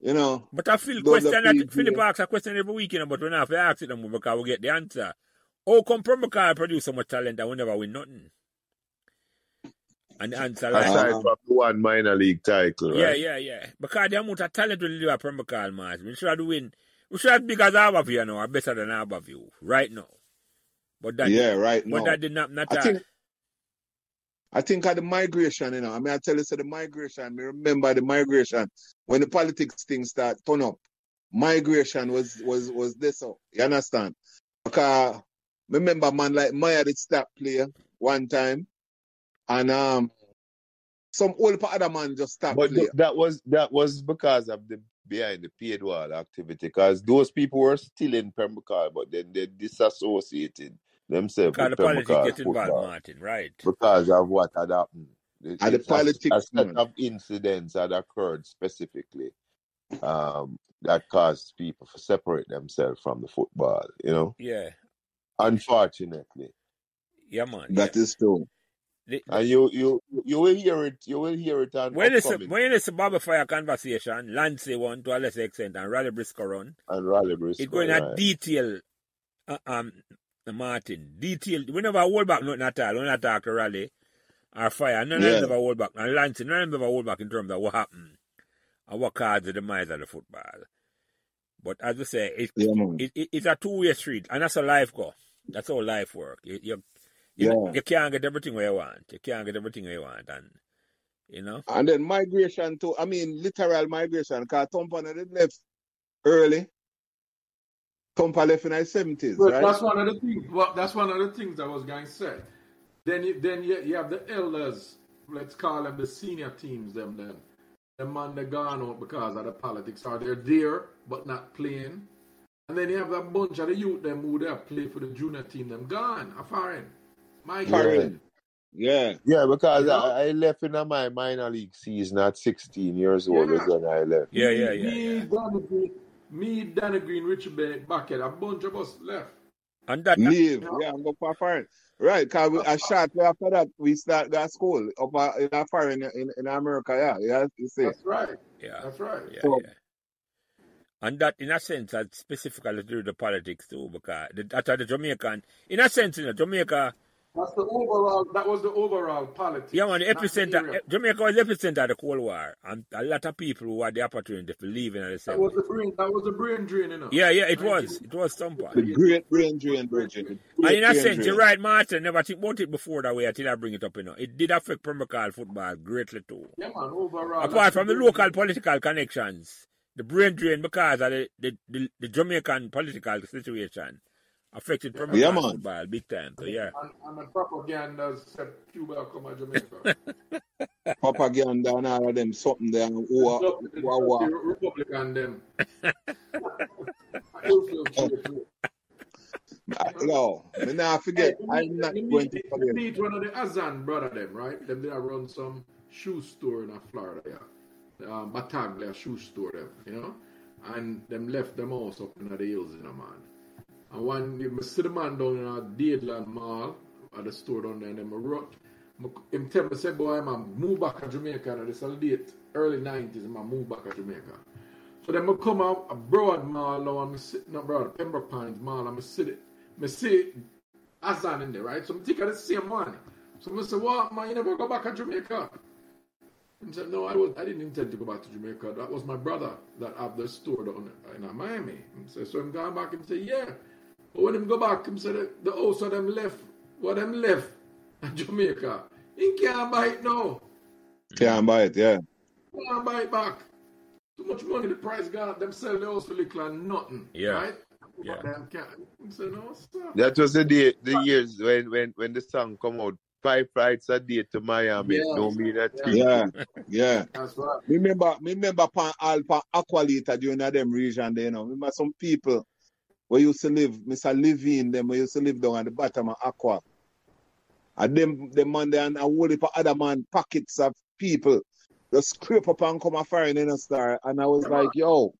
Speaker 2: you know,
Speaker 1: but I feel question that Philip
Speaker 2: WPG.
Speaker 1: asks a question every weekend, but we don't have to ask it no more because we get the answer. How come Promocar produce so much talent and we never win nothing? And the answer lie.
Speaker 4: Aside
Speaker 2: Um,
Speaker 4: from the one minor league title,
Speaker 1: Yeah,
Speaker 4: right?
Speaker 1: yeah, yeah. Because the amount of talent we deliver from Bacall, man. We should have win. We should have big as Harborview now, or better than Harborview, right now. But that
Speaker 2: yeah, right
Speaker 1: but
Speaker 2: now.
Speaker 1: that did not
Speaker 2: I
Speaker 1: matter.
Speaker 2: think I think of the migration, you know. I mean I tell you so the migration, me remember the migration. When the politics thing start turn up, migration was was was this up. You understand? Because me remember man like Maya did start player one time and um some old other man just stopped
Speaker 4: But th-
Speaker 2: player.
Speaker 4: that was that was because of the behind the paid wall activity, because those people were still in Pembroke, but then they disassociated themselves
Speaker 1: Because
Speaker 4: with
Speaker 1: the politics
Speaker 4: Pembroke
Speaker 1: get involved,
Speaker 4: football
Speaker 1: Martin, right?
Speaker 4: because of what had happened. It-
Speaker 2: And the
Speaker 4: It's a, a
Speaker 2: politics
Speaker 4: set
Speaker 2: man.
Speaker 4: of incidents that occurred specifically um, that caused people to separate themselves from the football. You know,
Speaker 1: Yeah.
Speaker 4: unfortunately.
Speaker 1: Yeah, man, yeah.
Speaker 2: That is true.
Speaker 1: The, the,
Speaker 4: And you you you will hear it you will hear it on
Speaker 1: when it's a,
Speaker 4: upcoming
Speaker 1: when it's a Baba Fire conversation, Lancey one to a lesser extent and Raleigh Briscoe run,
Speaker 4: and Raleigh
Speaker 1: it's
Speaker 4: Briscoe,
Speaker 1: going to
Speaker 4: right?
Speaker 1: detail uh, um Martin. Detail we never hold back nothing at all. We not talk to Raleigh. Our fire. None of
Speaker 2: Yeah.
Speaker 1: them never hold back. And Lansing, none of them never hold back in terms of what happened and what caused the demise of the football. But as I say, it,
Speaker 2: Yeah, man.
Speaker 1: it, it, it's a two-way street, and that's how life go. That's how life work. You, you, you,
Speaker 2: Yeah.
Speaker 1: know, you can't get everything where you want. You can't get everything where you want, and you know.
Speaker 2: And then migration too. I mean, literal migration. Because Tompa no did left early. Tompa left in the seventies,
Speaker 3: Well,
Speaker 2: right?
Speaker 3: that's one of the things. Well, that's one of the things I was going to say. Then you then you, you have the elders. Let's call them the senior teams. Them then the man they gone out because of the politics, or they're there but not playing. And then you have that bunch of the youth them who they play for the junior team. Them gone, a foreign,
Speaker 4: Yeah.
Speaker 3: migrated.
Speaker 2: Foreign. Yeah.
Speaker 4: Yeah, because
Speaker 3: You know,
Speaker 4: I, I left in my minor league season at 16 years old was
Speaker 3: yeah.
Speaker 4: when I left.
Speaker 1: Yeah, yeah,
Speaker 3: Me,
Speaker 1: yeah, yeah.
Speaker 3: me, Danny Green, me, Danny Green, Richard Bennett, Bucket, a bunch of us left.
Speaker 1: And that, that
Speaker 2: Leave.
Speaker 3: You know,
Speaker 2: Yeah, I'm going for foreign. Right, because a shortly after that we start that school up a- in a foreign in, in America, yeah. Yeah, you see.
Speaker 3: that's right.
Speaker 1: yeah,
Speaker 3: That's right.
Speaker 1: yeah,
Speaker 2: So
Speaker 1: yeah. And that, in a sense, has specifically to do with the politics too, because the, that's how the Jamaican, in a sense, you know, Jamaica,
Speaker 3: That's the overall. That was the overall
Speaker 1: Yeah,
Speaker 3: politics,
Speaker 1: man, the
Speaker 3: not the
Speaker 1: epicenter,
Speaker 3: area.
Speaker 1: eh, Jamaica was the epicenter of the Cold War, and a lot of people who had the opportunity to leave in the
Speaker 3: That was
Speaker 1: 70s.
Speaker 3: the brain. That was the brain drain, you know.
Speaker 1: Yeah, yeah, it was.
Speaker 3: 1958
Speaker 1: It was Stumper.
Speaker 2: the great brain
Speaker 3: was the
Speaker 2: drain,
Speaker 3: brain
Speaker 2: Bridget.
Speaker 3: drain.
Speaker 2: The
Speaker 1: And
Speaker 2: great
Speaker 1: in a
Speaker 2: brain
Speaker 1: sense, you're
Speaker 2: drain.
Speaker 1: right, Martin, never think about it before that way until I bring it up, you know. It did affect Premier football greatly too.
Speaker 3: Yeah, man. Overall, that's
Speaker 1: Apart
Speaker 3: the
Speaker 1: from the
Speaker 3: brain
Speaker 1: local
Speaker 3: drain.
Speaker 1: political connections, the brain drain because of the, the, the, the Jamaican political situation affected
Speaker 3: Yeah,
Speaker 1: Premier
Speaker 2: Yeah,
Speaker 3: man.
Speaker 2: man.
Speaker 1: football big time. So, yeah.
Speaker 3: And, and the propaganda said Cuba come to Jamaica.
Speaker 2: Propaganda and all of them something there and who
Speaker 3: And
Speaker 2: are,
Speaker 3: love
Speaker 2: who are, who
Speaker 3: the
Speaker 2: are.
Speaker 3: Republican them. Infiltrated.
Speaker 2: I- No, me not
Speaker 3: Hey,
Speaker 2: forget.
Speaker 3: you meet,
Speaker 2: I'm not
Speaker 3: you
Speaker 2: going
Speaker 3: meet,
Speaker 2: to
Speaker 3: you
Speaker 2: forget.
Speaker 3: meet one of the Azan brother them, right? Them they are run some shoe store in uh, Florida, yeah. Um, Batag, they are shoe store them, you know. And them left them house up in the hills, you know, man. And one, you me see the man down in a Deadland Mall, at the store down there, and them run. Him tell me, say, boy, man, move back to Jamaica. And this is late, early 90s, man, move back to Jamaica. So then I come out abroad mall now, I'm sitting abroad, Pembroke Pines mall, I'm sitting, I see Hassan in there, right? So I'm thinking the same man. So I say, what, man, you never go back to Jamaica? He said, no, I, was, I didn't intend to go back to Jamaica. That was my brother that have the store down in uh, Miami. He said, so I'm going back. He said, yeah. But when him go back, him said, the, the house of them left, what them left at Jamaica, he can't buy it now.
Speaker 1: Mm.
Speaker 2: Yeah, I'm by it. Yeah.
Speaker 3: He can't buy it back. Too much money, the price gone up. Them sell the house for little and nothing.
Speaker 1: Yeah.
Speaker 3: Right?
Speaker 1: Yeah.
Speaker 3: Them can't sell the house. sir.
Speaker 4: That was the day, the years when when when the song come out. Five flights a day to Miami.
Speaker 3: Yeah.
Speaker 4: No mean a
Speaker 3: Yeah.
Speaker 4: thing.
Speaker 2: Yeah, yeah.
Speaker 3: That's right.
Speaker 2: Me Remember, me remember pan Alpha Aqualita during a them region there, you know. Remember some people where used to live, Mr. Levine, them where used to live down at the bottom of Aqua. And them them man there and a whole heap of other man pockets of people just scrape up and come a foreign in a star. And I was
Speaker 3: Yeah, man.
Speaker 2: like, yo,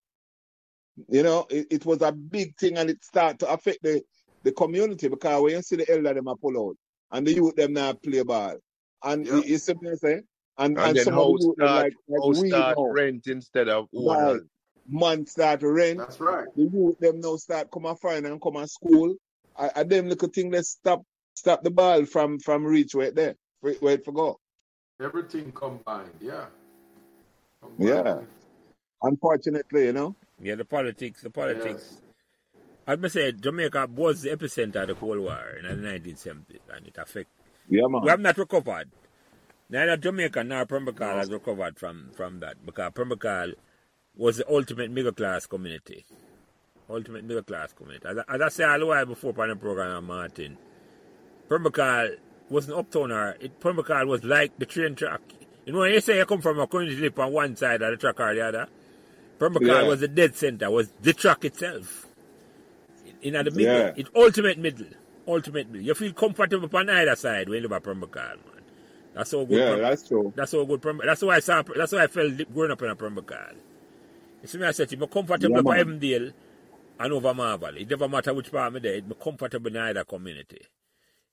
Speaker 2: you know, it, it was a big thing and it start to affect the, the community because when you see the elder them a pull out and the youth them now play ball. And
Speaker 3: Yeah.
Speaker 2: you, you see what I'm saying? And,
Speaker 4: And
Speaker 2: and
Speaker 4: then
Speaker 2: some of the
Speaker 4: how
Speaker 2: youth them
Speaker 4: start
Speaker 2: like, like
Speaker 4: how
Speaker 2: we
Speaker 4: start
Speaker 2: know
Speaker 4: rent instead of
Speaker 2: right.
Speaker 4: owner.
Speaker 2: Man start to rent.
Speaker 3: That's right.
Speaker 2: The youth them now start come a foreign and come a school. I, I them little thing that stop stop the ball from from reach where it there where it- where it for go.
Speaker 3: Everything combined. Yeah. Combined.
Speaker 2: Yeah. Unfortunately, you know.
Speaker 1: Yeah, the politics, the politics.
Speaker 3: Yes.
Speaker 1: As I said, Jamaica was the epicenter of the Cold War in the 1970s, and it affected.
Speaker 2: Yeah,
Speaker 1: We
Speaker 2: man.
Speaker 1: have not recovered. Neither Jamaica nor Pembrokeshire
Speaker 3: No.
Speaker 1: has recovered from, from that because Pembrokeshire was the ultimate middle class community. Ultimate middle class community. As I, as I said all the while before on the program, Martin, Pembrokeshire was an uptowner. It, Pembrokeshire was like the train track. You know, when you say you come from a community live on one side of the track or the other, Pembrokeshire
Speaker 2: Yeah.
Speaker 1: was the dead center, was the track itself in the middle.
Speaker 2: Yeah.
Speaker 1: It ultimate middle. Ultimate middle. You feel comfortable on either side when you live at Pembroke, man. That's all good.
Speaker 2: Yeah,
Speaker 1: Pem-
Speaker 2: that's true.
Speaker 1: that's all good. Pembroke. That's why I saw. That's why I felt li- growing up in a Pembroke. You see me, I said, I'm comfortable
Speaker 2: Yeah,
Speaker 1: for
Speaker 2: man.
Speaker 1: Avondale and over Marvel. It never matter which part I'm there. It be comfortable in either community.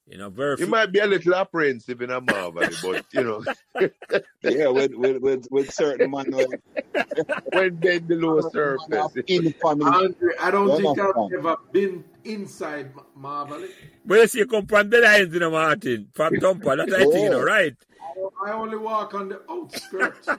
Speaker 1: You know, very
Speaker 4: You
Speaker 1: few.
Speaker 4: might be a little apprehensive in a marvel, but you know
Speaker 2: Yeah, with with with, with certain man with
Speaker 4: when dead below
Speaker 2: certain man of
Speaker 4: surface.
Speaker 2: infamy.
Speaker 3: Andre, I don't
Speaker 2: You
Speaker 3: think I've
Speaker 2: understand?
Speaker 3: ever been inside Ma- Marvel.
Speaker 1: But you see, you come from the lines, you know, Martin, from Tampa. That's I think, you know,
Speaker 2: Yeah.
Speaker 1: right?
Speaker 3: I only walk on the outskirts.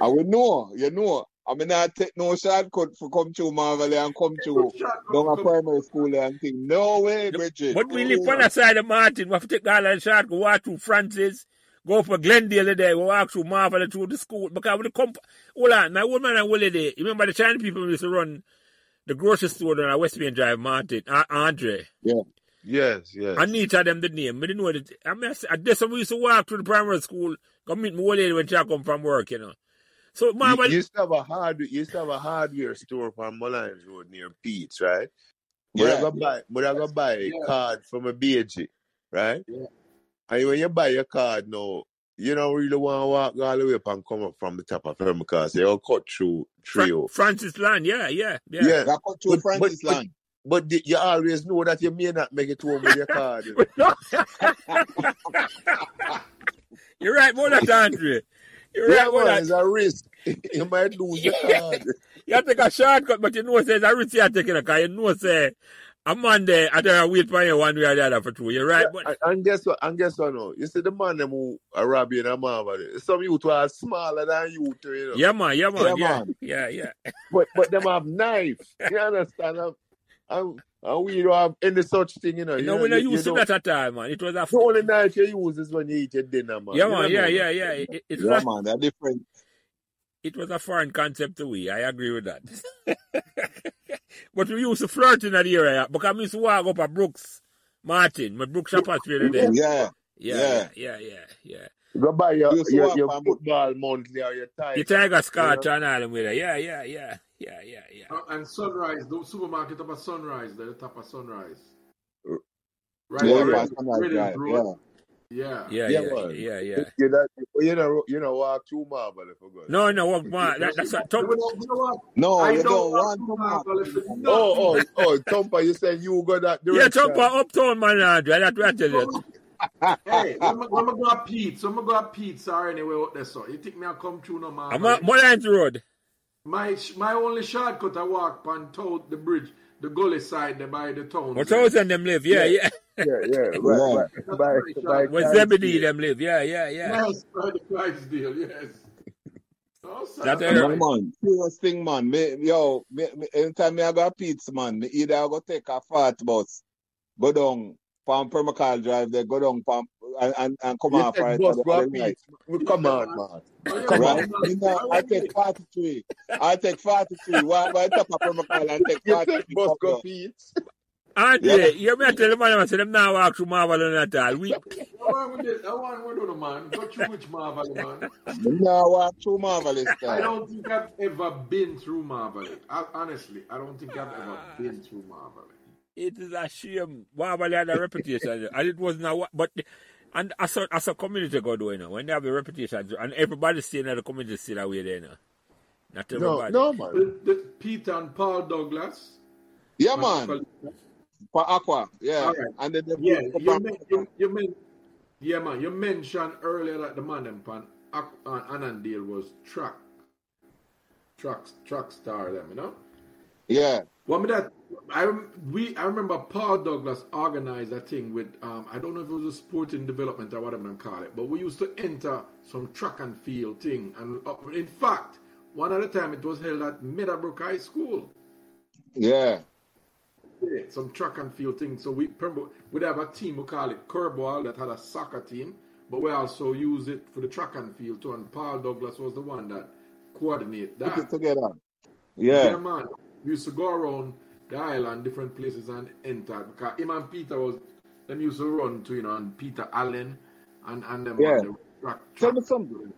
Speaker 2: I will know, you know. I mean I take no shortcut for come to Marvel and come
Speaker 3: Good
Speaker 2: to
Speaker 3: shot,
Speaker 2: down
Speaker 3: good
Speaker 2: a
Speaker 3: come.
Speaker 2: primary school there and thing. No way,
Speaker 1: Look,
Speaker 2: Bridget.
Speaker 1: But we
Speaker 2: No
Speaker 1: live
Speaker 4: Oh.
Speaker 2: way.
Speaker 1: on the side of Martin. We have to take all the shot, go walk through Francis, go for Glendale today, go walk through Marvel through the school. Because when the comp hold on, my old man and Willie there, you remember the Chinese people used to run the grocery store down at West Main Drive, Martin, uh, Andre.
Speaker 2: Yeah.
Speaker 4: yes, yes.
Speaker 1: Anita them the name. We didn't know that I mean I s- I did some we used to walk through the primary school, go meet my old lady when she come from work, you know. So
Speaker 4: You
Speaker 1: Marvel
Speaker 4: you used to have a hard you used to have a hardware store on Mullins Road near Pete's, right? But I
Speaker 2: Yeah.
Speaker 4: go buy but I go buy a
Speaker 3: Yeah.
Speaker 4: card from a BG, E, right?
Speaker 3: Yeah.
Speaker 4: And when you buy your card now, you don't really want to walk all the way up and come up from the top of them because they'll cut through
Speaker 1: Fra-
Speaker 4: trio.
Speaker 1: Francis Land, yeah, yeah, yeah.
Speaker 4: Yeah.
Speaker 2: Got cut to
Speaker 4: But but
Speaker 2: Francis
Speaker 4: but
Speaker 2: Land.
Speaker 4: but the- you always know that you may not make it home with your card, you know.
Speaker 1: You're right, more than that, Andre. You're right,
Speaker 4: Yeah,
Speaker 1: more
Speaker 4: man,
Speaker 1: than
Speaker 4: it's a risk. you might lose your card.
Speaker 1: you have to take a shortcut, but you know, say, I really are taking a car. You know, say, a man there, I don't wait for you one way or the other for two. You're
Speaker 4: Yeah,
Speaker 1: right, but
Speaker 4: and, and guess what? And guess what? Now, you see the man them who are robbing a marvel. Some youth are smaller than you, too, you know.
Speaker 1: yeah, man, yeah, man,
Speaker 2: Yeah,
Speaker 1: yeah,
Speaker 2: man.
Speaker 1: yeah, yeah.
Speaker 4: But but them have knife. You understand? And, and, and we don't have any such thing, you know.
Speaker 1: You
Speaker 4: You
Speaker 1: know,
Speaker 4: know,
Speaker 1: we not
Speaker 4: you, you
Speaker 1: used to
Speaker 4: know.
Speaker 1: that at all, man. It was a,
Speaker 4: The only knife you use is when you eat your dinner, man.
Speaker 1: yeah,
Speaker 4: You
Speaker 1: man,
Speaker 4: don't
Speaker 1: yeah,
Speaker 4: know that.
Speaker 1: yeah, yeah. It, it was
Speaker 2: Yeah,
Speaker 1: a,
Speaker 2: man. They're different.
Speaker 1: it was a foreign concept to we. I agree with that. but we used to flirt in that area because I used to walk up at Brooks Martin, my Brooks Shopper Street there.
Speaker 2: Yeah.
Speaker 1: Yeah,
Speaker 2: Yeah.
Speaker 1: yeah, yeah, yeah, yeah.
Speaker 4: You go buy your,
Speaker 2: You used to
Speaker 4: your,
Speaker 2: walk
Speaker 4: your
Speaker 2: on book.
Speaker 4: football monthly or your
Speaker 1: Your
Speaker 4: tiger,
Speaker 1: tiger
Speaker 4: you
Speaker 1: scar
Speaker 4: know.
Speaker 1: turn all them with it. Yeah, yeah, yeah, yeah, yeah, yeah.
Speaker 3: Uh, and sunrise, the supermarket up at sunrise, there, the top of sunrise.
Speaker 4: R-
Speaker 3: Right
Speaker 2: Yeah,
Speaker 3: by
Speaker 4: Well,
Speaker 3: Red,
Speaker 2: past sunrise
Speaker 3: Red Hill
Speaker 2: drive.
Speaker 3: Road.
Speaker 2: Yeah.
Speaker 1: Yeah,
Speaker 3: Yeah.
Speaker 4: yeah,
Speaker 1: yeah,
Speaker 4: man.
Speaker 1: yeah, yeah.
Speaker 4: You, you, not, you, know, you know, walk too marvel for God.
Speaker 1: No, no, what, what,
Speaker 3: No,
Speaker 1: that, that's
Speaker 3: you
Speaker 1: what
Speaker 3: don't-
Speaker 1: Tom.
Speaker 3: you don't- you know what?
Speaker 2: No,
Speaker 3: I
Speaker 2: Oh, you
Speaker 3: don't
Speaker 2: don't
Speaker 3: want
Speaker 2: want
Speaker 3: to
Speaker 2: to mark
Speaker 3: marvel for
Speaker 2: people.
Speaker 3: nothing.
Speaker 4: Oh, oh, oh, Tompa, you saying you go that
Speaker 1: Yeah, Tom
Speaker 4: direction.
Speaker 1: for uptown man, Andre. That's what I tell you.
Speaker 3: Hey, when I when I go at Pete's, when I go at Pete's or anywhere out there, so you think me I come through no
Speaker 1: I'm
Speaker 3: marvel?
Speaker 1: on Mullins Road.
Speaker 3: My sh- my only shortcut I walk on tow the bridge, the gully side there by the
Speaker 1: What
Speaker 3: towns there.
Speaker 1: thousand them live? Yeah,
Speaker 4: Yeah,
Speaker 1: yeah.
Speaker 4: yeah, yeah. Right,
Speaker 2: yeah.
Speaker 4: right.
Speaker 3: That's
Speaker 4: By,
Speaker 3: my
Speaker 4: by
Speaker 3: shortcut.
Speaker 1: Where
Speaker 4: Christ
Speaker 1: Zebedee
Speaker 4: deal.
Speaker 1: them live? Yeah, yeah, yeah.
Speaker 3: Yes, by the Christ deal, yes. Oh, sir,
Speaker 1: That
Speaker 3: that's
Speaker 1: area.
Speaker 2: No
Speaker 3: right.
Speaker 2: man, serious thing, man. Me, yo, me, me, anytime me I go pizza, man, me either I go take a fat bus, go down Palm Permacal Drive, there, go down Palm and, and, and come
Speaker 9: You
Speaker 2: off
Speaker 9: take
Speaker 2: right
Speaker 9: bus,
Speaker 2: at the,
Speaker 9: go
Speaker 2: at
Speaker 9: and
Speaker 2: the light.
Speaker 9: beat. We come
Speaker 3: Yeah,
Speaker 9: on,
Speaker 3: man.
Speaker 9: man.
Speaker 3: Oh, yeah,
Speaker 9: Come
Speaker 3: man,
Speaker 9: on.
Speaker 2: Right?
Speaker 3: man.
Speaker 2: Me know,
Speaker 3: I
Speaker 2: I
Speaker 3: want
Speaker 2: take
Speaker 3: me.
Speaker 2: 43. I take 43. Why, why top up from a call and take
Speaker 9: You take
Speaker 2: 43
Speaker 9: bus,
Speaker 2: up
Speaker 9: go
Speaker 2: there?
Speaker 9: feet.
Speaker 2: Yeah.
Speaker 1: Andre, you may tell the man, I said, them now walk through Marvel and that all. We,
Speaker 3: I want with this. I want with the man. Got you which Marvel, man.
Speaker 2: Me know what true marvelous
Speaker 3: I
Speaker 2: time.
Speaker 3: don't think I've ever been through Marvel. I, honestly, I don't think I've ever been through Marvel.
Speaker 1: it is a shame. Marvel had a reputation, and it wasn't a wa- but. And as a, as a community go do, you know, when they have a reputation, and everybody staying in the community still away there, you know. Not
Speaker 9: No,
Speaker 1: everybody.
Speaker 9: no, man.
Speaker 3: The, the Peter and Paul Douglas.
Speaker 2: Yeah,
Speaker 3: And
Speaker 2: man. For Aqua. Yeah.
Speaker 3: all right.
Speaker 2: And then they
Speaker 3: Yeah,
Speaker 2: broke up
Speaker 3: you
Speaker 2: and
Speaker 3: meant
Speaker 2: broke up.
Speaker 3: you, you meant yeah, man. You mentioned earlier that the man them pan Ak- uh, Anandale was track track track star them, you know.
Speaker 2: Yeah.
Speaker 3: Well, I mean that I rem- we I remember Paul Douglas organized a thing with um I don't know if it was a sporting development or whatever they call it, but we used to enter some track and field thing, and uh, in fact, one at a time it was held at Meadowbrook High School.
Speaker 2: Yeah.
Speaker 3: Yeah, some track and field thing. So we remember we'd have a team we call it Kerbal that had a soccer team, but we also use it for the track and field too. And Paul Douglas was the one that coordinate
Speaker 2: Put it
Speaker 3: that.
Speaker 2: together.
Speaker 3: Yeah,
Speaker 2: Yeah.
Speaker 3: man. We used to go around the island, different places, and enter because him and Peter was them used to run to you know, and Peter Allen and and them
Speaker 2: Yeah.
Speaker 3: man, the track
Speaker 2: Tell
Speaker 3: track.
Speaker 2: me something.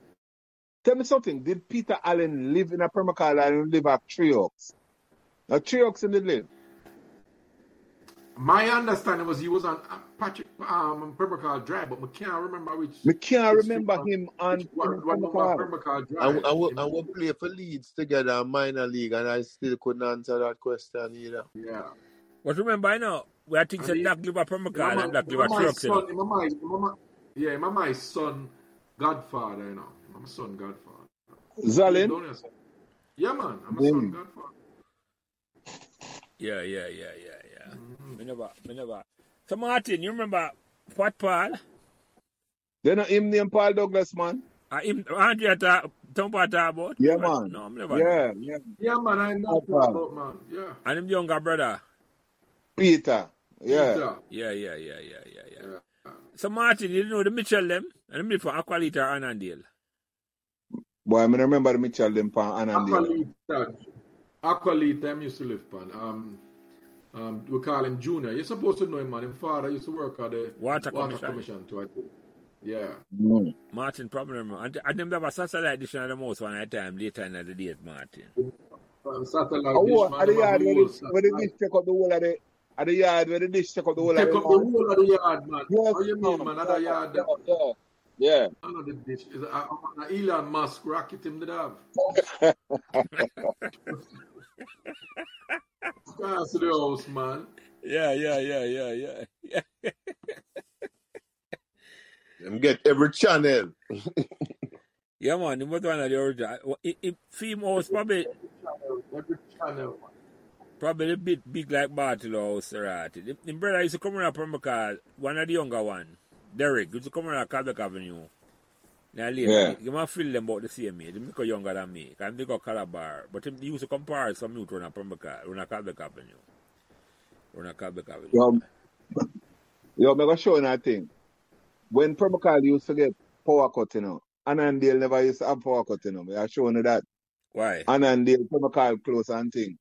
Speaker 2: Tell me something. Did Peter Allen live in a permaculture and live at Tree Oaks? Now, Tree Oaks in the live.
Speaker 3: My understanding was he was on uh, Patrick um Pembrokeshire Drive, but I can't remember which
Speaker 2: Me can't
Speaker 3: which
Speaker 2: remember him
Speaker 3: which
Speaker 2: on
Speaker 3: what
Speaker 2: in
Speaker 3: what number of
Speaker 2: permaculture.
Speaker 3: Pembrokeshire
Speaker 4: And,
Speaker 3: Drive.
Speaker 4: and, we,
Speaker 3: In,
Speaker 4: and we play for Leeds together in minor league, and I still couldn't answer that question either.
Speaker 3: yeah.
Speaker 1: But remember, you know, we are things
Speaker 3: And
Speaker 1: that
Speaker 3: he,
Speaker 1: Doc Liver
Speaker 3: my,
Speaker 1: Permacal
Speaker 3: my,
Speaker 1: and Doc
Speaker 3: my,
Speaker 1: Liver
Speaker 3: my
Speaker 1: Trucks, you know.
Speaker 3: son, my, my, my, yeah, my, my son, Godfather, you know. I'm a son Godfather. He live
Speaker 2: Zalin?
Speaker 3: down here. son. Yeah, man, I'm a son
Speaker 2: Him.
Speaker 3: Godfather.
Speaker 1: Yeah, yeah, yeah, yeah, yeah.
Speaker 3: hmm
Speaker 1: Me never, me never. So, Martin, you remember Fat Paul?
Speaker 2: They know him name Paul Douglas, man.
Speaker 1: Uh, him, Andrea ta, Tom Paul talk about? Me
Speaker 2: Yeah,
Speaker 1: never,
Speaker 2: man.
Speaker 1: no, me never know.
Speaker 2: Yeah, yeah.
Speaker 3: Yeah, man, I
Speaker 2: Paul
Speaker 3: know that
Speaker 2: Paul.
Speaker 3: about, man. Yeah.
Speaker 1: And him younger brother.
Speaker 2: Peter. Yeah.
Speaker 3: Peter.
Speaker 1: Yeah, yeah, yeah, yeah, yeah, yeah.
Speaker 3: Yeah.
Speaker 1: So, Martin, you know the Mitchell them? And them live for Aqualita and Anandale.
Speaker 2: Boy, I mean, I remember the Mitchell them pan Anandale.
Speaker 3: Aqualita. Aqualita, them used to live, man. Um, um, we call him Junior. You're supposed to know him, man. His father used to work at the
Speaker 1: Water
Speaker 3: Water
Speaker 1: Commission.
Speaker 3: Commission, too, I think. Yeah.
Speaker 2: Mm.
Speaker 1: Martin probably remember. And, and them have a satellite dish in the most one at a time later in the day, Martin.
Speaker 3: Um, satellite dish,
Speaker 2: Oh,
Speaker 3: man,
Speaker 2: at the
Speaker 3: them have a
Speaker 2: yard where the,
Speaker 3: whole
Speaker 2: where the
Speaker 3: satellite
Speaker 2: dish take up the whole of the, at the yard where the dish take up the whole of
Speaker 3: Take
Speaker 2: the
Speaker 3: up the
Speaker 2: yard.
Speaker 3: whole of the yard, man.
Speaker 2: Yes,
Speaker 3: How you mean,
Speaker 2: man.
Speaker 3: man? Other
Speaker 2: Yeah,
Speaker 3: yard, them,
Speaker 2: yeah, yeah.
Speaker 3: another dish. Is a, a, a Elon Musk rocket him did have.
Speaker 2: Yeah.
Speaker 3: Pass to the house, man.
Speaker 1: Yeah, yeah, yeah, yeah, yeah. yeah.
Speaker 4: Them get every channel.
Speaker 1: Yeah, man, it was one of the original. Uh, It, it, Fame House probably,
Speaker 3: Every channel, man.
Speaker 1: probably a bit big like Bartle House, right? The, the brother used to come around from car, one of the younger one, Derek, used to come around Quebec Avenue. Now later,
Speaker 2: Yeah.
Speaker 1: you you might feel them about the same eh? age. They're younger than me. I'm they got Calabar. But them- they used to compare some youth run a Pembroke, run a Quebec Avenue. Run a Quebec Avenue.
Speaker 2: Yo, yo, me go show you that thing. When Permacal used to get power cut, you know, Anandale never used to have power cut, you know. Me I showing you that.
Speaker 1: Why?
Speaker 2: Anandale, Permacal close and thing.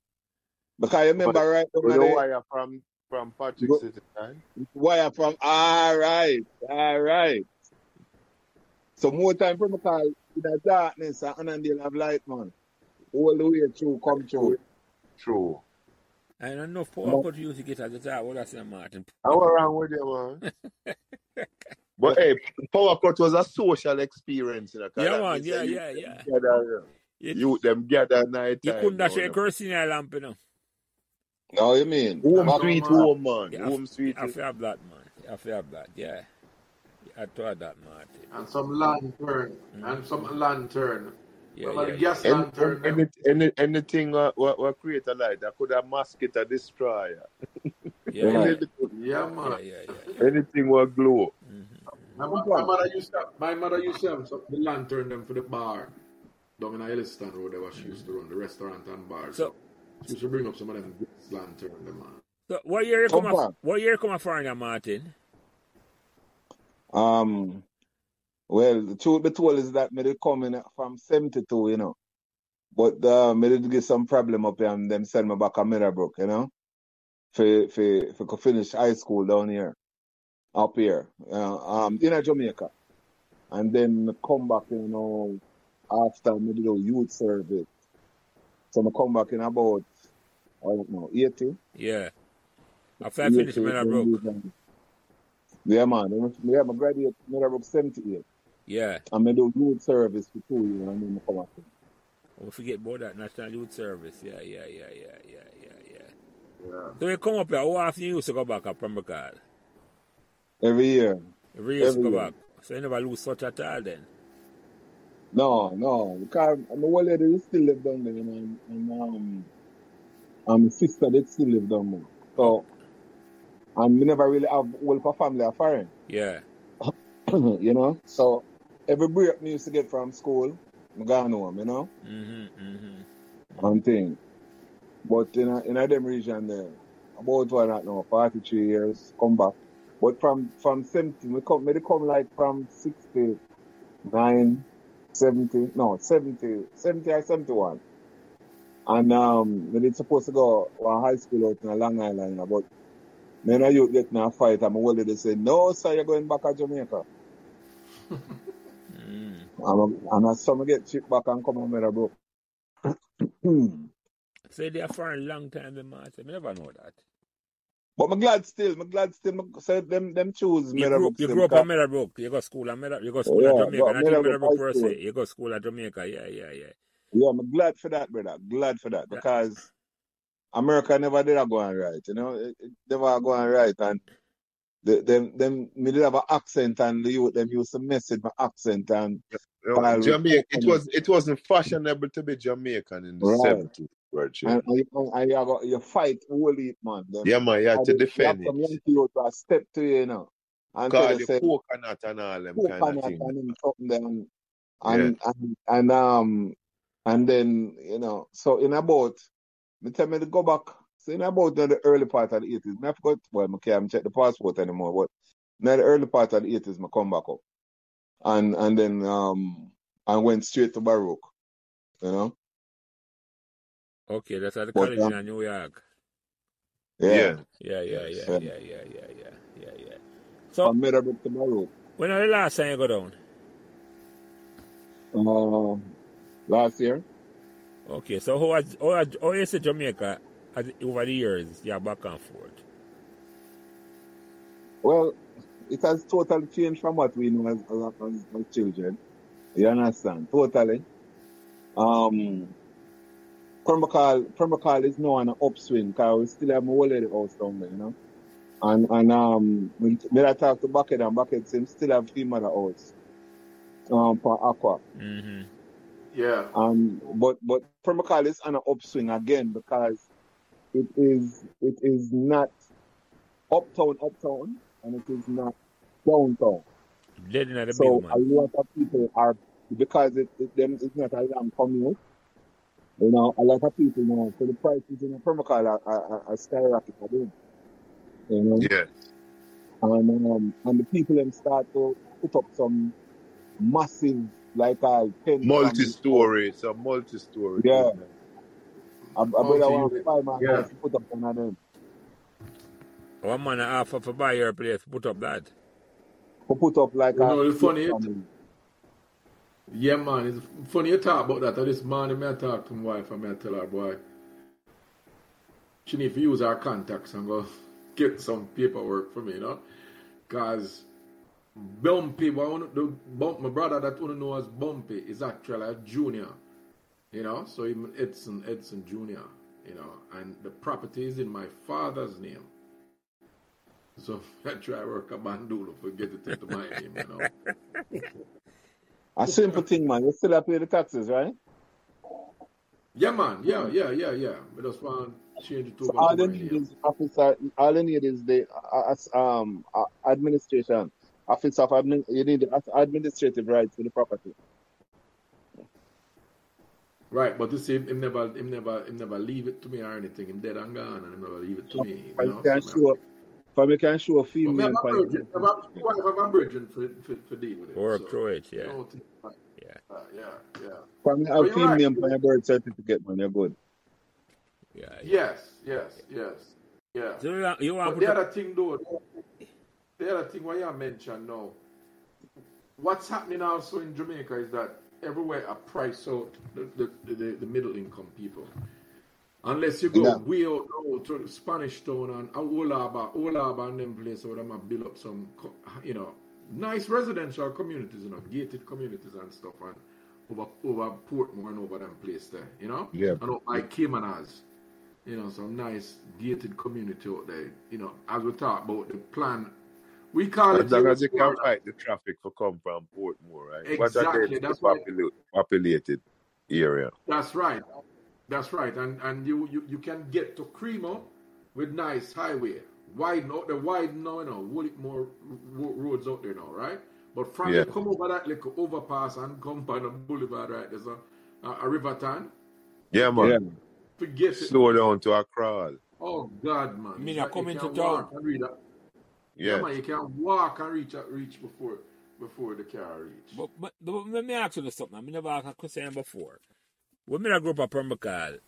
Speaker 2: Because you
Speaker 4: But
Speaker 2: remember right down
Speaker 4: with the
Speaker 2: at
Speaker 4: wire from, from
Speaker 2: the
Speaker 4: Patrick City, right?
Speaker 2: wire from, all right, all right. So more time from call in the darkness and Annandale have light, man. All the way through, come through.
Speaker 4: True.
Speaker 1: I don't know power
Speaker 2: But
Speaker 1: cut you used to get at the time. What I say, Martin?
Speaker 4: How wrong with you, man? But hey, Power Cut was a social experience, you know, 'cause
Speaker 1: Yeah,
Speaker 4: that
Speaker 1: man,
Speaker 4: means
Speaker 1: yeah,
Speaker 4: that you
Speaker 1: yeah,
Speaker 4: them
Speaker 1: yeah.
Speaker 4: gather, you, know,
Speaker 1: It,
Speaker 4: you them gather night
Speaker 1: you
Speaker 4: time
Speaker 1: couldn't
Speaker 4: now,
Speaker 1: actually
Speaker 4: you know.
Speaker 1: curse in a lamp, you know.
Speaker 2: no, you mean
Speaker 4: Home
Speaker 3: I
Speaker 2: back
Speaker 3: know,
Speaker 4: sweet
Speaker 3: man.
Speaker 2: back
Speaker 4: home, man.
Speaker 1: You have,
Speaker 4: Home
Speaker 1: you
Speaker 4: sweet.
Speaker 1: have to have that, man. You have to have that, yeah. You have to have that, Martin.
Speaker 3: And some lantern. And
Speaker 1: Mm-hmm.
Speaker 3: some lantern.
Speaker 1: Yeah,
Speaker 3: Remember
Speaker 1: yeah,
Speaker 3: the
Speaker 1: yeah,
Speaker 3: gas
Speaker 1: yeah.
Speaker 4: Any,
Speaker 3: lantern, them?
Speaker 4: any, any, anything uh, what, what create a light, I could have mask it or destroy it.
Speaker 1: Yeah,
Speaker 4: Any
Speaker 1: yeah,
Speaker 2: right.
Speaker 4: little-
Speaker 3: Yeah,
Speaker 1: yeah,
Speaker 3: man.
Speaker 1: yeah, yeah,
Speaker 4: anything what glow.
Speaker 1: yeah. Mm-hmm.
Speaker 3: My,
Speaker 2: Come
Speaker 3: mo- my
Speaker 2: from.
Speaker 3: mother used to, my mother used to have some, the lantern them for the bar. down in Elliston Road, there where she used to run the restaurant and bar.
Speaker 1: So,
Speaker 3: So she used to bring up some of them gas lantern, the man.
Speaker 1: so what year you come
Speaker 2: Come
Speaker 1: off?
Speaker 2: from.
Speaker 1: What year you come off foreigner, Martin?
Speaker 2: Um, well, the truth be told is that me did come in from 72, you know. But uh, me did get some problem up here and them send me back to Middlebrook, you know, for, for, for finish high school down here, up here, uh, um, in Jamaica. And then me come back, you know, after me do youth service. So me come back in about, I don't know, 80,
Speaker 1: Yeah. After I
Speaker 2: 80,
Speaker 1: finish Meadowbrook,
Speaker 2: then leave and- Yeah, man. Yeah, I graduate Middlebrook 78.
Speaker 1: yeah.
Speaker 2: I'm gonna do youth service for two years and then I come back.
Speaker 1: We forget about that National Youth Service. Yeah, yeah, yeah, yeah, yeah, yeah, yeah.
Speaker 3: Yeah.
Speaker 1: So you come up here, how often you used to go back up from Bacal?
Speaker 2: Every year.
Speaker 1: Every year used to
Speaker 2: Every
Speaker 1: go
Speaker 2: year.
Speaker 1: back. So you never lose such at all then.
Speaker 2: No, no. Because I'm the one lady who still live down there, you know, and, and um and my sister that still live down there.
Speaker 1: Oh,
Speaker 2: So and we never really have well for family are foreign.
Speaker 1: yeah,
Speaker 2: you know? So every break me used to get from school, I gone home, you know?
Speaker 1: hmm hmm
Speaker 2: And thing. But in a, in a them region there, about what I know, forty three years, come back. But from from seventy we come maybe come like from sixty 9, 70, no, 70, 70 or 71. And um, we did supposed to go to high school out in Long Island, but me and a youth get in a fight, and my old lady say, no, sir, you're going back to Jamaica.
Speaker 1: Mm.
Speaker 2: And, I- and I saw me get shipped back and come on Meadowbrook. but
Speaker 1: So they are foreign long time, the man. I never know that.
Speaker 2: I'm glad still, I'm glad still, me- say them, them choose
Speaker 1: You grew up,
Speaker 2: Meadowbrook
Speaker 1: you
Speaker 2: still,
Speaker 1: grew up at
Speaker 2: because,
Speaker 1: Meadowbrook. You go school at Meadow, you go school at
Speaker 2: Oh, yeah,
Speaker 1: Jamaica.
Speaker 2: go
Speaker 1: Not even
Speaker 2: Meadowbrook
Speaker 1: Meadowbrook
Speaker 2: High
Speaker 1: per
Speaker 2: School.
Speaker 1: se. You go school at Jamaica. Yeah, yeah, yeah.
Speaker 2: Yeah, I'm glad for that, brother. Glad for that,
Speaker 1: That,
Speaker 2: because America never did a go on right, you know, it, it never go on right. And the, them, them, me did have an accent and the youth, them used to mess with my accent and
Speaker 4: You know,
Speaker 2: pile with
Speaker 4: Jamaica. It
Speaker 2: coconut.
Speaker 4: was it wasn't fashionable to be Jamaican in the
Speaker 2: Right.
Speaker 4: seventies, Virgil.
Speaker 2: And, and, you, and you, got, you fight all it, man. Them,
Speaker 4: Yeah, man, you had
Speaker 2: and
Speaker 4: to
Speaker 2: they, you have
Speaker 4: defend it.
Speaker 2: some young people that step to you, you know, and tell
Speaker 4: Call
Speaker 2: you,
Speaker 4: the
Speaker 2: say,
Speaker 4: coconut and all them kind of
Speaker 2: coconut
Speaker 4: thing.
Speaker 2: and them something them.
Speaker 4: Yeah.
Speaker 2: And, and, and, um, and then, you know, so in about, me tell me to go back. So in about the early part of the 80s, me I forgot, well, me can't check the passport anymore, but in the early part of the 80s, me come back up. and and then um I went straight to Baroque, you know.
Speaker 1: okay, that's at the
Speaker 2: But
Speaker 1: college
Speaker 2: um,
Speaker 1: in New York.
Speaker 2: yeah,
Speaker 4: Yeah.
Speaker 1: Yeah, yeah, yeah,
Speaker 4: Yes.
Speaker 2: yeah,
Speaker 1: yeah, yeah, yeah, yeah, yeah, yeah. So
Speaker 2: from Meadowbrook to Baroque.
Speaker 1: when are the last time you go down?
Speaker 2: Um, last year,
Speaker 1: Okay, so how has how, has- how is it Jamaica as, over the years? Yeah, back and forth.
Speaker 2: well, it has totally changed from what we know as as, as, as children. You understand? Totally. Um, Permacal, Permacal is now on an upswing because we still have my old lady house down there, you know. And and um, when when I talk to Bucket and Bucket, him still have him mother house um for Aqua.
Speaker 1: hmm
Speaker 3: Yeah.
Speaker 2: Um, but but Permacal is on an upswing again because it is it is not uptown uptown and it is not downtown.
Speaker 1: Dead in the big
Speaker 2: So a
Speaker 1: man.
Speaker 2: lot of people are because it, it them it's not a long commute. You know, a lot of people you know so the prices in Permacal are, are, are are skyrocketing. again, You know,
Speaker 4: Yeah.
Speaker 2: and um, and the people them start to put up some massive like uh, a ten
Speaker 4: Multi
Speaker 2: family house.
Speaker 4: story. It's a multi story
Speaker 2: Yeah,
Speaker 4: going on.
Speaker 2: a, a brother
Speaker 3: Multi
Speaker 2: want to
Speaker 3: unit.
Speaker 2: buy my
Speaker 3: Yeah.
Speaker 2: house to put up one of them.
Speaker 1: One man and a half of a buy your place, put up that.
Speaker 2: Who put up like
Speaker 3: You
Speaker 2: a
Speaker 3: know, it's
Speaker 2: eight
Speaker 3: funny. It,
Speaker 2: family.
Speaker 3: yeah, man. It's funny you talk about that. Uh, This morning, I talk to my wife and I tell her, boy, she need to use her contacts and go get some paperwork for me, you know? Because Bumpy, one, the, bump, my brother that one know as Bumpy is actually a junior, you know? So him Edson, Edson Jr., you know? And the property is in my father's name. So I try work a bandolo for get it into my name, you know?
Speaker 2: A simple thing, man. You still have to pay the taxes, right?
Speaker 3: Yeah, man. Yeah, yeah, yeah, yeah. But just want to change it
Speaker 2: So
Speaker 3: over
Speaker 2: all
Speaker 3: to
Speaker 2: they
Speaker 3: my
Speaker 2: need
Speaker 3: name.
Speaker 2: is officer. All they need is the uh, as- um uh, administration office of admin. You need the administrative rights for the property.
Speaker 3: Right, but you see, him never, him never, him never leave it to me or anything. Him dead and gone, and him never leave it to me. You
Speaker 2: And
Speaker 3: know,
Speaker 2: can
Speaker 3: so me have
Speaker 2: show
Speaker 3: to.
Speaker 2: up. But me can show a
Speaker 3: But me have
Speaker 2: female
Speaker 3: a
Speaker 2: point.
Speaker 3: virgin. I have a, wife, I have a virgin for, for, for deal with it.
Speaker 1: Work
Speaker 3: so,
Speaker 1: through it, yeah.
Speaker 3: you know, think like-
Speaker 1: Yeah.
Speaker 3: Uh, yeah, yeah.
Speaker 2: For me
Speaker 3: But
Speaker 2: have
Speaker 3: you're
Speaker 2: female
Speaker 3: right.
Speaker 2: name for your birth certificate, man. You're good.
Speaker 1: Yeah.
Speaker 3: Yes, yes, yes, yeah.
Speaker 1: So you want, you want
Speaker 3: But
Speaker 1: to
Speaker 3: the
Speaker 1: put
Speaker 3: other thing, though, the other thing what you mentioned now, what's happening also in Jamaica is that everywhere a price out the, the, the, the middle income people. Unless you go
Speaker 2: Yeah.
Speaker 3: way out now to Spanish Town and uh, and Olaba, Olaba and them places where they might build up some, co- you know, nice residential communities, you know, gated communities and stuff, and over over Portmore and over them place there, you know,
Speaker 4: Yeah.
Speaker 3: and up by Cayman Islands you know, some nice gated community out there. You know, as we talk about the plan, we call
Speaker 4: As
Speaker 3: it
Speaker 4: long
Speaker 3: here
Speaker 4: as you can
Speaker 3: Florida.
Speaker 4: fight the traffic for come from Portmore, right? What are
Speaker 3: Exactly.
Speaker 4: they the
Speaker 3: That's why.
Speaker 4: popula- populated area?
Speaker 3: That's right. That's right. And and you you, you can get to Cremo with nice highway, wide out the wide now, you know, Woolwich more ro- roads out there now, right? But from you
Speaker 4: Yeah.
Speaker 3: come over that little overpass and come by the boulevard, right? There's a a, a river town.
Speaker 4: Yeah,
Speaker 2: Yeah.
Speaker 4: man.
Speaker 3: Forget it.
Speaker 4: Slow down to a crawl.
Speaker 3: Oh God, man!
Speaker 1: Me
Speaker 3: It's
Speaker 1: not
Speaker 3: like you
Speaker 1: coming to
Speaker 3: can
Speaker 1: town.
Speaker 3: walk and read that. Yeah,
Speaker 4: Yeah.
Speaker 3: man, you can walk and reach reach before before the car reach.
Speaker 1: But, but, but let me ask you something. I never asked a question before. When I grew up at Permacal,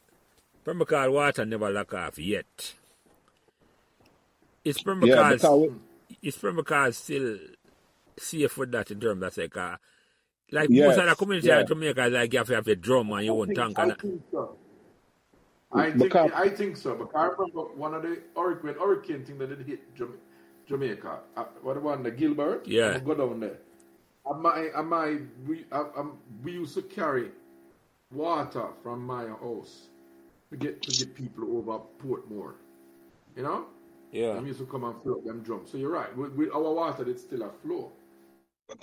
Speaker 1: Permacal water never lock off yet. Is
Speaker 2: Yeah,
Speaker 1: Permacal
Speaker 2: because we,
Speaker 1: is Permacal still safe with that in terms of like, uh, like most of the
Speaker 2: yes,
Speaker 1: community
Speaker 2: yeah.
Speaker 1: of Jamaica, like you have to have your drum and
Speaker 3: I
Speaker 1: your own
Speaker 3: think
Speaker 1: tank
Speaker 3: I
Speaker 1: and uh, that.
Speaker 3: think so. I think
Speaker 2: Because
Speaker 3: I think so. But I remember one of the hurricane hurricane thing that it hit Jama- Jamaica. Uh, what the one the Gilbert?
Speaker 1: Yeah.
Speaker 3: I'm gonna go down there. Am I am I we I, am we used to carry water from my house to get to get people over Portmore. You know,
Speaker 1: Yeah.
Speaker 3: them used to come and fill up them drums. So you're right. With, with our water, it's still a flow.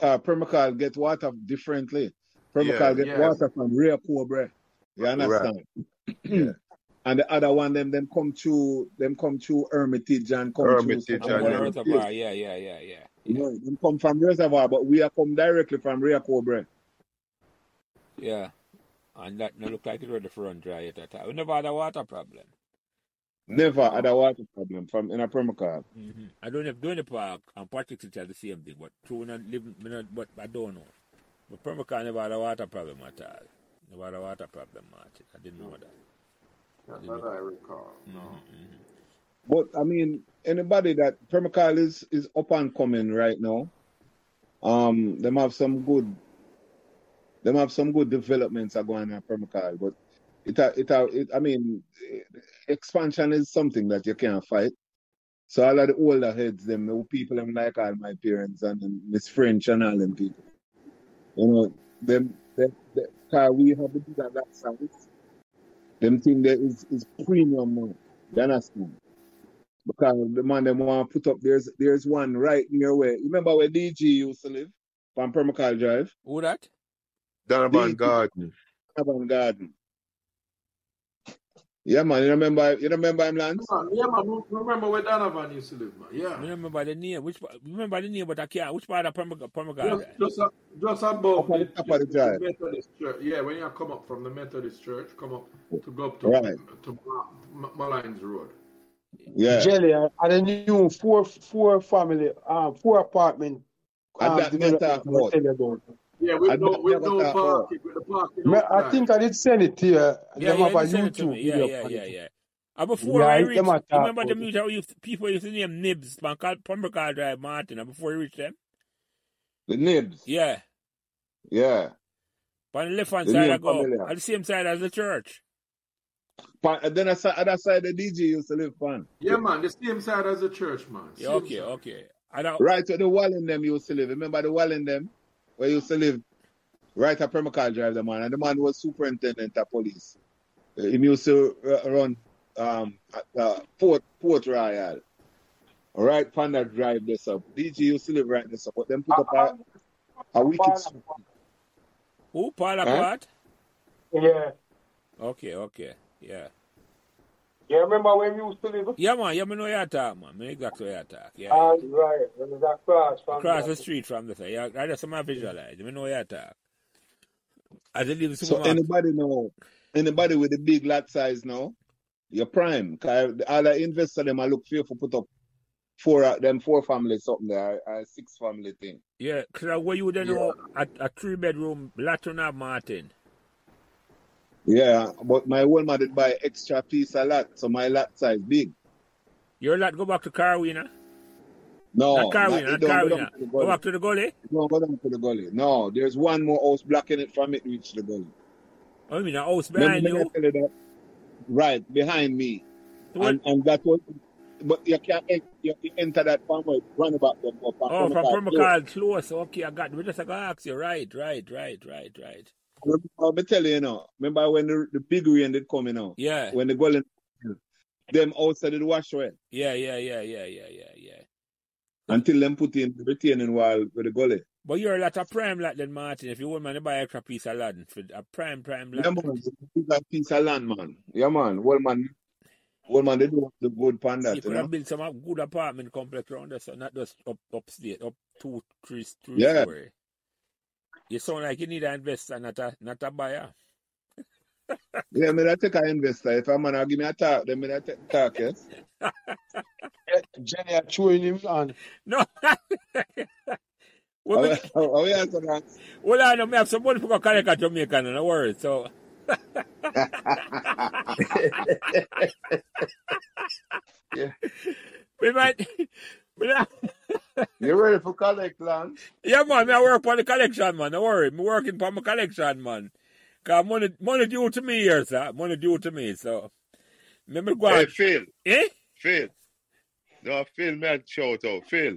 Speaker 2: uh, Permacal get water differently.
Speaker 4: Yeah.
Speaker 2: Permacal get
Speaker 3: Yeah.
Speaker 2: water from real cobra. You
Speaker 4: Right.
Speaker 2: understand?
Speaker 4: Yeah.
Speaker 2: and the other one, them them come to them come to Hermitage and come to some
Speaker 4: Hermitage
Speaker 1: And
Speaker 2: of
Speaker 4: and
Speaker 1: Water
Speaker 2: them
Speaker 4: them.
Speaker 2: place.
Speaker 1: Reservoir, yeah, yeah, yeah, yeah,
Speaker 2: You
Speaker 1: yeah,
Speaker 2: know, them come from reservoir, but we are come directly from real cobra.
Speaker 1: yeah. And that no look like it ready for run dry yet at all. We never had a water problem.
Speaker 2: Never had a water problem from in a Permacal.
Speaker 1: Mm-hmm. I don't know if Gurney Park and Patrick City are the same thing, but two not living, but I don't know. But Permacan never had a water problem at all. Never had a water problem, Martin. I didn't know that. I
Speaker 3: That,
Speaker 1: didn't
Speaker 3: that
Speaker 1: know
Speaker 3: I recall.
Speaker 1: that.
Speaker 3: No.
Speaker 1: Mm-hmm.
Speaker 2: But I mean, anybody that Permacal is is up and coming right now. Um, them have some good them have some good developments are going on at Permacal, but it, a- it, a- it I mean, eh, expansion is something that you can't fight. So all of the older heads, them the people, them like all my parents and them, Miss French and all them people, you know, them, them, them cause we have to do that that size. Them thing there is is premium money. You understand? Because the man them want to put up. There's there's one right near where. Remember where DG used to live? From Permacal Drive,
Speaker 1: Who that?
Speaker 4: Donovan
Speaker 2: DG
Speaker 4: Garden.
Speaker 2: Cavern Garden. Yeah, man. You remember? You remember him, Lance?
Speaker 3: Come on, yeah, man. Re- Remember where Donovan used to live, man.
Speaker 1: I
Speaker 3: Yeah.
Speaker 1: don't remember the name. Which part- remember the name, but I can't. Which part of Permacan? Permacan
Speaker 3: Just,
Speaker 1: there?
Speaker 3: just, a- just
Speaker 2: Up
Speaker 3: above
Speaker 2: on the
Speaker 3: the,
Speaker 2: top
Speaker 3: the,
Speaker 2: of the
Speaker 3: the
Speaker 2: drive.
Speaker 3: Methodist church. Yeah, when you come up from the Methodist church, come up to go up to
Speaker 2: Right.
Speaker 3: to Ma- Ma- Malines Road.
Speaker 2: Yeah.
Speaker 6: Jelly uh, and a new four four family um four apartment
Speaker 2: And
Speaker 6: um
Speaker 2: that me I
Speaker 6: development
Speaker 2: talk
Speaker 6: I was
Speaker 2: about.
Speaker 6: telling you about.
Speaker 3: Yeah, with
Speaker 2: And that
Speaker 3: no
Speaker 2: me
Speaker 3: with
Speaker 2: I talk
Speaker 3: no
Speaker 2: about.
Speaker 3: parking, with the parking
Speaker 6: Me- I
Speaker 3: outside.
Speaker 6: think I did send it to you.
Speaker 1: Yeah,
Speaker 6: Them
Speaker 1: yeah,
Speaker 6: have a
Speaker 1: you send it to
Speaker 6: YouTube
Speaker 1: me. Yeah,
Speaker 6: video
Speaker 1: yeah,
Speaker 6: on
Speaker 1: yeah,
Speaker 6: it.
Speaker 1: yeah. And before I
Speaker 6: Yeah, them
Speaker 1: reach,
Speaker 6: I
Speaker 1: you
Speaker 6: talk
Speaker 1: remember the
Speaker 6: about it.
Speaker 1: music how you, people used to name Nibs, from Cal- Permacal Drive, Martin, and before you reach them?
Speaker 2: The nibs.
Speaker 1: Yeah.
Speaker 2: Yeah.
Speaker 1: On the left hand
Speaker 2: The
Speaker 1: side
Speaker 2: name
Speaker 1: I go,
Speaker 2: familiar.
Speaker 1: on the same side as the church.
Speaker 2: Pan, and then I saw other side the DJ used to live pan.
Speaker 3: Yeah, man, the same side as the church, man.
Speaker 1: Yeah,
Speaker 3: Same
Speaker 1: okay,
Speaker 3: side.
Speaker 1: okay. uh, I don't
Speaker 2: Right where the wall in them used to live. Remember the wall in them where you used to live? Right at Permacal Drive, the man. And the man was superintendent of police. Uh, He used to uh, run um at, uh, Port Port Royal. Right pan that drive this up. DJ used to live right this up. But then put up a, a wicked school.
Speaker 1: who Paula
Speaker 2: Huh?
Speaker 1: Quart?
Speaker 6: Yeah,
Speaker 1: Okay, okay. Yeah.
Speaker 6: yeah. Remember when you used to live?
Speaker 1: Yeah man, yeah, me know your talk, man. Me know exactly your talk. Yeah, yeah.
Speaker 6: Ah, right. It was across from
Speaker 1: Across
Speaker 6: that.
Speaker 1: the street from the side. Yeah, I just my visualize. Me know your talk. I did leave the
Speaker 2: So
Speaker 1: supermarket.
Speaker 2: anybody know anybody with a big lot size now, you're prime. 'Cause All the investor them I look fearful put up four of them four families something there, a six family thing.
Speaker 1: Yeah, because where you then
Speaker 2: Yeah.
Speaker 1: know a, a three bedroom Latona Martin.
Speaker 2: Yeah, but my old man did buy extra piece a lot, so my lot size big.
Speaker 1: Your lot go back to Carwina.
Speaker 2: No,
Speaker 1: not Carwina, not
Speaker 2: it don't go down
Speaker 1: Carwina.
Speaker 2: to the
Speaker 1: Go
Speaker 2: gully.
Speaker 1: back to the gully.
Speaker 2: It don't go down to the gully. No, there's one more house blocking it from it reach the gully.
Speaker 1: I mean, a house
Speaker 2: Remember
Speaker 1: behind
Speaker 2: when I
Speaker 1: you.
Speaker 2: tell you that? Right, behind me.
Speaker 1: So what-
Speaker 2: And and that was but you can't en- you, you enter that farm where run about them up and
Speaker 1: oh,
Speaker 2: from
Speaker 1: from
Speaker 2: across close.
Speaker 1: Permacal close. Okay, I got. We just I gotta ask you. Right, right, right, right, right.
Speaker 2: Remember, me tell you, you know, remember when the, the big rain did come, you know,
Speaker 1: Yeah,
Speaker 2: when the gully, them outside did wash away
Speaker 1: yeah, yeah, yeah, yeah, yeah, yeah, yeah.
Speaker 2: until them put in the retaining wall with the gully.
Speaker 1: But you're a lot of prime lot then, Martin. If you want man to buy extra piece of land for a prime prime
Speaker 2: Yeah,
Speaker 1: lot.
Speaker 2: man, it's a big ass piece of land, man. Yeah, man, well, man, well, man, they do the good pan
Speaker 1: you
Speaker 2: that, you
Speaker 1: could
Speaker 2: know.
Speaker 1: have built some a good apartment complex around there, so not just up upstate, up two, three, three
Speaker 2: Yeah,
Speaker 1: story. You sound like you need an investor, not a not a buyer.
Speaker 2: yeah, me I take an investor. If a man a give me a talk, then me I take talk, yes.
Speaker 6: Jenny are chewing him on.
Speaker 1: No, we
Speaker 2: How
Speaker 1: could.
Speaker 2: we how we answer that?
Speaker 1: Well, I know me have some money for collect at Jamaica, no worry. So
Speaker 4: Yeah.
Speaker 1: we might. we not-
Speaker 4: You ready for collect land?
Speaker 1: Yeah, man, me I work on the collection, man. No worry, me working for my collection, man. Cause money, money due to me here, sir. Money due to me, so me me go
Speaker 4: Hey,
Speaker 1: on.
Speaker 4: Phil.
Speaker 1: Eh?
Speaker 4: Phil. No, Phil, me had shout out. Phil.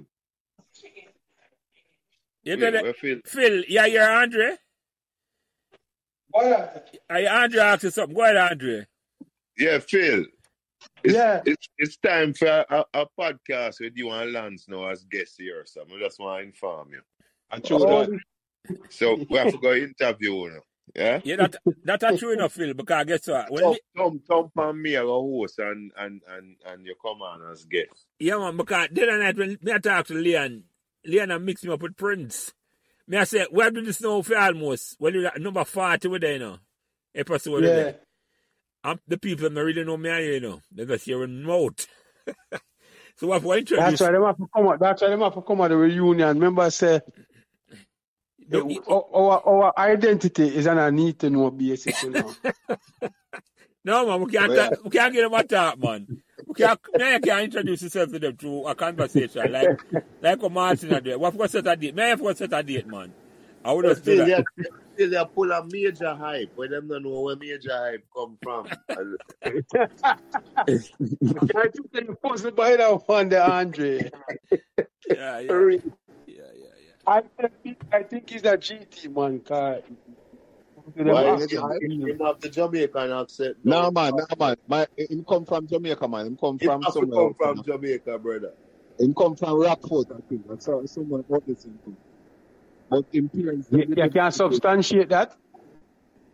Speaker 1: You
Speaker 4: Phil,
Speaker 1: did it,
Speaker 4: where Phil?
Speaker 1: Phil. Yeah, you're Andre.
Speaker 6: Well,
Speaker 1: I Andre asked you something. Go ahead, Andre.
Speaker 4: Yeah, Phil. It's,
Speaker 6: yeah.
Speaker 4: it's it's time for a, a podcast with you and Lance now as guest here or something. I just want to inform you.
Speaker 2: I true
Speaker 6: Oh,
Speaker 2: that.
Speaker 6: this-
Speaker 4: So we have to go interview now. Yeah?
Speaker 1: Yeah, that that a true enough, Phil. Because guess what? When
Speaker 4: Tom,
Speaker 1: me,
Speaker 4: Tom, Tom and me are a host and, and, and, and you come on as guest.
Speaker 1: yeah, man. Because the other night when me I talked to Leon, Leon and mixed me up with Prince. Me I said, we have done this now for almost well you number forty with there, you know, episode with
Speaker 6: yeah.
Speaker 1: there. And the people that really know me, and you, you know, they just hearing mouth. So what we
Speaker 6: That's
Speaker 1: introduce?
Speaker 6: why they have to come. Out, that's why they have to come at the reunion. Remember, I say eh,
Speaker 1: No, you-
Speaker 6: our, our our identity is on a need to know basis, you know.
Speaker 1: no, man, we can't
Speaker 2: Well,
Speaker 1: talk, we can't get them a talk, man. We can't, man, can't introduce yourself to them through a conversation like like what Martin and there. What we gonna set a date? Man, if we gonna set a date, man, I would
Speaker 4: Well,
Speaker 1: just do
Speaker 4: Phil,
Speaker 1: that.
Speaker 4: yeah, Phil, yeah, pull a major hype. But them don't know where major hype come from. And-
Speaker 6: I took the puzzle by that one, the Andre.
Speaker 1: Yeah, yeah,
Speaker 4: Really?
Speaker 1: yeah, yeah, yeah.
Speaker 6: I think I think he's a GT man, car. To them
Speaker 4: Why?
Speaker 2: why?
Speaker 4: Him,
Speaker 6: action,
Speaker 2: Him,
Speaker 4: him,
Speaker 6: you know.
Speaker 4: him have the Jamaican accent now.
Speaker 2: No man, no man. My him come from Jamaica, man. Him come
Speaker 4: Him
Speaker 2: from
Speaker 4: have to
Speaker 2: somewhere
Speaker 4: come
Speaker 2: else, you
Speaker 4: from
Speaker 2: know.
Speaker 4: Jamaica, brother.
Speaker 2: Him come from Rockford, I think. I saw someone wrote this in too. But in parents, them
Speaker 6: You,
Speaker 2: they
Speaker 6: you
Speaker 2: did
Speaker 6: can substantiate that.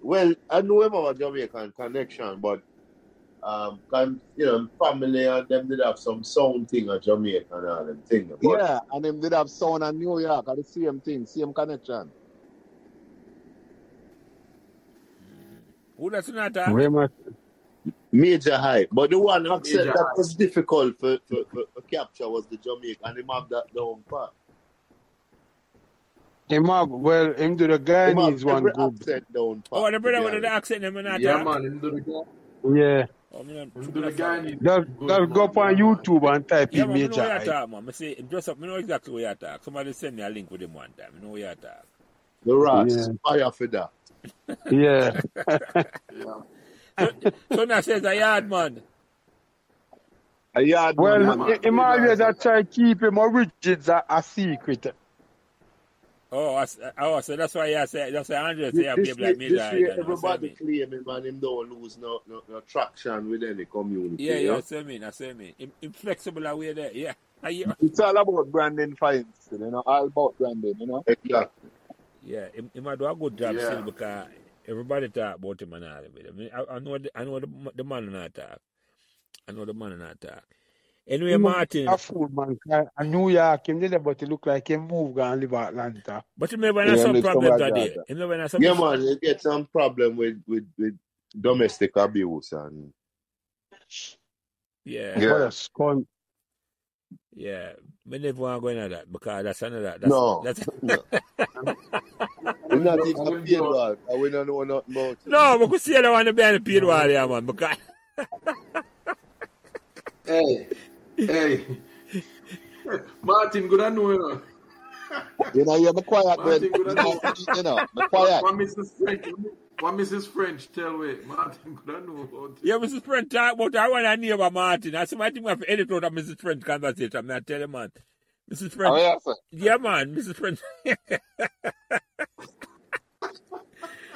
Speaker 4: Well, I know him have a Jamaican connection, but um, can, you know, family and them did have some sound thing at Jamaica and all them thing. But
Speaker 2: Yeah, and him did have sound in New York, and the same thing, same connection.
Speaker 1: Who does not talk?
Speaker 6: Very much.
Speaker 4: major hype. But the one accent
Speaker 3: Major
Speaker 4: that
Speaker 3: high.
Speaker 4: was difficult for, for, for, for capture was the Jamaican. And him have that down part.
Speaker 6: Him have, well, him do the
Speaker 4: Him have
Speaker 6: Guyanese one
Speaker 4: every
Speaker 6: good.
Speaker 4: accent down
Speaker 1: Oh, the
Speaker 4: pat, to
Speaker 1: brother
Speaker 4: be
Speaker 1: with the
Speaker 4: honest.
Speaker 1: accent, him not
Speaker 3: Yeah,
Speaker 1: talk.
Speaker 3: man, him do the guy,
Speaker 6: Yeah.
Speaker 1: Oh, me not,
Speaker 3: him
Speaker 1: me
Speaker 3: do the
Speaker 1: not follow
Speaker 3: guy
Speaker 1: that.
Speaker 3: need
Speaker 6: Just,
Speaker 3: good
Speaker 6: just go up
Speaker 3: man,
Speaker 6: on
Speaker 3: yeah man.
Speaker 6: YouTube and type
Speaker 1: Yeah,
Speaker 6: in
Speaker 1: man, I know
Speaker 6: major
Speaker 1: where you
Speaker 6: hype.
Speaker 1: talk, man. I say, dress up, I know exactly where you talk. Somebody send me a link with him one time. I know where you talk.
Speaker 4: The
Speaker 6: Yeah.
Speaker 4: Ross, fire for that.
Speaker 6: Yeah.
Speaker 3: Yeah.
Speaker 1: So, so now says a yard, man.
Speaker 2: A yard man,
Speaker 6: Well,
Speaker 3: Yeah
Speaker 2: man.
Speaker 6: hi-
Speaker 3: man,
Speaker 6: him
Speaker 3: major
Speaker 6: always
Speaker 3: hype.
Speaker 6: a try keep him origins a, a secret.
Speaker 1: Oh, I, s- oh, so that's why I say, that's why Andre
Speaker 4: Thi-
Speaker 1: say, I
Speaker 4: This
Speaker 1: behave like
Speaker 4: year,
Speaker 1: me,
Speaker 4: this
Speaker 1: right?
Speaker 4: year,
Speaker 1: And I say, I
Speaker 4: everybody
Speaker 1: mean,
Speaker 4: claiming, man, him don't lose no, no, no traction with any
Speaker 1: yeah,
Speaker 4: community,
Speaker 1: yeah,
Speaker 4: yeah?
Speaker 1: I say, I mean, I say, I mean, Im- inflexible away there, yeah. Ah, Yeah,
Speaker 2: It's all about branding finds, you know, all about branding, you know.
Speaker 4: Exactly.
Speaker 1: yeah, him, him a do a good job still
Speaker 3: Yeah.
Speaker 1: because everybody talk about him and all of it. I, mean, I, I know, the, I know the, ma- the man not talk. I know the man not talk. Anyway,
Speaker 6: Him a
Speaker 1: Martin,
Speaker 6: fool man. car. A New York, him did but he look like him move and live Atlanta.
Speaker 1: but remember, I
Speaker 2: Yeah, him
Speaker 1: some
Speaker 2: live
Speaker 1: problems
Speaker 2: somewhere
Speaker 1: are there.
Speaker 2: Georgia.
Speaker 1: Remember, I some
Speaker 4: Yeah,
Speaker 1: issue.
Speaker 4: man, you get some problem with, with, with domestic abuse and
Speaker 1: Yeah.
Speaker 6: What a
Speaker 4: yeah,
Speaker 6: scorn.
Speaker 1: Yeah, me never want to go into that because that's another. That's,
Speaker 4: No,
Speaker 1: that's
Speaker 4: no. We're
Speaker 3: And
Speaker 4: not
Speaker 3: go-
Speaker 4: even
Speaker 3: and
Speaker 4: a
Speaker 3: when
Speaker 4: paid
Speaker 3: go-
Speaker 4: wall. and We don't know nothing about it.
Speaker 1: no. We could see the one behind the paid wall, yeah, man. Because
Speaker 3: Hey, hey, Martin, good I know you know.
Speaker 2: You know, you're quiet then.
Speaker 3: Martin, good I
Speaker 2: You
Speaker 3: know.
Speaker 2: know, you know, be
Speaker 3: What,
Speaker 2: quiet.
Speaker 3: what Mrs. French? What Mrs. French tell me? Martin, good I know about it.
Speaker 1: yeah, Mrs. French talk about that one. I knew about Martin. That's why I think we have to edit out of Mrs. French conversation. Me I tell you, man. Mrs.
Speaker 2: Oh,
Speaker 1: French,
Speaker 2: yeah, sir.
Speaker 1: yeah, man. Mrs. French,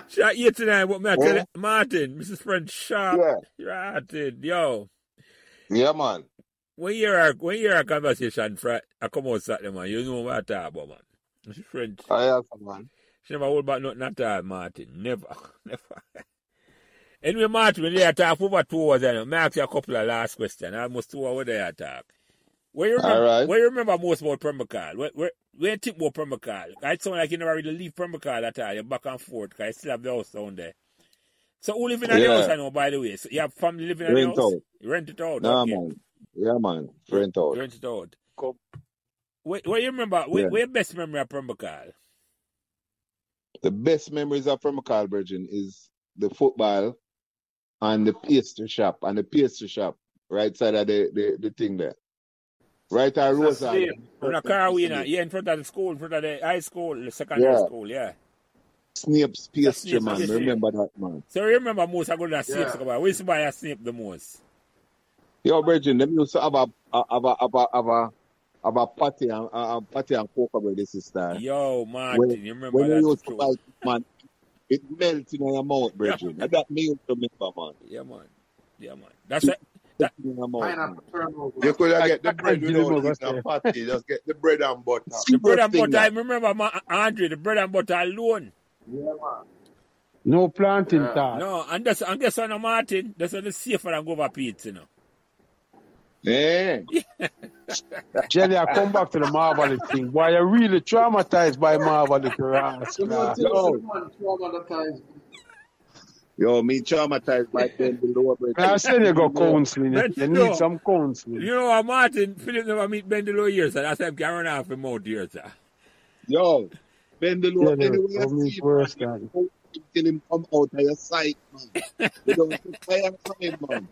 Speaker 1: she at here tonight. What me I tell you,
Speaker 2: Yeah,
Speaker 1: Martin? Mrs. French, sharp,
Speaker 2: yeah,
Speaker 1: Martin, yo.
Speaker 2: yeah, man.
Speaker 1: When you hear when you hear a conversation, Fred, I come out Saturday, man. You know what I talk about, man. Mrs. French.
Speaker 2: Oh, yeah, sir, man.
Speaker 1: She never hold back nothing at all, Martin. Never. Never. Anyway, Martin, when they talk for over two hours, and I ask you a couple of last questions. Almost two hours they talk. Where you
Speaker 2: All
Speaker 1: remember
Speaker 2: right.
Speaker 1: where you remember most about Permacal? Where where where you think about Permacal? It sound like you never really leave Permacal at all. You're back and forth, because you still have the house down there. So who live in the house
Speaker 2: Yeah,
Speaker 1: I know by the way? So you have family living in the
Speaker 2: rent
Speaker 1: house?
Speaker 2: out.
Speaker 1: You rent it out,
Speaker 2: Nah,
Speaker 1: okay.
Speaker 2: man. Yeah, man.
Speaker 1: You
Speaker 2: Rent out.
Speaker 1: you rent it out.
Speaker 2: Come.
Speaker 1: Where, where you remember where,
Speaker 2: Yeah.
Speaker 1: where your best memory of Permacal?
Speaker 2: The best memories of from Carlbergen is the football and the pastry shop and the pastry shop right side of the, the, the thing there. Right at
Speaker 3: It's a
Speaker 2: Rosa
Speaker 3: slave.
Speaker 2: there. in
Speaker 1: On
Speaker 2: front
Speaker 1: a
Speaker 2: of
Speaker 1: car
Speaker 2: the
Speaker 1: we in a,
Speaker 2: slave.
Speaker 1: yeah, in front of the school, in front of the high school, the secondary
Speaker 2: Yeah.
Speaker 1: school, yeah. That's
Speaker 2: Snape's pastry,
Speaker 1: Snape's
Speaker 3: It's a
Speaker 2: man.
Speaker 1: pastry.
Speaker 3: slave.
Speaker 2: Remember that, man.
Speaker 1: So you remember most I go to that Snape's
Speaker 3: Yeah.
Speaker 1: come out. We used to buy a Snape the most.
Speaker 2: Yo, Virgin, them used to have a, a, have a, have a, have a, have a party and, a, a party and cocoa bread, this sister.
Speaker 1: Yo,
Speaker 2: When,
Speaker 1: Martin, you remember
Speaker 2: when you
Speaker 1: that
Speaker 2: used to
Speaker 1: show?
Speaker 2: bite, man, it melts in your mouth,
Speaker 1: Yeah,
Speaker 2: Virgin. That me used to remember, man.
Speaker 1: yeah, man. Yeah, man. That's
Speaker 2: It
Speaker 1: a, that.
Speaker 2: melts in
Speaker 6: oh.
Speaker 2: your mouth, man.
Speaker 3: Pineapple turnover.
Speaker 4: You could have
Speaker 6: I,
Speaker 4: get the
Speaker 6: I
Speaker 4: bread
Speaker 6: give him
Speaker 4: without
Speaker 6: over
Speaker 4: even a
Speaker 6: there.
Speaker 4: patty. Just get the bread and butter.
Speaker 1: The bread
Speaker 2: Serious
Speaker 1: and
Speaker 2: thing,
Speaker 1: butter, I
Speaker 2: that.
Speaker 1: remember my Andre, the bread and butter alone.
Speaker 3: Yeah, man.
Speaker 6: No planting
Speaker 3: Yeah.
Speaker 2: Ah.
Speaker 6: thought.
Speaker 1: No, and that's and guess what, no, Martin? That's what is safer than go over pizza, you know.
Speaker 2: Yeah.
Speaker 6: Jelly, I come back to the marvelous thing. Why you really traumatized by marvelous ass
Speaker 3: You know,
Speaker 6: class.
Speaker 3: tell us the
Speaker 2: Yo, yo,
Speaker 3: man traumatized.
Speaker 2: me traumatized by them below, Virgin.
Speaker 6: I said you
Speaker 2: You
Speaker 6: go
Speaker 2: know.
Speaker 6: counseling.
Speaker 1: But
Speaker 6: You need
Speaker 1: yo,
Speaker 6: some counseling.
Speaker 1: you know what, Martin? Philip never meet Bendelo here, sir. That's him carrying off him out ah. here, sir.
Speaker 2: Yo, bend the low.
Speaker 6: Jelly,
Speaker 2: Anyway, I
Speaker 6: don't
Speaker 2: see
Speaker 6: meet
Speaker 2: him, man.
Speaker 6: worse
Speaker 2: You
Speaker 6: than.
Speaker 2: don't him till him come out of your sight, man. You don't take eye off of him, man.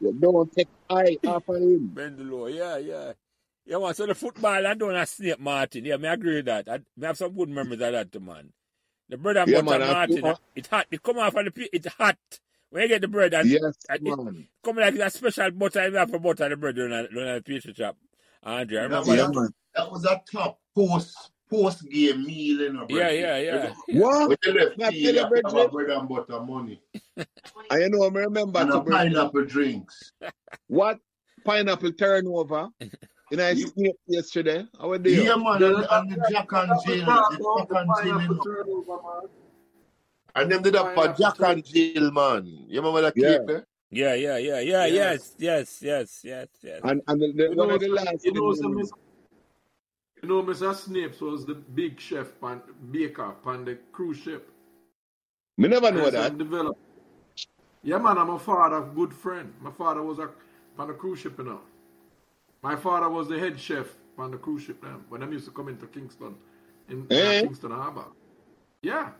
Speaker 2: You don't take eye off of him.
Speaker 1: Bendelo, yeah, yeah. Yeah, man, so the football, I don't have Snape, Martin. Yeah, me agree with that. I, me have some good memories of that, too, man. The bread and
Speaker 2: Yeah,
Speaker 1: butter,
Speaker 2: man. I feel,
Speaker 1: Martin,
Speaker 2: uh,
Speaker 1: it's hot. It come off of the pit, it's hot. When you get the bread, and,
Speaker 2: yes,
Speaker 1: and it
Speaker 2: man.
Speaker 1: come like a special butter, you have to butter the bread during a, during a pizza shop. Andre, I
Speaker 8: That
Speaker 1: remember
Speaker 8: was
Speaker 2: Yeah,
Speaker 8: a
Speaker 1: that.
Speaker 2: man.
Speaker 8: that was a top post post game meal in a
Speaker 1: Yeah,
Speaker 8: Virgin.
Speaker 1: yeah,
Speaker 8: Every,
Speaker 1: yeah, yeah.
Speaker 2: What?
Speaker 8: when you left field,
Speaker 2: Not tell
Speaker 8: you
Speaker 2: you,
Speaker 8: have to have a
Speaker 2: Virgin.
Speaker 8: bread and butter money
Speaker 2: I you know, I remember
Speaker 8: and
Speaker 2: to
Speaker 8: a
Speaker 2: Virgin.
Speaker 8: pineapple drinks.
Speaker 2: What? Pineapple turnover. You know, I
Speaker 8: You,
Speaker 2: snapped yesterday. Our
Speaker 8: yeah,
Speaker 2: deal.
Speaker 8: man,
Speaker 3: Yeah,
Speaker 8: and,
Speaker 3: that, that,
Speaker 8: and the
Speaker 3: that,
Speaker 8: Jack
Speaker 3: that
Speaker 8: and
Speaker 3: that we
Speaker 8: Jill,
Speaker 3: brought
Speaker 8: the
Speaker 3: out
Speaker 8: Jack
Speaker 3: the
Speaker 8: and Jill, you
Speaker 3: pineapple
Speaker 8: know.
Speaker 3: turnover, man.
Speaker 8: And them did that for
Speaker 3: Pineapple
Speaker 8: Jack
Speaker 3: turnover.
Speaker 8: and Jill, man. You remember that eh?
Speaker 2: Yeah.
Speaker 8: cake there?
Speaker 1: Yeah, yeah, yeah, yeah,
Speaker 3: Yeah.
Speaker 1: yes, yes, yes, yes, yes.
Speaker 2: And and the, the,
Speaker 3: You
Speaker 2: one
Speaker 3: know,
Speaker 2: of the last
Speaker 3: you know, so
Speaker 2: memories.
Speaker 3: Miss, you know, Mr. Snipes was the big chef pan, baker on the cruise ship.
Speaker 2: Me never
Speaker 3: And
Speaker 2: know
Speaker 3: it's
Speaker 2: that.
Speaker 3: him developed. Yeah, man, I'm a father, good friend. My father was a, on the cruise ship, you know. My father was the head chef on the cruise ship then, when I used to come into Kingston, in uh,
Speaker 2: Eh?
Speaker 3: Kingston Harbor. Yeah.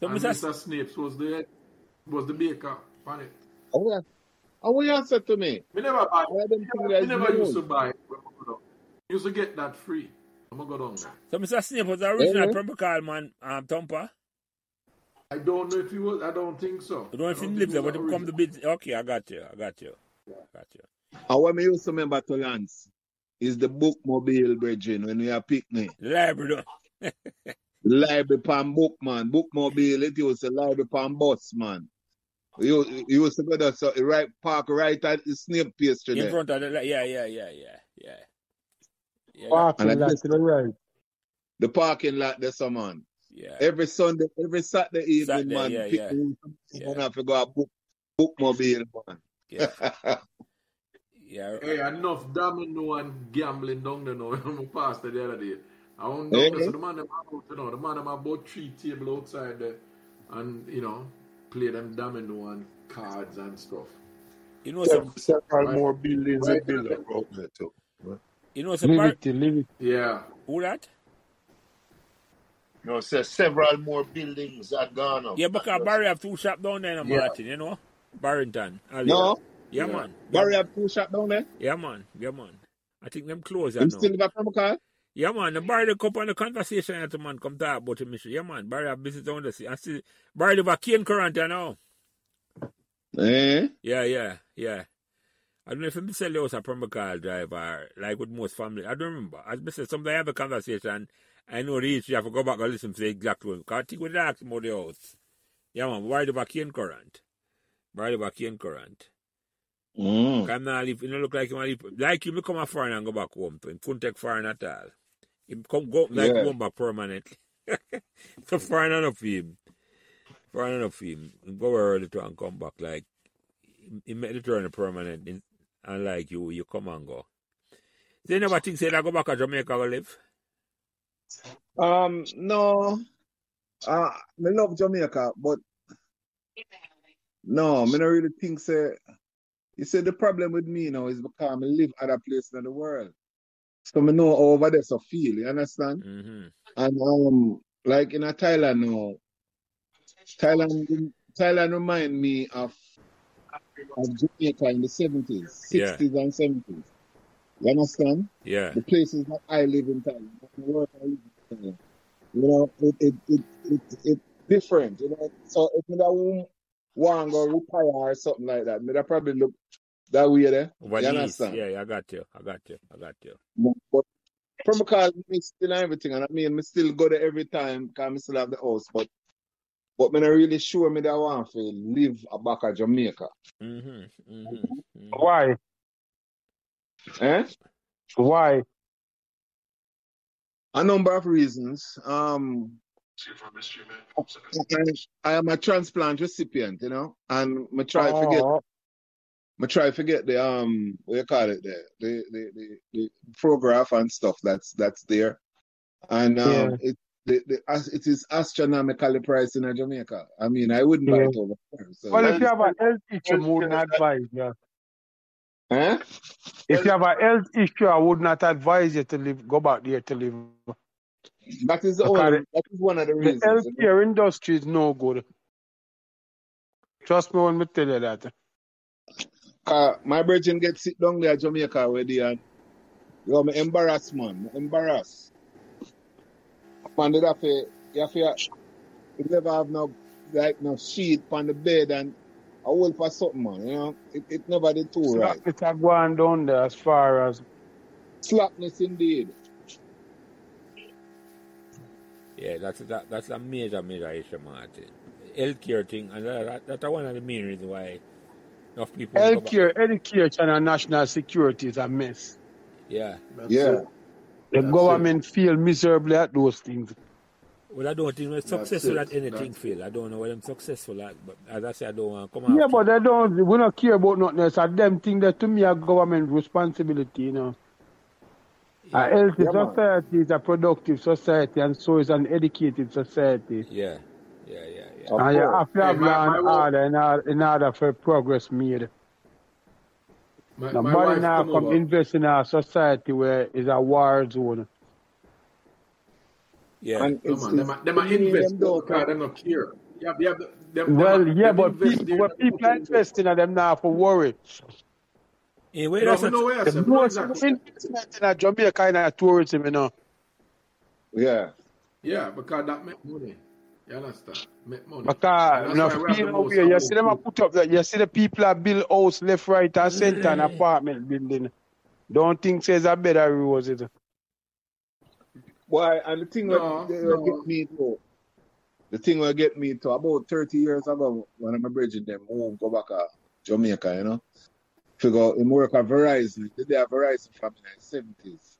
Speaker 1: So,
Speaker 3: And
Speaker 1: Mr. S-
Speaker 3: Mr. Snipes was the was the baker on it.
Speaker 2: Oh, yeah. Oh, what you said to me?
Speaker 3: We never buy.
Speaker 2: All of them things
Speaker 3: We
Speaker 2: that's
Speaker 3: never used
Speaker 2: new.
Speaker 3: to buy. it when we go down. We Used to get that free. I'm gonna go down there.
Speaker 1: so Mr. Snape was the original
Speaker 2: Eh?
Speaker 1: Permacal man, um, Tompa.
Speaker 3: I don't know if he was. I don't think so.
Speaker 1: I don't know
Speaker 3: I
Speaker 1: if he
Speaker 3: don't think
Speaker 1: lives
Speaker 3: he
Speaker 1: there,
Speaker 3: was
Speaker 1: but
Speaker 3: an
Speaker 1: he come
Speaker 3: original.
Speaker 1: to bid. Okay, I got you, I got you, got you.
Speaker 2: And what me used to remember to Lance is the bookmobile, Bridging, when we are picnic.
Speaker 1: The library, don't-
Speaker 2: Library pan book, man. Bookmobile, it used to library pan bus, man. You, you used to go there, so right, park right at the snake pastry
Speaker 1: in
Speaker 2: there.
Speaker 1: front of the, li- yeah, yeah, yeah, yeah, yeah, yeah, that,
Speaker 2: And I
Speaker 6: Parking lot
Speaker 2: just,
Speaker 6: to the right.
Speaker 2: the parking lot there, so, man.
Speaker 1: yeah.
Speaker 2: Every Sunday, every Saturday evening,
Speaker 1: Saturday,
Speaker 2: man,
Speaker 1: yeah,
Speaker 2: pick
Speaker 1: yeah,
Speaker 2: me
Speaker 1: yeah,
Speaker 2: up to go a book, bookmobile, man.
Speaker 1: yeah, yeah.
Speaker 3: Hey, enough domino and gambling down there now. I'm a pastor the other day. I went
Speaker 2: eh?
Speaker 3: down there, so the man them about, you know, the man them about three table outside there, and you know, play them domino and cards and stuff.
Speaker 1: You know some,
Speaker 4: Sev- Several
Speaker 3: Right,
Speaker 4: more buildings
Speaker 3: right
Speaker 4: and
Speaker 3: at
Speaker 4: build
Speaker 3: the
Speaker 4: up out there too.
Speaker 1: You know, so Bar-
Speaker 6: Liberty, Liberty.
Speaker 3: Yeah.
Speaker 1: who that?
Speaker 8: No, so several more buildings are gone up.
Speaker 1: Yeah, because
Speaker 8: And
Speaker 1: Barry have two shop down there, now,
Speaker 3: Yeah.
Speaker 1: Martin. You know, Barrington. Ali.
Speaker 2: No,
Speaker 1: Yeah,
Speaker 3: Yeah.
Speaker 1: man.
Speaker 2: Barry have two shot down there.
Speaker 1: Yeah, man. Yeah, man. I think them close I
Speaker 2: Him
Speaker 1: know.
Speaker 2: still live at Pembroke.
Speaker 1: Yeah, man. The Barry the cup on the conversation at the man come talk about him. issue. Yeah, man. Barry have business down the sea. I see Barry live a cane current, you know.
Speaker 2: Eh?
Speaker 1: Yeah, yeah, yeah. I don't know if him sell the house at Permacal Drive or like with most family. I don't remember. As I said, sometimes I have a conversation. I know the history. I have to go back and listen to the exact one. Because I think we did ask him about the house. Yeah, man. Barry live a cane current. Barry live a cane current.
Speaker 2: Mm.
Speaker 1: I'm not leave. You know, look like him. I leave. Like him, he come a foreign and go back home. To him, couldn't take foreign at all. Him come go like
Speaker 2: Yeah.
Speaker 1: home back permanently. so foreign enough for him. Foreign enough for him. Him go early to and come back like him, him make the turn permanent. in- And like you, you come and go. They never think say I go back to Jamaica go live.
Speaker 2: Um, no. Uh, me love Jamaica, but no, me not really think say. You see, the problem with me now is because I live other places in the world. So me know how over there so feel, you understand?
Speaker 1: Mm-hmm.
Speaker 2: And um, like in a Thailand now, Thailand, Thailand remind me of, of Jamaica in the 70s,
Speaker 1: Yeah,
Speaker 2: 60s and 70s. You understand?
Speaker 1: yeah,
Speaker 2: The places that I live in Thailand, the work I live in Thailand. You know, it it it it, it different. You know, so if me that won't want to go retire or something like that, me that probably look that way there.
Speaker 1: over
Speaker 2: You
Speaker 1: the east.
Speaker 2: understand?
Speaker 1: Yeah, yeah, I got you, I got you, I got you.
Speaker 2: But from because me still and everything, and I mean, me still go there every time because I still have the house, but but me not really sure me that I want to live back at Jamaica.
Speaker 1: Mm-hmm, mm-hmm, mm-hmm.
Speaker 6: Why?
Speaker 2: Eh?
Speaker 6: Why?
Speaker 2: A number of reasons. Um, I am a transplant recipient, you know, and me try forget,
Speaker 6: Oh,
Speaker 2: me try forget the um, what you call it, the the the, the, the photograph and stuff that's that's there, and
Speaker 6: yeah,
Speaker 2: um, it the, the as- it is astronomically priced in uh, Jamaica. I mean, I wouldn't buy
Speaker 6: yeah.
Speaker 2: it over there. So
Speaker 6: Well,
Speaker 2: you
Speaker 6: if you have
Speaker 2: understand?
Speaker 6: a health issue, I
Speaker 8: healthcare
Speaker 6: would not
Speaker 8: that
Speaker 6: advise you.
Speaker 2: Eh?
Speaker 6: If
Speaker 8: health
Speaker 6: you have a health issue, I would not advise you to live, go back there to live.
Speaker 2: That is the
Speaker 6: Because
Speaker 2: only. That is one of the
Speaker 6: the
Speaker 2: reasons. You know?
Speaker 6: healthcare industry is no good. Trust me when I tell you that.
Speaker 2: 'Cause my brethren get sit down there, Jamaica, where they are. You know, me embarrassed, man. Me embarrassed. Man, they have to, you have to, you never have no, like, no sheet on the bed and a whole for something, man. You know, it, it never did too right.
Speaker 6: Slackness are going down there as far as
Speaker 2: Slackness indeed.
Speaker 1: Yeah, that's that, that's a major, major issue, Martin. Healthcare thing, and that, that's one of the main reasons why enough people won't go back.
Speaker 6: healthcare, education, and national security is a mess.
Speaker 1: Yeah.
Speaker 3: That's
Speaker 2: Yeah.
Speaker 3: it.
Speaker 6: The
Speaker 3: That's it.
Speaker 6: government fail miserably at those things.
Speaker 1: Well, I don't think we're
Speaker 3: That's
Speaker 1: successful
Speaker 3: it.
Speaker 1: at anything,
Speaker 3: That's it.
Speaker 1: Phil. I don't know what I'm successful at, but as I said, I don't want to come
Speaker 6: Yeah,
Speaker 1: after
Speaker 6: but
Speaker 1: you.
Speaker 6: they don't. We don't care about nothing else. And them thing that to me are government responsibility. You know, a
Speaker 1: Yeah.
Speaker 6: healthy
Speaker 2: Yeah, man.
Speaker 6: society is a productive society, and so is an educated society.
Speaker 1: Yeah. Yeah, yeah, yeah.
Speaker 2: Of
Speaker 6: And you
Speaker 2: course.
Speaker 6: have to
Speaker 3: Hey,
Speaker 6: have
Speaker 3: my,
Speaker 6: law and
Speaker 3: my, wo-
Speaker 6: order in order, in order for progress made.
Speaker 3: my, my
Speaker 6: Nobody
Speaker 3: wife
Speaker 6: now
Speaker 3: come
Speaker 6: come
Speaker 3: over.
Speaker 6: invest in a society where is a war zone.
Speaker 1: Yeah.
Speaker 2: And
Speaker 3: No
Speaker 2: it's,
Speaker 3: man, them
Speaker 2: it's
Speaker 3: a, them
Speaker 2: the
Speaker 3: a
Speaker 2: meaning
Speaker 3: invest
Speaker 2: them
Speaker 3: there
Speaker 2: don't
Speaker 3: because them not care. Yeah, they have the, them them
Speaker 6: Well,
Speaker 3: a,
Speaker 6: yeah,
Speaker 3: them
Speaker 6: but
Speaker 3: invest
Speaker 6: people,
Speaker 3: there. Them
Speaker 6: when
Speaker 3: not
Speaker 6: people are
Speaker 3: invest.
Speaker 6: investing in them now for worry.
Speaker 1: Anyway,
Speaker 3: No,
Speaker 1: that's
Speaker 3: me
Speaker 1: not.
Speaker 3: know where I
Speaker 6: The
Speaker 3: say. Me know
Speaker 6: most
Speaker 3: exactly.
Speaker 6: investment in a Jamaica is a tourism, you know.
Speaker 2: Yeah.
Speaker 3: Yeah, because that make money. You understand? Make money, and
Speaker 6: Because
Speaker 3: that's
Speaker 6: no
Speaker 3: why we have
Speaker 6: feel
Speaker 3: the
Speaker 6: out
Speaker 3: most
Speaker 6: here. You see
Speaker 3: amount.
Speaker 6: them a
Speaker 3: Of,
Speaker 6: put up that you see the people are build house left, right, and center and apartment building. Don't think says a better rules it.
Speaker 2: Why? And the thing that
Speaker 3: no,
Speaker 2: that get
Speaker 3: no.
Speaker 2: me to, the thing will get me to about 30 years ago, one of my brethren them moved, go back to Jamaica, you know. figure him work at Verizon. He did a Verizon from the seventies.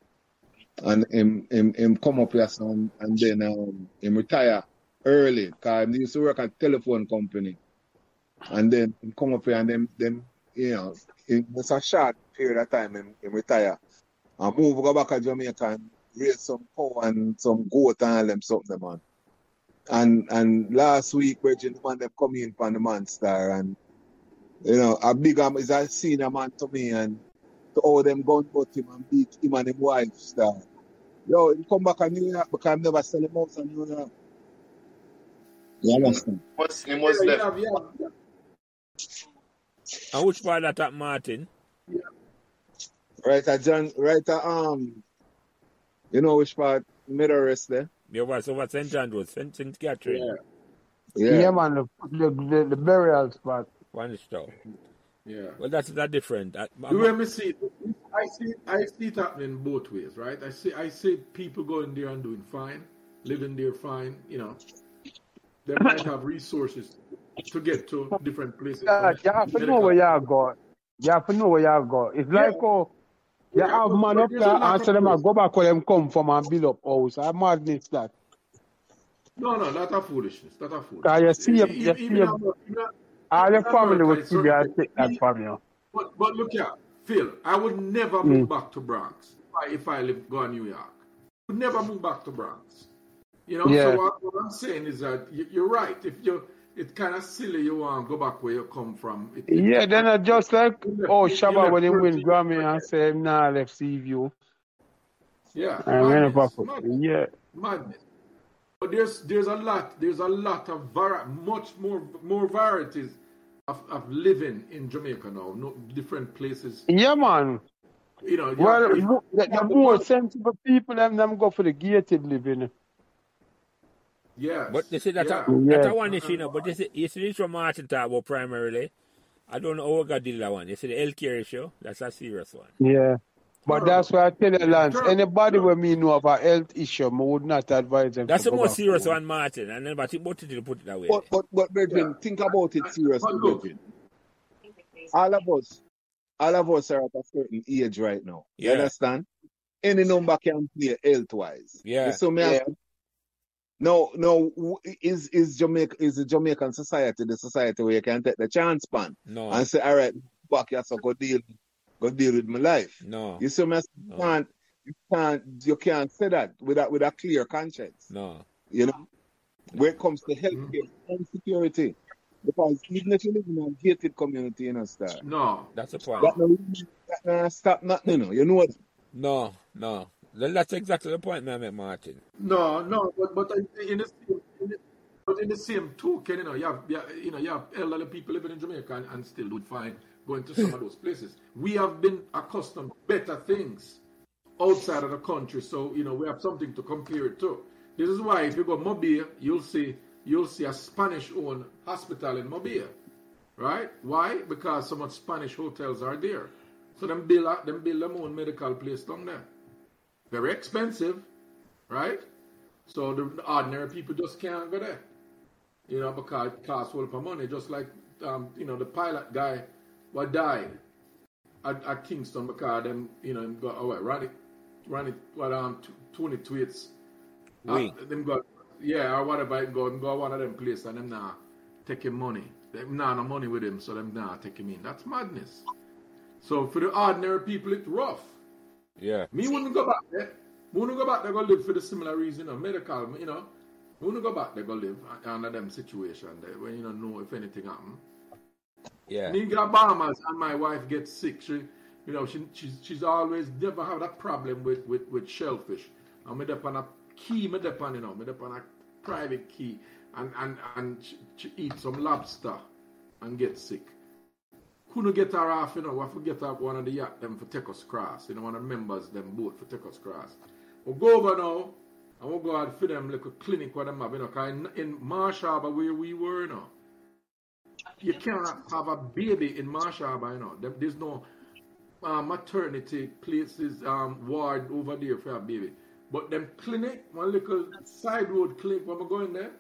Speaker 2: And him him him come up here son, and then um him retire early because he used to work at telephone company. And then him come up here and them them you know in just a short period of time him, him retire. And move go back to Jamaica and raise some cow and some goat and all them something man. And and last week Virgin the man them come in from the Monster and you know a big um, is a senior man to me and to how them gun but him and beat him and him wife star. Yo, he come back and New York because him never sell him out in New York. You understand?
Speaker 8: was, him was
Speaker 3: Yeah,
Speaker 8: left.
Speaker 3: you have, you have,
Speaker 1: And which part that at Martin?
Speaker 2: Right at John right at um you know which part middle rest there?
Speaker 1: There was over St. Andrews, St. St. Catherine,
Speaker 3: yeah,
Speaker 2: Yeah.
Speaker 6: Yeah, man, the, the, the, the burial spot.
Speaker 1: one stuff.
Speaker 3: yeah.
Speaker 1: Well, that's that different. That,
Speaker 3: The
Speaker 1: I'm-
Speaker 3: way me see it, I see, I see it happening both ways, right? I see, I see people going there and doing fine, living there fine. You know, they might have resources to get to different places
Speaker 6: Yeah,
Speaker 3: from
Speaker 6: you have to know
Speaker 3: medical.
Speaker 6: where you have got. You have to know where you have got. It's
Speaker 3: Yeah,
Speaker 6: like oh, you
Speaker 3: yeah,
Speaker 6: have
Speaker 3: but,
Speaker 6: man
Speaker 3: but
Speaker 6: up
Speaker 3: there's a
Speaker 6: there
Speaker 3: lack
Speaker 6: and
Speaker 3: of
Speaker 6: so them a
Speaker 3: food.
Speaker 6: go back where them come from and build up house. I madness that.
Speaker 3: No, no, that are foolishness. That are
Speaker 6: Cause you
Speaker 3: foolishness.
Speaker 6: see,
Speaker 3: E- e-
Speaker 6: you, you
Speaker 3: Even
Speaker 6: see,
Speaker 3: even
Speaker 6: you,
Speaker 3: Amer- even
Speaker 6: all your
Speaker 3: even
Speaker 6: family
Speaker 3: America
Speaker 6: will
Speaker 3: is
Speaker 6: see you and
Speaker 3: certain.
Speaker 6: take that from you.
Speaker 3: But but look here, Phil, I would never move
Speaker 6: Mm.
Speaker 3: back to Bronx if I, if I live go in New York. Would never move back to Bronx. You know, so
Speaker 6: Yeah,
Speaker 3: what, what I'm saying is that you, you're right. If you, it's kind of silly you want to go back where you come from. It, it,
Speaker 6: yeah. Then I just like
Speaker 3: you left,
Speaker 6: oh,
Speaker 3: you
Speaker 6: Shabba
Speaker 3: left
Speaker 6: when he
Speaker 3: Perth,
Speaker 6: win
Speaker 3: you left
Speaker 6: Grammy and
Speaker 3: Perth.
Speaker 6: say him nah left Sea View
Speaker 3: Yeah,
Speaker 6: and we never
Speaker 3: madness,
Speaker 6: fuck.
Speaker 3: madness,
Speaker 6: Yeah,
Speaker 3: madness. But there's there's a lot there's a lot of var- much more more varieties of, of living in Jamaica now. No different places.
Speaker 6: yeah, man.
Speaker 3: You know, you have
Speaker 6: Well,
Speaker 3: if
Speaker 6: mo- the,
Speaker 3: you
Speaker 6: the
Speaker 3: have the
Speaker 6: more
Speaker 3: money.
Speaker 6: sensible people them them go for the gated living.
Speaker 1: But they
Speaker 3: Yes,
Speaker 1: say that a,
Speaker 3: yeah.
Speaker 1: that
Speaker 6: Yeah,
Speaker 1: a one issue,
Speaker 3: Uh-uh.
Speaker 1: you know, but they say, you see this from Martin talk about primarily. I don't know how we got deal that one. You see the healthcare issue, that's a serious one.
Speaker 6: yeah. But that's
Speaker 3: Terrible.
Speaker 6: why I tell you,
Speaker 3: It's
Speaker 6: Lance,
Speaker 3: terrible.
Speaker 6: anybody
Speaker 3: Terrible.
Speaker 6: where me know of a health issue, I would not advise them
Speaker 1: That's
Speaker 6: to
Speaker 1: the
Speaker 6: go
Speaker 1: most
Speaker 6: back
Speaker 1: serious
Speaker 6: home.
Speaker 1: one, Martin. And then, but it, but it, put it that way.
Speaker 2: But but but
Speaker 3: Yeah.
Speaker 2: brethren, think about it
Speaker 3: And-
Speaker 2: seriously,
Speaker 3: But look,
Speaker 2: brethren. All of us, all of us are at a certain age right now. You
Speaker 1: Yeah,
Speaker 2: understand? Any number can play health wise. You
Speaker 1: yeah.
Speaker 2: see me
Speaker 6: Yeah.
Speaker 2: asking? No, no. w- Is is Jamaica is the Jamaican society the society where you can take the chance pan
Speaker 1: No,
Speaker 2: and say, all right, back here, so go deal, go deal with my life.
Speaker 1: no,
Speaker 2: You see, me, I say, you
Speaker 1: no,
Speaker 2: can't, you can't, you can't say that without with a clear conscience.
Speaker 1: no,
Speaker 2: You know, where
Speaker 1: no.
Speaker 2: it comes to
Speaker 3: mm,
Speaker 2: healthcare and security, because even if you live in a gated community, you know, star,
Speaker 3: no,
Speaker 1: That's the
Speaker 2: that
Speaker 1: point.
Speaker 3: no.
Speaker 2: no, that no stop nothing. You know, you know what?
Speaker 1: No, no. Then That's exactly the point, man, make, Martin.
Speaker 3: No, no, but but in in the same, in the, but in the same token, you know, you have, you have- you know you have elderly people living in Jamaica and, and still doing fine going to some of those places. We have been accustomed to better things outside of the country, so you know we have something to compare it to. This is why if you go Mobile, you'll see you'll see a Spanish-owned hospital in Mobile, right? Why? Because so much Spanish hotels are there, so them build a- them build them own medical place down there. Very expensive, right? So the the ordinary people just can't go there, you know, because it costs all of money. Just like, um, you know, the pilot guy what died at, at Kingston because them, you know, him got, oh, wait, Ronnie, Ronnie, what, um, t- 20 tweets. Uh,
Speaker 1: We.
Speaker 3: them got, yeah, or whatever, him go, him go one of them place and them nah take him money. Them nah no money with him, so them nah take him in. That's madness. So for the ordinary people, it's rough.
Speaker 1: Yeah,
Speaker 3: Me wouldn't go back there. Me wouldn't go back there go live for the similar reason, you know, medical, you know. Me wouldn't go back there go live u- under them situation there when you don't know if anything happen.
Speaker 1: yeah,
Speaker 3: Me get Bahamas and my wife gets sick. She, you know, she, she's, she's always never have that problem with, with, with shellfish. And me depend on a key, me depend, you know, me depend on a private key and, and, and she, she eat some lobster and get sick couldn't get her off, you know. I forget her one of the yacht them for take us cross, you know, one of the members them boat for take us cross. We'll go over now and we'll go out for them little clinic where them have, you know, 'cause in, in Marsh Harbour where we were, you know, you cannot have a baby in Marsh Harbour, you know. There- There's no uh, maternity places, um, ward over there for a baby. But them clinic, one little side road clinic when we go in there,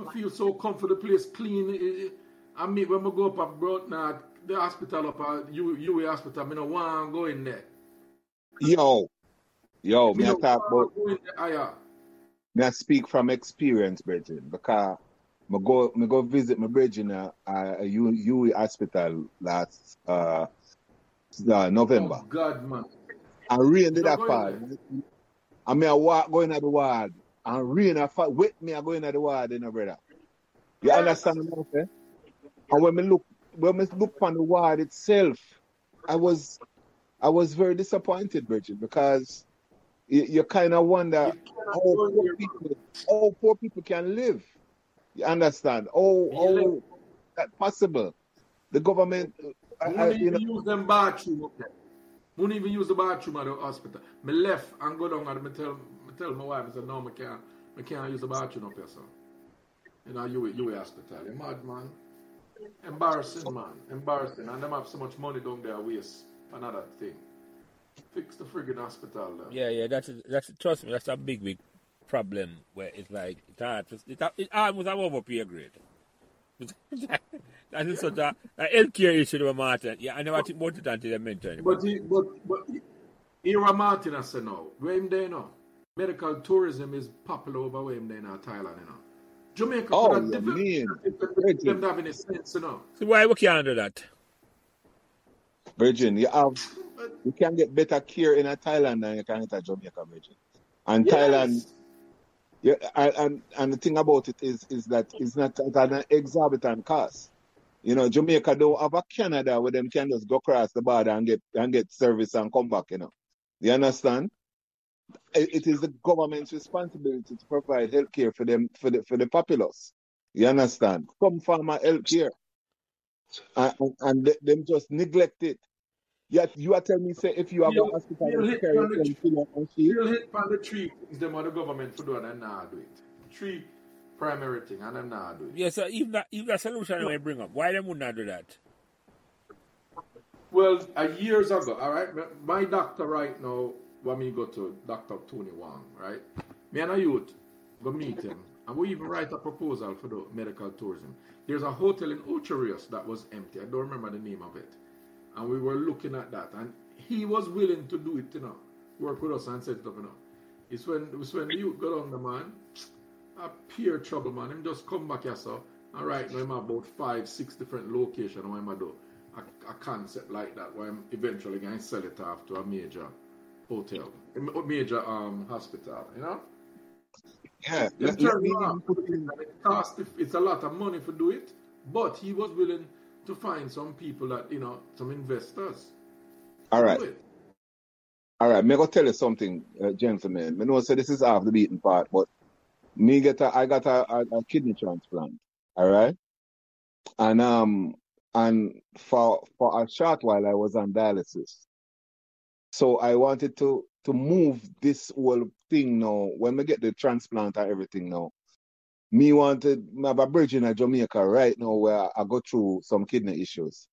Speaker 3: I feel so comfortable. The place clean. eh, eh. I mean, when we go up at Broadnard, the hospital up at U- UA hospital, I don't want to go in there.
Speaker 2: Yo, yo,
Speaker 3: Me
Speaker 2: me I
Speaker 3: don't
Speaker 2: talk about
Speaker 3: want to go in there. ah. Aya.
Speaker 2: me I speak from experience, brethren, because me go me go visit my brethren at a UE hospital last uh, uh
Speaker 3: Oh,
Speaker 2: November.
Speaker 3: God, man.
Speaker 2: And rain
Speaker 3: You
Speaker 2: did
Speaker 3: don't
Speaker 2: a
Speaker 3: go in
Speaker 2: fall.
Speaker 3: there.
Speaker 2: And me I walk going at the ward. And rain a fall with me I going at the ward, you know, brother. You
Speaker 3: Correct.
Speaker 2: understand what I'm saying? And when me look when me look on the ward itself, I was I was very disappointed, Bridget, because you, you kind of wonder
Speaker 3: You cannot
Speaker 2: how
Speaker 3: go
Speaker 2: poor
Speaker 3: there, man.
Speaker 2: people, how poor people can live. You understand? Oh,
Speaker 3: When you live-
Speaker 2: oh, that possible? The government, I, I,
Speaker 3: I wouldn't
Speaker 2: you know,
Speaker 3: even use them bathroom up there. I wouldn't even use the bathroom at the hospital. Me left and go down and me tell, me tell my wife, I said, no, I can't, I can't use the bathroom up here, son. You know, you you hospital. You mad, man. Embarrassing, man. Embarrassing. And them have so much money down their waist. Another thing. Fix the friggin' hospital there.
Speaker 1: Yeah, yeah, that's that's trust me, that's a big big problem where it's like it's hard to it, it almost have over peer grade. that is such a, a healthcare issue to Martin. Yeah, I never think about it until they mention it.
Speaker 3: But he, but but Ira Martin I said no. Where him there now? Medical tourism is popular over where him there now, Thailand, you know. Jamaica could
Speaker 2: oh,
Speaker 3: have
Speaker 2: you
Speaker 3: developed
Speaker 2: mean,
Speaker 3: them
Speaker 2: Virgin,
Speaker 3: having a sense, you know.
Speaker 1: So why we can't do that?
Speaker 2: Virgin, you have,
Speaker 3: But
Speaker 2: Um, you can get better care in a Thailand than you can get a Jamaica, Virgin. And Thailand,
Speaker 3: yes.
Speaker 2: yeah, and and and the thing about it is is that it's not at an exorbitant cost. You know, Jamaica don't have a Canada where them can just go across the border and get and get service and come back. You know, you understand? I- It is the government's responsibility to provide health care for them for the for the populace. You understand? Some form of health care, and, and, and th- them just neglect it. Yet you are telling me say if you are go
Speaker 3: Bill
Speaker 2: hospital
Speaker 3: Bill
Speaker 2: and
Speaker 3: hit
Speaker 2: carry
Speaker 3: on the
Speaker 2: them pillow and sheet,
Speaker 3: Bill hit on the three things them other government for doing and now do it. Three primary thing and them now do it.
Speaker 1: Yeah, so even that even that solution we bring up, why them would not do that?
Speaker 3: Well, uh, years ago, all right, m- my doctor right now, when me go to Dr. Tony Wang, right, me and a youth go meet him, and we even write a proposal for the medical tourism. There's a hotel in Ocherius that was empty. I don't remember the name of it. And we were looking at that, and he was willing to do it, you know, work with us and set it up, you know. It's when, it's when the youth got on the man, a pure trouble, man. Him just come back here, sir. And right now, I'm about five, six different locations where I'm do a, a concept like that, where I'm eventually going to sell it off to a major hotel, a major um hospital, you know?
Speaker 2: yeah,
Speaker 3: Them
Speaker 2: let, let
Speaker 3: turn
Speaker 2: me
Speaker 3: around.
Speaker 2: even put in
Speaker 3: It cost, it's a lot of money for do it, but he was willing to find some people that, you know, some investors
Speaker 2: all
Speaker 3: to
Speaker 2: right.
Speaker 3: do it.
Speaker 2: All right, me go tell you something, uh, gentlemen. Me know say this is off the beaten part, but me get a, I got a, a, a kidney transplant. All right, and um, and for for a short while I was on dialysis, so I wanted to to move this whole thing now. When we get the transplant and everything now, me wanted me have a bridge in Jamaica right now where I go through some kidney issues,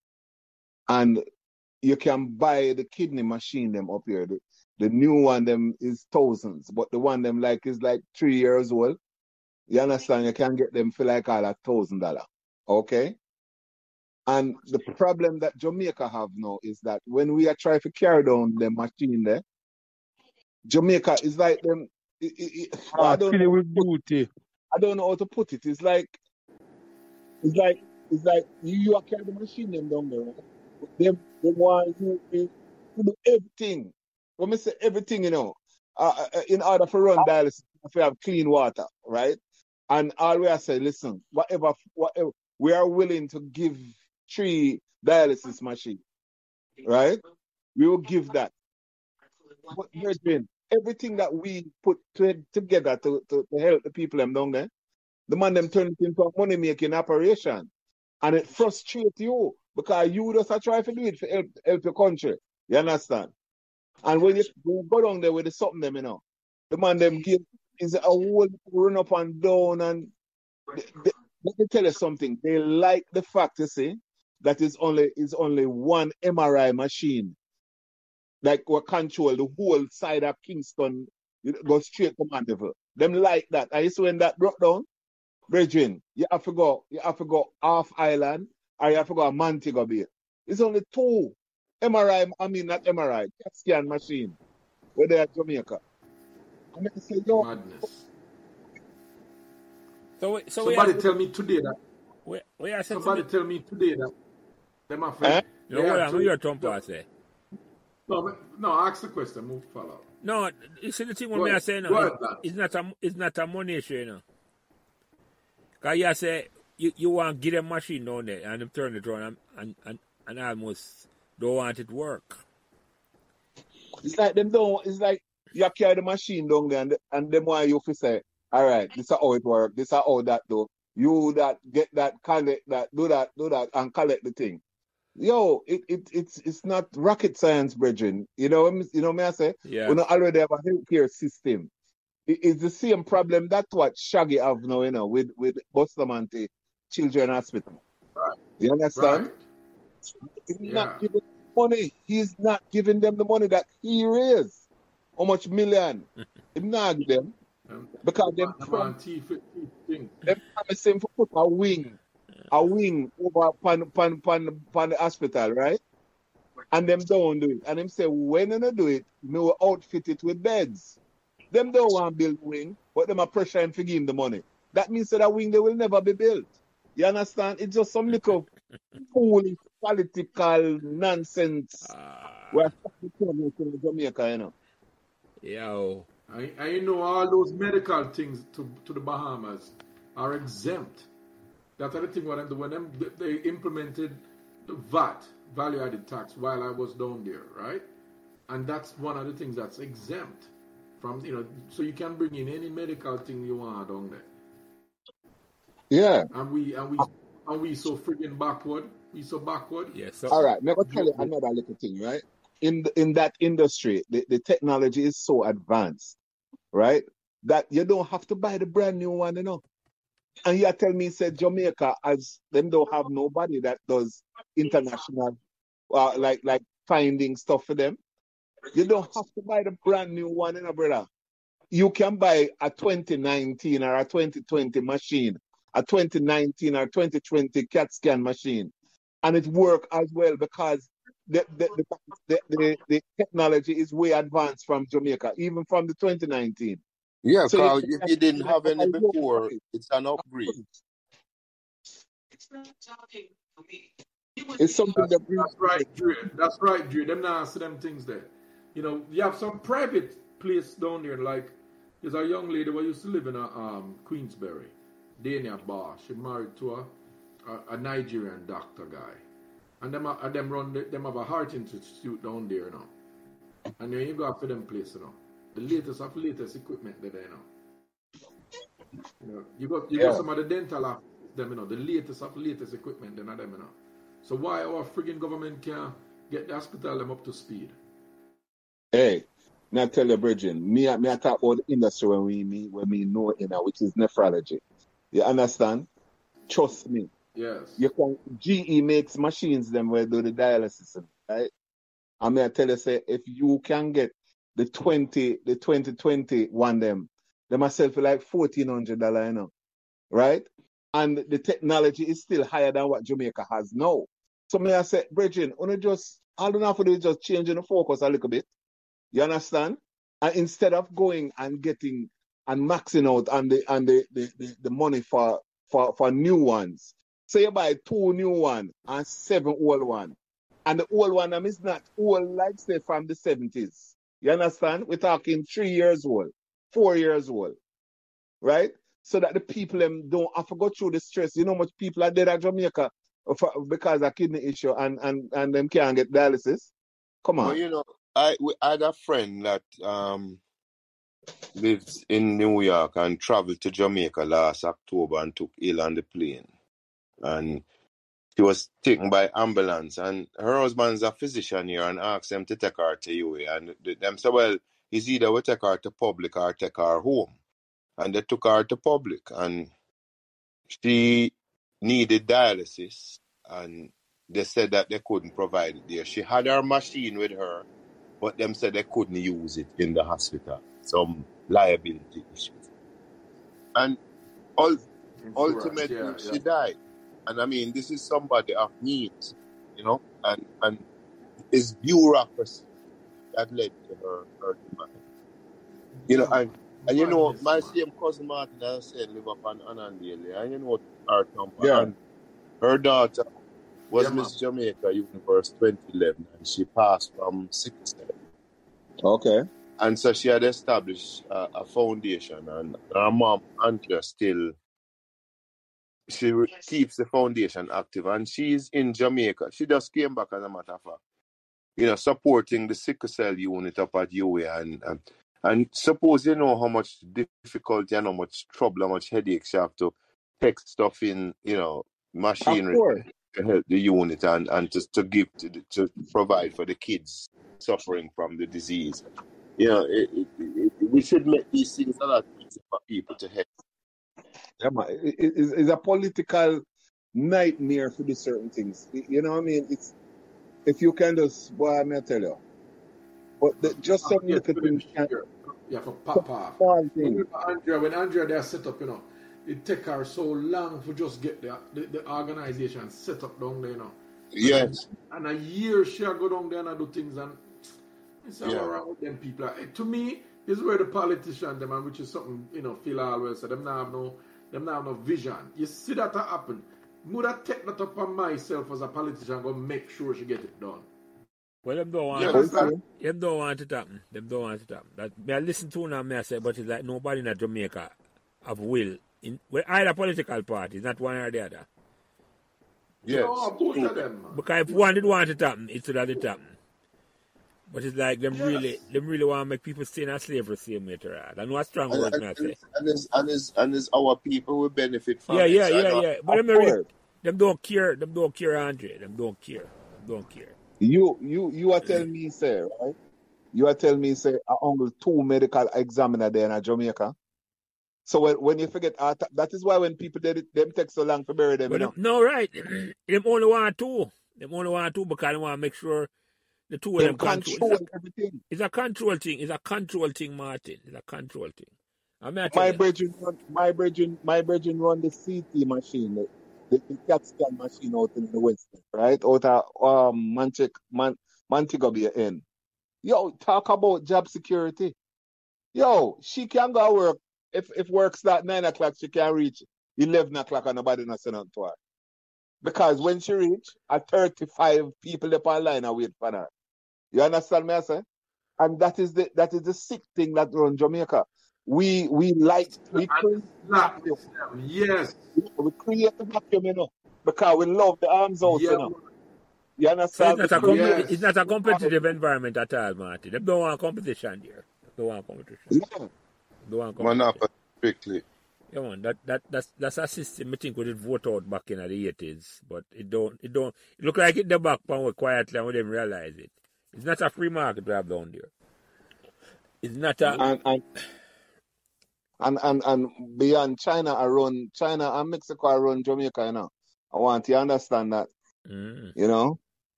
Speaker 2: and you can buy the kidney machine them up here. The, the new one them is thousands, but the one them like is like three years old. You understand? You can get them for like all a thousand dollar. Okay. And the problem that Jamaica have now is that when we are trying to carry down the machine there, Jamaica is like them. i i i I
Speaker 6: Ah,
Speaker 2: don't
Speaker 6: fill it
Speaker 2: know. How
Speaker 6: with
Speaker 2: to put,
Speaker 6: beauty.
Speaker 2: I don't know how to put it. It's like it's like it's like you, you are carrying the machine them down there, right? But them they want you to to do everything. When I say everything, you know, uh, uh, in order for run dialysis, if we have clean water, right? And always I say, listen, whatever, whatever, we are willing to give three dialysis machine, right? We will give that. But brethren, everything that we put to, together to, to, to help the people them down there, the man them turn it into a money making operation and it frustrates you because you just a try to do it for help, help your country. You understand? And when you, when you go down there with the something them, you know, the man them give is a whole run up and down and they, they, let me tell you something. They like the fact you see that is only is only one MRI machine like will control the whole side of Kingston. It goes straight to Mandeville. Them like that. I used to when that broke down. Brethren, you have to go, you have to go off island or you have to go to Montego Bay. It's only two MRI, I mean not MRI, CAT scan machine where they are Jamaica. And I say, yo,
Speaker 3: Madness.
Speaker 1: So we, so we are
Speaker 3: Somebody tell me today that,
Speaker 1: we, we are set to
Speaker 3: somebody
Speaker 1: be
Speaker 3: tell me today that them have,
Speaker 2: eh?
Speaker 1: No,
Speaker 3: they
Speaker 1: hold
Speaker 3: have
Speaker 1: on, what your
Speaker 3: to,
Speaker 1: tongue
Speaker 3: no,
Speaker 1: pass there?
Speaker 3: no, no, ask the question, move follow.
Speaker 1: No, you see the thing what
Speaker 3: Go
Speaker 1: me I
Speaker 3: ahead.
Speaker 1: say now
Speaker 3: Go
Speaker 1: is
Speaker 3: ahead, lad.
Speaker 1: it's not a it's not a money issue, you know. Cause you say you, you want get a machine down there and them turn it around and and, and, and almost don't want it work.
Speaker 2: It's like them don't. It's like you carry the machine down there, and, and them why you fi say, all right, this is how it work. This is how that do. You that get that collect that do that do that and collect the thing. Yo, it, it it's it's not rocket science, brethren. You know what I'm- you know what I say.
Speaker 1: Yeah.
Speaker 2: We not already have a healthcare system. It- It's the same problem that what Shaggy have now, you know, with with Bustamante Children Hospital.
Speaker 3: Right.
Speaker 2: You understand?
Speaker 3: Right?
Speaker 2: He's not
Speaker 3: Yeah.
Speaker 2: giving money. He's not giving them the money that he raised. How much million? He not give them
Speaker 3: Um,
Speaker 2: because
Speaker 3: the
Speaker 2: them
Speaker 3: man, the
Speaker 2: prom-
Speaker 3: man T fifty thing.
Speaker 2: them promise him to put a wing, a wing over pan pan pan pan the hospital, right? And them don't do it. And them say when they do it, me will outfit it with beds. Them don't want build wing, but them are pressure him to give him the money. That means that a wing they will never be built. You understand? It's just some little foolish political nonsense.
Speaker 1: Ah,
Speaker 2: Well, the problem in Jamaica, you know.
Speaker 1: yo.
Speaker 3: I, I know all those medical things to, to the Bahamas are exempt. That other thing when them, when them they implemented the VAT, value added tax, while I was down there, right? And that's one of the things that's exempt from you know, so you can bring in any medical thing you want down there.
Speaker 2: Yeah.
Speaker 3: And we and we and we so friggin' backward. We so backward.
Speaker 1: Yeah, so
Speaker 2: All right. Now, I'll tell
Speaker 3: You,
Speaker 2: you another little thing, right? In the, in that industry, the, the technology is so advanced, right? That you don't have to buy the brand new one, you know. And you tell me, said Jamaica, as them don't have nobody that does international, uh, like like finding stuff for them. You don't have to buy the brand new one, you know, brother. you can buy a 2019 or a 2020 machine, a 2019 or 2020 CAT scan machine, and it work as well because the the, the, the, the the technology is way advanced from Jamaica, even from the 2019.
Speaker 8: Yeah,
Speaker 2: So you
Speaker 8: Carl,
Speaker 2: can
Speaker 8: if
Speaker 2: have
Speaker 8: you didn't
Speaker 2: like
Speaker 8: have any
Speaker 2: a low
Speaker 8: before,
Speaker 2: price.
Speaker 8: it's an upgrade.
Speaker 2: It's something
Speaker 3: That's
Speaker 2: that brings
Speaker 3: that's right, Dre. That's right, Dre. Them not see them things there. You know, you have some private place down there. Like there's a young lady who used to live in a, um, Queensberry, Dania Bar. She married to a, a, a Nigerian doctor guy, and them a- and them run the- them have a heart institute down there now. And then you go after them place you know, the latest of latest equipment there you know. You know, you got you got
Speaker 2: yeah.
Speaker 3: some of the dental app them, you know, the latest of latest equipment them, them, you know. So why our friggin' government can't get the hospital them up to speed?
Speaker 2: Hey, now tell you, Bridging, me I- me I talk about the industry when we me when we know in which is nephrology. You understand? Trust me.
Speaker 3: Yes.
Speaker 2: you can GE makes machines them where do the dialysis, and- right? I mean I tell you say if you can get the twenty the twenty twenty one them, they must sell for like fourteen hundred dollar, you know, right? And the technology is still higher than what Jamaica has now. So may I say, Bridging, only just all you have to do is just changing the focus a little bit. You understand? And instead of going and getting and maxing out on the on the, the, the, the money for, for for new ones. Say you buy two new one and seven old one. And the old one them is not old like say from the seventies. You understand? We're talking three years old, four years old, right? So that the people them don't have to go through the stress. You know how much people are dead at Jamaica for, because of kidney issue and, and, and them can't get dialysis. Come
Speaker 4: Well,
Speaker 2: on.
Speaker 4: you know, I we I had a friend that um lives in New York and traveled to Jamaica last October and took ill on the plane. And she was taken by ambulance. And her husband's a physician here and asked them to take her to UA. And th- them said, well, he's either we take her to public or take her home. And they took her to public. And she needed dialysis. And they said that they couldn't provide it there. She had her machine with her but them said they couldn't use it in the hospital. Some liability issues. And ul-
Speaker 3: Insurance,
Speaker 4: ultimately,
Speaker 3: yeah, yeah.
Speaker 4: she died. And I mean, this is somebody of means, you know, and, and it's bureaucracy that led to her, her demise. You know,
Speaker 3: Them
Speaker 4: and, and you know,
Speaker 3: madness,
Speaker 4: my
Speaker 3: man.
Speaker 4: same cousin Martin, as I said, live up on Annandale, and you know, our Tampa,
Speaker 2: Yeah.
Speaker 4: and her daughter
Speaker 3: Yeah,
Speaker 4: was
Speaker 3: man.
Speaker 4: Miss Jamaica Universe 2011, and she passed from sickness.
Speaker 2: Okay.
Speaker 4: And so she had established a, a foundation, and her mom, Andrea, still she re- keeps the foundation active, and she's in Jamaica. She just came back, as a matter of fact, you know, supporting the sickle cell unit up at UA and, and and suppose you know how much difficulty and how much trouble, how much headaches you have to text stuff in, you know,
Speaker 2: Of
Speaker 4: machinery
Speaker 2: course.
Speaker 4: to help uh, the unit and and just to give to the, to provide for the kids suffering from the disease. You know, it, it, it, it- we should make these things a lot easier for people to help.
Speaker 2: Yeah, man. It, it- it's, it's a political nightmare for the certain things. Y- You know what I mean? It's if you can just boy, I'm tell you. But the, just some
Speaker 3: Yes,
Speaker 2: little things can
Speaker 3: here. Yeah, for
Speaker 2: some
Speaker 3: Papa.
Speaker 2: small
Speaker 3: But
Speaker 2: things.
Speaker 3: remember Andrea, when Andrea there set up, you know, it take her so long for just get the, the, the organization set up down there, you know. And a,
Speaker 4: Yes,
Speaker 3: and a year she'll go down there and I do things and it's all
Speaker 4: yeah,
Speaker 3: around with them people. Eh, To me, this is where the politicians them and which is something, you know, Phil always said, them not have no them not have no vision. You see that a happen. Would I take that up on myself as a politician go make sure she get it done.
Speaker 1: Well, them don't
Speaker 3: You
Speaker 1: want
Speaker 4: yeah.
Speaker 1: it.
Speaker 2: Oh,
Speaker 3: understand?
Speaker 2: true.
Speaker 1: Them don't want it happen. Them don't want it happen. That me I listen to now. Me I say, but it's like nobody in Jamaica have will in well, either political party, not one or the other.
Speaker 4: Yes,
Speaker 3: No, Oh, both
Speaker 4: true
Speaker 3: of
Speaker 4: that.
Speaker 3: them, man.
Speaker 1: Because if one did want it happen, it should have it happen. But it's like them really,
Speaker 3: Yes.
Speaker 1: them really want to make people stay in slavery same way to that. I know a strong
Speaker 4: And
Speaker 1: words
Speaker 4: and
Speaker 1: me I
Speaker 4: and
Speaker 1: say.
Speaker 4: it's, and it's, and it's, and it's our people who benefit
Speaker 1: Yeah,
Speaker 4: from it.
Speaker 1: yeah,
Speaker 4: So I
Speaker 1: yeah,
Speaker 4: know
Speaker 1: yeah. But
Speaker 2: Of
Speaker 1: them not really,
Speaker 2: course.
Speaker 1: them don't care. Them don't care, Andre. Them don't care. Them don't care.
Speaker 2: You you you are telling me, say, right? You are telling me, say, I only two medical examiner there in Jamaica. So when, when you forget, ah, tha- that is why when people did it, them take so long to bury them, you
Speaker 1: But them,
Speaker 2: know.
Speaker 1: no, right. them only want two. Them only want two because they want to make sure the two of
Speaker 2: Them
Speaker 1: them control. It's a,
Speaker 2: control everything.
Speaker 1: it's a control thing. It's a control thing, Martin. It's a control thing. I'm not tell
Speaker 2: My
Speaker 1: you.
Speaker 2: brethren, run, my brethren, my brethren run the CT machine, the, the, the CAT scan machine out in the west, right? Out of um, Mancheg, Man, Montego Bay end. Yo, talk about job security. Yo, she can go work. If if work start nine o'clock, she can reach eleven o'clock, and nobody not send on to her. Because when she reach, at thirty-five people up online are wait for her. You understand me, I say? And that is the that is the sick thing that run Jamaica. We we like we
Speaker 3: And
Speaker 2: create
Speaker 3: slap
Speaker 2: vacuum.
Speaker 3: myself. Yes.
Speaker 2: We create vacuum, you know, because we love the arms out,
Speaker 3: Yeah.
Speaker 2: you know. You
Speaker 1: So it's
Speaker 2: understand? We
Speaker 1: not a comp-
Speaker 2: create
Speaker 1: it's
Speaker 3: Yes.
Speaker 1: not a competitive environment at all, Martin. They don't want competition here. They don't want competition.
Speaker 2: yeah.
Speaker 1: They don't want
Speaker 4: man
Speaker 1: competition.
Speaker 4: up strictly.
Speaker 1: Yeah, man. That that that's that's a system. I think we did vote out back in the eighties, but it don't it don't it look like it the back pan we quietly and we didn't realize it. It's not a free market drive down there. It's not a
Speaker 2: And and and and and beyond China I run China and Mexico I run Jamaica, you know. I want you to understand that,
Speaker 1: mm,
Speaker 2: you know.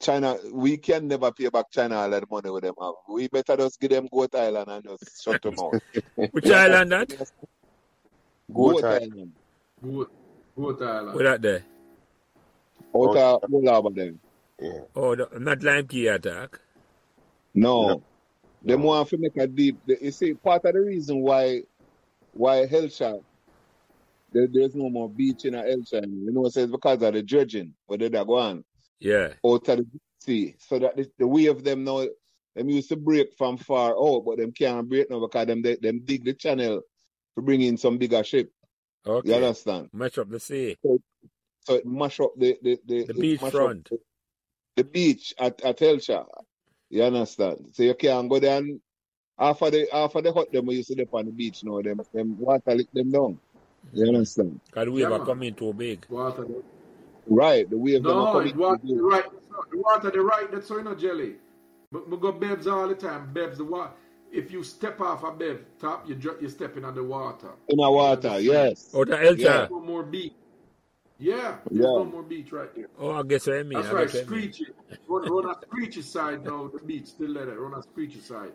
Speaker 2: China we can never pay back China all that money with them have. We better just give them Goat Island and just shut them out.
Speaker 1: which
Speaker 2: You understand
Speaker 1: island that?
Speaker 2: me? I say?
Speaker 4: Go
Speaker 2: Goat
Speaker 4: time
Speaker 2: Island.
Speaker 3: Good. Good
Speaker 1: What
Speaker 3: Island.
Speaker 1: that there?
Speaker 2: Out
Speaker 4: out.
Speaker 2: of all of them.
Speaker 4: Yeah.
Speaker 1: Oh, the, not Lime Key attack.
Speaker 4: No,
Speaker 2: No, them
Speaker 4: no.
Speaker 2: want to make a deep. the- You see, part of the reason why why Hellshire there, there's no more beach in Hellshire, you know, so it's because of the dredging where they da go on
Speaker 1: Yeah.
Speaker 2: out of the sea, so that the, the way of them now them used to break from far out, but them can't break now because them they, them dig the channel to bring in some bigger ship. You
Speaker 1: Okay.
Speaker 2: understand?
Speaker 1: Much up the sea,
Speaker 2: So, so it mash up the, the, the
Speaker 1: the
Speaker 2: it
Speaker 1: beach
Speaker 2: mash up
Speaker 1: front.
Speaker 2: the, the beach at at Hellshire. You understand? So you can't go there and half of the half of the hut them we used to dip on the beach now, them them water lick them down. You
Speaker 1: Mm.
Speaker 2: understand?
Speaker 1: Cause the wave
Speaker 3: Yeah,
Speaker 1: are
Speaker 3: man.
Speaker 1: coming too big.
Speaker 3: Water.
Speaker 2: Right, the wave them are
Speaker 3: No,
Speaker 2: coming
Speaker 3: it water
Speaker 2: to
Speaker 3: the
Speaker 2: you.
Speaker 3: right. The water the right. That's why you know jelly. But we go bebs all the time. Bebs the water. If you step off a bev top, you dr- you stepping on the water,
Speaker 2: in the
Speaker 3: on the
Speaker 2: water,
Speaker 3: sea.
Speaker 2: yes.
Speaker 1: Out of
Speaker 2: Yeah,
Speaker 3: There's
Speaker 1: Elta.
Speaker 3: no more beach. Yeah, there's
Speaker 2: yeah.
Speaker 3: no more beach right there.
Speaker 1: Oh, I guess what I mean.
Speaker 3: That's
Speaker 1: I
Speaker 3: why
Speaker 1: guess what I mean.
Speaker 3: screechy. Run, run a screechy side now. The beach still there. Run a screechy side.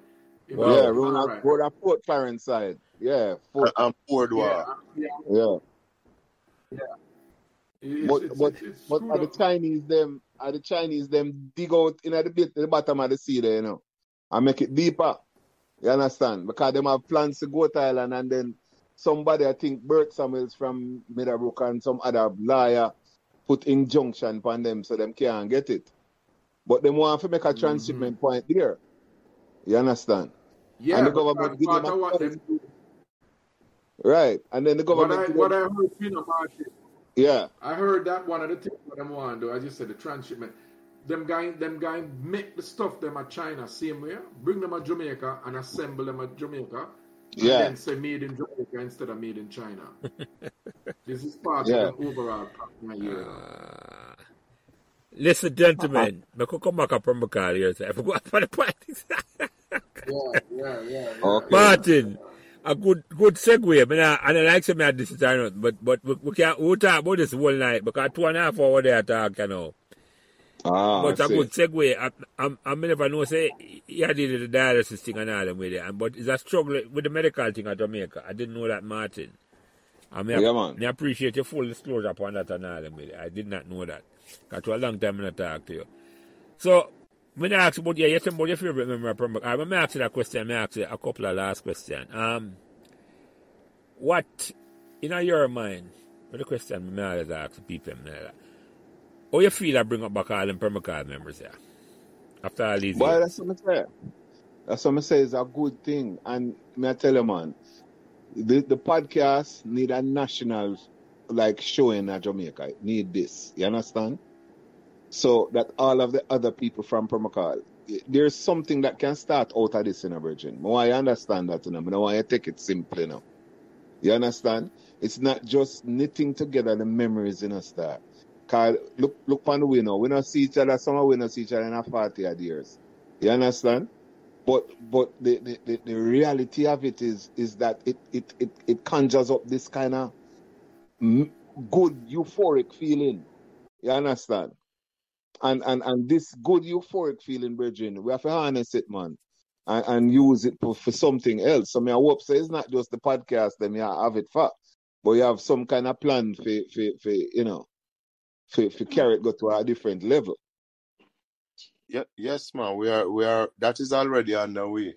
Speaker 3: Him a
Speaker 2: Yeah,
Speaker 1: Wow.
Speaker 3: him
Speaker 2: road
Speaker 3: all
Speaker 2: up
Speaker 3: right.
Speaker 2: road up Fort Clarence side. Yeah,
Speaker 4: And,
Speaker 2: Fort
Speaker 4: and
Speaker 3: Yeah,
Speaker 4: Boardwalk.
Speaker 3: yeah,
Speaker 2: yeah.
Speaker 3: It's
Speaker 2: But
Speaker 3: it's
Speaker 2: but
Speaker 3: it's it's
Speaker 2: but
Speaker 3: screwed
Speaker 2: are the
Speaker 3: up.
Speaker 2: Chinese them are the Chinese them dig out in the bit the bottom of the sea there, you know. And make it deeper. You understand? Because them have plans to go to Thailand and then somebody I think Bert Samuels from Meadowbrook and some other liar put injunction upon them so them can't get it. But them want to make a
Speaker 3: hmm
Speaker 2: transshipment point there. You understand? And
Speaker 3: Yeah,
Speaker 2: the
Speaker 3: because
Speaker 2: government give them
Speaker 3: part
Speaker 2: a
Speaker 3: of what
Speaker 2: choice.
Speaker 3: them do,
Speaker 2: Right. And then the
Speaker 3: what
Speaker 2: government
Speaker 3: I
Speaker 2: give
Speaker 3: what
Speaker 2: them
Speaker 3: I heard, you know, Martin,
Speaker 2: yeah.
Speaker 3: I heard that one of the things what them want to do, as you said, the transshipment. them guy them guy make the stuff them at China same way, bring them at Jamaica and assemble them at Jamaica.
Speaker 2: Yeah.
Speaker 3: And then say made in Jamaica instead of made in China. this is part
Speaker 2: Yeah.
Speaker 3: of the overall pattern here.
Speaker 1: Uh, listen, gentlemen, I could come back up from my car here. So I forgot about the politics.
Speaker 3: yeah, yeah, yeah. yeah.
Speaker 2: Okay.
Speaker 1: Martin, a good good segue. I, mean, I, and I like to make this time, out, but but we, we can't we talk about this whole night because two and a half hour there talk, you know.
Speaker 2: Ah,
Speaker 1: but
Speaker 2: I
Speaker 1: a
Speaker 2: see.
Speaker 1: good segue. I, I, I may never know, say, yeah, did the dialysis thing and all them with it. And, but it's a struggle with the medical thing at Jamaica. I didn't know that, Martin. I mean,
Speaker 2: Yeah, man.
Speaker 1: I appreciate your full disclosure upon that and all them with it. I did not know that. Because for a long time I talk to you. So, when I asked about, yeah, you about your favorite memory from Jamaica. I remember asking that question, I asked a couple of last question. Um, what, in your mind, what the question I always ask people, I'm like, how you feel I bring up back all them permacard members yeah? After all these
Speaker 2: Boy,
Speaker 1: years.
Speaker 2: that's what I say. That's what I say is a good thing. And me I tell you, man, the, the podcast need a national like showing at Jamaica. It Need this. You understand? So that all of the other people from Permacal, there's something that can start out of this in a virgin. But I understand that, you know. I know why I take it simply now. You understand? It's not just knitting together the memories in us that. Cause look look on the way now. We not see each other, summer we not see each other in our forty odd years. You understand? But but the, the, the, the reality of it is is that it it it, it conjures up this kind of good euphoric feeling. You understand? And and and this good euphoric feeling, brethren, we have to harness it, man, and, and use it for, for something else. So, me, I hope so. It's not just the podcast that me I have it for, but you have some kind of plan for for, for you know for, for carry it go to a different level.
Speaker 9: Yeah, yes, man. We are, we are. That is already underway.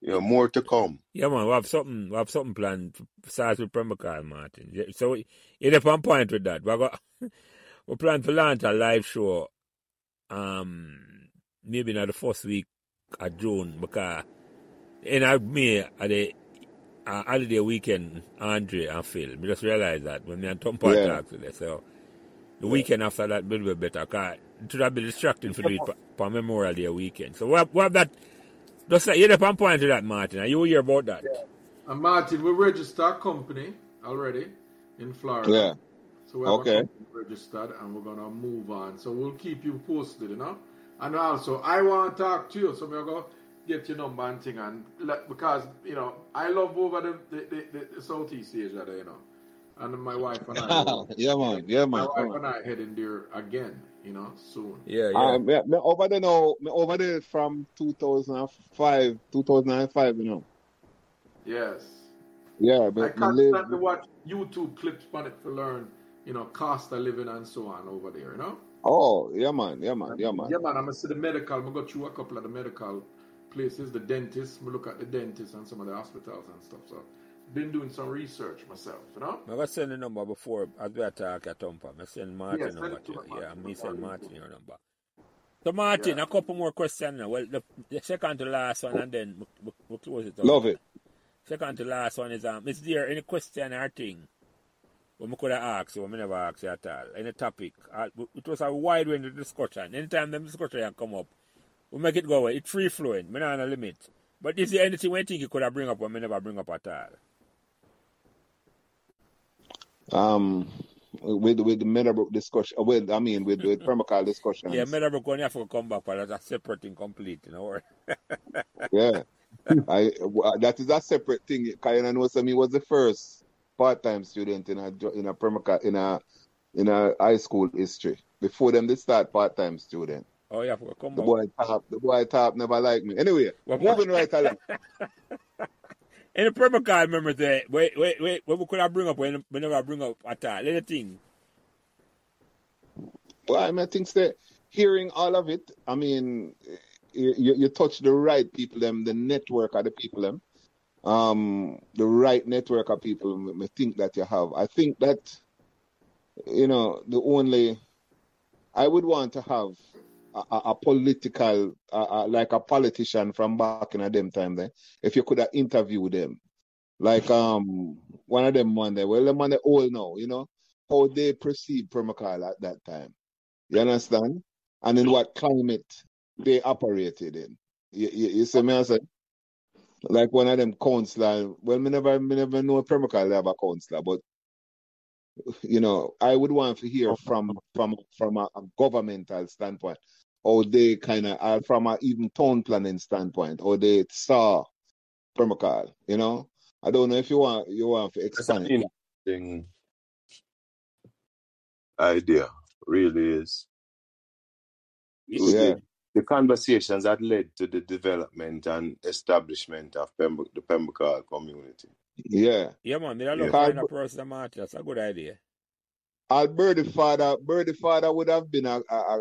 Speaker 9: You know, more to come.
Speaker 1: Yeah, man, we have something, we have something planned. Starts with permacard, Martin. Yeah, So, you're up on point with that. We got, we plan to launch a live show, um, maybe not the first week of June, because in of May, at the uh, holiday weekend, Andre and Phil. We just realized that when me and Tom Pat
Speaker 2: Yeah,
Speaker 1: talk today. So, the weekend after that will be better. Cause it would have been distracting for the for Memorial Day weekend. So we have, we have that. Just like you're on point to that, Martin. And you hear about that.
Speaker 3: And Martin, we register a company already in Florida.
Speaker 2: yeah,
Speaker 3: So we have a
Speaker 2: okay,
Speaker 3: company registered and we're gonna move on. So we'll keep you posted, you know. And also I wanna talk to you, so we're gonna get your number and thing and let, because you know, I love over the, the, the, the Southeast Asia there, you know. And my wife and I will
Speaker 2: yeah, man, yeah,
Speaker 3: my
Speaker 2: man.
Speaker 3: wife
Speaker 2: Come on.
Speaker 3: and I heading there again, you know, soon.
Speaker 1: Yeah, yeah.
Speaker 2: I, Uh, me, me over there now, me over there from 2005, 2005, you know.
Speaker 3: Yes.
Speaker 2: Yeah,
Speaker 3: I
Speaker 2: but me live,
Speaker 3: constantly watch YouTube clips on it to learn, you know, cost of living and so on over there, you know?
Speaker 2: oh, yeah, man, yeah, man,
Speaker 3: And,
Speaker 2: yeah, man.
Speaker 3: yeah, man, I'm going to see the medical. I'm going to go through a couple of the medical places, the dentist. We look at the dentist and some of the hospitals and stuff. So, been doing some research myself, you know?
Speaker 1: I'm gonna send the number before as we attack at Tompa. I send
Speaker 3: Yeah,
Speaker 1: Martin
Speaker 3: send
Speaker 1: number
Speaker 3: it
Speaker 1: to
Speaker 3: to
Speaker 1: you.
Speaker 3: my
Speaker 1: Yeah,
Speaker 3: Martin.
Speaker 1: me
Speaker 3: I'll
Speaker 1: send
Speaker 3: link
Speaker 1: Martin
Speaker 3: it.
Speaker 1: your number. So
Speaker 3: Yeah.
Speaker 1: Martin, a couple more questions now. Well, the, the second to last one, and then we, we, we close it out.
Speaker 2: Love it.
Speaker 1: Second to last one is um, is there any question or thing Well, I could have asked you, I never asked you at all. Any topic. Uh, It was a wide range of discussion. Anytime them discussion can come up, we make it go away. It's free flowing. Me not on a limit. But is there anything we think you could have bring up, I never bring up at all?
Speaker 2: Um, with with the Meadowbrook discussion, uh, with I mean with with permacal
Speaker 1: Yeah,
Speaker 2: discussions.
Speaker 1: Meadowbrook only have to come back, but that's a separate thing complete, you know.
Speaker 2: Yeah, I w- uh, that is a separate thing. Kayana knows me was the first part time student in a jo- in a permacal in a in a high school history. Before them, they start part time student.
Speaker 1: Oh, you have to come
Speaker 2: The
Speaker 1: back.
Speaker 2: boy top, the boy top never liked me. Anyway,
Speaker 1: Well, but-
Speaker 2: moving right along.
Speaker 1: and the perma card member there, wait, wait, wait, what we could have bring up, we we never bring up at all. Anything.
Speaker 2: Well, I mean, I think that hearing all of it, I mean, you, you you touch the right people, them the network of the people, them. um the right network of people m- may think that you have. I think that you know the only I would want to have a, a, a political a, a, like a politician from back in a them time there. If you could have interviewed them, like um one of them man there, well them man they old now, you know how they perceive Permacal at that time. You understand? and in what climate they operated in. You, you, you see me? I said, like one of them counselor. Well, me never, me never know Permacal have a counselor, but you know, I would want to hear from from from a, a governmental standpoint, or they kind of uh, from a even town planning standpoint, or they saw Permacal. You know, I don't know if you want you want to
Speaker 9: That's an
Speaker 2: expand it.
Speaker 9: interesting idea, really is.
Speaker 1: It,
Speaker 9: to
Speaker 2: Yeah.
Speaker 9: the, the conversations that led to the development and establishment of Pembroke, the Pembroke community.
Speaker 2: Yeah.
Speaker 1: yeah, man, they'll
Speaker 9: Yeah.
Speaker 1: love
Speaker 2: Cause
Speaker 1: find a person, Marty. That's a good idea.
Speaker 2: Alberti father, Birdie father would have been a a, a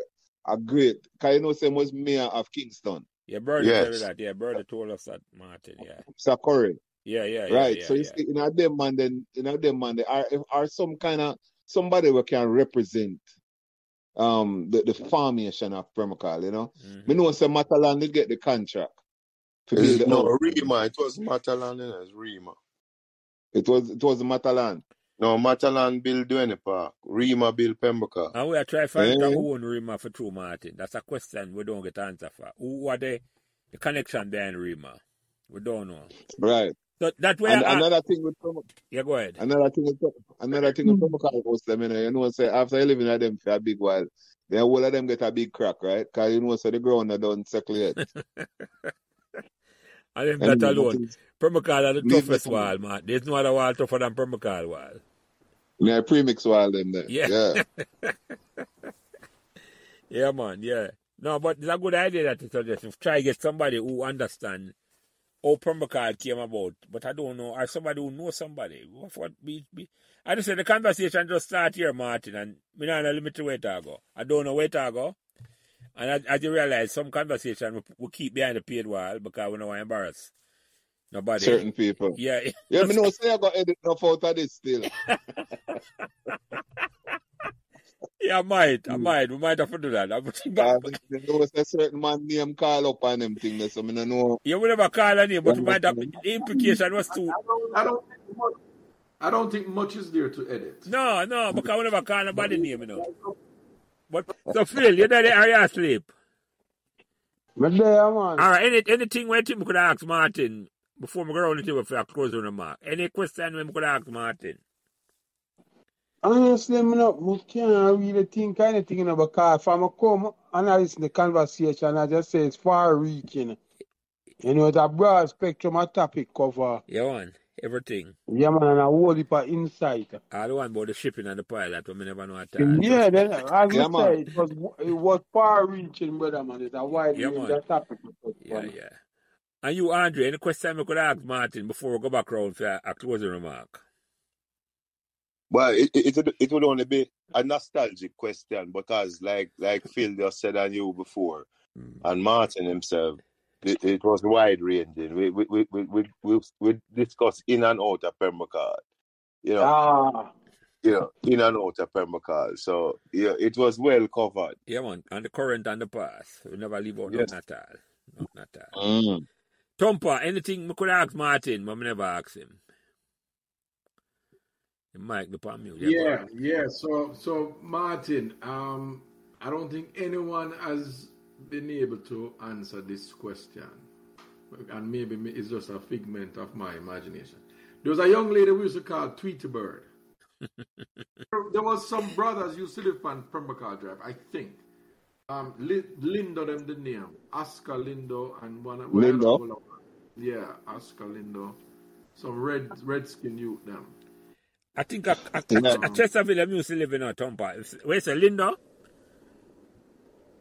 Speaker 2: a great. Cause you know, same was mayor of Kingston,
Speaker 1: Yeah, Birdie tell you
Speaker 9: Yes.
Speaker 1: that. Yeah, Birdie told us that, Martin. Yeah.
Speaker 2: Sakore.
Speaker 1: Yeah, yeah, yeah,
Speaker 2: Right.
Speaker 1: yeah,
Speaker 2: So you
Speaker 1: yeah.
Speaker 2: see, you know them man, then you know them man, they are are some kind of somebody who can represent um the, the formation of Permacal. You know, me
Speaker 1: Mm-hmm.
Speaker 2: know some Matalan did get the contract to build
Speaker 9: It's,
Speaker 2: the
Speaker 9: no,
Speaker 2: house.
Speaker 9: Rima. It was Matalan. you know, It's Rima.
Speaker 2: It was it was Matalan.
Speaker 9: No, Matalan built Duane Park. Rima built Pembroke.
Speaker 1: And we are trying to
Speaker 2: Eh?
Speaker 1: find out who own Rima for true, Martin. That's a question we don't get answer for. Who are they? The connection behind Rima. We don't know.
Speaker 2: Right.
Speaker 1: So that way,
Speaker 2: And
Speaker 1: I,
Speaker 2: another thing with Permacal.
Speaker 1: yeah, go ahead.
Speaker 2: Another thing, with- another thing with Pembroke was them, you know, you know, say after you live in them for a big while, then all of them get a big crack, right? Because you know, so the ground that don't settle yet.
Speaker 1: And if that
Speaker 2: And
Speaker 1: alone,
Speaker 2: nothing,
Speaker 1: Permacal are the
Speaker 2: leave that
Speaker 1: toughest
Speaker 2: alone.
Speaker 1: wall, man. There's no other wall tougher than Permacal wall.
Speaker 2: Yeah, premix while them there.
Speaker 1: Yeah,
Speaker 2: Yeah.
Speaker 1: yeah, man, yeah. No, but it's a good idea that you suggest. If Try get somebody who understand how Permacal came about, but I don't know, or somebody who knows somebody. What, what be, be. I just said the conversation just start here, Martin, and me not know limit to where to go. I don't know where to go. And as, as you realize, some conversation we, we keep behind the paid wall because we don't want to embarrass nobody.
Speaker 2: certain people.
Speaker 1: Yeah,
Speaker 2: Yeah, me know say I got edit enough out of this still.
Speaker 1: yeah, I might, I
Speaker 2: Mm.
Speaker 1: might, we might have to do that. But,
Speaker 2: Uh,
Speaker 1: but,
Speaker 2: me me know say certain man name call up on them thing there, so me no know.
Speaker 1: Yeah, we never call her name,
Speaker 2: You
Speaker 1: but we might have,
Speaker 2: understand?
Speaker 1: the implication was
Speaker 3: I
Speaker 1: too.
Speaker 3: don't, I don't, think much, I don't think much is there to edit.
Speaker 1: No, no, because we never call
Speaker 3: But
Speaker 1: nobody
Speaker 3: we,
Speaker 1: name, you know. But so Phil, you know the area asleep.
Speaker 6: But there, man.
Speaker 1: All right, any anything where Tim could ask Martin before we go around the table for a closing remark. Any question we could ask Martin?
Speaker 6: Honestly, me not, me can't really think anything, you know, because from a come and I listen to the conversation, I just say it's far reaching. You know, it's a broad spectrum of topic cover.
Speaker 1: Yeah, one everything.
Speaker 6: Yeah, man, and a whole heap of insight.
Speaker 1: All the one about the shipping and the pilot, we never know at all.
Speaker 6: Yeah,
Speaker 1: Trust me.
Speaker 6: then as we
Speaker 2: Yeah, man.
Speaker 6: say, it was it was far reaching, brother man. It's a wide
Speaker 1: yeah,
Speaker 6: range
Speaker 1: man.
Speaker 6: of topic we touch
Speaker 1: Yeah,
Speaker 6: on.
Speaker 1: yeah. And you, Andre, any question we could ask Martin before we go back around for a, a closing remark?
Speaker 9: Well, it, it it it would only be a nostalgic question because, like like Phil just said and you before,
Speaker 4: Mm.
Speaker 9: and Martin himself, it, it was wide ranging. We we we we we, we, we discussed in and out of Pembroke. You know,
Speaker 6: Ah,
Speaker 9: you know, in and out of Pembroke. So yeah, it was well covered.
Speaker 1: Yeah, man. And the current and the past. We never leave out
Speaker 9: Yes.
Speaker 1: nothing at all. Nothing at all.
Speaker 2: Mm.
Speaker 1: Tompa, anything we could ask Martin, but we never ask him. The mic, the palm mute. Yeah, go ahead.
Speaker 3: yeah, yeah. So, so Martin, um, I don't think anyone has been able to answer this question, and maybe me- it's just a figment of my imagination. There was a young lady we used to call Tweety Bird. There was some brothers used to live on Pembroke Drive, I think. Um, Li- Lindo them the name, Oscar Lindo, and one well, I don't
Speaker 2: Lindo.
Speaker 3: know. Yeah, Oscar Lindo, some red redskin youth them.
Speaker 1: I think a, a, a,
Speaker 2: Yeah.
Speaker 1: a
Speaker 3: Um,
Speaker 1: Chesterfield I'm used to live in a Tompa. It's- Where's the Linda?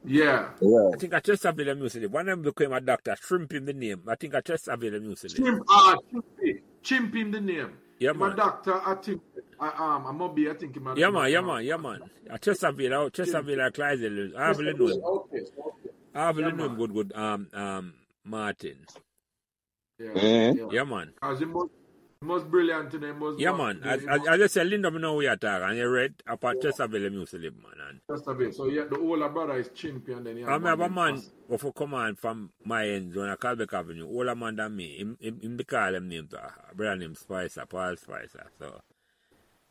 Speaker 3: yeah,
Speaker 2: Yeah.
Speaker 1: I think a Chesterfield I'm used to live. One of them became a doctor, shrimp him the name. I think a Chesterfield I'm used to live.
Speaker 3: Chimp, ah, Chimpy. Chimp him the name.
Speaker 1: Yeah,
Speaker 3: Him a
Speaker 1: man.
Speaker 3: doctor, I think, I um, I must be, I think him a,
Speaker 1: Yeah,
Speaker 3: him a,
Speaker 1: man. Yeah,
Speaker 3: him a,
Speaker 1: man. Yeah, man. A Chesterfield, a
Speaker 3: Chimp.
Speaker 1: Chesterfield, a Clydesdale. I
Speaker 3: Mr.
Speaker 1: haven't know him.
Speaker 3: okay, okay.
Speaker 1: I haven't
Speaker 3: Yeah,
Speaker 1: know him
Speaker 3: man.
Speaker 1: good, good. Um, um, Martin.
Speaker 3: Yeah,
Speaker 2: Eh?
Speaker 3: yeah.
Speaker 1: Yeah, man.
Speaker 3: Because he most, most brilliant and he most,
Speaker 1: Yeah,
Speaker 3: what,
Speaker 1: man.
Speaker 3: the,
Speaker 1: As,
Speaker 3: he
Speaker 1: as,
Speaker 3: most,
Speaker 1: as I said, Linda, me know we attack, and you read about
Speaker 3: yeah,
Speaker 1: Chesterfield, I'm used to live, man. And
Speaker 3: just a bit. So, yeah, the older brother is Chimpy and then he
Speaker 1: I
Speaker 3: had one
Speaker 1: remember a
Speaker 3: named
Speaker 1: man
Speaker 3: Oscar.
Speaker 1: of a command from my end on a Calbeck Avenue, older man than me. Him, him, him they call him name to a brother named Spicer, Paul Spicer. So,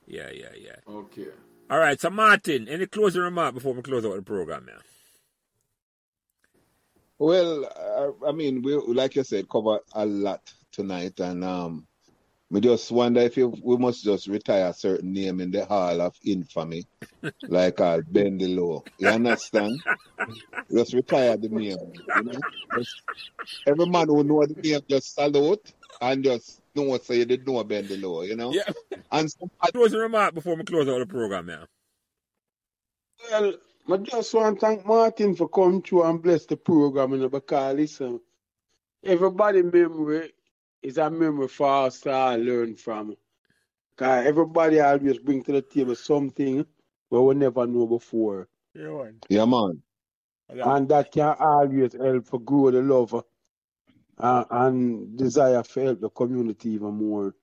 Speaker 1: yeah, yeah, yeah.
Speaker 3: Okay.
Speaker 1: All right, so Martin, any closing remark before we close out the program, yeah?
Speaker 2: Well, uh, I, I mean, we like you said, cover a lot tonight, and um, we just wonder if you, we must just retire certain name in the hall of infamy, like I'll bend the law. You understand? just retire the name. You know, just, every man who know the name just salute and just know say you didn't know bend the law. You know,
Speaker 1: Yeah.
Speaker 2: and some other
Speaker 1: Closing remark before we close out the program now.
Speaker 6: Well, I just want to thank Martin for coming through and bless the program, you know, because listen, everybody memory is a memory for us to all learn from. 'Cause everybody always bring to the table something we will never know before.
Speaker 1: Yeah, one.
Speaker 2: yeah, man.
Speaker 6: And that can always help for grow the love uh, and desire for help the community even more.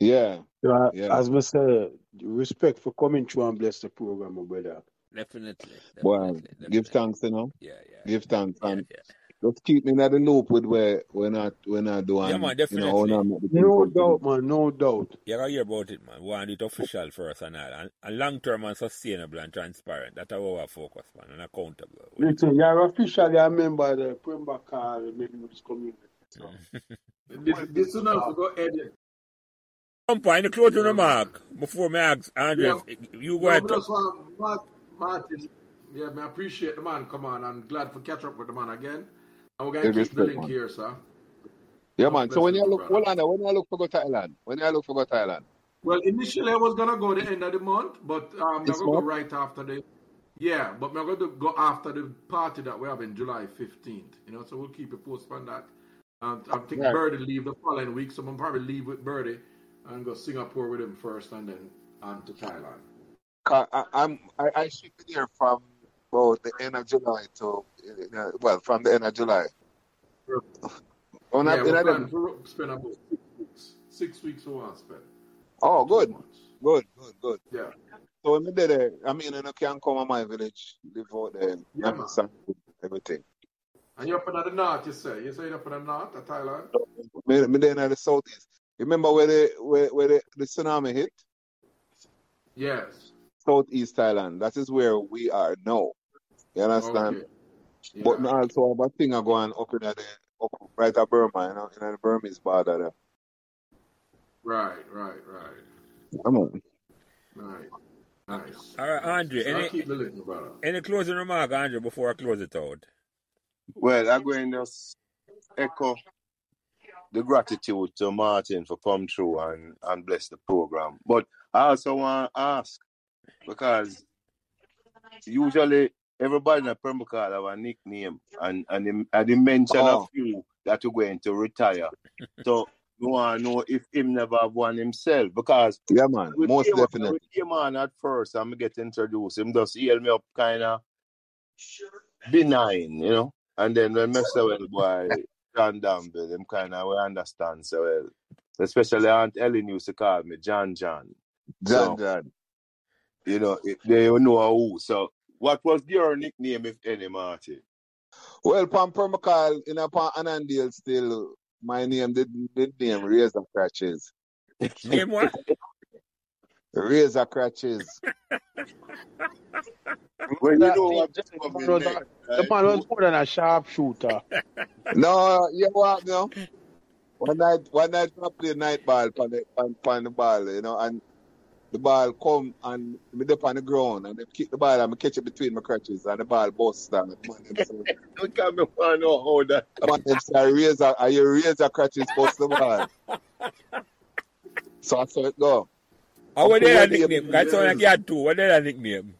Speaker 2: Yeah,
Speaker 6: So, uh,
Speaker 2: yeah,
Speaker 6: As I said, respect for coming through and bless the program, my brother.
Speaker 1: Definitely.
Speaker 2: well,
Speaker 1: Definitely.
Speaker 2: give
Speaker 1: Definitely.
Speaker 2: thanks, you know,
Speaker 1: Yeah, yeah.
Speaker 2: give thanks,
Speaker 1: Yeah,
Speaker 2: and
Speaker 1: yeah.
Speaker 2: just keep me in the loop with where when I when I do
Speaker 1: Yeah,
Speaker 2: and
Speaker 1: man,
Speaker 2: you know when
Speaker 1: definitely.
Speaker 2: I make the
Speaker 6: No
Speaker 2: people feel.
Speaker 6: doubt, man, no doubt.
Speaker 1: You gotta hear about it, man. We want it official first and all. And, and long term and sustainable and transparent. That's our focus, man, and accountable with it.
Speaker 6: Listen, you're officially a member of the Premba Car Members Community. So,
Speaker 3: This, this soon as we go edit.
Speaker 1: Umpa, any closing
Speaker 3: Yeah, man.
Speaker 1: remark before me ask
Speaker 3: Yeah,
Speaker 1: Andres, you go
Speaker 3: no,
Speaker 1: ahead.
Speaker 3: but that's why Mart, Martin. Yeah, man, I appreciate the man. Come on, I'm glad for catch up with the man again. And we're gonna
Speaker 2: Give
Speaker 3: keep the
Speaker 2: respect,
Speaker 3: link
Speaker 2: man.
Speaker 3: here, sir.
Speaker 2: Yeah,
Speaker 3: Much
Speaker 2: man. So when
Speaker 3: blessings,
Speaker 2: you
Speaker 3: my
Speaker 2: look,
Speaker 3: brother.
Speaker 2: hold on, now, when you look for go Thailand, when you look for go Thailand,
Speaker 3: Well, initially I was gonna go the end of the month, but um, I'm
Speaker 2: this
Speaker 3: gonna go
Speaker 2: month.
Speaker 3: right after the yeah, but I'm gonna go after the party that we have in July 15th. You know, so we'll keep you posted on that. Um, I think
Speaker 2: Right.
Speaker 3: Birdie leave the following week, so I'm probably leave with Birdie and go Singapore with him first, and then on to Thailand.
Speaker 2: 'Cause I, I'm, I, I should be there from about the end of July to, you know, well, from the end of July. On
Speaker 3: Yeah,
Speaker 2: up in
Speaker 3: we're
Speaker 2: a
Speaker 3: planning
Speaker 2: them.
Speaker 3: for spend about six weeks. Six weeks we want to spend
Speaker 2: Oh,
Speaker 3: in two
Speaker 2: good,
Speaker 3: months.
Speaker 2: good, good, good.
Speaker 3: Yeah,
Speaker 2: So when we did there, I mean, you know, can come on my village, live out there,
Speaker 3: yeah,
Speaker 2: I'm
Speaker 3: man.
Speaker 2: everything.
Speaker 3: And you're up in the north, you say? You say you're up in the north of Thailand?
Speaker 2: Me, me there in the southeast. You remember where the where, where the, the tsunami hit?
Speaker 3: Yes.
Speaker 2: Southeast Thailand. That is where we are now. You understand?
Speaker 3: Okay.
Speaker 2: But me
Speaker 3: Yeah.
Speaker 2: also have a thing I go on up in the up right at Burma, you know, in the Burmese border there.
Speaker 3: Right. Right. Right.
Speaker 2: Come on.
Speaker 3: Nice. Nice.
Speaker 1: All right,
Speaker 3: Nice.
Speaker 1: Andre,
Speaker 3: So I
Speaker 1: any
Speaker 3: keep the link, brother.
Speaker 1: any closing remark, Andre, before I close it out?
Speaker 9: Well, I'm going to just echo the gratitude to Martin for come through and, and bless the program. But I also want to ask because usually everybody in the Premier Card have a nickname and and him- and he mention a
Speaker 2: Oh,
Speaker 9: few that are going to retire. So you want to know if him never have one himself because
Speaker 2: yeah, man.
Speaker 9: we
Speaker 2: Most
Speaker 9: came on, we
Speaker 2: definitely.
Speaker 9: came on at first and we get introduced. Him just heal me up kind of benign, you know. And then when I say, well, boy, John Danville, them kind of we understand so well. Especially Aunt Ellen used to call me John John. So
Speaker 2: John, John.
Speaker 9: you know, it, they don't know who. So, what was your nickname, if any, Marty?
Speaker 2: Well, Pam Permacal, in a Pam Anandale still, my name, the, the name, Razor Crutches.
Speaker 1: Name what?
Speaker 2: Razor Crutches.
Speaker 9: Well, you
Speaker 6: that
Speaker 9: know
Speaker 6: thing,
Speaker 9: what
Speaker 6: Jerry, the man
Speaker 9: coming
Speaker 6: was, a,
Speaker 9: next,
Speaker 6: the
Speaker 9: right?
Speaker 6: man was
Speaker 9: You-
Speaker 6: more than a sharpshooter.
Speaker 2: No, you know what, you know? One night, one night I play night ball pon the, pon, pon the ball, you know, and the ball come and me dip on the ground and they kick the ball and me catch it between my crutches and the ball bust and the man them say,
Speaker 9: you can't be one know how that
Speaker 2: the man them say, razor, are you razor crutches bust the ball? So I saw it go.
Speaker 1: Oh,
Speaker 2: Up
Speaker 1: what
Speaker 2: to
Speaker 1: their
Speaker 2: where they
Speaker 1: nickname? That's all I
Speaker 3: Yes.
Speaker 1: got too. What their nickname?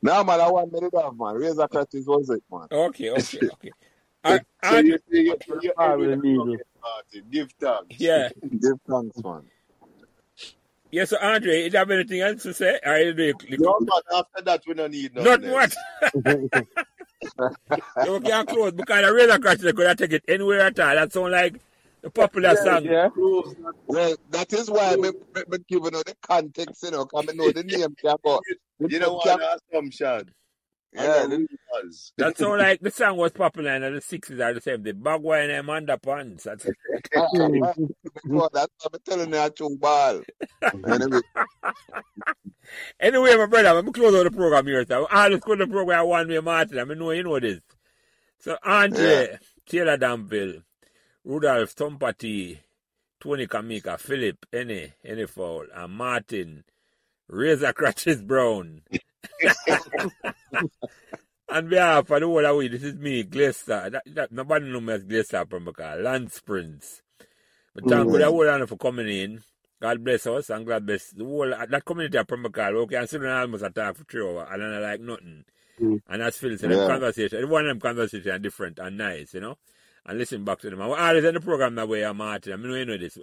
Speaker 2: Now man, I want me to have man. Razor crutches was it man.
Speaker 1: Okay, okay, okay.
Speaker 9: So,
Speaker 1: All right,
Speaker 9: so
Speaker 1: Andre,
Speaker 9: you see, you,
Speaker 6: That's
Speaker 9: you
Speaker 6: all
Speaker 9: ended
Speaker 6: we
Speaker 9: up
Speaker 6: needed.
Speaker 9: okay, Marty. Give thanks.
Speaker 1: yeah.
Speaker 2: Give thanks man.
Speaker 1: Yeah, so Andre, you have anything else to say? All right, you, you,
Speaker 9: no, man, after that, we don't need
Speaker 1: not
Speaker 9: nothing
Speaker 1: much.
Speaker 9: else.
Speaker 1: Yeah, we can't close because the Razor Crutch they could have take it anywhere at all. That sound like the popular
Speaker 3: Yes.
Speaker 1: song.
Speaker 6: yeah?
Speaker 3: Close that.
Speaker 2: Well, that is why me,
Speaker 3: Close.
Speaker 2: me, me giving out the context, you know, because I know the name can go. The
Speaker 9: you
Speaker 2: name
Speaker 9: know what?
Speaker 2: can,
Speaker 9: An assumption and
Speaker 2: yeah,
Speaker 9: a
Speaker 2: the
Speaker 9: rumors.
Speaker 1: That sound like the song was popular in the sixties or the seventies. Bagua and Amanda Pants. That's
Speaker 2: I, I, I, before that, I'm telling you, I chew ball. Anyway,
Speaker 1: Anyway, my brother, I'm close out the program here. So. I just go to the program one way, Martin. I mean, know you know this. So Andre, Taylor Danville, Rudolph Thumpati, Tony Kamika, Philip, Enne, Ennefowl, and Martin, Razor Crutches Brown. On behalf of the whole of we, this is me, Glacier. That, that, nobody knows me as Glacier from because Lance Prince. But thank
Speaker 4: Mm.
Speaker 1: you, the whole of you for coming in. God bless us and God bless the whole uh, that community of Permacal. Okay, I'm sitting almost a talk for three hours and I like nothing.
Speaker 6: Mm.
Speaker 1: And that's Phil said,
Speaker 4: Yeah.
Speaker 1: them conversation, every one of them conversations are different and nice, you know. And listen back to them. And we always in the program that way, uh, Martin. I mean, we know this.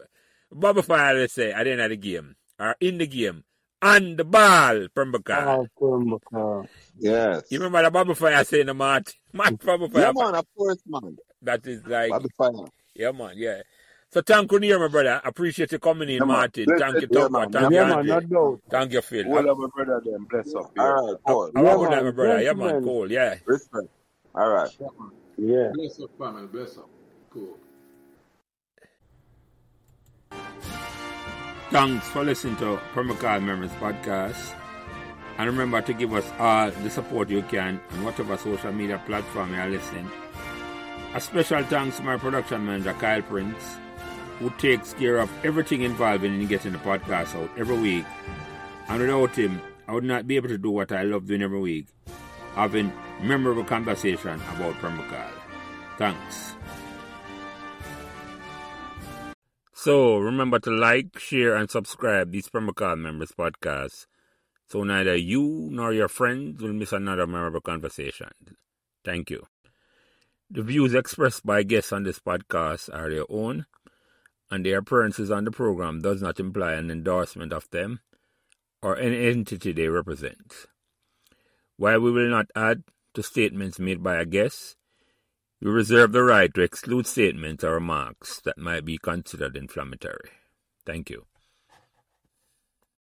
Speaker 1: Bobby Fire, let's say, at the end of the game, or in the game, and the ball, Permacal.
Speaker 6: Ah, Pembroke.
Speaker 2: Yes.
Speaker 1: You remember the Bobby Fire saying, Martin? Martin Bobby
Speaker 2: Yeah,
Speaker 1: Fire,
Speaker 2: man, of course, man.
Speaker 1: that is like
Speaker 2: Bobby Fire.
Speaker 1: yeah, man. Yeah. So thank you, here, my brother. Appreciate you coming in,
Speaker 10: Yeah, man.
Speaker 1: Martin.
Speaker 10: Blessed,
Speaker 1: Thank you,
Speaker 10: yeah,
Speaker 1: Tumpa.
Speaker 10: man. Yeah,
Speaker 1: Thank you,
Speaker 6: Yeah, man,
Speaker 1: Andre.
Speaker 6: not doubt.
Speaker 1: Thank you, Phil. Have,
Speaker 10: All of my brother them bless up
Speaker 2: All
Speaker 10: here.
Speaker 2: right,
Speaker 1: have,
Speaker 2: cool.
Speaker 1: have a
Speaker 6: Yeah,
Speaker 1: good night, my
Speaker 6: man,
Speaker 1: brother. Yeah, man.
Speaker 6: gentlemen.
Speaker 1: Cool. Yeah.
Speaker 2: Respect.
Speaker 10: All right.
Speaker 3: Yeah, man.
Speaker 6: Yeah.
Speaker 3: Bless up, family. Bless up. Cool.
Speaker 11: Thanks for listening to Permacal Memories Podcast. And remember to give us all the support you can on whatever social media platform you are listening. A special thanks to my production manager, Kyle Prince, who takes care of everything involved in getting the podcast out every week. And without him, I would not be able to do what I love doing every week, having memorable conversation about Permacal. Thanks. So remember to like, share, and subscribe these Permacal Members podcasts so neither you nor your friends will miss another memorable conversation. Thank you. The views expressed by guests on this podcast are their own, and their appearances on the program does not imply an endorsement of them or any entity they represent. While we will not add to statements made by a guest, we reserve the right to exclude statements or remarks that might be considered inflammatory. Thank you.